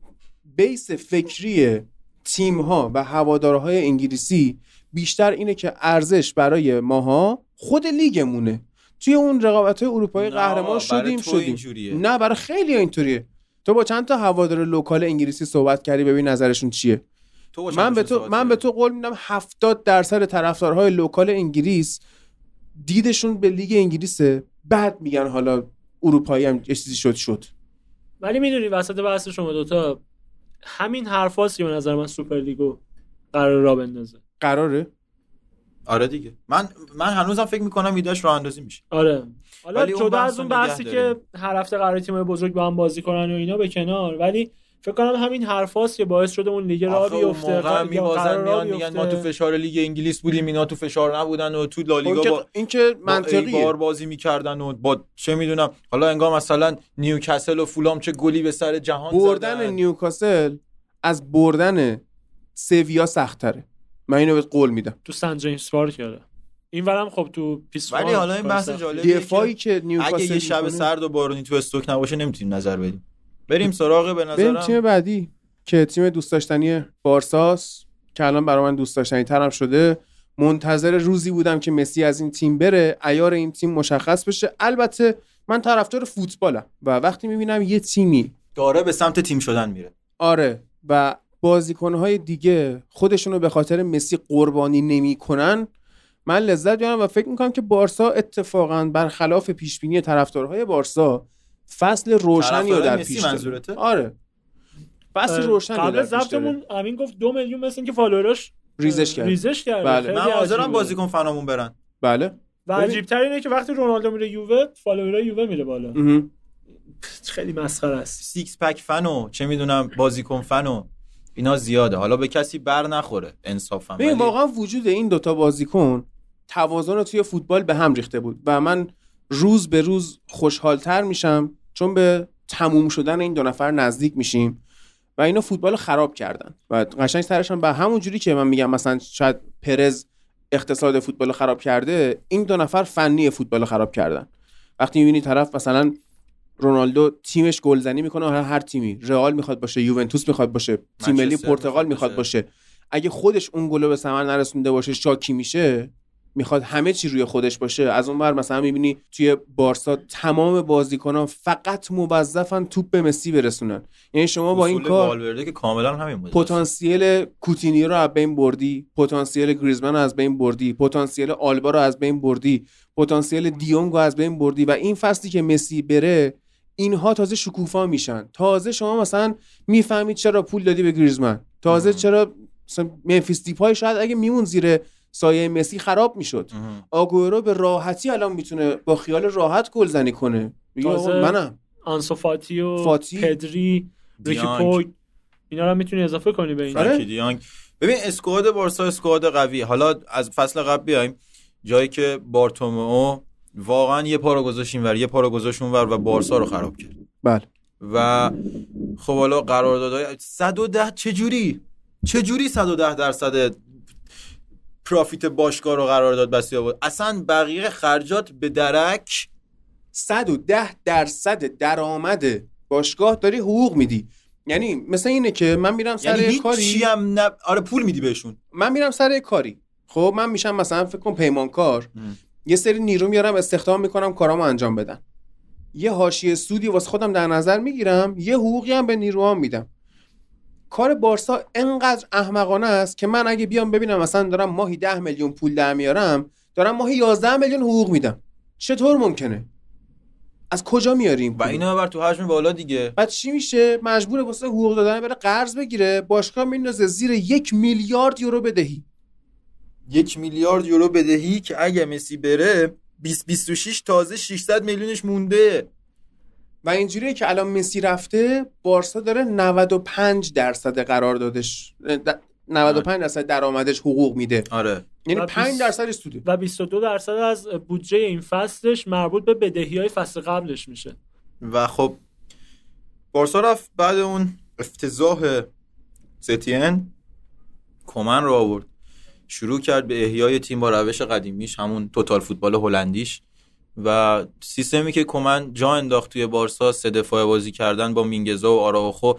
[SPEAKER 1] بیس فکری تیم ها و هوادارهای انگلیسی بیشتر اینه که ارزش برای ماها خود لیگمونه توی اون رقابت های اروپایی
[SPEAKER 2] نه،
[SPEAKER 1] قهرمان
[SPEAKER 2] برای
[SPEAKER 1] شدیم
[SPEAKER 2] تو
[SPEAKER 1] شدیم
[SPEAKER 2] اینجوریه.
[SPEAKER 1] نه برای خیلی اینطوریه تو با چند تا هوادار لوکال انگلیسی صحبت کردی ببین نظرشون چیه
[SPEAKER 2] تو با چند
[SPEAKER 1] من به تو
[SPEAKER 2] صحبت
[SPEAKER 1] من به
[SPEAKER 2] کردی؟
[SPEAKER 1] تو قول میدم 70 درصد طرفدارهای لوکال انگلیس دیدشون به لیگ انگلیسه بعد میگن حالا اروپایی هم یه چیزی شد شد
[SPEAKER 3] ولی میدونی وسط بحث شما دوتا همین حرف که به نظر من سوپر لیگو قرار را بندازه
[SPEAKER 1] قراره
[SPEAKER 2] آره دیگه من من هنوزم فکر میکنم ایدهش راه اندازی میشه
[SPEAKER 3] آره حالا
[SPEAKER 2] ولی اون
[SPEAKER 3] جدا
[SPEAKER 2] بحث
[SPEAKER 3] از اون
[SPEAKER 2] رو نگه
[SPEAKER 3] بحثی که
[SPEAKER 2] داریم.
[SPEAKER 3] هر هفته قرار تیم بزرگ با هم بازی کنن و اینا به کنار ولی فکر کنم همین حرفاست که باعث شده اون لیگ راه
[SPEAKER 2] آخه اون
[SPEAKER 3] بیفته
[SPEAKER 2] موقع هم
[SPEAKER 3] قرار- یا قرار
[SPEAKER 2] میبازن
[SPEAKER 3] راه
[SPEAKER 2] میان میگن
[SPEAKER 3] بیفته.
[SPEAKER 2] ما تو فشار لیگ انگلیس بودیم اینا تو فشار نبودن و تو
[SPEAKER 1] اون
[SPEAKER 2] لالیگا
[SPEAKER 1] که-
[SPEAKER 2] با
[SPEAKER 1] این که
[SPEAKER 2] منطقی بار
[SPEAKER 1] منطقیه
[SPEAKER 2] بازی میکردن و با چه میدونم حالا انگار مثلا نیوکسل و فولام چه گلی به سر جهان
[SPEAKER 1] بردن
[SPEAKER 2] زدن.
[SPEAKER 1] نیوکاسل از بردن سویا سختره من اینو بهت قول میدم
[SPEAKER 3] تو سن جیمز پارک آره این ورم خب تو پیس
[SPEAKER 2] ولی حالا این بحث جالبیه
[SPEAKER 1] دفاعی
[SPEAKER 2] که
[SPEAKER 1] که
[SPEAKER 2] اگه
[SPEAKER 1] نیوکاسل
[SPEAKER 2] یه شب
[SPEAKER 1] می‌کنه-
[SPEAKER 2] سرد و بارونی تو استوک نباشه نمیتونیم نظر بدیم بریم سراغ به
[SPEAKER 1] بریم تیم
[SPEAKER 2] نظرم
[SPEAKER 1] بعدی که تیم دوست داشتنی بارساس که الان برای من دوست داشتنی ترم شده منتظر روزی بودم که مسی از این تیم بره ایار این تیم مشخص بشه البته من طرفدار فوتبالم و وقتی میبینم یه تیمی
[SPEAKER 2] داره به سمت تیم شدن میره
[SPEAKER 1] آره و بازیکنهای دیگه خودشونو به خاطر مسی قربانی نمیکنن من لذت میبرم و فکر میکنم که بارسا اتفاقا برخلاف پیشبینی طرفدارهای بارسا فصل روشنی رو
[SPEAKER 2] طرفدارای
[SPEAKER 1] در
[SPEAKER 2] مسی
[SPEAKER 1] پیش داره.
[SPEAKER 2] منظورته؟
[SPEAKER 1] آره فصل روشنی رو
[SPEAKER 3] آره، قبل
[SPEAKER 1] در
[SPEAKER 3] از
[SPEAKER 1] پیش داره.
[SPEAKER 3] ضبطمون همین گفت دو میلیون مثل که فالووراش
[SPEAKER 1] ریزش کرد
[SPEAKER 3] ریزش کرد
[SPEAKER 1] بله.
[SPEAKER 3] خیلی
[SPEAKER 2] من حاضرم
[SPEAKER 3] عجیبه.
[SPEAKER 2] بازیکن فنامون برن
[SPEAKER 1] بله
[SPEAKER 3] و
[SPEAKER 1] ببین.
[SPEAKER 3] عجیب اینه که وقتی رونالدو میره یووه فالوورا یووه میره بالا
[SPEAKER 1] مهم.
[SPEAKER 3] خیلی مسخره است
[SPEAKER 2] سیکس پک فن و چه میدونم بازیکن فن و اینا زیاده حالا به کسی بر نخوره انصافا
[SPEAKER 1] ببین
[SPEAKER 2] ولی
[SPEAKER 1] واقعا وجود این دوتا بازیکن توازن رو توی فوتبال به هم ریخته بود و من روز به روز خوشحالتر میشم چون به تموم شدن این دو نفر نزدیک میشیم و اینا فوتبال رو خراب کردن و قشنگ سرشون به همون جوری که من میگم مثلا شاید پرز اقتصاد فوتبال رو خراب کرده این دو نفر فنی فوتبال رو خراب کردن وقتی میبینی طرف مثلا رونالدو تیمش گلزنی میکنه هر هر تیمی رئال میخواد باشه یوونتوس میخواد باشه تیم ملی
[SPEAKER 2] منچستر
[SPEAKER 1] پرتغال
[SPEAKER 2] میخواد
[SPEAKER 1] میخواد
[SPEAKER 2] باشه.
[SPEAKER 1] باشه اگه خودش اون گلو به ثمر نرسونده باشه شاکی میشه میخواد همه چی روی خودش باشه از اون ور مثلا میبینی توی بارسا تمام بازیکنان فقط موظفن توپ به مسی برسونن یعنی شما با این
[SPEAKER 2] اصول
[SPEAKER 1] کار
[SPEAKER 2] والورده که کاملا همین بود
[SPEAKER 1] پتانسیل کوتینی رو از بین بردی پتانسیل گریزمن رو از بین بردی پتانسیل آلبا رو از بین بردی پتانسیل دیونگ رو از بین بردی و این فصلی که مسی بره اینها تازه شکوفا میشن تازه شما مثلا میفهمید چرا پول دادی به گریزمن تازه
[SPEAKER 2] مم.
[SPEAKER 1] چرا مثلا منفیس دیپای شاید اگه میمون زیر سایه مسی خراب میشد
[SPEAKER 2] مهم.
[SPEAKER 1] آگورو به راحتی الان میتونه با خیال راحت گلزنی کنه میگه آقا
[SPEAKER 3] تازه
[SPEAKER 1] منم
[SPEAKER 3] آنسوفاتی و
[SPEAKER 1] فاتی.
[SPEAKER 3] پدری ریکی
[SPEAKER 2] دیانگ.
[SPEAKER 3] پوگ اینا رو هم میتونی اضافه کنی به این
[SPEAKER 1] آره.
[SPEAKER 2] فرانکی دیانگ ببین اسکواد بارسا اسکواد قوی حالا از فصل قبل بیایم جایی که بارتومئو واقعا یه پا رو گذاشت اینور یه پا رو گذاشت اونور و بارسا رو خراب کرد
[SPEAKER 1] بله
[SPEAKER 2] و خب حالا قراردادهای 110 چجوری چجوری 110 درصد پرافیت باشگاه رو قرارداد بسته بود اصلا بقیه خرجات به درک
[SPEAKER 1] 110 درصد درآمد باشگاه داری حقوق میدی یعنی مثل اینه که من میرم سر
[SPEAKER 2] یعنی
[SPEAKER 1] یه کاری
[SPEAKER 2] هیچی هم نه آره پول میدی بهشون
[SPEAKER 1] من میرم سر یه کاری خب من میشم مثلا فکر کن پیمانکار یه سری نیرو میارم استخدام میکنم کارامو انجام بدم یه حاشیه سودی واسه خودم در نظر میگیرم یه حقوقی هم به نیروهام میدم کار بارسا انقدر احمقانه است که من اگه بیام ببینم مثلا دارم ماهی 10 میلیون پول در میارم دارم ماهی 11 میلیون حقوق میدم چطور ممکنه از کجا میاریم
[SPEAKER 8] و اینو ببر تو حجم بالا دیگه
[SPEAKER 1] بعد چی میشه مجبور واسه حقوق دادن بره قرض بگیره باشگاه میندازه زیر یک میلیارد یورو بدهی
[SPEAKER 2] یک میلیارد یورو بدهی که اگه مسی بره 20 26 تازه 600 میلیونش مونده
[SPEAKER 1] و اینجوریه که الان مسی رفته بارسا داره 95 درصد قرار دادش 95 درصد درآمدش حقوق میده
[SPEAKER 2] آره
[SPEAKER 1] یعنی
[SPEAKER 3] آره. و
[SPEAKER 1] 5
[SPEAKER 3] بیست-
[SPEAKER 1] درصدش سوده
[SPEAKER 3] و 22 درصد از بودجه این فصلش مربوط به بدهی های فصل قبلش میشه
[SPEAKER 2] و خب بارسا رفت بعد اون افتضاح ستین کومن رو آورد شروع کرد به احیای تیم با روش قدیمیش همون توتال فوتبال هلندیش و سیستمی که کومن جا انداخت توی بارسا سه دفاعه بازی کردن با مینگزا و آراوخو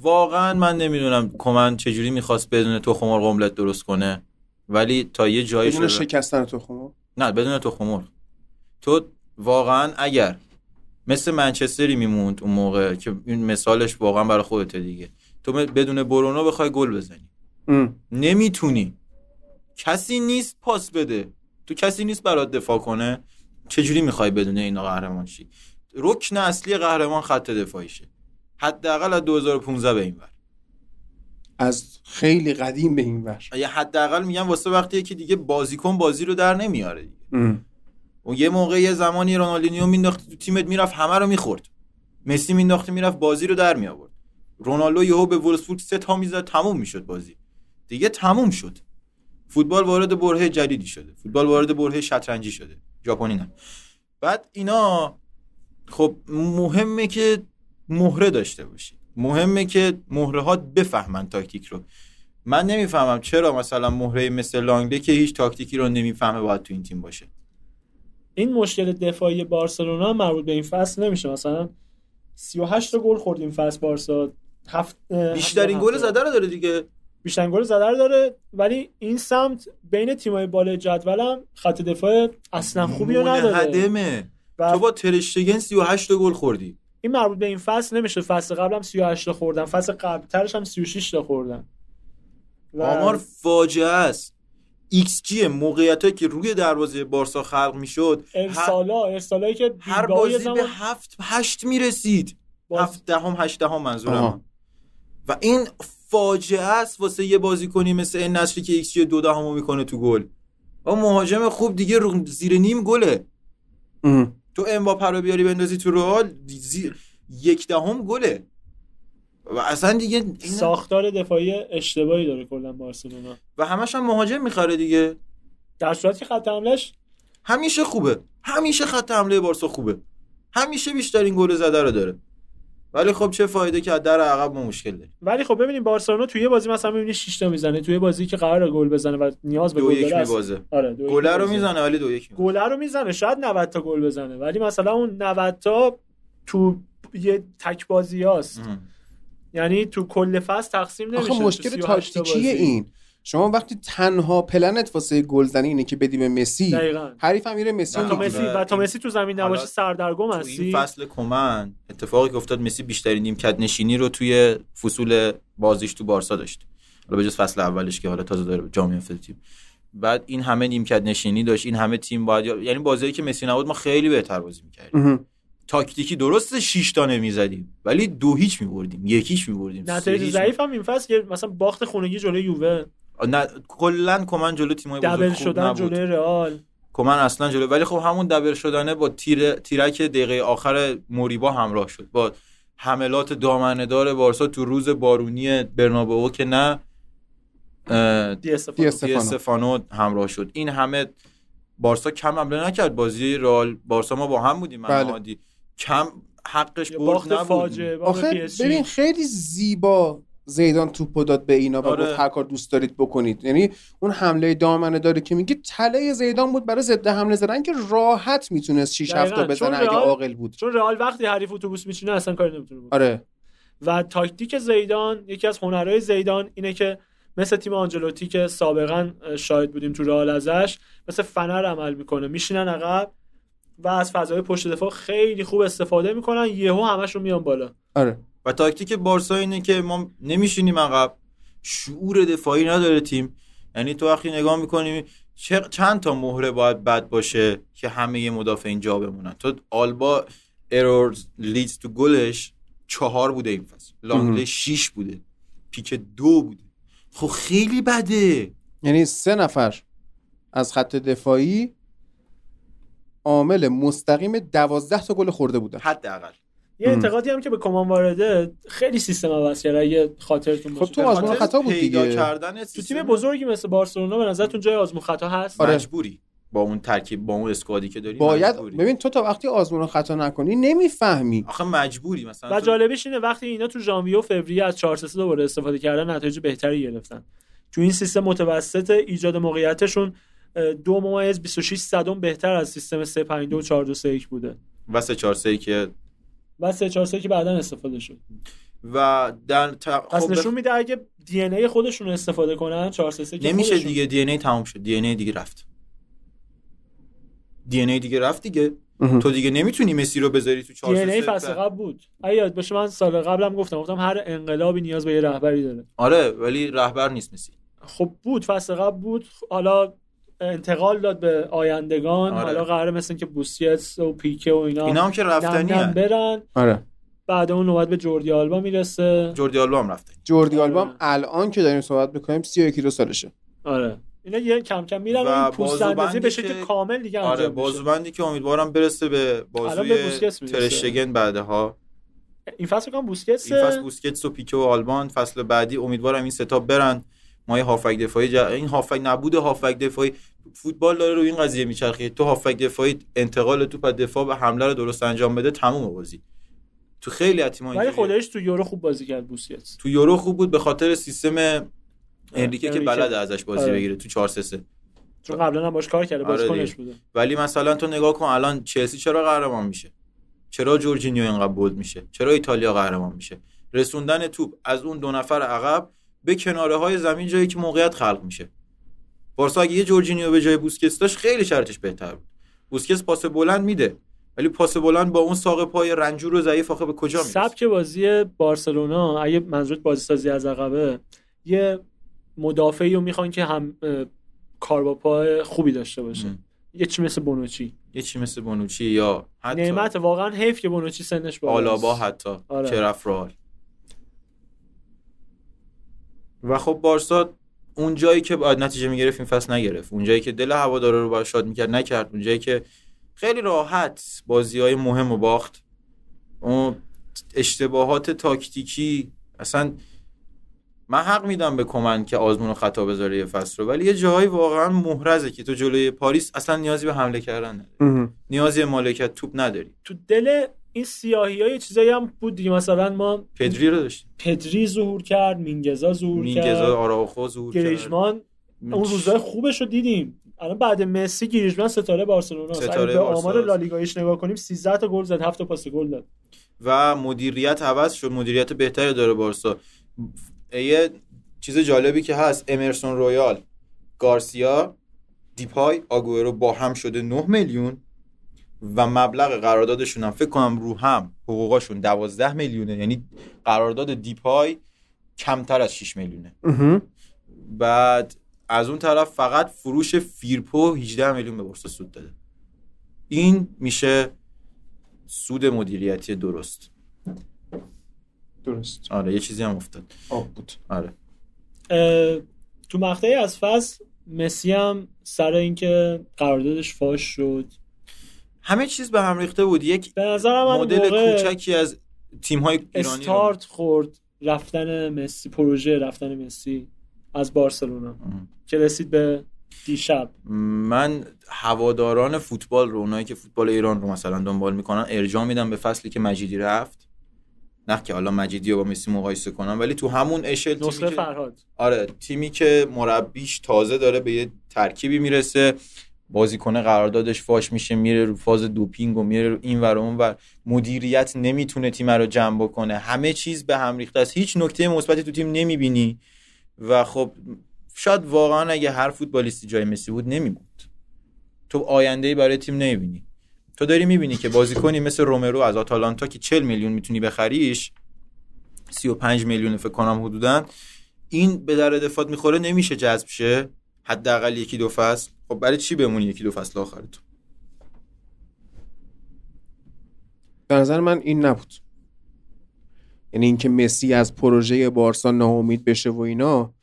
[SPEAKER 2] واقعا من نمیدونم کومن چجوری میخواست بدون تخم مرغ املت درست کنه ولی تا یه جایی
[SPEAKER 1] بدون
[SPEAKER 2] شده.
[SPEAKER 1] شکستن تخم
[SPEAKER 2] نه بدون تخم مرغ تو واقعا اگر مثل منچستری میموند اون موقع که این مثالش واقعا برای خودته دیگه تو بدون برونو بخوای گل بزنی نمیتونی کسی نیست پاس بده تو کسی نیست برات دفاع کنه چجوری میخوای بدون اینا قهرمان شی رکن اصلی قهرمان خط دفاعیشه حداقل از 2015 به این ور
[SPEAKER 1] از خیلی قدیم به این ور
[SPEAKER 2] یا حداقل میگم واسه وقتیه که دیگه بازیکن بازی رو در نمیاره دیگه
[SPEAKER 1] ام.
[SPEAKER 2] و یه موقع یه زمانی رونالدینیو مینداخت تو تیمت میرفت همه رو میخورد مسی مینداخت میرفت بازی رو در میآورد رونالدو یهو به ولسبورگ سه تا میزد تموم میشد بازی دیگه تموم شد فوتبال وارد برهه جدیدی شده فوتبال وارد برهه شطرنجی شده ژاپنی نه بعد اینا خب مهمه که مهره داشته باشی مهمه که مهره ها بفهمن تاکتیک رو من نمیفهمم چرا مثلا مهره مثل لانگله که هیچ تاکتیکی رو نمیفهمه باید تو این تیم باشه
[SPEAKER 3] این مشکل دفاعی بارسلونا هم مربوط به این فصل نمیشه مثلا 38 تا گل خورد این فصل بارسا هفت
[SPEAKER 2] بیشترین گل زده رو داره دیگه
[SPEAKER 3] بیشترین گل زده رو داره ولی این سمت بین تیمای بالای جدول هم خط دفاع اصلا خوبی رو
[SPEAKER 2] نمونه
[SPEAKER 3] نداره
[SPEAKER 2] هدمه
[SPEAKER 3] و
[SPEAKER 2] تو با ترشتگن 38 تا گل خوردی
[SPEAKER 3] این مربوط به این فصل نمیشه فصل قبلم 38 تا خوردن فصل قبلترش هم 36 تا خوردن و
[SPEAKER 2] آمار فاجعه است ایکس جی موقعیتایی که روی دروازه بارسا خلق میشد هر,
[SPEAKER 3] ارسالا ارسالایی که
[SPEAKER 2] هر
[SPEAKER 3] بیلبائو یه
[SPEAKER 2] بازی
[SPEAKER 3] زمان
[SPEAKER 2] به هفت هشت میرسید
[SPEAKER 3] باز-
[SPEAKER 2] هفت دهم هشت دهم منظورم
[SPEAKER 1] آها.
[SPEAKER 2] و این فاجعه است واسه یه بازیکنی مثل این نصری که ایکس جی دو دهمو میکنه تو گل و مهاجم خوب دیگه رو- زیر نیم گله
[SPEAKER 1] ام.
[SPEAKER 2] تو امباپه رو بیاری بندازی تو رئال زی... یک دهم گله و اصلا دیگه این-
[SPEAKER 3] ساختار دفاعی اشتباهی داره کلا بارسلونا
[SPEAKER 2] و همش هم مهاجم میخره دیگه
[SPEAKER 3] در صورتی که خط حملش
[SPEAKER 2] همیشه خوبه همیشه خط حمله بارسا خوبه همیشه بیشترین گل زده رو داره ولی خب چه فایده که از در عقب ما مشکل داریم
[SPEAKER 3] ولی خب ببینیم بارسلونا توی یه بازی مثلا می‌بینی 6 تا میزنه توی یه بازی که قرار گل بزنه و نیاز به
[SPEAKER 2] دو
[SPEAKER 3] گل
[SPEAKER 2] یک
[SPEAKER 3] داره است.
[SPEAKER 2] میبازه
[SPEAKER 3] آره دو یک
[SPEAKER 2] گله رو
[SPEAKER 3] می‌بازه.
[SPEAKER 2] میزنه ولی دو یک می‌بازه.
[SPEAKER 3] گله رو میزنه شاید 90 تا گل بزنه ولی مثلا اون 90 تا تو یه تک بازی هاست
[SPEAKER 2] ام.
[SPEAKER 3] یعنی تو کل فصل تقسیم نمیشه
[SPEAKER 1] آخه
[SPEAKER 3] تو
[SPEAKER 1] مشکل
[SPEAKER 3] 38 تا
[SPEAKER 1] تاکتیکی
[SPEAKER 3] بازی.
[SPEAKER 1] این شما وقتی تنها پلنت واسه گلزنی اینه که بدی به مسی
[SPEAKER 3] دقیقاً
[SPEAKER 1] حریفم میره مسی
[SPEAKER 2] نه،
[SPEAKER 1] رو
[SPEAKER 3] تا
[SPEAKER 1] می‌گیره.
[SPEAKER 3] مسی و تا مسی تو زمین نباشه
[SPEAKER 2] حالا
[SPEAKER 3] سردرگم
[SPEAKER 2] تو این
[SPEAKER 3] هستی
[SPEAKER 2] فصل کمن اتفاقی که افتاد مسی بیشترین نیمکت نشینی رو توی فصول بازیش تو بارسا داشت حالا به جز فصل اولش که حالا تازه داره جام میفته تیم بعد این همه نیمکت نشینی داشت این همه تیم باید یعنی بازیایی که مسی نبود ما خیلی بهتر بازی میکردیم
[SPEAKER 1] ام.
[SPEAKER 2] تاکتیکی درست 6 تا نمیزدیم ولی دو هیچ میبردیم یکیش میبردیم
[SPEAKER 3] نتایج ضعیف هم این فصل که مثلا باخت خونگی جلوی یووه
[SPEAKER 2] نه کلا کمن جلو تیمای بزرگ
[SPEAKER 3] دبل
[SPEAKER 2] خوب
[SPEAKER 3] شدن
[SPEAKER 2] نبود
[SPEAKER 3] جلوی رئال
[SPEAKER 2] کمن اصلا جلو ولی خب همون دبل شدنه با تیر تیرک دقیقه آخر موریبا همراه شد با حملات دامنه‌دار بارسا تو روز بارونی برنابئو که نه اه،
[SPEAKER 3] دی
[SPEAKER 1] دی
[SPEAKER 3] استفانو
[SPEAKER 2] دی
[SPEAKER 1] استفانو
[SPEAKER 2] استفانو همراه شد این همه بارسا کم حمله نکرد بازی رال بارسا ما با هم بودیم من
[SPEAKER 1] بله.
[SPEAKER 2] هادی. کم حقش
[SPEAKER 3] یه
[SPEAKER 2] برد
[SPEAKER 3] باخت
[SPEAKER 2] نبود
[SPEAKER 3] فاجعه باخت
[SPEAKER 1] آخه
[SPEAKER 3] PSG.
[SPEAKER 1] ببین خیلی زیبا زیدان توپو داد به اینا و
[SPEAKER 2] آره.
[SPEAKER 1] گفت هر کار دوست دارید بکنید یعنی اون حمله دامنه داره که میگه تله زیدان بود برای ضد حمله زدن که راحت میتونست 6
[SPEAKER 3] دقیقاً.
[SPEAKER 1] 7 تا
[SPEAKER 3] چون
[SPEAKER 1] بزنه اگه
[SPEAKER 3] رئال-
[SPEAKER 1] عاقل بود
[SPEAKER 3] چون رئال وقتی حریف اتوبوس میچینه اصلا کاری نمیتونه بکنه
[SPEAKER 1] آره
[SPEAKER 3] و تاکتیک زیدان یکی از هنرهای زیدان اینه که مثل تیم آنجلوتی که سابقا شاهد بودیم تو رئال ازش مثل فنر عمل میکنه میشینن عقب و از فضای پشت دفاع خیلی خوب استفاده میکنن یهو همشون میان بالا
[SPEAKER 1] آره
[SPEAKER 2] و تاکتیک بارسا اینه که ما نمیشینیم عقب شعور دفاعی نداره تیم یعنی تو وقتی نگاه میکنیم چند تا مهره باید بد باشه که همه مدافعین جا بمونن تو آلبا ارورز لیدز تو گلش چهار بوده این فصل لانگله شیش بوده پیک دو بوده خب خیلی بده
[SPEAKER 1] یعنی سه نفر از خط دفاعی عامل مستقیم دوازده تا گل خورده بودن
[SPEAKER 2] حداقل
[SPEAKER 3] یه انتقادی هم که به کمان وارده خیلی سیستم عوض کرده اگه خاطرتون باشه
[SPEAKER 1] خب تو آزمون
[SPEAKER 2] خاطر
[SPEAKER 1] خطا بود
[SPEAKER 2] پیدا
[SPEAKER 1] دیگه.
[SPEAKER 2] کردن
[SPEAKER 3] تو
[SPEAKER 2] سیستم
[SPEAKER 3] تیم بزرگی مثل بارسلونا به نظرتون جای آزمون خطا هست
[SPEAKER 1] آره.
[SPEAKER 2] مجبوری با اون ترکیب با اون اسکوادی که داری
[SPEAKER 1] باید
[SPEAKER 2] مجبوری.
[SPEAKER 1] ببین تو تا وقتی آزمون رو خطا نکنی نمیفهمی
[SPEAKER 2] آخه مجبوری مثلا
[SPEAKER 3] و
[SPEAKER 2] تو-
[SPEAKER 3] جالبش اینه وقتی اینا تو ژانویه و فوریه از 4 3 دوباره استفاده کردن نتایج بهتری گرفتن تو این سیستم متوسط ایجاد موقعیتشون اه، دو ممیز 26 صدم بهتر از سیستم 352 و 4231 بوده
[SPEAKER 2] و سه چهار سه که
[SPEAKER 3] و 343 که بعدا استفاده شد
[SPEAKER 2] و در ت-
[SPEAKER 3] پس
[SPEAKER 2] خب
[SPEAKER 3] نشون میده اگه دی ان ای خودشون رو استفاده کنن 433 که
[SPEAKER 2] نمیشه
[SPEAKER 3] خودشون-
[SPEAKER 2] دیگه دی ان ای تموم شد دی ان ای دیگه رفت دی ان ای دیگه رفت دیگه
[SPEAKER 1] مهم.
[SPEAKER 2] تو دیگه نمیتونی مسی رو بذاری تو 4
[SPEAKER 3] دی ان ای فصل قبل بود اگه یاد باشه من سال قبلم گفتم گفتم هر انقلابی نیاز به یه رهبری داره
[SPEAKER 2] آره ولی رهبر نیست مسی
[SPEAKER 3] خب بود فصل قبل بود حالا انتقال داد به آیندگان
[SPEAKER 2] آره.
[SPEAKER 3] حالا قراره مثل اینکه بوسیتس و پیکه و اینا,
[SPEAKER 2] اینا هم که رفتنی
[SPEAKER 3] نم نم برن
[SPEAKER 1] آره
[SPEAKER 3] بعد اون نوبت به جوردی آلبا میرسه
[SPEAKER 2] جوردی آلبا هم رفته
[SPEAKER 1] جوردی آلبا
[SPEAKER 3] آره.
[SPEAKER 1] هم الان که داریم صحبت میکنیم 31 دو سالشه
[SPEAKER 3] آره اینا یه کم کم میرن
[SPEAKER 2] و
[SPEAKER 3] و این پوست اندازی
[SPEAKER 2] بازوبندی
[SPEAKER 3] به شکل
[SPEAKER 2] که-
[SPEAKER 3] کامل دیگه انجام
[SPEAKER 2] آره
[SPEAKER 3] آره
[SPEAKER 2] بازوبندی که امیدوارم برسه به
[SPEAKER 3] الان به
[SPEAKER 2] بازوی
[SPEAKER 3] بوسکتس میرسه.
[SPEAKER 2] ترشگن بعدها
[SPEAKER 3] این فصل بکنم بوسکتس
[SPEAKER 2] این فصل بوسکتس و پیکه و آلبان فصل بعدی امیدوارم این ستا برن ما یه هافک دفاعی جا- این هافک نبود هافک دفاعی فوتبال داره رو این قضیه میچرخه تو هافک دفاعی انتقال توپ از دفاع به حمله رو درست انجام بده تموم بازی تو خیلی از تیم‌ها
[SPEAKER 3] ولی
[SPEAKER 2] اینجوریه.
[SPEAKER 3] خودش تو یورو خوب بازی کرد بوسکتس
[SPEAKER 2] تو یورو خوب بود به خاطر سیستم انریکه که
[SPEAKER 3] انریکه.
[SPEAKER 2] بلد ازش بازی
[SPEAKER 3] آره.
[SPEAKER 2] بگیره تو 4 3 3
[SPEAKER 3] چون قبلا هم باش کار کرده
[SPEAKER 2] آره
[SPEAKER 3] بازیکنش
[SPEAKER 2] دیگه.
[SPEAKER 3] بوده
[SPEAKER 2] ولی مثلا تو نگاه کن الان چلسی چرا قهرمان میشه چرا جورجینیو اینقدر بولد میشه چرا ایتالیا قهرمان میشه رسوندن توپ از اون دو نفر عقب به کناره های زمین جایی که موقعیت خلق میشه بارسا اگه یه جورجینیو به جای بوسکتس داشت خیلی شرطش بهتر بود بوسکتس پاس بلند میده ولی پاس بلند با اون ساق پای رنجور و ضعیف آخه به کجا میرسه
[SPEAKER 3] سبک بازی بارسلونا اگه منظورت بازی سازی از عقبه یه مدافعی رو میخوان که هم اه، کار با پای خوبی داشته باشه
[SPEAKER 2] مم.
[SPEAKER 3] یه چی مثل بونوچی
[SPEAKER 2] یه چی مثل بونوچی یا حتی
[SPEAKER 3] نعمت واقعا حیف که بونوچی سنش بالاست
[SPEAKER 2] آلابا حتی
[SPEAKER 3] آره.
[SPEAKER 2] که رفت رئال. و خب بارسا اون جایی که باید نتیجه میگرفت این فصل نگرفت اون جایی که دل هوادارا رو باید شاد میکرد نکرد اون جایی که خیلی راحت بازی های مهم رو باخت اون اشتباهات تاکتیکی اصلا من حق میدم به کمن که آزمون و خطا بذاره یه فصل رو ولی یه جاهایی واقعا محرزه که تو جلوی پاریس اصلا نیازی به حمله کردن نداری
[SPEAKER 1] مهم.
[SPEAKER 2] نیازی به مالکیت توپ نداری
[SPEAKER 3] تو دل این سیاهی های چیزایی هم بود دیگه مثلا ما
[SPEAKER 2] پدری رو داشتی
[SPEAKER 3] پدری ظهور کرد مینگزا ظهور
[SPEAKER 2] مینگزا
[SPEAKER 3] کرد
[SPEAKER 2] آراوخو ظهور کرد.
[SPEAKER 3] گریزمان اون روزای خوبش رو دیدیم الان بعد مسی گریزمان ستاره بارسلونا است.
[SPEAKER 2] ستاره
[SPEAKER 3] اگه به آمار
[SPEAKER 2] بارسلوناست.
[SPEAKER 3] لالیگایش نگاه کنیم 13 تا گل زد 7 تا پاس گل داد
[SPEAKER 2] و مدیریت عوض شد مدیریت بهتری داره بارسا یه چیز جالبی که هست امرسون رویال گارسیا دیپای آگورو با هم شده 9 میلیون و مبلغ قراردادشون هم فکر کنم رو هم حقوقاشون 12 میلیونه یعنی قرارداد دیپای کمتر از 6 میلیونه
[SPEAKER 1] مهم.
[SPEAKER 2] بعد از اون طرف فقط فروش فیرپو 18 میلیون به بورس سود داده این میشه سود مدیریتی درست
[SPEAKER 1] درست
[SPEAKER 2] آره یه چیزی هم افتاد
[SPEAKER 1] آب بود
[SPEAKER 2] آره
[SPEAKER 3] اه، تو مقطعی از فصل مسی هم سر اینکه قراردادش فاش شد
[SPEAKER 2] همه چیز به هم ریخته بود یک
[SPEAKER 3] به نظر من
[SPEAKER 2] مدل
[SPEAKER 3] موقع
[SPEAKER 2] کوچکی از تیم های ایرانی رو-
[SPEAKER 3] استارت خورد رفتن مسی پروژه رفتن مسی از بارسلونا
[SPEAKER 2] ام.
[SPEAKER 3] که رسید به دیشب
[SPEAKER 2] من هواداران فوتبال رو اونایی که فوتبال ایران رو مثلا دنبال میکنن ارجاع میدم به فصلی که مجیدی رفت نه که حالا مجیدی رو با مسی مقایسه کنم ولی تو همون اشل تیمی
[SPEAKER 3] نسخه
[SPEAKER 2] که-
[SPEAKER 3] فرهاد
[SPEAKER 2] آره تیمی که مربیش تازه داره به یه ترکیبی میرسه بازیکن قراردادش فاش میشه میره رو فاز دوپینگ و میره رو این ور و اون ور مدیریت نمیتونه تیم رو جمع بکنه همه چیز به هم ریخته است هیچ نکته مثبتی تو تیم نمیبینی و خب شاید واقعا اگه هر فوتبالیستی جای مسی بود نمیموند تو آینده برای تیم نمیبینی تو داری میبینی که بازیکنی مثل رومرو از آتالانتا که 40 میلیون میتونی بخریش 35 میلیون فکر کنم حدودا این به در دفات میخوره نمیشه جذب شه حداقل یکی دو فصل خب برای چی بمونی یکی دو فصل آخر تو
[SPEAKER 1] به نظر من این نبود یعنی اینکه مسی از پروژه بارسا ناامید بشه و اینا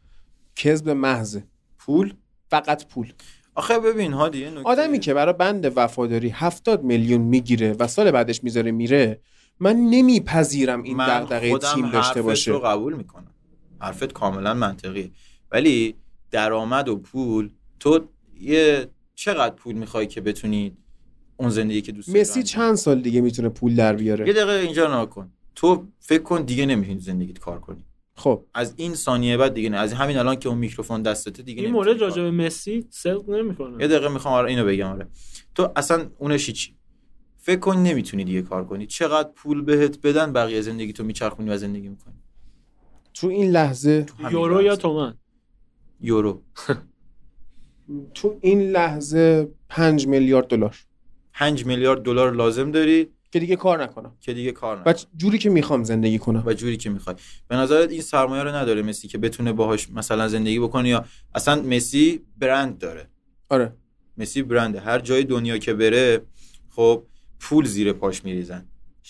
[SPEAKER 1] کذب محضه
[SPEAKER 2] پول
[SPEAKER 1] فقط پول
[SPEAKER 2] آخه ببین هادی یه نکته.
[SPEAKER 1] آدمی که برای بند وفاداری 70 میلیون میگیره و سال بعدش میذاره میره من نمیپذیرم این
[SPEAKER 2] من
[SPEAKER 1] دغدغه
[SPEAKER 2] خودم
[SPEAKER 1] تیم داشته
[SPEAKER 2] حرفت
[SPEAKER 1] باشه
[SPEAKER 2] رو قبول میکنم حرفت کاملا منطقیه ولی درآمد و پول تو یه چقدر پول میخوای که بتونی اون زندگی که دوست داری رو
[SPEAKER 1] مسی
[SPEAKER 2] انجام
[SPEAKER 1] چند سال دیگه میتونه پول در
[SPEAKER 2] بدی؟ یه
[SPEAKER 1] بیاره
[SPEAKER 2] دقیقه اینجا نها کن تو فکر کن دیگه نمیتونی زندگیت کار کنی
[SPEAKER 1] خب
[SPEAKER 2] از این ثانیه بعد دیگه نه از همین الان که اون میکروفون دستته دیگه
[SPEAKER 3] این
[SPEAKER 2] نمیتونی
[SPEAKER 3] مورد
[SPEAKER 2] کار
[SPEAKER 3] راجع به مسی صدق نمیکنه
[SPEAKER 2] یه دقیقه میخوام آره اینو بگم آره تو اصلا اونش چی فکر کن نمیتونی دیگه کار کنی چقدر پول بهت بدن بقیه زندگی تو میچرخونی و زندگی میکنی
[SPEAKER 1] تو این لحظه
[SPEAKER 3] یورو یا تومن
[SPEAKER 2] یورو
[SPEAKER 1] تو این لحظه 5 میلیارد دلار
[SPEAKER 2] 5 میلیارد دلار لازم داری
[SPEAKER 1] که دیگه کار نکنم
[SPEAKER 2] که دیگه کار نکنی
[SPEAKER 1] و جوری که میخوام زندگی کنم
[SPEAKER 2] و جوری که میخوای به نظرت این سرمایه رو نداره مسی که بتونه باهاش مثلا زندگی بکنه یا اصلا مسی برند داره
[SPEAKER 1] آره
[SPEAKER 2] مسی برنده هر جای دنیا که بره خب پول زیر پاش میریزن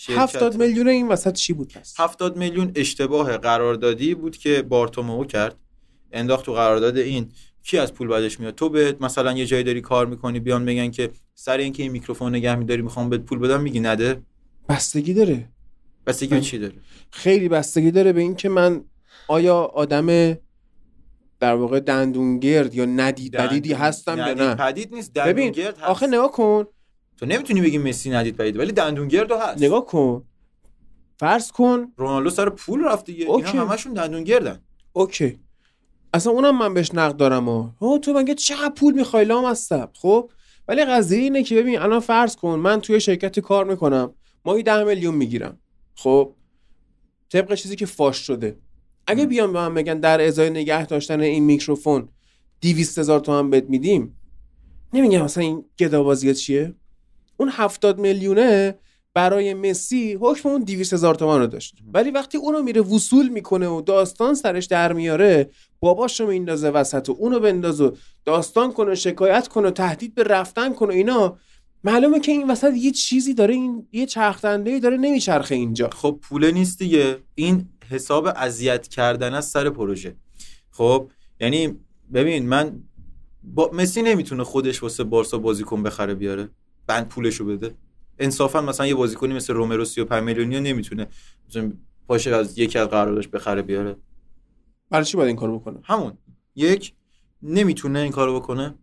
[SPEAKER 1] 70 میلیون این وسط چی بود پس
[SPEAKER 2] 70 میلیون اشتباه قراردادی بود که بارتومئو کرد انداخت تو قرارداد این کی از پول بعدش میاد تو بهت مثلا یه جایی داری کار میکنی بیان بگن که سر اینکه این میکروفون نگه میداری میخوام بهت پول بدم میگی نده
[SPEAKER 1] بستگی داره
[SPEAKER 2] بس دیگه چی داره
[SPEAKER 1] خیلی بستگی داره به اینکه من آیا آدم در واقع دندونگرد یا ندید بدیدی
[SPEAKER 2] دندون-
[SPEAKER 1] هستم یا
[SPEAKER 2] ندید
[SPEAKER 1] نه
[SPEAKER 2] یعنی پدید نیست
[SPEAKER 1] ببین،
[SPEAKER 2] دندونگرد هست
[SPEAKER 1] آخه نگاه کن
[SPEAKER 2] تو نمیتونی بگی مسی ندید پدید ولی دندونگرد رو هست
[SPEAKER 1] نگاه کن فرض کن
[SPEAKER 2] رونالدو سر پول رفت دیگه
[SPEAKER 1] اوکی.
[SPEAKER 2] اینا همشون دندونگردن
[SPEAKER 1] اوکی اصلا اونم من بهش نقد دارم ها ها، تو مگه چقدر پول میخوای لام هستم خب ولی قضیه اینه که ببین الان فرض کن من توی شرکتی کار میکنم ماهی ده میلیون میگیرم خب طبق چیزی که فاش شده اگه بیام به من بگن در ازای نگه داشتن این میکروفون 200 هزار تومن بهت میدیم نمیگم مثلا این گدابازی چیه اون 70 میلیونه برای مسی حکم اون 200 هزار تومن رو داشت ولی وقتی اونو میره وصول میکنه و داستان سرش در میاره باباش رو میندازه وسط و اونو بندازه و داستان کنه و شکایت کنه و تهدید به رفتن کنه و اینا معلومه که این وسط یه چیزی داره این یه چرخدنده داره نمیچرخه اینجا
[SPEAKER 2] خب پوله نیست دیگه این حساب اذیت کردن از سر پروژه خب یعنی ببین من با مسی نمیتونه خودش واسه بارسا بازیکن بخره بیاره بند پولشو بده انصافا مثلا یه بازیکنی مثل رومرو 35 میلیونی نمیتونه مثلا پاشه از یکی از قراردادش بخره بیاره
[SPEAKER 1] برای چی باید این کارو بکنه
[SPEAKER 2] همون یک نمیتونه این کارو بکنه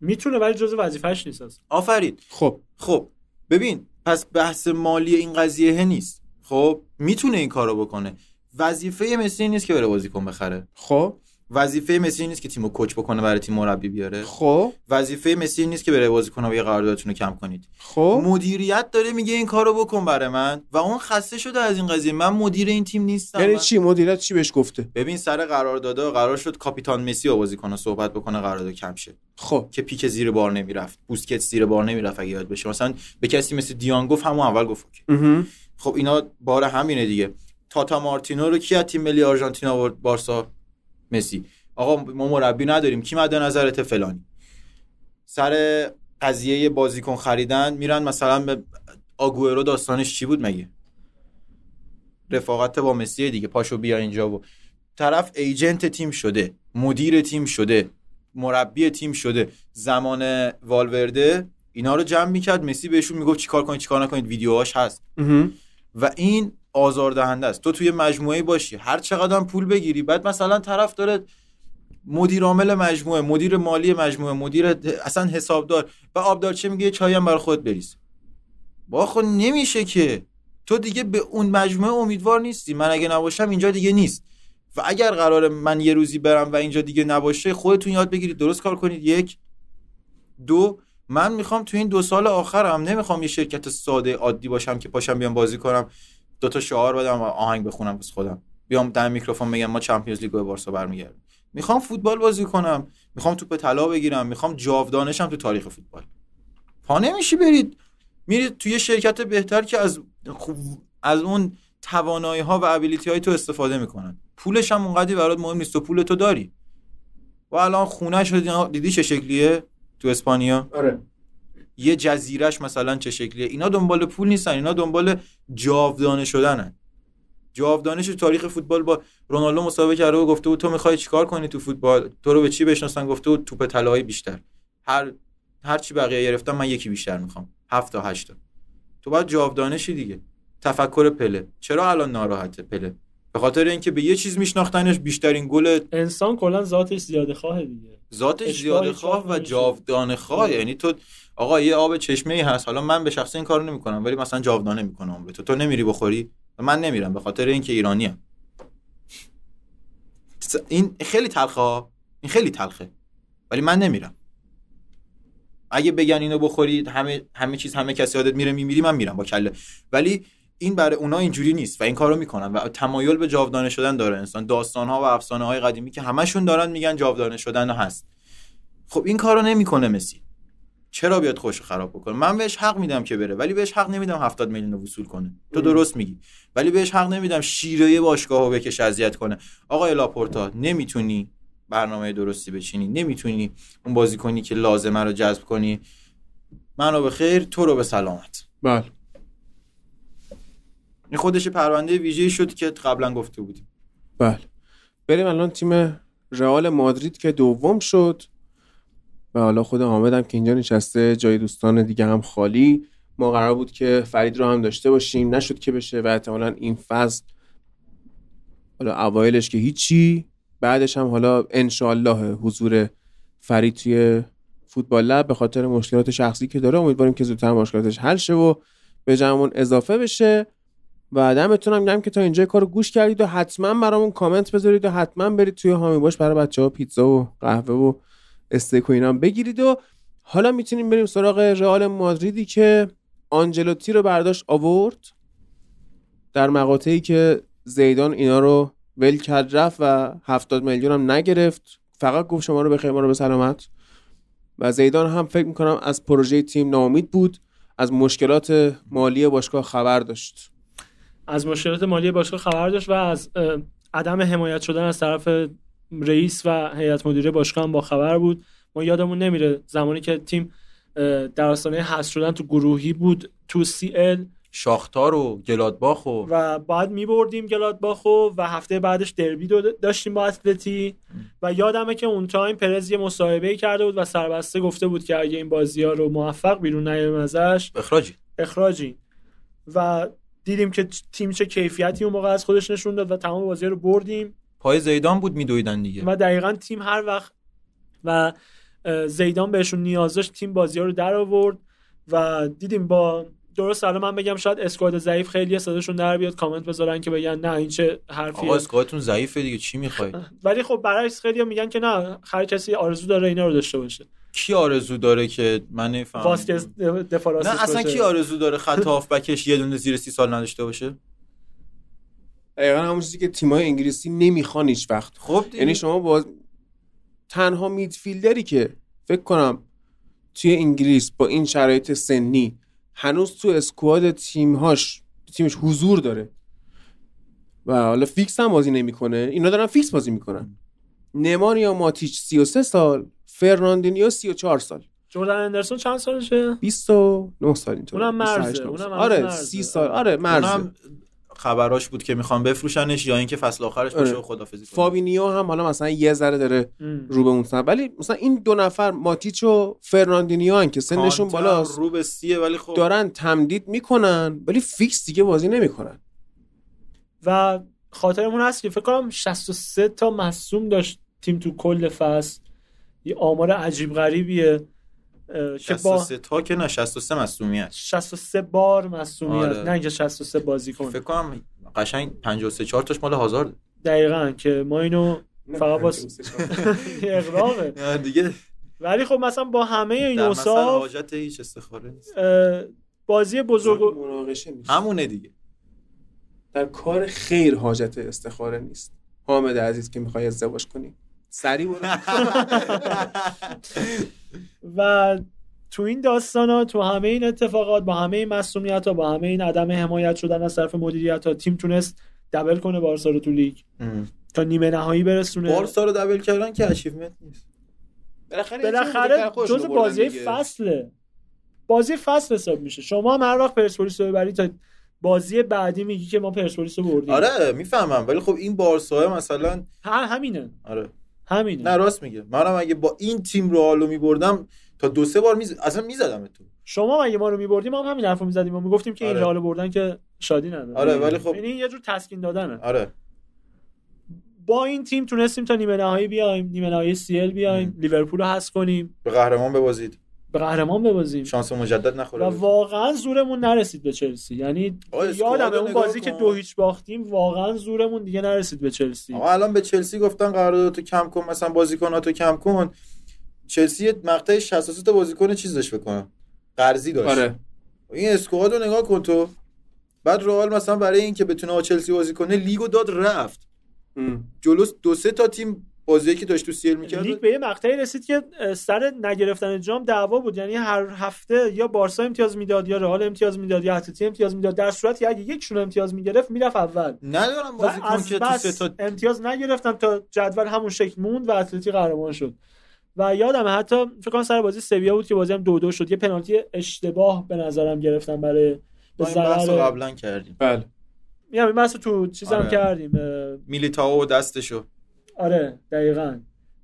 [SPEAKER 3] میتونه ولی جزء وظیفه‌اش نیست اصلا.
[SPEAKER 2] آفرین
[SPEAKER 1] خب
[SPEAKER 2] خب ببین پس بحث مالی این قضیه نیست خب میتونه این کارو بکنه وظیفه مسی این نیست که بره بازیکن بخره
[SPEAKER 1] خب
[SPEAKER 2] وظیفه مسی این نیست که تیمو کوچ بکنه برای تیم مربی بیاره
[SPEAKER 1] خب
[SPEAKER 2] وظیفه مسی این نیست که بره بازیکن و یه قراردادتون رو کم کنید
[SPEAKER 1] خب
[SPEAKER 2] مدیریت داره میگه این کارو بکن برای من و اون خسته شده از این قضیه من مدیر این تیم نیستم
[SPEAKER 1] یعنی
[SPEAKER 2] من-
[SPEAKER 1] چی مدیرت چی بهش گفته
[SPEAKER 2] ببین سر قراردادها قرار شد کاپیتان مسی با بازیکن صحبت بکنه قرارداد کم شه
[SPEAKER 1] خب
[SPEAKER 2] که پیک زیر بار نمیرفت بوسکت زیر بار نمیرفت اگه یاد بشه مثلا به کسی مثل دیان گفت همون اول گفت اوکی.
[SPEAKER 1] مهم.
[SPEAKER 2] خب اینا بار همینه دیگه تاتا مارتینو رو کی از تیم ملی آرژانتین آورد بارسا مسی آقا ما مربی نداریم کی مد نظرت فلانی سر قضیه بازیکن خریدن میرن مثلا به آگوئرو داستانش چی بود مگه رفاقت با مسی دیگه پاشو بیا اینجا و طرف ایجنت تیم شده مدیر تیم شده مربی تیم شده زمان والورده اینا رو جمع میکرد مسی بهشون میگفت چیکار کنید چیکار نکنید ویدیوهاش هست
[SPEAKER 1] مهم.
[SPEAKER 2] و این آزاردهنده است تو توی مجموعه باشی هر چقدر هم پول بگیری بعد مثلا طرف داره مدیر عامل مجموعه مدیر مالی مجموعه مدیر اصلا حسابدار و آبدارچه میگه یه چایی هم برای خود بریز با خود نمیشه که تو دیگه به اون مجموعه امیدوار نیستی من اگه نباشم اینجا دیگه نیست و اگر قرار من یه روزی برم و اینجا دیگه نباشه خودتون یاد بگیرید درست کار کنید یک دو من میخوام تو این دو سال آخرم نمیخوام یه شرکت ساده عادی باشم که پاشم بیام بازی کنم دو تا شعار بدم و آهنگ بخونم واسه خودم بیام در میکروفون بگم ما چمپیونز لیگ رو به بارسا برمیگردیم میخوام فوتبال بازی کنم میخوام توپ طلا بگیرم میخوام جاودانشم تو تاریخ فوتبال پا نمیشی برید میرید توی شرکت بهتر که از خوب- از اون توانایی ها و ابیلیتی های تو استفاده میکنن پولش هم اونقدی برات مهم نیست تو پول تو داری و الان خونه شد دیدی چه شکلیه تو اسپانیا
[SPEAKER 1] آره
[SPEAKER 2] یه جزیرش مثلا چه شکلیه اینا دنبال پول نیستن اینا دنبال جاودانه شدنن جاودانش تاریخ فوتبال با رونالدو مسابقه کرده و گفته بود تو میخوای چیکار کنی تو فوتبال تو رو به چی بشناسن گفته بود توپ طلایی بیشتر هر هر چی بقیه گرفتن من یکی بیشتر میخوام هفت تا هشت تا تو باید جاودانشی دیگه تفکر پله چرا الان ناراحته پله به خاطر اینکه به یه چیز میشناختنش بیشترین گل
[SPEAKER 3] انسان کلا ذاتش زیاده خواه دیگه
[SPEAKER 2] ذاتش
[SPEAKER 3] اشکالی
[SPEAKER 2] زیاده
[SPEAKER 3] چاپ
[SPEAKER 2] خواه و
[SPEAKER 3] نمیشه.
[SPEAKER 2] جاودانه خواه
[SPEAKER 3] آره.
[SPEAKER 2] یعنی تو آقا یه آب چشمه ای هست حالا من به شخص این کارو نمیکنم ولی مثلا جاودانه میکنم عمر تو تو نمیری بخوری و من نمیرم به خاطر اینکه ایرانی ام این خیلی تلخه ها. این خیلی تلخه ولی من نمیرم اگه بگن اینو بخورید همه همه چیز همه کسی یادت میره میمیری من میرم با کله ولی این برای اونا اینجوری نیست و این کارو میکنن و تمایل به جاودانه شدن داره انسان داستان ها و افسانه های قدیمی که همشون دارن میگن جاودانه شدن هست خب این کارو نمیکنه مسی چرا بیاد خوش خراب بکنه من بهش حق میدم که بره ولی بهش حق نمیدم 70 میلیون رو وصول کنه تو درست میگی ولی بهش حق نمیدم شیره باشگاه رو بکش اذیت کنه آقای لاپورتا نمیتونی برنامه درستی بچینی نمیتونی اون بازی کنی که لازمه رو جذب کنی منو به خیر تو رو به سلامت
[SPEAKER 1] بله
[SPEAKER 2] این خودش پرونده ویژه شد که قبلا گفته بودیم
[SPEAKER 1] بله بریم الان تیم رئال مادرید که دوم شد و حالا خود حامد هم که اینجا نشسته جای دوستان دیگه هم خالی ما قرار بود که فرید رو هم داشته باشیم نشد که بشه و احتمالا این فصل حالا اوایلش که هیچی بعدش هم حالا انشالله حضور فرید توی فوتبال لب به خاطر مشکلات شخصی که داره امیدواریم که زودتر مشکلاتش حل شه و به جمعمون اضافه بشه و دمتون هم گرم که تا اینجا کار رو گوش کردید و حتما برامون کامنت بذارید و حتما برید توی هامی باش برای بچه ها پیتزا و قهوه و استیک و اینا هم بگیرید و حالا میتونیم بریم سراغ رئال مادریدی که آنجلوتی رو برداشت آورد در مقاطعی که زیدان اینا رو ول کرد رفت و 70 میلیون هم نگرفت فقط گفت شما رو بخیر ما رو به سلامت و زیدان هم فکر میکنم از پروژه تیم ناامید بود از مشکلات مالی باشگاه خبر داشت
[SPEAKER 3] از مشکلات مالی باشگاه خبر داشت و از اه، عدم حمایت شدن از طرف رئیس و هیئت مدیره باشگاه هم با خبر بود ما یادمون نمیره زمانی که تیم اه، در آستانه حذف شدن تو گروهی بود تو سی ال
[SPEAKER 2] شاختار و گلادباخ و
[SPEAKER 3] و بعد میبردیم گلادباخو و هفته بعدش دربی دو- داشتیم با اتلتی و یادمه که اون تایم پرز یه مصاحبه کرده بود و سربسته گفته بود که اگه این بازی ها رو موفق بیرون نیاریم ازش
[SPEAKER 2] اخراجی
[SPEAKER 3] اخراجی و دیدیم که تیم چه کیفیتی اون موقع از خودش نشون داد و تمام بازی رو بردیم
[SPEAKER 2] پای زیدان بود میدویدن دیگه
[SPEAKER 3] و دقیقا تیم هر وقت و اه، زیدان بهشون نیاز داشت تیم بازی رو در آورد و دیدیم با درست الان من بگم شاید اسکواد ضعیف خیلی صداشون در بیاد کامنت بذارن که بگن نه این چه حرفیه
[SPEAKER 2] آقا اسکاتون ضعیفه دیگه چی میخوای
[SPEAKER 3] ولی خب برعکس خیلی میگن که نه هر کسی آرزو داره اینا رو داشته باشه
[SPEAKER 2] کی آرزو داره که من نفهم
[SPEAKER 3] واسکز دفراسیس
[SPEAKER 2] نه اصلا
[SPEAKER 3] باشه.
[SPEAKER 2] کی آرزو داره خط هافبکش یه دونه زیر سی سال نداشته باشه
[SPEAKER 1] دقیقا همون چیزی که تیمای انگلیسی نمیخوان هیچ وقت
[SPEAKER 2] خب دیگه.
[SPEAKER 1] یعنی شما باز تنها میدفیلدری که فکر کنم توی انگلیس با این شرایط سنی هنوز تو اسکواد تیمهاش تیمش حضور داره و حالا فیکس هم بازی نمیکنه اینا دارن فیکس بازی میکنن نمانیا ماتیچ 33 سال فرناندینیو 34 سال
[SPEAKER 3] جردن اندرسون چند سالشه
[SPEAKER 1] 29 سال اینطور
[SPEAKER 3] اونم مرزه، اونم هنوز
[SPEAKER 1] آره
[SPEAKER 3] مرزه.
[SPEAKER 1] 30 سال آره مرزه
[SPEAKER 2] اونم خبراش بود که میخوان بفروشنش یا اینکه فصل آخرش باشه
[SPEAKER 1] آره.
[SPEAKER 2] و خدافظی کنه
[SPEAKER 1] فابینیو هم حالا مثلا یه ذره داره
[SPEAKER 3] ام.
[SPEAKER 1] رو به اون سمت ولی مثلا این دو نفر ماتیچ و فرناندینیو هن که سنشون
[SPEAKER 2] کانتر
[SPEAKER 1] بالاست
[SPEAKER 2] رو به سیه ولی خب
[SPEAKER 1] دارن تمدید میکنن ولی فیکس دیگه بازی نمیکنن
[SPEAKER 3] و خاطرمون هست که فکر کنم 63 تا مصوم داشت تیم تو کل فصل یه آمار عجیب غریبیه اه، که با
[SPEAKER 2] 63 تا که نه 63 مصونیت
[SPEAKER 3] 63 بار مصومیت
[SPEAKER 2] آره.
[SPEAKER 3] نه اینجا 63 بازی کن
[SPEAKER 2] فکر کنم قشنگ 53 4 تاش مال هازارد
[SPEAKER 3] دقیقا که ما اینو فقط با اقراقه
[SPEAKER 2] نه دیگه
[SPEAKER 3] ولی خب مثلا با همه این
[SPEAKER 2] در مثلا
[SPEAKER 3] اوصاف
[SPEAKER 2] حاجت هیچ استخاره نیست
[SPEAKER 3] اه، بازی بزرگ و-
[SPEAKER 1] مناقشه نیست
[SPEAKER 2] همونه دیگه
[SPEAKER 1] در کار خیر حاجت استخاره نیست حامد عزیز که میخوای ازدواج کنی سریع برو
[SPEAKER 3] و تو این داستان ها تو همه این اتفاقات با همه این مسئولیت ها با همه این عدم حمایت شدن از طرف مدیریت ها تیم تونست دبل کنه بارسا رو تو لیگ تا نیمه نهایی برسونه
[SPEAKER 2] بارسا رو دبل کردن که اچیومنت نیست
[SPEAKER 1] بالاخره یه تیم بزرگتر
[SPEAKER 3] بالاخره
[SPEAKER 1] خودشونو
[SPEAKER 3] جز
[SPEAKER 1] بردن
[SPEAKER 3] بازی
[SPEAKER 1] دیگه.
[SPEAKER 3] فصله بازی فصل حساب میشه شما هم هر وقت پرسپولیس رو ببری تا بازی بعدی میگی که ما پرسپولیس رو بردیم
[SPEAKER 2] آره میفهمم ولی خب این بارسا مثلا
[SPEAKER 3] هم همینه
[SPEAKER 2] آره
[SPEAKER 3] همینه
[SPEAKER 2] نه راست میگه منم اگه با این تیم رو می میبردم تا دو سه بار میز... اصلا میزدم تو
[SPEAKER 3] شما اگه ما رو میبردیم ما هم همین حرفو میزدیم و میگفتیم که این
[SPEAKER 2] آره.
[SPEAKER 3] رئال بردن که شادی نداره
[SPEAKER 2] آره، ولی خب-
[SPEAKER 3] یعنی یه جور تسکین دادنه
[SPEAKER 2] آره
[SPEAKER 3] با این تیم تونستیم تا نیمه نهایی بیایم نیمه نهایی سیل بیایم لیورپول رو حذف کنیم
[SPEAKER 2] به قهرمان ببازید
[SPEAKER 3] به قهرمان ببازیم
[SPEAKER 2] شانس مجدد
[SPEAKER 3] و
[SPEAKER 2] نخوره
[SPEAKER 3] واقعا زورمون نرسید به چلسی یعنی
[SPEAKER 2] آقا، اسکواد
[SPEAKER 3] یادم
[SPEAKER 2] رو
[SPEAKER 3] اون
[SPEAKER 2] نگاه
[SPEAKER 3] بازی
[SPEAKER 2] کن.
[SPEAKER 3] که دو هیچ باختیم واقعا زورمون دیگه نرسید به چلسی
[SPEAKER 2] آقا الان به چلسی گفتن قراردادتو کم کن مثلا بازیکناتو کم کن چلسی یه مقطع 63 تا بازیکن چیز داشت بکنم قرضی داشت
[SPEAKER 1] آره
[SPEAKER 2] این اسکواد رو نگاه کن تو بعد رئال مثلا برای اینکه بتونه با چلسی بازی کنه لیگو داد رفت
[SPEAKER 1] ام.
[SPEAKER 2] جلوس دو سه تا تیم بازی که داشت تو سیل میکرد
[SPEAKER 3] لیگ به یه مقطعی رسید که اه، سر نگرفتن جام دعوا بود یعنی هر هفته یا بارسا امتیاز میداد یا رئال امتیاز میداد یا اتلتی امتیاز میداد در صورتی اگه یکشون امتیاز میگرفت میرفت اول
[SPEAKER 2] ندارم
[SPEAKER 3] و
[SPEAKER 2] بازیکن
[SPEAKER 3] از
[SPEAKER 2] که تو سه
[SPEAKER 3] بس
[SPEAKER 2] تا
[SPEAKER 3] امتیاز نگرفتن تا جدول همون شکل موند و اتلتی قهرمان شد و یادم حتی فکر کنم سر بازی سویا بود که بازی هم دو دو شد یه پنالتی اشتباه به نظرم گرفتن برای به
[SPEAKER 2] ما این بحث رو
[SPEAKER 3] ضرر
[SPEAKER 2] قبلا کردیم
[SPEAKER 1] بله
[SPEAKER 3] میام این بحث رو تو چیزم
[SPEAKER 2] آره.
[SPEAKER 3] کردیم اه،
[SPEAKER 2] میلیتائو و دستشو
[SPEAKER 3] آره دقیقا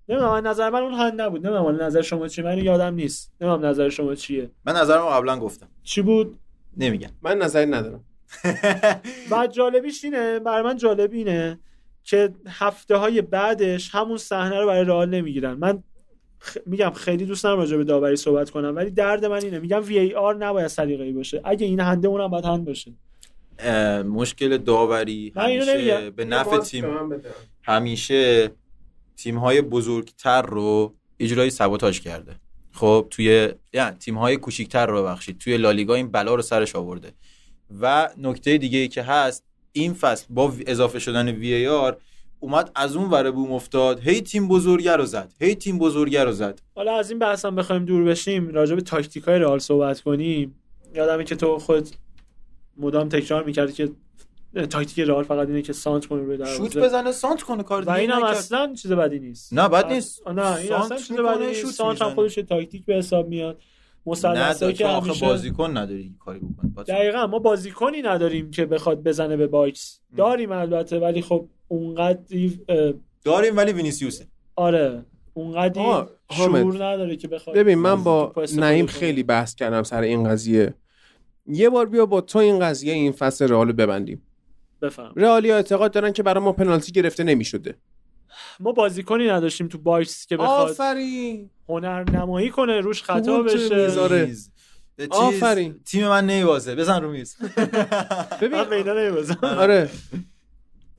[SPEAKER 3] نمیدونم از نظر من اون حل نبود نمیدونم حالا نظر شما چیه من نمیدونم نیست نمیدونم نظر شما چیه
[SPEAKER 2] من نظرمو قبلا گفتم
[SPEAKER 3] چی بود
[SPEAKER 2] نمیگم
[SPEAKER 1] من نظری ندارم
[SPEAKER 3] و جالبیش اینه برای من جالب اینه که هفته های بعدش همون صحنه رو برای رئال نمیگیرن من خ- میگم خیلی دوست ندارم راجع به داوری صحبت کنم ولی درد من اینه میگم وی ای آر نباید سلیقه‌ای باشه اگه این هنده اونم باید هند باشه
[SPEAKER 2] اه، مشکل داوری
[SPEAKER 3] من اینو
[SPEAKER 2] همیشه
[SPEAKER 3] نمیگم.
[SPEAKER 2] به نفع تیم همیشه تیم های بزرگتر رو اجرای سبوتاژ کرده خب توی یعنی تیم های کوچیکتر رو ببخشید توی لالیگا این بلا رو سرش آورده و نکته دیگه ای که هست این فصل با اضافه شدن وی ای آر اومد از اون ور بوم افتاد هی تیم بزرگه رو زد هی تیم بزرگه رو زد
[SPEAKER 3] حالا از این بحث هم بخوایم دور بشیم راجع به تاکتیک های رئال صحبت کنیم یادمه که تو خود مدام تکرار میکردی که تاکتیک رئال فقط اینه که سانت کنه روی دروازه
[SPEAKER 2] شوت بزنه سانت کنه کار
[SPEAKER 3] و
[SPEAKER 2] دیگه
[SPEAKER 3] این هم
[SPEAKER 2] نکرد.
[SPEAKER 3] اصلا چیز بدی نیست
[SPEAKER 2] نه، بد
[SPEAKER 3] اص-
[SPEAKER 2] نیست.
[SPEAKER 3] نه این
[SPEAKER 2] سانت
[SPEAKER 3] اصلا چیز
[SPEAKER 2] می‌کنه،
[SPEAKER 3] بدی نیست
[SPEAKER 2] شوت
[SPEAKER 3] سانت هم
[SPEAKER 2] می‌زنه.
[SPEAKER 3] خودش یه تاکتیک به حساب میاد
[SPEAKER 2] نه
[SPEAKER 3] مثلثایی
[SPEAKER 2] دا-
[SPEAKER 3] که
[SPEAKER 2] تو آخه
[SPEAKER 3] همیشه
[SPEAKER 2] بازیکن نداری کاری بکنی باید-
[SPEAKER 3] دقیقا ما بازیکنی نداریم که بخواد بزنه به باکس داریم البته ولی خب اونقدی اه،
[SPEAKER 2] داریم ولی وینیسیوسه
[SPEAKER 3] آره اونقدی
[SPEAKER 1] آه، حامد.
[SPEAKER 3] شعور نداره که بخواد
[SPEAKER 1] ببین من
[SPEAKER 3] توپ
[SPEAKER 1] با
[SPEAKER 3] استفاده
[SPEAKER 1] نعیم
[SPEAKER 3] کنه.
[SPEAKER 1] خیلی بحث کردم سر این قضیه یه بار بیا با تو این قضیه این فصل رئالو ببندیم
[SPEAKER 3] بفهم
[SPEAKER 1] رئالیا اعتقاد دارن که برای ما پنالتی گرفته نمیشده
[SPEAKER 3] ما بازیکنی نداشتیم تو باکس که بخواد
[SPEAKER 1] آفرین
[SPEAKER 3] هنر نمایی کنه روش خطا
[SPEAKER 1] بود که
[SPEAKER 3] بشه
[SPEAKER 1] می‌ذاره. آره.
[SPEAKER 2] چیز- چیز-
[SPEAKER 1] آفرین.
[SPEAKER 2] تیم من نیوازه بزن رو میز
[SPEAKER 3] من
[SPEAKER 1] ببین
[SPEAKER 3] میدان نمی‌بازم.
[SPEAKER 1] آره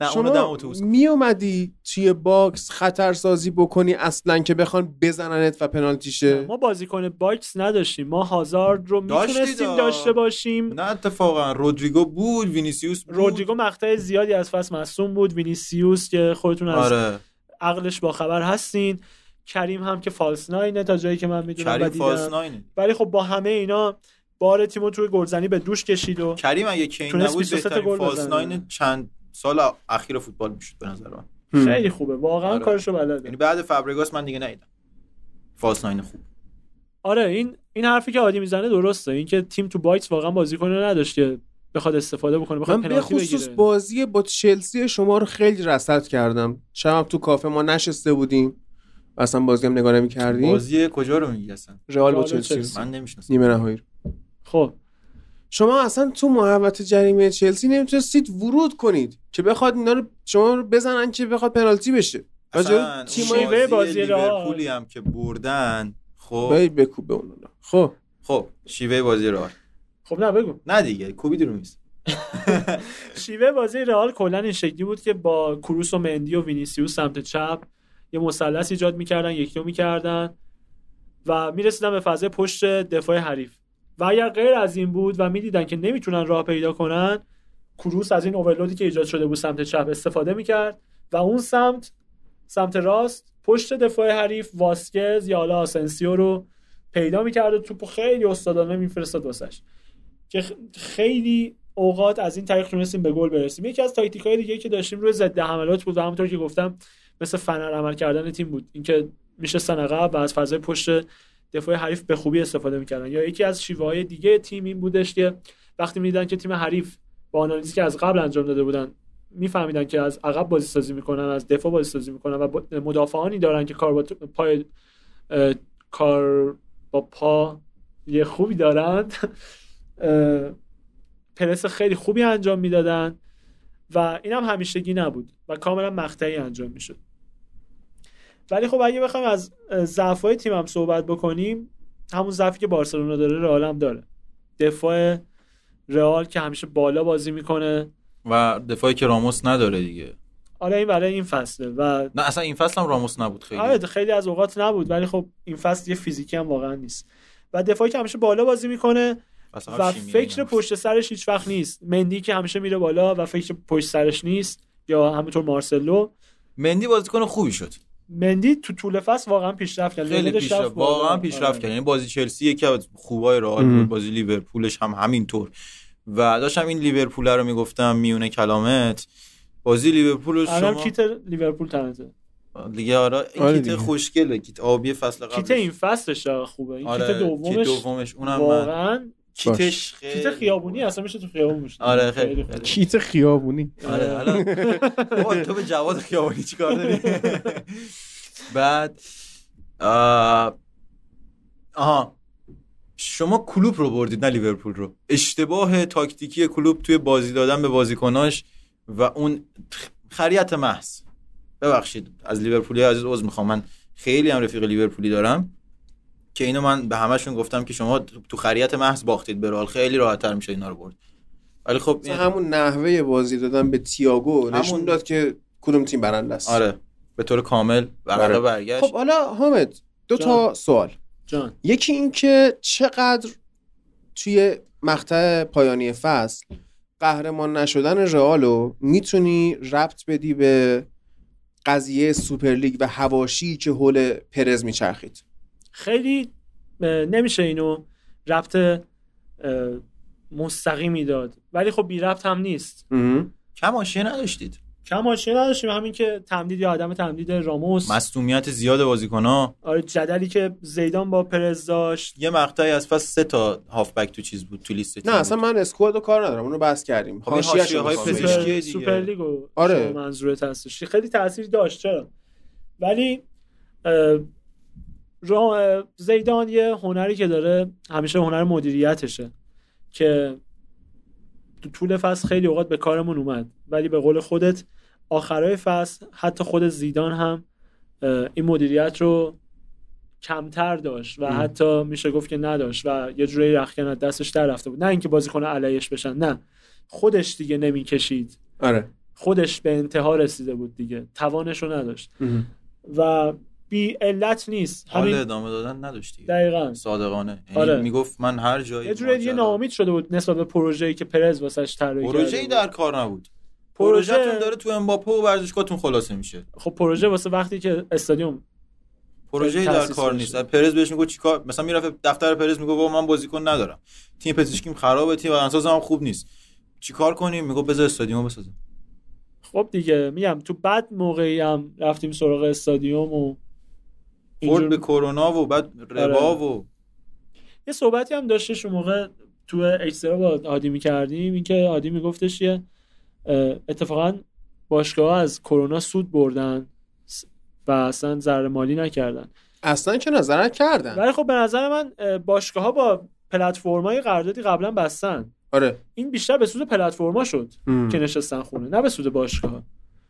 [SPEAKER 2] نه اونو دم
[SPEAKER 1] شما
[SPEAKER 2] اتوبوس کن.
[SPEAKER 1] می اومدی توی باکس خطرسازی بکنی اصلا که بخوان بزننت و پنالتی شه
[SPEAKER 3] ما بازیکن باکس نداشتیم ما هازارد رو
[SPEAKER 2] آره. داشتی
[SPEAKER 3] میتونستیم
[SPEAKER 2] دا.
[SPEAKER 3] داشته باشیم
[SPEAKER 2] نه اتفاقا رودریگو بود وینیسیوس بود
[SPEAKER 3] رودریگو مقطع زیادی از فصل مصوم بود وینیسیوس که خودتون از
[SPEAKER 2] آره
[SPEAKER 3] عقلش با خبر هستین کریم هم که فالس ناینه تا جایی که من میدونم و
[SPEAKER 2] کریم
[SPEAKER 3] دیدم.
[SPEAKER 2] فالس ناینه
[SPEAKER 3] ولی خب با همه اینا بار تیمو توی گلزنی به دوش کشید و
[SPEAKER 2] کریم اگه کین
[SPEAKER 3] تونست
[SPEAKER 2] نبود
[SPEAKER 3] 23 تا
[SPEAKER 2] بهترین
[SPEAKER 3] گل
[SPEAKER 2] فالس
[SPEAKER 3] بزنه.
[SPEAKER 2] ناین چند سال اخیر فوتبال میشد به نظر من
[SPEAKER 1] هم.
[SPEAKER 3] خیلی خوبه واقعا
[SPEAKER 2] آره.
[SPEAKER 3] کارشو بلده
[SPEAKER 2] یعنی بعد فابرگاس من دیگه ندیدم فالس ناین خوب
[SPEAKER 3] آره این این حرفی که عادی میزنه درسته اینکه تیم تو باکس واقعا بازیکن نداشت که بخواد استفاده بکنه بخواد
[SPEAKER 1] من به
[SPEAKER 3] پنالتی
[SPEAKER 1] خصوص
[SPEAKER 3] بگیره
[SPEAKER 1] بازی با چلسی شما رو خیلی رصد کردم شبم تو کافه ما نشسته بودیم اصلا بازی هم نگاه نمی کردیم
[SPEAKER 2] بازی کجا رو میگی اصلا
[SPEAKER 1] رئال با
[SPEAKER 3] رئال و
[SPEAKER 1] چلسی رو.
[SPEAKER 3] چلسی.
[SPEAKER 2] من نمیشناسم
[SPEAKER 1] نیمه نهایی رو.
[SPEAKER 3] خب
[SPEAKER 1] شما اصلا تو محوطه جریمه چلسی نمیتونستید ورود کنید که بخواد اینا رو شما رو بزنن که بخواد پنالتی بشه و
[SPEAKER 2] اصلا
[SPEAKER 1] جلو
[SPEAKER 2] اون
[SPEAKER 1] تیمای
[SPEAKER 3] شیوه بازی
[SPEAKER 2] بازی
[SPEAKER 3] رئال.
[SPEAKER 2] لیورپولی هم که بردن خب
[SPEAKER 1] باید بکوب به اونا خب
[SPEAKER 2] خب شیوه بازی رئال
[SPEAKER 3] خب نه بگو
[SPEAKER 2] نه دیگه کوبیدی رو میز
[SPEAKER 3] شیوه بازی رئال کلا این شکلی بود که با کروس و مندی و وینیسیوس سمت چپ یه مثلث ایجاد میکردن یکی رو میکردن و میرسیدن به فضای پشت دفاع حریف و اگر غیر از این بود و میدیدن که نمیتونن راه پیدا کنن کروس از این اوورلودی که ایجاد شده بود سمت چپ استفاده میکرد و اون سمت سمت راست پشت دفاع حریف واسکز یا حالا آسنسیو رو پیدا میکرد و توپو خیلی استادانه میفرستاد واسش که خ- خیلی اوقات از این طریق تونستیم به گل برسیم یکی از تاکتیک های دیگه که داشتیم روی ضد حملات بود و همونطور که گفتم مثل فنر عمل کردن تیم بود اینکه میشه عقب و از فضای پشت دفاع حریف به خوبی استفاده میکردن یا یکی از شیوه های دیگه تیم این بودش که وقتی میدیدن که تیم حریف با آنالیزی که از قبل انجام داده بودن میفهمیدن که از عقب بازی سازی میکنن از دفاع بازی سازی میکنن و با- مدافعانی دارن که کار با تو- پای اه، کار با پا یه خوبی دارن اه، پرس خیلی خوبی انجام میدادن و این هم همیشگی نبود و کاملا مقطعی انجام میشد ولی خب اگه بخوایم از ضعف‌های تیم هم صحبت بکنیم همون ضعفی که بارسلونا داره رئال هم داره دفاع رئال که همیشه بالا بازی میکنه
[SPEAKER 2] و دفاعی که راموس نداره دیگه
[SPEAKER 3] آره این برای این فصله و
[SPEAKER 2] نه اصلا این فصل هم راموس نبود خیلی
[SPEAKER 3] آره خیلی از اوقات نبود ولی خب این فصل یه فیزیکی هم واقعا نیست و دفاعی که همیشه بالا بازی میکنه
[SPEAKER 2] اصلا
[SPEAKER 3] و
[SPEAKER 2] شیمیایی
[SPEAKER 3] فکر
[SPEAKER 2] نبود.
[SPEAKER 3] پشت سرش هیچ وقت نیست مندی که همیشه میره بالا و فکر پشت سرش نیست یا همینطور مارسلو
[SPEAKER 2] مندی بازیکن خوبی شد
[SPEAKER 3] مندی تو طول فصل واقعا پیشرفت کرد
[SPEAKER 2] خیلی
[SPEAKER 3] لولش
[SPEAKER 2] پیشرفت
[SPEAKER 3] رفت بالا.
[SPEAKER 2] واقعا پیشرفت
[SPEAKER 3] آره.
[SPEAKER 2] کرد یعنی بازی چلسی یکی از خوبای رئال
[SPEAKER 1] مم.
[SPEAKER 2] بود بازی لیورپولش هم همینطور و داشتم این لیورپول رو میگفتم میونه کلامت بازی لیورپول رو
[SPEAKER 3] الان
[SPEAKER 2] شما
[SPEAKER 3] کیت لیورپول تنته
[SPEAKER 2] دیگه آره این
[SPEAKER 1] آره
[SPEAKER 2] کیت
[SPEAKER 1] دیگه.
[SPEAKER 2] خوشگله کیت آبی فصل قبل
[SPEAKER 3] کیت این فصلش خوبه این کیت دومش
[SPEAKER 2] دومش اونم آره، من
[SPEAKER 3] واقعا
[SPEAKER 2] کیتش خیلی
[SPEAKER 3] کیت خیابونی اصلا میشه تو خیابون میشه
[SPEAKER 2] آره، خیلی-
[SPEAKER 3] خوبه.
[SPEAKER 2] خیلی.
[SPEAKER 1] کیت خیابونی
[SPEAKER 2] آره حالا بابا، تو به جواد خیابانی چیکار داری بعد آه، آها شما کلوب رو بردید نه لیورپول رو اشتباه تاکتیکی کلوب توی بازی دادن به بازیکناش و اون خریت محض ببخشید از لیورپولی عزیز عذر میخوام من خیلی هم رفیق لیورپولی دارم که اینو من به همشون گفتم که شما تو خریت محض باختید به رئال خیلی راحت‌تر میشه اینا رو برد ولی خب
[SPEAKER 1] مثلا همون نحوه بازی دادن به تییاگو
[SPEAKER 2] همون-
[SPEAKER 1] نشون داد که کدوم تیم برنده است
[SPEAKER 2] آره به طور کامل
[SPEAKER 1] آره.
[SPEAKER 2] برقرار برگشت
[SPEAKER 1] خب حالا حامد دو تا سوال
[SPEAKER 3] جان
[SPEAKER 1] یکی اینکه چقدر توی مقطع پایانی فصل قهرمان نشدن رئالو میتونی ربط بدی به قضیه سوپرلیگ و هواشی که حول پرز میچرخید
[SPEAKER 3] خیلی اه، نمیشه اینو ربط اه، مستقیمی داد ولی خب بی ربط هم نیست
[SPEAKER 2] کم آشیه نداشتید
[SPEAKER 3] کم آشنا نداشتیم همین که تمدید یا عدم تمدید راموس
[SPEAKER 2] مصدومیت زیاد بازیکن‌ها
[SPEAKER 3] آره جدلی که زیدان با پرز داشت
[SPEAKER 2] یه مقطعی از فصل سه تا هافبک تو چیز بود تو لیست تیم
[SPEAKER 1] نه اصلا
[SPEAKER 2] بود.
[SPEAKER 1] من اسکواد رو کار ندارم اون رو بحث کردیم
[SPEAKER 2] خب این
[SPEAKER 1] حاشیه‌شو
[SPEAKER 2] حاشیه‌های
[SPEAKER 1] می‌خوام بگم.
[SPEAKER 2] پزشکی
[SPEAKER 3] سوپر,
[SPEAKER 2] دیگه.
[SPEAKER 3] سوپر لیگو
[SPEAKER 1] آره.
[SPEAKER 3] آره منظورت هستش خیلی تاثیر داشت چرا ولی اه، را اه، زیدان یه هنری که داره همیشه هنر مدیریتشه که تو طول فصل خیلی اوقات به کارمون اومد ولی به قول خودت آخرای فصل حتی خود زیدان هم اه، این مدیریت رو کمتر داشت و حتی میشه گفت که نداشت و یه جورایی رخکن از دستش در رفته بود نه اینکه بازیکن علیش بشن نه خودش دیگه نمیکشید
[SPEAKER 1] آره
[SPEAKER 3] خودش به انتها رسیده بود دیگه توانش رو نداشت و بی علت نیست
[SPEAKER 2] حال
[SPEAKER 3] همین
[SPEAKER 2] ادامه دادن نداشت دیگه
[SPEAKER 3] دقیقا
[SPEAKER 2] صادقانه یعنی
[SPEAKER 3] آره.
[SPEAKER 2] میگفت من هر جایی
[SPEAKER 3] یه جوری دیگه
[SPEAKER 2] ماجرا-
[SPEAKER 3] ناامید شده بود نسبت به پروژه‌ای که پرز واسش طراحی کرده
[SPEAKER 2] پروژه‌ای
[SPEAKER 3] بود.
[SPEAKER 2] در کار نبود
[SPEAKER 3] پروژه-
[SPEAKER 2] پروژهتون داره تو امباپه و ورزشگاهتون خلاصه میشه
[SPEAKER 3] خب پروژه واسه وقتی که استادیوم
[SPEAKER 2] پروژه‌ای در
[SPEAKER 3] تأسیس
[SPEAKER 2] کار
[SPEAKER 3] بشه.
[SPEAKER 2] نیست پرز بهش میگفت چیکار مثلا میرفت دفتر پرز میگفت بابا من بازیکن ندارم تیم پزشکیم خرابه تیم بدنسازم هم خوب نیست چیکار کنیم میگفت بذار استادیوم بسازیم
[SPEAKER 3] خب دیگه میگم تو بد موقعی هم رفتیم سراغ استادیوم و
[SPEAKER 2] خورد
[SPEAKER 3] اینجور آره.
[SPEAKER 2] به کرونا و بعد ربا و
[SPEAKER 3] یه صحبتی هم داشتش اون موقع تو اکسترا با عادی میکردیم اینکه عادی میگفتش یه اه، اتفاقا باشگاه از کرونا سود بردن س- و اصلا ضرر مالی نکردن
[SPEAKER 1] اصلا که نظرت کردن
[SPEAKER 3] ولی خب به نظر من باشگاه ها با پلتفرمای قراردادی قبلا بستن
[SPEAKER 1] آره
[SPEAKER 3] این بیشتر به سود پلتفرما شد
[SPEAKER 1] مم.
[SPEAKER 3] که نشستن خونه نه به سود باشگاه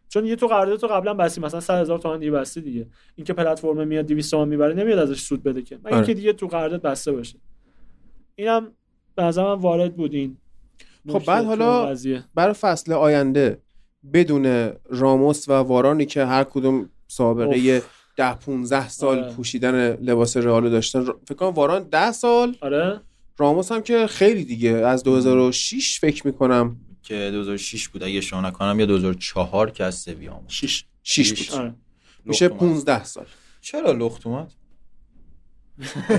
[SPEAKER 3] چون یه تو قرارداد تو قبلا بستی مثلا 100 هزار تومن دیگه بستی دیگه اینکه پلتفرم میاد 200 تومن میبره نمیاد ازش سود بده که من
[SPEAKER 1] آره.
[SPEAKER 3] اینکه دیگه تو قرارداد بسته باشه اینم به نظر من وارد بود این
[SPEAKER 1] خب
[SPEAKER 3] نکته
[SPEAKER 1] بعد
[SPEAKER 3] تو
[SPEAKER 1] حالا
[SPEAKER 3] این قضیه.
[SPEAKER 1] برای فصل آینده بدون راموس و وارانی که هر کدوم سابقه 10 15 سال
[SPEAKER 3] آره.
[SPEAKER 1] پوشیدن لباس رئالو داشتن را- فکر کنم واران 10 سال
[SPEAKER 3] آره
[SPEAKER 1] راموس هم که خیلی دیگه از 2006 فکر میکنم
[SPEAKER 2] که 2006 بود اگه شما نکنم یا 2004 که از سویا آمد
[SPEAKER 3] 6
[SPEAKER 1] 6 بود
[SPEAKER 3] آره
[SPEAKER 1] میشه
[SPEAKER 4] اومد.
[SPEAKER 1] 15 سال
[SPEAKER 2] چرا لخت اومد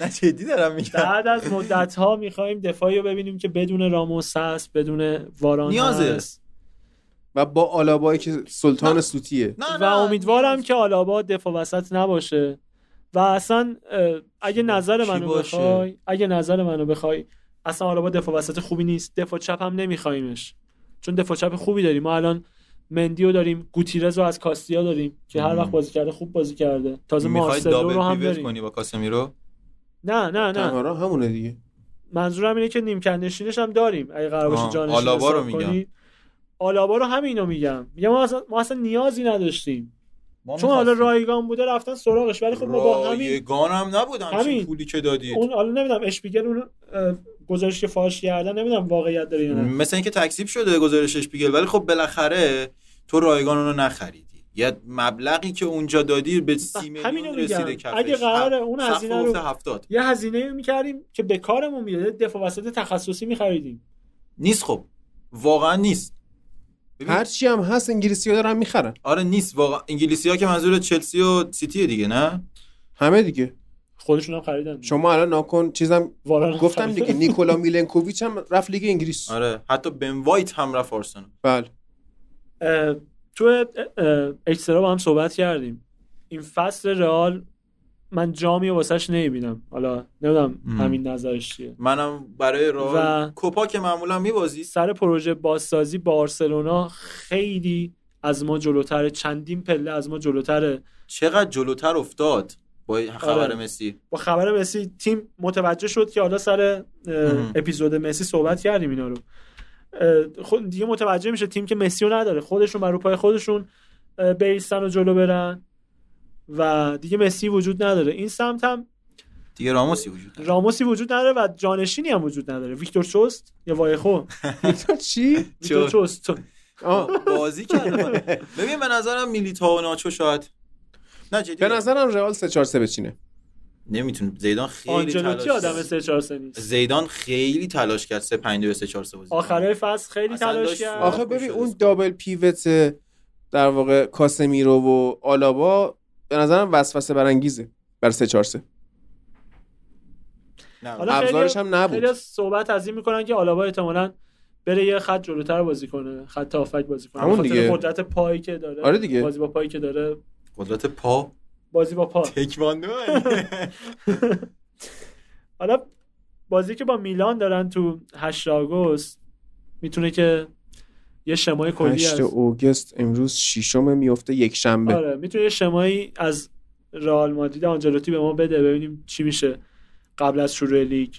[SPEAKER 2] نه جدی دارم میگم
[SPEAKER 3] بعد از مدت ها میخوایم دفاعی رو ببینیم که بدون راموس هست بدون واران
[SPEAKER 2] نیازه.
[SPEAKER 3] هست
[SPEAKER 1] و با آلابایی که سلطان سوتیه
[SPEAKER 2] نه
[SPEAKER 3] و امیدوارم که آلابا دفاع وسط نباشه و اصلا اه، اگه نظر
[SPEAKER 2] کی
[SPEAKER 3] منو
[SPEAKER 2] باشه؟
[SPEAKER 3] بخوای اگه نظر منو بخوای اصلا آلابا دفاع وسط خوبی نیست دفاع چپ هم نمیخوایمش چون دفاع چپ خوبی داریم ما الان مندیو داریم گوتیرز رو از کاستیا داریم که هر وقت بازی کرده خوب بازی کرده تازه
[SPEAKER 2] میخوای
[SPEAKER 3] مارسلو رو
[SPEAKER 2] دابل
[SPEAKER 3] هم
[SPEAKER 2] پیوت
[SPEAKER 3] داریم
[SPEAKER 2] کنی با کاسمیرو
[SPEAKER 3] نه نه نه
[SPEAKER 1] تنها راه همونه دیگه
[SPEAKER 3] منظورم اینه که نیمکت نشینش هم داریم اگه قرار باشه
[SPEAKER 2] آه،
[SPEAKER 3] جانشین
[SPEAKER 2] آلابا رو
[SPEAKER 3] حساب
[SPEAKER 2] میگم.
[SPEAKER 3] کنی. آلابا رو همینو میگم میگم ما اصلا, ما اصلا نیازی نداشتیم چون حالا رایگان بوده رفتن سراغش ولی خب ما با همین
[SPEAKER 2] رایگان هم نبود همچین
[SPEAKER 3] همین.
[SPEAKER 2] پولی که دادید
[SPEAKER 3] اون حالا نمیدونم اشپیگر اون اه، گزارش که فاش کردن نمیدونم واقعیت داره یا نه
[SPEAKER 2] مثل اینکه تکسیب شده گزارشش بیگل ولی خب بالاخره تو رایگان اونو نخریدی یه مبلغی که اونجا دادی به سی
[SPEAKER 3] همینو
[SPEAKER 2] میلیون
[SPEAKER 3] میگم.
[SPEAKER 2] رسیده کفش
[SPEAKER 3] اگه قراره اون
[SPEAKER 2] سقف
[SPEAKER 3] هزینه رو-
[SPEAKER 2] افت هفتاد
[SPEAKER 3] یه هزینه میکردیم که به کارمون میده دفاع وسط تخصصی میخریدیم
[SPEAKER 2] نیست خب واقعا نیست ببین.
[SPEAKER 1] هرچی هم هست انگلیسی ها دارن میخرن
[SPEAKER 2] آره نیست واقعا انگلیسی ها که منظور چلسی و سیتی دیگه نه
[SPEAKER 1] همه دیگه
[SPEAKER 3] خودشون هم خریدن
[SPEAKER 1] شما الان ناکن چیزم
[SPEAKER 3] واران هم
[SPEAKER 1] گفتم
[SPEAKER 3] خرید.
[SPEAKER 1] دیگه نیکولا میلنکوویچ هم رفت لیگ انگلیس
[SPEAKER 2] آره حتی بن وایت هم رفت آرسنال
[SPEAKER 1] بله
[SPEAKER 3] اه، تو اه، اه، اکسترا با هم صحبت کردیم این فصل رئال من جامی واسش نمیبینم حالا نمیدونم
[SPEAKER 2] مم.
[SPEAKER 3] همین نظرش چیه
[SPEAKER 2] منم برای راه
[SPEAKER 3] و-
[SPEAKER 2] کوپا که معمولا میبازی
[SPEAKER 3] سر پروژه بازسازی بارسلونا خیلی از ما جلوتره چندین پله از ما جلوتره
[SPEAKER 2] چقدر جلوتر افتاد با خبر
[SPEAKER 3] آره.
[SPEAKER 2] مسی
[SPEAKER 3] با خبر مسی تیم متوجه شد که حالا سر اه،
[SPEAKER 2] مم.
[SPEAKER 3] اپیزود مسی صحبت کردیم اینا رو اه، خود دیگه متوجه میشه تیم که مسی رو نداره خودشون بر رو پای خودشون اه، بیستن و جلو برن و دیگه مسی وجود نداره این سمت هم
[SPEAKER 2] دیگه راموسی وجود داره
[SPEAKER 3] راموسی وجود نداره و جانشینی هم وجود نداره ویکتور چوست یا وایخو
[SPEAKER 1] تو چی
[SPEAKER 3] ویکتور چوست
[SPEAKER 1] آه.
[SPEAKER 2] بازی کرده ببین به نظرم میلیتائو و ناچو شاید نه جدی
[SPEAKER 1] به نظرم رئال 3 4 3 بچینه
[SPEAKER 2] نمیتونه زیدان خیلی
[SPEAKER 3] آنجلوتی
[SPEAKER 2] تلاش
[SPEAKER 3] آدم سه چهار سه نیست
[SPEAKER 2] زیدان خیلی تلاش کرد 3 5 2 3 4 3 بازی
[SPEAKER 3] آخرای فصل خیلی
[SPEAKER 2] اصلا
[SPEAKER 3] تلاش
[SPEAKER 2] داشت
[SPEAKER 3] کرد
[SPEAKER 2] آخه
[SPEAKER 1] آخه ببین
[SPEAKER 2] شده
[SPEAKER 1] اون
[SPEAKER 2] اسکو.
[SPEAKER 1] دابل پیوت در واقع کاسمیرو و آلابا به نظرم وسوسه برانگیزه بر 3 4 3
[SPEAKER 2] نه
[SPEAKER 3] حالا خیلی-
[SPEAKER 1] ابزارش هم نبود.
[SPEAKER 3] خیلی از صحبت از این میکنن که آلابا احتمالاً بره یه خط جلوتر بازی کنه خط هافک بازی کنه
[SPEAKER 1] همون
[SPEAKER 3] به خاطر
[SPEAKER 1] دیگه.
[SPEAKER 3] قدرت پایی که داره
[SPEAKER 1] آره دیگه.
[SPEAKER 3] بازی با پایی که داره
[SPEAKER 2] قدرت پا
[SPEAKER 3] بازی با پا
[SPEAKER 2] تکواندو
[SPEAKER 3] حالا بازی که با میلان دارن تو 8 آگوست میتونه که یه شمای کلی
[SPEAKER 1] 8
[SPEAKER 3] از
[SPEAKER 1] اوگست امروز ششم میفته یک شنبه
[SPEAKER 3] آره میتونه یه شمایی از رئال مادرید آنجلوتی به ما بده ببینیم چی میشه قبل از شروع لیگ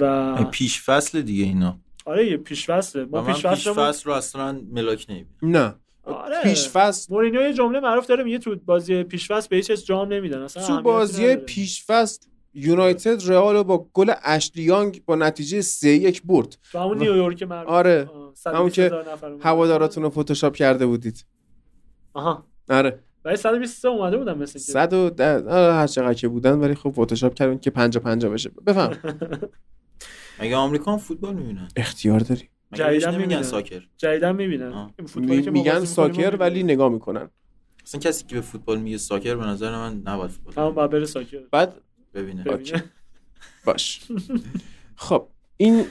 [SPEAKER 3] و
[SPEAKER 2] پیش فصل دیگه اینا
[SPEAKER 3] آره یه پیش فصله
[SPEAKER 2] و
[SPEAKER 3] ما
[SPEAKER 2] من پیش
[SPEAKER 3] پیش فصلمون-
[SPEAKER 2] فصل رو اصلا ملاک نمیبینم
[SPEAKER 1] نه
[SPEAKER 3] آره.
[SPEAKER 1] پیش فصل
[SPEAKER 3] مورینیو یه جمله معروف داره میگه تو بازی پیشفصل به هیچ کس جام نمیدن اصلا
[SPEAKER 1] تو
[SPEAKER 3] اهمیتی
[SPEAKER 1] بازی
[SPEAKER 3] نداره.
[SPEAKER 1] پیش فصل یونایتد رئال رو با گل اشلیانگ با نتیجه 3 1 برد
[SPEAKER 3] تو همون نیویورک معروف
[SPEAKER 1] آره.
[SPEAKER 3] آه، 120
[SPEAKER 1] همون که
[SPEAKER 3] هزار نفر اومدن.
[SPEAKER 1] هواداراتون رو فتوشاپ کرده بودید
[SPEAKER 3] آها
[SPEAKER 1] آره
[SPEAKER 3] ولی 123 اومده بودن مثل که
[SPEAKER 1] 100 و ده- آره هر چقدر که بودن ولی خب فتوشاپ کردن که 50 50 بشه بفهم
[SPEAKER 2] مگه آمریکا هم فوتبال میبینن
[SPEAKER 1] اختیار داری
[SPEAKER 2] مگه بهش
[SPEAKER 3] جدیدن
[SPEAKER 2] نمیگن
[SPEAKER 3] می‌بینن.
[SPEAKER 2] ساکر
[SPEAKER 3] جدیدن
[SPEAKER 2] آه.
[SPEAKER 3] میبینن
[SPEAKER 1] می- میگن ساکر ولی نگاه میکنن
[SPEAKER 2] اصلا کسی که به فوتبال میگه ساکر به نظر من نباید
[SPEAKER 3] همون
[SPEAKER 2] فوتبال
[SPEAKER 3] باید بره ساکر
[SPEAKER 1] بعد
[SPEAKER 2] ببینه
[SPEAKER 3] ببینه.
[SPEAKER 1] باش خب این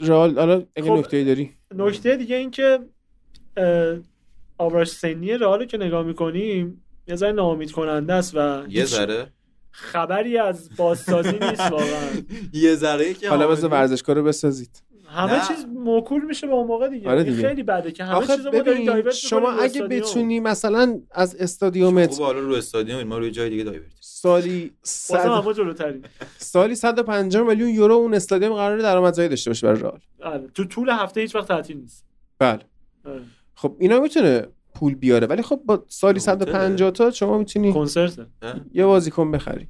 [SPEAKER 1] رئال حالا اگه
[SPEAKER 3] خب.
[SPEAKER 1] نکته داری
[SPEAKER 3] نکته دیگه این که اه، آوراژ سنی رئال رو که نگاه میکنیم یه ذره ناامید کننده است و
[SPEAKER 2] یه
[SPEAKER 3] هیچ
[SPEAKER 2] ذره
[SPEAKER 3] خبری از بازسازی نیست واقعا
[SPEAKER 2] یه ذره که
[SPEAKER 1] حالا بذار
[SPEAKER 2] حاملی-
[SPEAKER 1] ورزشکار رو بسازید
[SPEAKER 3] همه
[SPEAKER 2] نه.
[SPEAKER 3] چیز موکول میشه به اون موقع دیگه,
[SPEAKER 1] آره
[SPEAKER 3] این
[SPEAKER 1] دیگه.
[SPEAKER 3] خیلی بده که همه
[SPEAKER 1] آخه
[SPEAKER 3] چیز رو ما داریم
[SPEAKER 1] ببین
[SPEAKER 3] دایورت
[SPEAKER 1] شما
[SPEAKER 3] می‌کنیم به
[SPEAKER 1] اگه
[SPEAKER 3] استادیوم.
[SPEAKER 1] بتونی مثلا از استادیومت
[SPEAKER 2] خوب حالا رو استادیوم ما روی جای دیگه دایورت
[SPEAKER 1] سالی
[SPEAKER 3] بازم
[SPEAKER 1] صد
[SPEAKER 3] همه جلوتریم
[SPEAKER 1] سالی 150 میلیون یورو اون استادیوم قراره درآمدزایی داشته باشه برای رئال
[SPEAKER 3] آره. تو طول هفته هیچ وقت تعطیل نیست
[SPEAKER 1] بله
[SPEAKER 3] آره.
[SPEAKER 1] خب اینا میتونه پول بیاره ولی خب با سالی 150 تا شما
[SPEAKER 3] خب.
[SPEAKER 1] میتونی
[SPEAKER 3] کنسرت
[SPEAKER 1] یه بازیکن بخری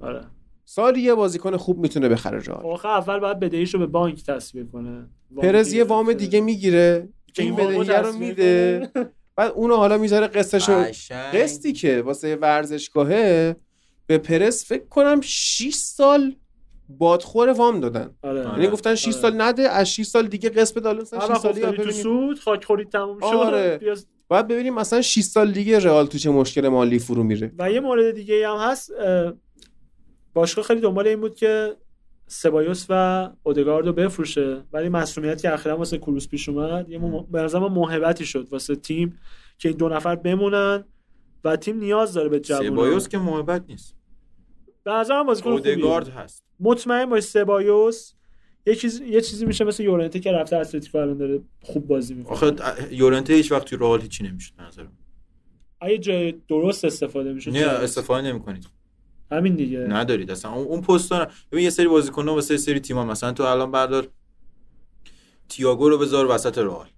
[SPEAKER 3] آره
[SPEAKER 1] سالی یه بازیکن خوب میتونه بخره رئال
[SPEAKER 3] آخه اول باید بدهیشو به بانک تصویه کنه وام
[SPEAKER 1] پرز یه
[SPEAKER 3] گرفته.
[SPEAKER 1] وام دیگه میگیره
[SPEAKER 3] که
[SPEAKER 1] این
[SPEAKER 3] وام
[SPEAKER 1] بدهیه رو
[SPEAKER 3] تصویه
[SPEAKER 1] میده
[SPEAKER 3] کنه.
[SPEAKER 1] بعد اونو حالا میذاره قسطشو
[SPEAKER 2] قشنگ
[SPEAKER 1] قسطی که واسه ورزشگاهه به پرس فکر کنم 6 سال بادخور وام دادن
[SPEAKER 3] آره
[SPEAKER 1] یعنی گفتن 6
[SPEAKER 3] آره.
[SPEAKER 1] سال نده از 6 سال دیگه قسط بده حالا مثلا
[SPEAKER 3] هر
[SPEAKER 1] 6
[SPEAKER 3] وقت
[SPEAKER 1] سالی یا
[SPEAKER 3] افتادی آره، خب، تو
[SPEAKER 1] ببینیم
[SPEAKER 3] سود خاک خوری تموم شد
[SPEAKER 1] آره.
[SPEAKER 3] بیا
[SPEAKER 1] باید ببینیم مثلا 6 سال دیگه رئال تو چه مشکل مالی فرو میره
[SPEAKER 3] و یه مورد دیگه هم هست اه، باشگاه خیلی دنبال این بود که سبایوس و اودگارد رو بفروشه ولی مسئولیت که اخیرا واسه کروس پیش اومد یه مو... به نظر من موهبتی شد واسه تیم که این دو نفر بمونن و تیم نیاز داره به جوونا
[SPEAKER 2] سیبایوس که محبت نیست
[SPEAKER 3] به نظرم بازیکن خوبیه
[SPEAKER 2] اودگارد هست
[SPEAKER 3] مطمئن باش سبایوس یه چیز یه چیزی میشه مثل یورنته که رفته اتلتیکو الان داره خوب بازی میکنه
[SPEAKER 2] آخه د- یورنته هیچ وقت توی رئال هیچی نمیشد به نظرم
[SPEAKER 3] اگه جای درست استفاده میشه
[SPEAKER 2] نه استفاده نمیکنید
[SPEAKER 3] همین دیگه
[SPEAKER 2] ندارید اصلا اون اون پست ها نه. ببین یه سری بازیکن‌ها واسه یه سری تیم‌ها مثلا تو الان بردار تییاگو رو بذار وسط رئال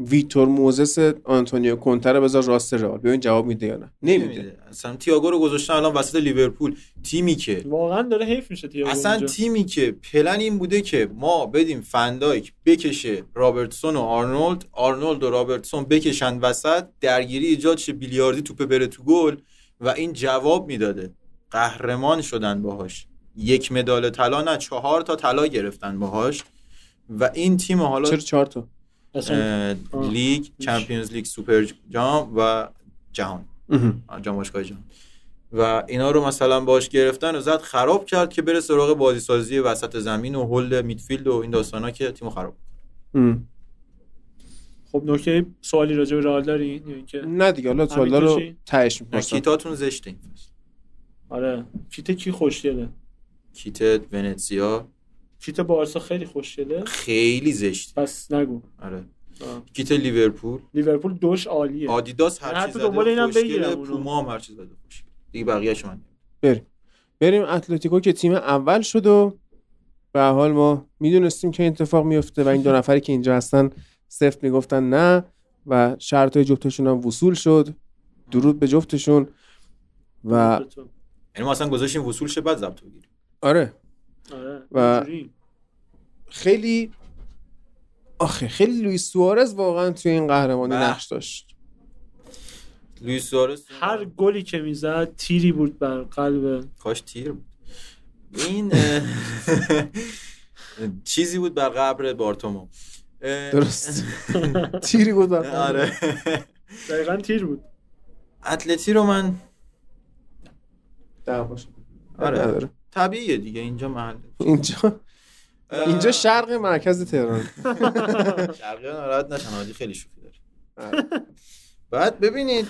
[SPEAKER 1] ویتور موزس آنتونیو کونتر رو بذار راست رئال ببین جواب میده یا نه نمیده
[SPEAKER 2] نمیده. اصلا تییاگو رو گذاشتن الان وسط لیورپول تیمی که
[SPEAKER 3] واقعا داره حیف میشه تییاگو
[SPEAKER 2] اصلا
[SPEAKER 3] اونجا.
[SPEAKER 2] تیمی که پلن این بوده که ما بدیم فندایک بکشه رابرتسون و آرنولد آرنولد و رابرتسون بکشن وسط درگیری ایجاد شه بیلیاردی توپه بره تو گل و این جواب میداده قهرمان شدن باهاش یک مدال طلا نه چهار تا طلا گرفتن باهاش و این تیم حالا
[SPEAKER 1] چرا چهار تا
[SPEAKER 3] اصلا
[SPEAKER 2] اه،
[SPEAKER 3] آه.
[SPEAKER 2] لیگ چمپیونز لیگ سوپر جام و جهان آه، جام باشگاه جهان و اینا رو مثلا باش گرفتن و زد خراب کرد که بره سراغ بازی سازی وسط زمین و هل میدفیلد و این داستانا که تیمو خراب کرد.
[SPEAKER 1] ام.
[SPEAKER 3] خب نکته سوالی راجع به رئال دارین یا اینکه
[SPEAKER 1] نه دیگه حالا سوالا رو
[SPEAKER 3] چی؟
[SPEAKER 1] تهش
[SPEAKER 2] نه
[SPEAKER 1] میپرسن
[SPEAKER 2] کیتاتون زشته این فصل
[SPEAKER 3] آره کیت کی خوشگله
[SPEAKER 2] کیت ونتزیا
[SPEAKER 3] کیت بارسا خیلی خوشگله
[SPEAKER 2] خیلی زشت
[SPEAKER 3] پس نگو
[SPEAKER 2] آره
[SPEAKER 3] آه.
[SPEAKER 2] کیت لیورپول
[SPEAKER 3] لیورپول دوش عالیه
[SPEAKER 2] آدیداس هر
[SPEAKER 3] حتی
[SPEAKER 2] چیز زده
[SPEAKER 3] دنبال اینم
[SPEAKER 2] خوشگله
[SPEAKER 3] بگیرم اونو.
[SPEAKER 2] پوما هم هر چیز زده خوش دیگه بقیه‌اش من
[SPEAKER 1] بریم بریم اتلتیکو که تیم اول شد و به هر حال ما میدونستیم که این اتفاق میفته و این دو نفری که اینجا هستن سفت میگفتن نه و شرط های جفتشون هم وصول شد درود به جفتشون و
[SPEAKER 2] یعنی ما اصلا گذاشتیم وصول شه بعد ضبط بگیریم
[SPEAKER 1] آره
[SPEAKER 3] آره
[SPEAKER 1] و-
[SPEAKER 3] اینجوری.
[SPEAKER 1] خیلی آخه خیلی لوئیس سوارز واقعا توی این قهرمانی
[SPEAKER 2] به.
[SPEAKER 1] نقش داشت
[SPEAKER 2] لوئیس سوارز
[SPEAKER 3] هر گلی که میزد تیری بود بر قلب
[SPEAKER 2] کاش تیر بود این اه، چیزی بود بر قبر بارتومو اه،
[SPEAKER 1] درست تیری بود بر قلب.
[SPEAKER 2] آره
[SPEAKER 3] دقیقا تیر بود
[SPEAKER 2] اتلتی رو من
[SPEAKER 1] ده باشه.
[SPEAKER 2] آره.
[SPEAKER 1] نداره.
[SPEAKER 2] طبیعیه دیگه اینجا محل
[SPEAKER 1] اینجا
[SPEAKER 2] اه،
[SPEAKER 1] اینجا شرق مرکز تهران
[SPEAKER 2] شرقی ناراحت نشن حاجی خیلی شوخی داره
[SPEAKER 1] آره.
[SPEAKER 2] بعد ببینید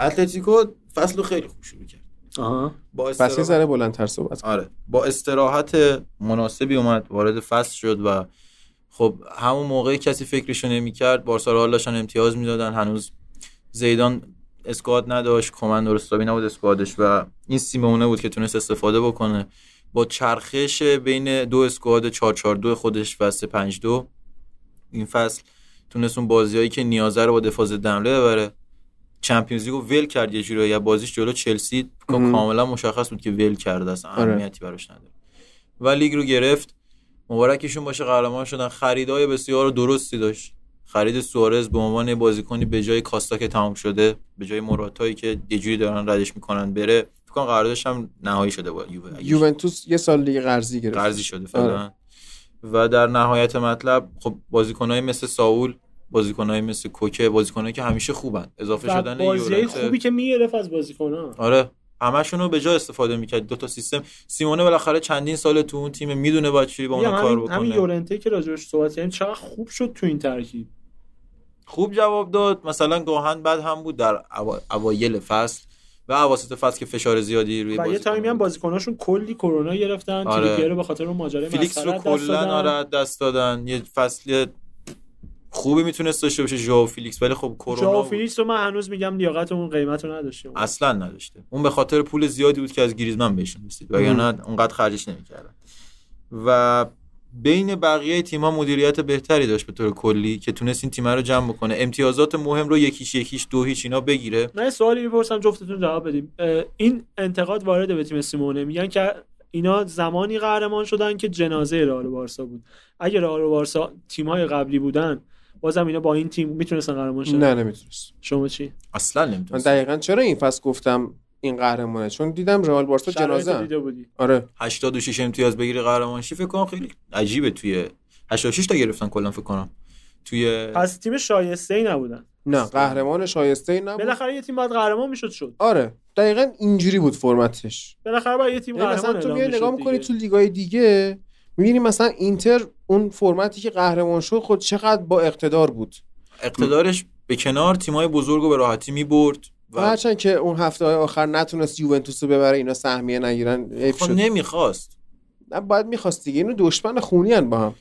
[SPEAKER 2] اتلتیکو فصل رو خیلی خوب شروع کرد
[SPEAKER 3] آها
[SPEAKER 2] با
[SPEAKER 1] پس یه
[SPEAKER 2] استراحت
[SPEAKER 1] ذره بلندتر صحبت کن.
[SPEAKER 2] آره با استراحت مناسبی اومد وارد فصل شد و خب همون موقع کسی فکرشو نمیکرد بارسا رو حال داشتن امتیاز میدادن هنوز زیدان اسکواد نداشت کمن درستابی نبود اسکوادش و این سیمونه بود که تونست استفاده بکنه با چرخش بین دو اسکواد 442 خودش و 352 این فصل تونست اون بازیایی که نیازه رو با دفاع ضد حمله ببره چمپیونز لیگو ول کرد یه جورایی از بازیش جلو چلسی
[SPEAKER 1] مهم.
[SPEAKER 2] کاملا مشخص بود که ول کرده اصلا
[SPEAKER 1] آره.
[SPEAKER 2] اهمیتی براش نداره و لیگ رو گرفت مبارکشون باشه قهرمان شدن خریدای بسیار درستی داشت خرید سوارز به عنوان یه بازیکنی به جای کاستا که تمام شده به جای مراتایی که یه جوری دارن ردش میکنن بره فکر کنم قراردادش هم نهایی شده با یووه اگه
[SPEAKER 1] یوونتوس یه سال دیگه قرضی گرفت
[SPEAKER 2] قرضی شده فعلا
[SPEAKER 1] آره.
[SPEAKER 2] و در نهایت مطلب خب بازیکنایی مثل ساول بازیکنایی مثل کوکه بازیکنایی که همیشه خوبن اضافه
[SPEAKER 3] و
[SPEAKER 2] شدن
[SPEAKER 3] بازیای
[SPEAKER 2] یورنته.
[SPEAKER 3] خوبی که میگرفت از بازیکن ها
[SPEAKER 2] آره همشون رو به جا استفاده میکرد دو تا سیستم سیمونه بالاخره چندین سال تو اون تیم میدونه باید چی با اونا کار
[SPEAKER 3] همین,
[SPEAKER 2] بکنه
[SPEAKER 3] همین یورنته که راجبش صحبت کردیم چقدر خوب شد تو این ترکیب
[SPEAKER 2] خوب جواب داد مثلا گاهن بد هم بود در اوا- اوایل فصل و اواسط فصل که فشار زیادی روی
[SPEAKER 3] و یه
[SPEAKER 2] بازیکن
[SPEAKER 3] تایمی هم
[SPEAKER 2] بود.
[SPEAKER 3] بازیکناشون کلی کرونا گرفتن
[SPEAKER 2] آره.
[SPEAKER 3] آره. رو به خاطر اون ماجرای
[SPEAKER 2] فیلیکس رو
[SPEAKER 3] مسخره دست دادن.
[SPEAKER 2] کلا آره از دست دادن یه فصل خوبی میتونست داشته باشه ژائو فیلیکس ولی خب کرونا
[SPEAKER 3] جاو
[SPEAKER 2] بود.
[SPEAKER 3] فیلیکس رو من هنوز میگم لیاقت اون قیمت رو نداشتیم
[SPEAKER 2] اصلا نداشته اون به خاطر پول زیادی بود که از گریزمن بهش رسید وگرنه اونقدر خرجش نمیکردن و بین بقیه تیم‌ها مدیریت بهتری داشت به طور کلی که تونست این تیم رو جمع بکنه امتیازات مهم رو یکیش یکیش دو هیچ اینا بگیره
[SPEAKER 3] من یه سوالی میپرسم جفتتون جواب بدیم اه، این انتقاد وارده به تیم سیمونه میگن که اینا زمانی قهرمان شدن که جنازه رئال و بارسا بود اگه رئال و بارسا تیم‌های قبلی بودن بازم اینا با این تیم میتونستن قهرمان شدن
[SPEAKER 1] نه نمیتونست
[SPEAKER 3] شما چی
[SPEAKER 2] اصلا
[SPEAKER 1] من
[SPEAKER 2] نمیتونست
[SPEAKER 1] دقیقا چرا این فصل گفتم این قهرمانه چون دیدم رئال بارسا جنازه
[SPEAKER 3] شرایط رو
[SPEAKER 1] هم.
[SPEAKER 3] دیده بودی
[SPEAKER 1] آره
[SPEAKER 2] 86 امتیاز بگیری قهرمانشی فکر کنم خیلی عجیبه توی 86 تا گرفتن کلا فکر کنم توی
[SPEAKER 3] پس تیم شایسته ای نبودن
[SPEAKER 1] نه قهرمان شایسته ای نبود
[SPEAKER 3] بالاخره یه تیم باید قهرمان میشد شد
[SPEAKER 1] آره دقیقا اینجوری بود فرمتش
[SPEAKER 3] بالاخره باید یه تیم
[SPEAKER 1] یعنی
[SPEAKER 3] قهرمان
[SPEAKER 1] مثلا تو میای
[SPEAKER 3] اعلام میشد
[SPEAKER 1] نگاه
[SPEAKER 3] دیگه.
[SPEAKER 1] میکنی تو لیگای دیگه میبینی مثلا اینتر اون فرمتی که قهرمان شد خود چقدر با اقتدار بود
[SPEAKER 2] اقتدارش به کنار تیمای بزرگ رو به راحتی میبرد
[SPEAKER 1] و
[SPEAKER 2] و
[SPEAKER 1] هرچند که اون هفته های آخر نتونست یوونتوس رو ببره اینا سهمیه نگیرن عیب
[SPEAKER 2] خب
[SPEAKER 1] شد
[SPEAKER 2] نمیخواست
[SPEAKER 1] نه باید میخواست دیگه اینو دشمن خونی با هم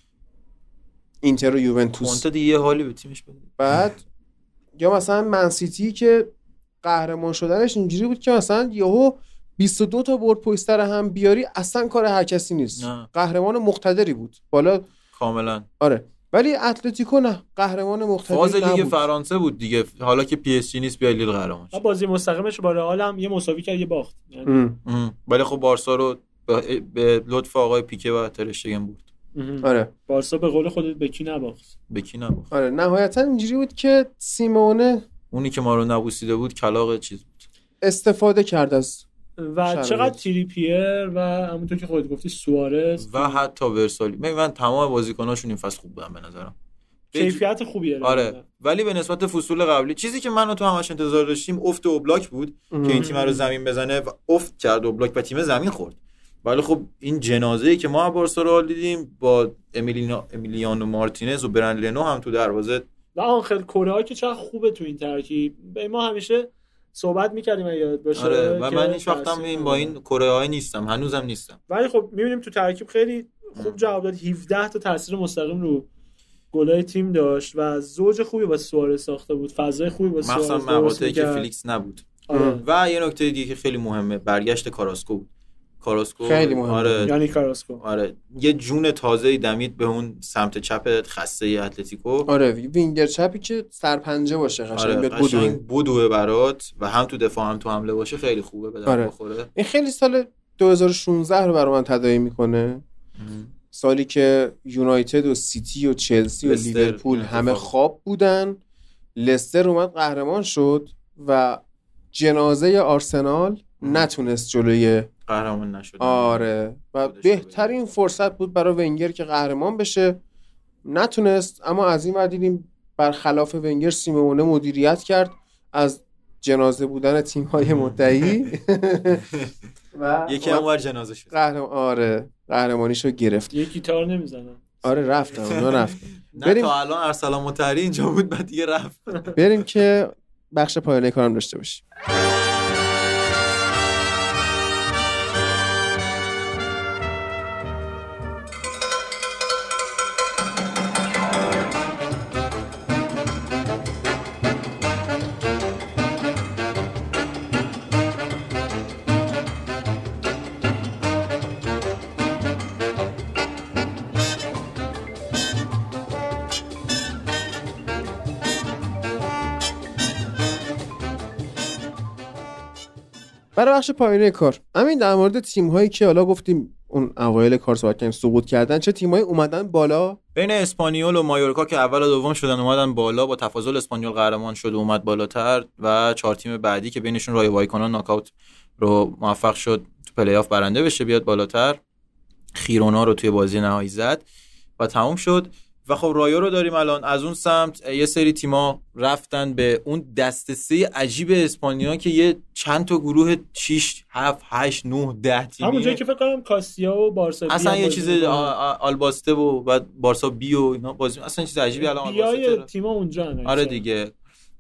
[SPEAKER 1] اینتر و یوونتوس
[SPEAKER 2] کنته دیگه یه حالی به تیمش بده
[SPEAKER 1] بعد یا مثلا منسیتی که قهرمان شدنش اینجوری بود که مثلا یهو 22 تا برد پشت سر هم بیاری اصلا کار هر کسی نیست
[SPEAKER 2] نه.
[SPEAKER 1] قهرمان مقتدری بود بالا
[SPEAKER 2] کاملا
[SPEAKER 1] آره ولی اتلتیکو نه قهرمان مقتدری
[SPEAKER 2] فاز لیگ
[SPEAKER 1] نبود.
[SPEAKER 2] فرانسه بود دیگه حالا که پی اس جی نیست بیای لیل قهرمان
[SPEAKER 3] و
[SPEAKER 2] شد.
[SPEAKER 3] بازی مستقیمش با رئال هم یه مساوی کرد یه باخت یعنی
[SPEAKER 1] ام،
[SPEAKER 2] ام. ولی خب بارسا رو به, به لطف آقای پیکه و ترشتگن بود
[SPEAKER 3] مهم.
[SPEAKER 1] آره
[SPEAKER 3] بارسا به قول خودت به کی نباخت
[SPEAKER 2] به کی نباخت
[SPEAKER 1] آره نهایتا اینجوری بود که سیمونه
[SPEAKER 2] اونی که ما رو نبوسیده بود کلاق چیز بود
[SPEAKER 1] استفاده کرد از
[SPEAKER 3] و
[SPEAKER 1] شرایط.
[SPEAKER 3] چقدر تیری پیر و همونطور که خودت گفتی سوارز
[SPEAKER 2] و حتی ورسالی ببین من تمام بازیکناشون این فصل خوب بودن به نظرم به-
[SPEAKER 3] کیفیت خوبی ارائه
[SPEAKER 2] آره
[SPEAKER 3] دادن.
[SPEAKER 2] ولی به نسبت فصول قبلی چیزی که من و تو همش انتظار داشتیم افت اوبلاک بود که این تیم رو زمین بزنه و افت کرد اوبلاک و تیم زمین خورد ولی خب این جنازه ای که ما از بارسا رو دیدیم با امیلینا امیلیانو مارتینز و برند لنو هم تو دروازه
[SPEAKER 3] و آنخل کره که چقدر خوبه تو این ترکیب به ما همیشه صحبت میکردیم اگه یاد باشه
[SPEAKER 2] آره و
[SPEAKER 3] که
[SPEAKER 2] من هیچ وقتم
[SPEAKER 3] تاثیر
[SPEAKER 2] این با این
[SPEAKER 3] نداره.
[SPEAKER 2] کره های نیستم هنوزم نیستم
[SPEAKER 3] ولی خب میبینیم تو ترکیب خیلی خوب جواب داد 17 تا تاثیر مستقیم رو گلای تیم داشت و زوج خوبی با سوارز ساخته بود فضای خوبی با سوارز
[SPEAKER 2] مخصوصا
[SPEAKER 3] درست
[SPEAKER 2] مقاطعی که
[SPEAKER 3] می‌کرد.
[SPEAKER 2] فیلیکس نبود
[SPEAKER 3] آره.
[SPEAKER 2] و یه نکته دیگه که خیلی مهمه برگشت کاراسکو بود کاراسکو
[SPEAKER 1] خیلی مهمه.
[SPEAKER 2] آره
[SPEAKER 3] یعنی کاراسکو
[SPEAKER 2] آره یه جون تازه دمید به اون سمت چپ خسته اتلتیکو
[SPEAKER 1] آره وینگر چپی که سرپنجه باشه قشنگ
[SPEAKER 2] آره
[SPEAKER 1] بیاد بدوه.
[SPEAKER 2] قشنگ بدوه برات و هم تو دفاع هم تو حمله باشه خیلی خوبه به درد
[SPEAKER 1] آره.
[SPEAKER 2] بخوره
[SPEAKER 1] این خیلی سال 2016 رو برای من تداعی میکنه سالی که یونایتد و سیتی و چلسی و
[SPEAKER 2] لستر
[SPEAKER 1] لیورپول
[SPEAKER 2] این
[SPEAKER 1] همه
[SPEAKER 2] اتفاق.
[SPEAKER 1] خواب بودن لستر اومد قهرمان شد و جنازه آرسنال
[SPEAKER 2] مم.
[SPEAKER 1] نتونست جلوی
[SPEAKER 2] قهرمان نشد
[SPEAKER 1] آره و
[SPEAKER 2] خودش رو
[SPEAKER 1] بهترین
[SPEAKER 2] بگیره.
[SPEAKER 1] فرصت بود برای ونگر که قهرمان بشه نتونست اما از این ور دیدیم برخلاف ونگر سیمونه مدیریت کرد از جنازه بودن تیم های مدعی و
[SPEAKER 2] یکی هم ور جنازه شد
[SPEAKER 1] قهرم... آره قهرمانیشو گرفت
[SPEAKER 3] یه گیتار نمیزنم
[SPEAKER 1] آره رفتم اونا رفتم
[SPEAKER 2] نه
[SPEAKER 1] بریم.
[SPEAKER 2] تا الان ارسلان مطهری اینجا بود بعد دیگه رفت
[SPEAKER 1] بریم که بخش پایانه کارم داشته باشیم برای بخش پایانه کار همین در مورد تیم هایی که حالا گفتیم اون اوایل کار صحبت کردیم سقوط کردن چه تیمایی اومدن بالا
[SPEAKER 2] بین اسپانیول و مایورکا که اول و دوم شدن اومدن بالا با تفاضل اسپانیول قهرمان شد و اومد بالاتر و چهار تیم بعدی که بینشون رای وایکانان ناکاوت رو موفق شد تو پلی آف برنده بشه بیاد بالاتر خیرونا رو توی بازی نهایی زد و تموم شد و خب رایو رو داریم الان از اون سمت یه سری تیما رفتن به اون دسته سه عجیب اسپانیا که یه چند تا گروه 6 7 8 9 10 تیمی
[SPEAKER 3] همون جایی که فکر کنم کاسیا و بارسا بی
[SPEAKER 2] اصلا
[SPEAKER 3] هم
[SPEAKER 2] یه
[SPEAKER 3] خب بازی
[SPEAKER 2] چیز
[SPEAKER 3] می‌کنن.
[SPEAKER 2] آ- آ- آلباسته و بعد بارسا بی و اینا بازی اصلا چیز عجیبی الان آلباسته
[SPEAKER 3] خب بیای
[SPEAKER 2] داره.
[SPEAKER 3] تیما اونجا یعنی. هن
[SPEAKER 2] آره
[SPEAKER 3] اکثر.
[SPEAKER 2] دیگه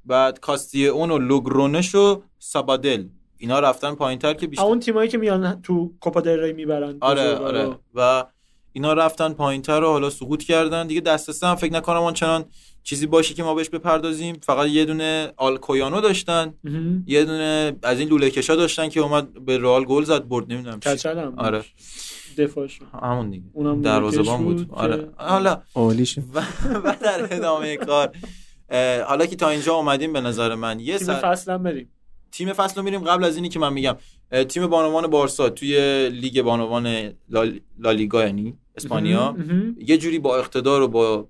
[SPEAKER 2] بعد کاستی اون و لوگرونش و سابادل اینا رفتن پایین تر که
[SPEAKER 3] آه،
[SPEAKER 2] بیشتر
[SPEAKER 3] اون تیمایی که میان تو کوپا دل ری میبرن
[SPEAKER 2] آره
[SPEAKER 3] بزرگا رو.
[SPEAKER 2] آره و اینا رفتن پایین تر و حالا سقوط کردن دیگه دسترسی هم فکر نکنم اون چنان چیزی باشه که ما بهش بپردازیم فقط یه دونه آلکویانو داشتن
[SPEAKER 3] مهم.
[SPEAKER 2] یه دونه از این لوله کشا داشتن که اومد به رئال گل زد برد نمیدونم چی
[SPEAKER 3] کچل هم بود.
[SPEAKER 2] آره
[SPEAKER 3] دفاعشون
[SPEAKER 2] همون دیگه
[SPEAKER 3] اونم
[SPEAKER 2] دروازه‌بان
[SPEAKER 3] لوله کش
[SPEAKER 2] بود
[SPEAKER 3] بود
[SPEAKER 2] آره
[SPEAKER 3] که-
[SPEAKER 2] حالا
[SPEAKER 1] عالی شد
[SPEAKER 2] و, و در ادامه کار اه، حالا که تا اینجا اومدیم به نظر من یه
[SPEAKER 3] تیم
[SPEAKER 2] سر-
[SPEAKER 3] فصل هم بریم
[SPEAKER 2] تیم فصل رو میریم قبل از اینی که من میگم اه، تیم بانوان بارسا توی لیگ بانوان لا- لالیگا یعنی اسپانیا
[SPEAKER 3] مهم. مهم.
[SPEAKER 2] یه جوری با اقتدار و با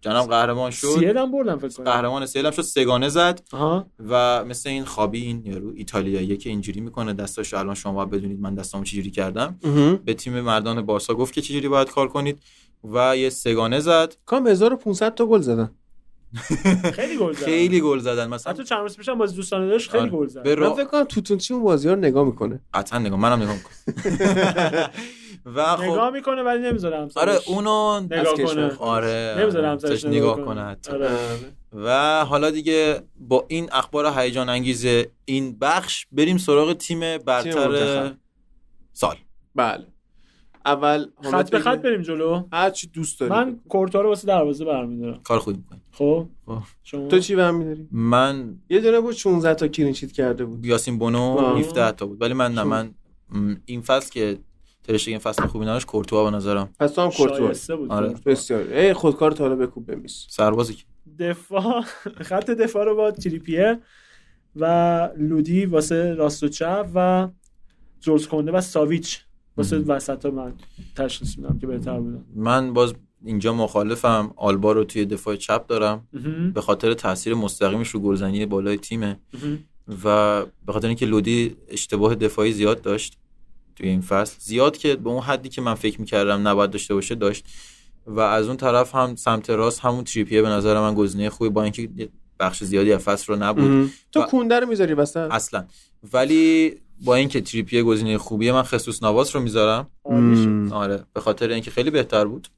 [SPEAKER 2] جناب قهرمان شد
[SPEAKER 3] سیل هم بردم فکر کنم
[SPEAKER 2] قهرمان سیلم شد سگانه زد
[SPEAKER 3] آها
[SPEAKER 2] و مثل این خابی این یارو ایتالیاییه که اینجوری میکنه دستاشو الان شما باید بدونید من دستامو چجوری کردم به تیم مردان بارسا گفت که چجوری باید کار کنید و یه سگانه زد
[SPEAKER 1] کام 1500 تا گل زدن
[SPEAKER 3] خیلی گل زد
[SPEAKER 2] خیلی گل زدن مثلا
[SPEAKER 3] حتی چند روز پیشم باز دوستانه داشت خیلی
[SPEAKER 2] آره.
[SPEAKER 3] گل زد
[SPEAKER 2] به
[SPEAKER 1] من
[SPEAKER 2] را...
[SPEAKER 1] فکر کنم توتونچی اون بازی ها رو نگاه میکنه
[SPEAKER 2] قطعا نگاه منم نگاه میکنم و خب
[SPEAKER 3] نگاه میکنه ولی نمیذاره همسرش
[SPEAKER 2] آره اونو
[SPEAKER 1] از
[SPEAKER 3] نگاه
[SPEAKER 1] کشور
[SPEAKER 3] کنه
[SPEAKER 1] خارج.
[SPEAKER 2] آره
[SPEAKER 3] نمیذاره همسرش
[SPEAKER 2] داشت نگاه کنه حتی.
[SPEAKER 3] آره.
[SPEAKER 2] و حالا دیگه با این اخبار هیجان انگیز این بخش بریم سراغ تیم برتر
[SPEAKER 1] منتخب.
[SPEAKER 2] سال
[SPEAKER 1] بله اول حامد
[SPEAKER 3] خط به خط
[SPEAKER 1] بگه.
[SPEAKER 3] بریم جلو
[SPEAKER 1] هر چی دوست داری
[SPEAKER 3] من کورتا رو واسه دروازه برمیدارم
[SPEAKER 2] کار خودی میکنیم
[SPEAKER 3] خب
[SPEAKER 2] آه.
[SPEAKER 3] شما
[SPEAKER 1] تو چی به هم می‌داری؟
[SPEAKER 2] من
[SPEAKER 1] یه دونه بود 16 تا کلینشیت کرده بود
[SPEAKER 2] یاسین بونو
[SPEAKER 1] آه.
[SPEAKER 2] 17 تا بود ولی من نه
[SPEAKER 1] شما.
[SPEAKER 2] من م، این فصل که ترشتگ این فصل خوبی نداشت کورتوا به نظرم
[SPEAKER 1] پس تو هم کورتوا
[SPEAKER 3] شایسته بود
[SPEAKER 2] آره.
[SPEAKER 3] کورتوا.
[SPEAKER 1] بسیار ای خودکار تا حالا بکوب بمیس
[SPEAKER 2] سربازی که
[SPEAKER 3] دفاع خط دفاع رو با تریپیه و لودی واسه راست و چپ و جورج کنده و ساویچ واسه وسط ها من تشخیص میدم که بهتر بودن
[SPEAKER 2] من باز اینجا مخالفم آلبا رو توی دفاع چپ دارم
[SPEAKER 3] مهم.
[SPEAKER 2] به خاطر تاثیر مستقیمش رو گلزنی بالای تیمه
[SPEAKER 3] مهم.
[SPEAKER 2] و به خاطر اینکه لودی اشتباه دفاعی زیاد داشت توی این فصل زیاد که به اون حدی که من فکر میکردم نباید داشته باشه داشت و از اون طرف هم سمت راست همون تریپیه به نظر من گزینه خوبی با اینکه یه بخش زیادی از فصل رو نبود
[SPEAKER 1] تو
[SPEAKER 2] و-
[SPEAKER 1] کونده رو میذاری وسط
[SPEAKER 2] اصلا ولی با اینکه تریپیه گزینه خوبیه من خصوص نواس رو میذارم
[SPEAKER 3] عالی شد.
[SPEAKER 2] آره به خاطر اینکه خیلی بهتر بود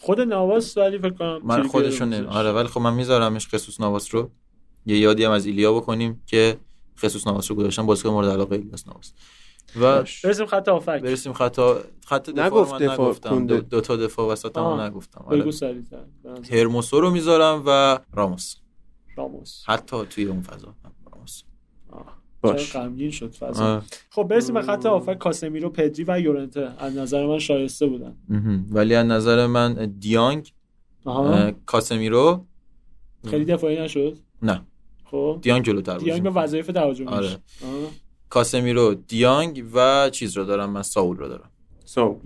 [SPEAKER 3] خود نواس ولی فکر کنم
[SPEAKER 2] من
[SPEAKER 3] تریپیه
[SPEAKER 2] خودشون
[SPEAKER 3] رو
[SPEAKER 2] نمی-
[SPEAKER 3] می‌ذاشت.
[SPEAKER 2] آره ولی خب من میذارمش خصوص نواس رو یه یادی هم از ایلیا بکنیم که خصوص نواس رو گذاشتم بازیکن مورد علاقه ایلیاس نواس و
[SPEAKER 3] برسیم خط آفک
[SPEAKER 2] برسیم خط خط دفاع رو
[SPEAKER 1] نگفت
[SPEAKER 2] من
[SPEAKER 1] دفاع،
[SPEAKER 2] نگفتم
[SPEAKER 1] کونده.
[SPEAKER 2] دو, دو تا دفاع وسط هم
[SPEAKER 3] آه.
[SPEAKER 2] نگفتم
[SPEAKER 3] بگو
[SPEAKER 2] آره.
[SPEAKER 3] سریع‌تر.
[SPEAKER 2] هرموسو رو میذارم و راموس
[SPEAKER 3] راموس
[SPEAKER 2] حتی توی اون فضا هم راموس
[SPEAKER 3] آه.
[SPEAKER 1] باش.
[SPEAKER 3] چرا غمگین شد فضا
[SPEAKER 2] آه.
[SPEAKER 3] خب برسیم به خط آفک کاسمیرو پدری و یورنته از نظر من شایسته بودن
[SPEAKER 2] مهم. ولی از نظر من دیانگ
[SPEAKER 3] آها
[SPEAKER 2] اه، کاسمیرو
[SPEAKER 3] خیلی دفاعی نشد
[SPEAKER 2] نه
[SPEAKER 3] خب
[SPEAKER 2] دیانگ جلوتر بود
[SPEAKER 3] دیانگ به وظایف تهاجمیش
[SPEAKER 2] آره.
[SPEAKER 3] آه.
[SPEAKER 2] کاسمیرو دیانگ و چیز رو دارم من ساول رو دارم
[SPEAKER 1] سو
[SPEAKER 3] مم.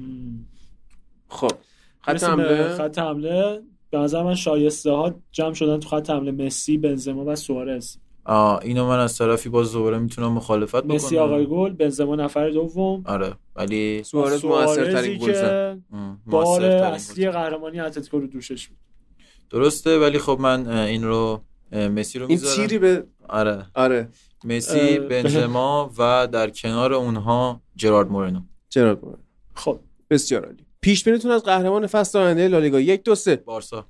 [SPEAKER 1] خب خط
[SPEAKER 3] برسیم به
[SPEAKER 1] حمله
[SPEAKER 3] خط حمله به نظر من شایسته ها جمع شدن تو خط حمله مسی بنزما و سوارز
[SPEAKER 2] آه، اینو من از طرفی باز دوباره میتونم مخالفت بکنم
[SPEAKER 3] مسی آقای گل بنزما نفر دوم
[SPEAKER 2] آره ولی
[SPEAKER 1] سوارز موثرترین
[SPEAKER 3] سوارزی
[SPEAKER 1] گل زد
[SPEAKER 3] که
[SPEAKER 2] ام،
[SPEAKER 3] بار
[SPEAKER 2] موثرترین بود.
[SPEAKER 3] اصلی قهرمانی اتلتیکو رو دوشش بود
[SPEAKER 2] درسته ولی خب من اه، این رو اه، مسی رو
[SPEAKER 1] این
[SPEAKER 2] میذارم
[SPEAKER 1] تیری به
[SPEAKER 2] آره
[SPEAKER 1] آره
[SPEAKER 2] مسی
[SPEAKER 3] اه.
[SPEAKER 2] بنزما و در کنار اونها جرارد مورنو
[SPEAKER 1] جناب مهندس.
[SPEAKER 3] خب
[SPEAKER 1] بسیار عالی پیش بینیتون از قهرمان فصل آینده لالیگا یک دو سه
[SPEAKER 2] بارسا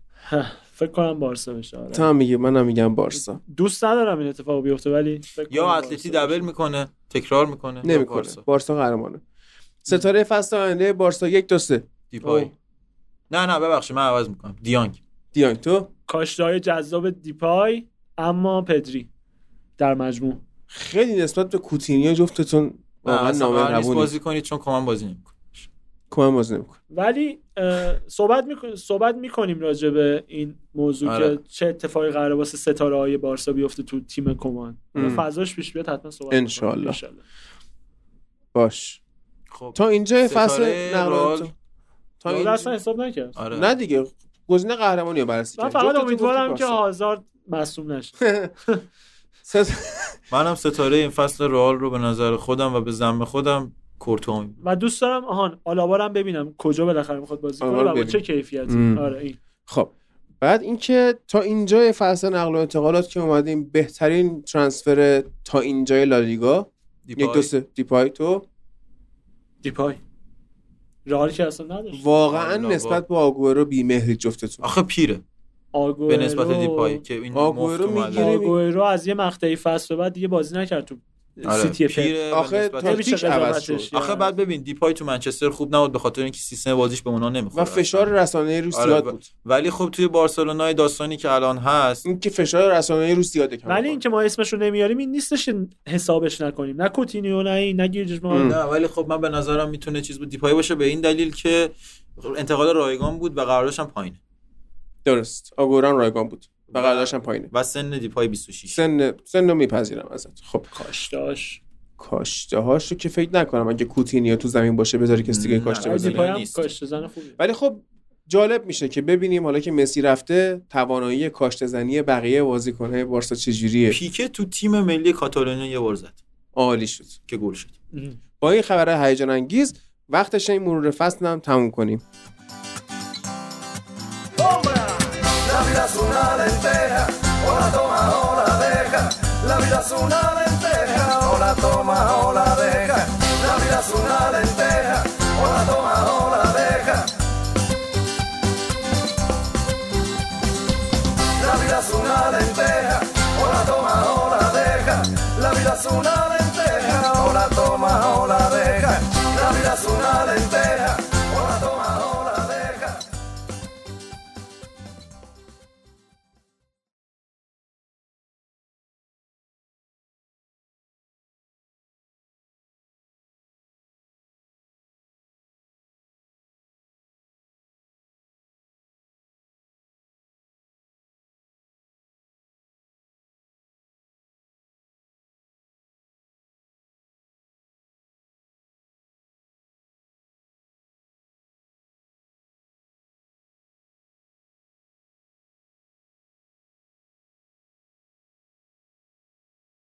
[SPEAKER 3] فکر کنم بارسا بشه آره.
[SPEAKER 1] تا هم میگه منم میگم بارسا
[SPEAKER 3] دوست ندارم این اتفاق بیفته ولی فکر
[SPEAKER 2] یا
[SPEAKER 3] کنم
[SPEAKER 2] اتلتی
[SPEAKER 3] بارسا
[SPEAKER 2] دبل
[SPEAKER 3] بشه.
[SPEAKER 2] میکنه تکرار میکنه یا
[SPEAKER 1] نمیکنه خب.
[SPEAKER 2] بارسا
[SPEAKER 1] بارسا قهرمانه ستاره فصل آینده بارسا یک دو سه
[SPEAKER 2] دیپای
[SPEAKER 1] اوه.
[SPEAKER 2] نه نه ببخشید من عوض میکنم دیانگ
[SPEAKER 1] دیانگ تو
[SPEAKER 3] کاشتهای جذاب دیپای اما پدری در مجموع
[SPEAKER 1] خیلی نسبت به کوتینیو جفتتون واقعا
[SPEAKER 2] اصلا قرار نیست
[SPEAKER 1] نامهربونی
[SPEAKER 2] بازی کنید چون کمان بازی نمیکنه
[SPEAKER 1] کمم باز نمیکن
[SPEAKER 3] ولی اه، صحبت میکنیم صحبت میکنیم راجع به این موضوع
[SPEAKER 2] آره.
[SPEAKER 3] که چه اتفاقی قراره واسه ستاره های بارسا بیفته تو تیم کمان
[SPEAKER 1] ام.
[SPEAKER 3] فضاش پیش بیاد حتما صحبت
[SPEAKER 1] انشالله.
[SPEAKER 3] می‌کنیم.
[SPEAKER 1] باش
[SPEAKER 2] خب
[SPEAKER 1] تا اینجا فصل
[SPEAKER 2] ستاره،
[SPEAKER 1] نقل
[SPEAKER 2] رال.
[SPEAKER 1] تو. تا
[SPEAKER 3] رال اصلا
[SPEAKER 1] اینجا...
[SPEAKER 3] حساب نکرد
[SPEAKER 2] آره
[SPEAKER 1] نه دیگه گزینه قهرمانی رو بررسی
[SPEAKER 3] من
[SPEAKER 1] کرد
[SPEAKER 3] فقط
[SPEAKER 1] جفتتون
[SPEAKER 3] امیدوارم
[SPEAKER 1] گفتید
[SPEAKER 3] که
[SPEAKER 1] بارسا.
[SPEAKER 3] هازارد مصوم نشه
[SPEAKER 1] ست-
[SPEAKER 2] منم ستاره این فصل رئال رو به نظر خودم و به ذم خودم کورتوا می‌بینم.
[SPEAKER 3] و دوست دارم آهان آلابا رو هم ببینم کجا بالاخره میخواد بازی کنه
[SPEAKER 1] آلابا رو
[SPEAKER 3] و با چه
[SPEAKER 1] ببینیم.
[SPEAKER 3] کیفیتی
[SPEAKER 1] ام.
[SPEAKER 3] آره این
[SPEAKER 1] خب بعد اینکه تا اینجا فصل نقل و انتقالات که اومدیم بهترین ترانسفر تا اینجای لالیگا
[SPEAKER 2] دیپای.
[SPEAKER 1] یک دو سه دیپای تو
[SPEAKER 3] دیپای رئال که اصلا نداشت
[SPEAKER 1] واقعا
[SPEAKER 2] آلا با.
[SPEAKER 1] نسبت به آگورو بیمهری جفتتون
[SPEAKER 2] آره، آخه پیره
[SPEAKER 3] آگوئرو
[SPEAKER 2] به نسبت دیپای که این
[SPEAKER 1] آگوئرو
[SPEAKER 2] مفت اومده.
[SPEAKER 1] می‌گیره.
[SPEAKER 3] آگوئرو از یه مقطعی فصل به بعد دیگه بازی نکرد تو
[SPEAKER 2] آره،
[SPEAKER 3] سیتی پپ
[SPEAKER 2] پیره به
[SPEAKER 1] آخه
[SPEAKER 2] نسبت-
[SPEAKER 3] نمیشه
[SPEAKER 1] تاکتیک عوض شد
[SPEAKER 3] قضاوتش کرد.
[SPEAKER 2] آخه بعد ببین دیپای تو منچستر خوب نبود به خاطر اینکه سیستم بازیش به اونا نمیخوره
[SPEAKER 1] و فشار رسانه رو
[SPEAKER 2] آره،
[SPEAKER 1] زیاد
[SPEAKER 2] و-
[SPEAKER 1] بود
[SPEAKER 2] ولی خب توی بارسلونای داستانی که الان هست
[SPEAKER 1] اینکه فشار رسانه رو زیاده کم
[SPEAKER 3] ولی اینکه ما اسمش رو نمیاریم این نیستش که حسابش نکنیم نه کوتینیو نه این نه گیرجمان
[SPEAKER 2] نه ولی خب من به نظرم میتونه چیز بود دیپای باشه به این دلیل که انتقال رایگان بود و قراردادش هم پایینه
[SPEAKER 1] درست آگوران رایگان بود و قراردادش هم پایینه
[SPEAKER 2] و سن دیپای 26
[SPEAKER 1] سن سن رو میپذیرم ازت خب
[SPEAKER 3] کاشتاش
[SPEAKER 1] کاشته هاش رو که فکر نکنم اگه کوتینیو تو زمین باشه بذاری کسی دیگه
[SPEAKER 2] نه.
[SPEAKER 1] کاشته
[SPEAKER 2] آره،
[SPEAKER 1] بزنه
[SPEAKER 3] دیپای هم
[SPEAKER 2] نیست.
[SPEAKER 3] کاشته زن خوبیه
[SPEAKER 1] ولی خب جالب میشه که ببینیم حالا که مسی رفته توانایی کاشته زنی بقیه بازیکن‌های بارسا چجوریه
[SPEAKER 4] پیکه تو تیم ملی کاتالونیا یه بار زد
[SPEAKER 1] عالی شد
[SPEAKER 4] که گل شد
[SPEAKER 1] با این خبر هیجان انگیز وقتش این مرور فصل هم تموم کنیم
[SPEAKER 9] La vida es una lenteja, o la toma o la deja. La vida es una lenteja, o la toma o la deja. La vida es una lenteja, o la toma o la deja. La vida es una lenteja, o la toma o la deja. La vida es una lenteja.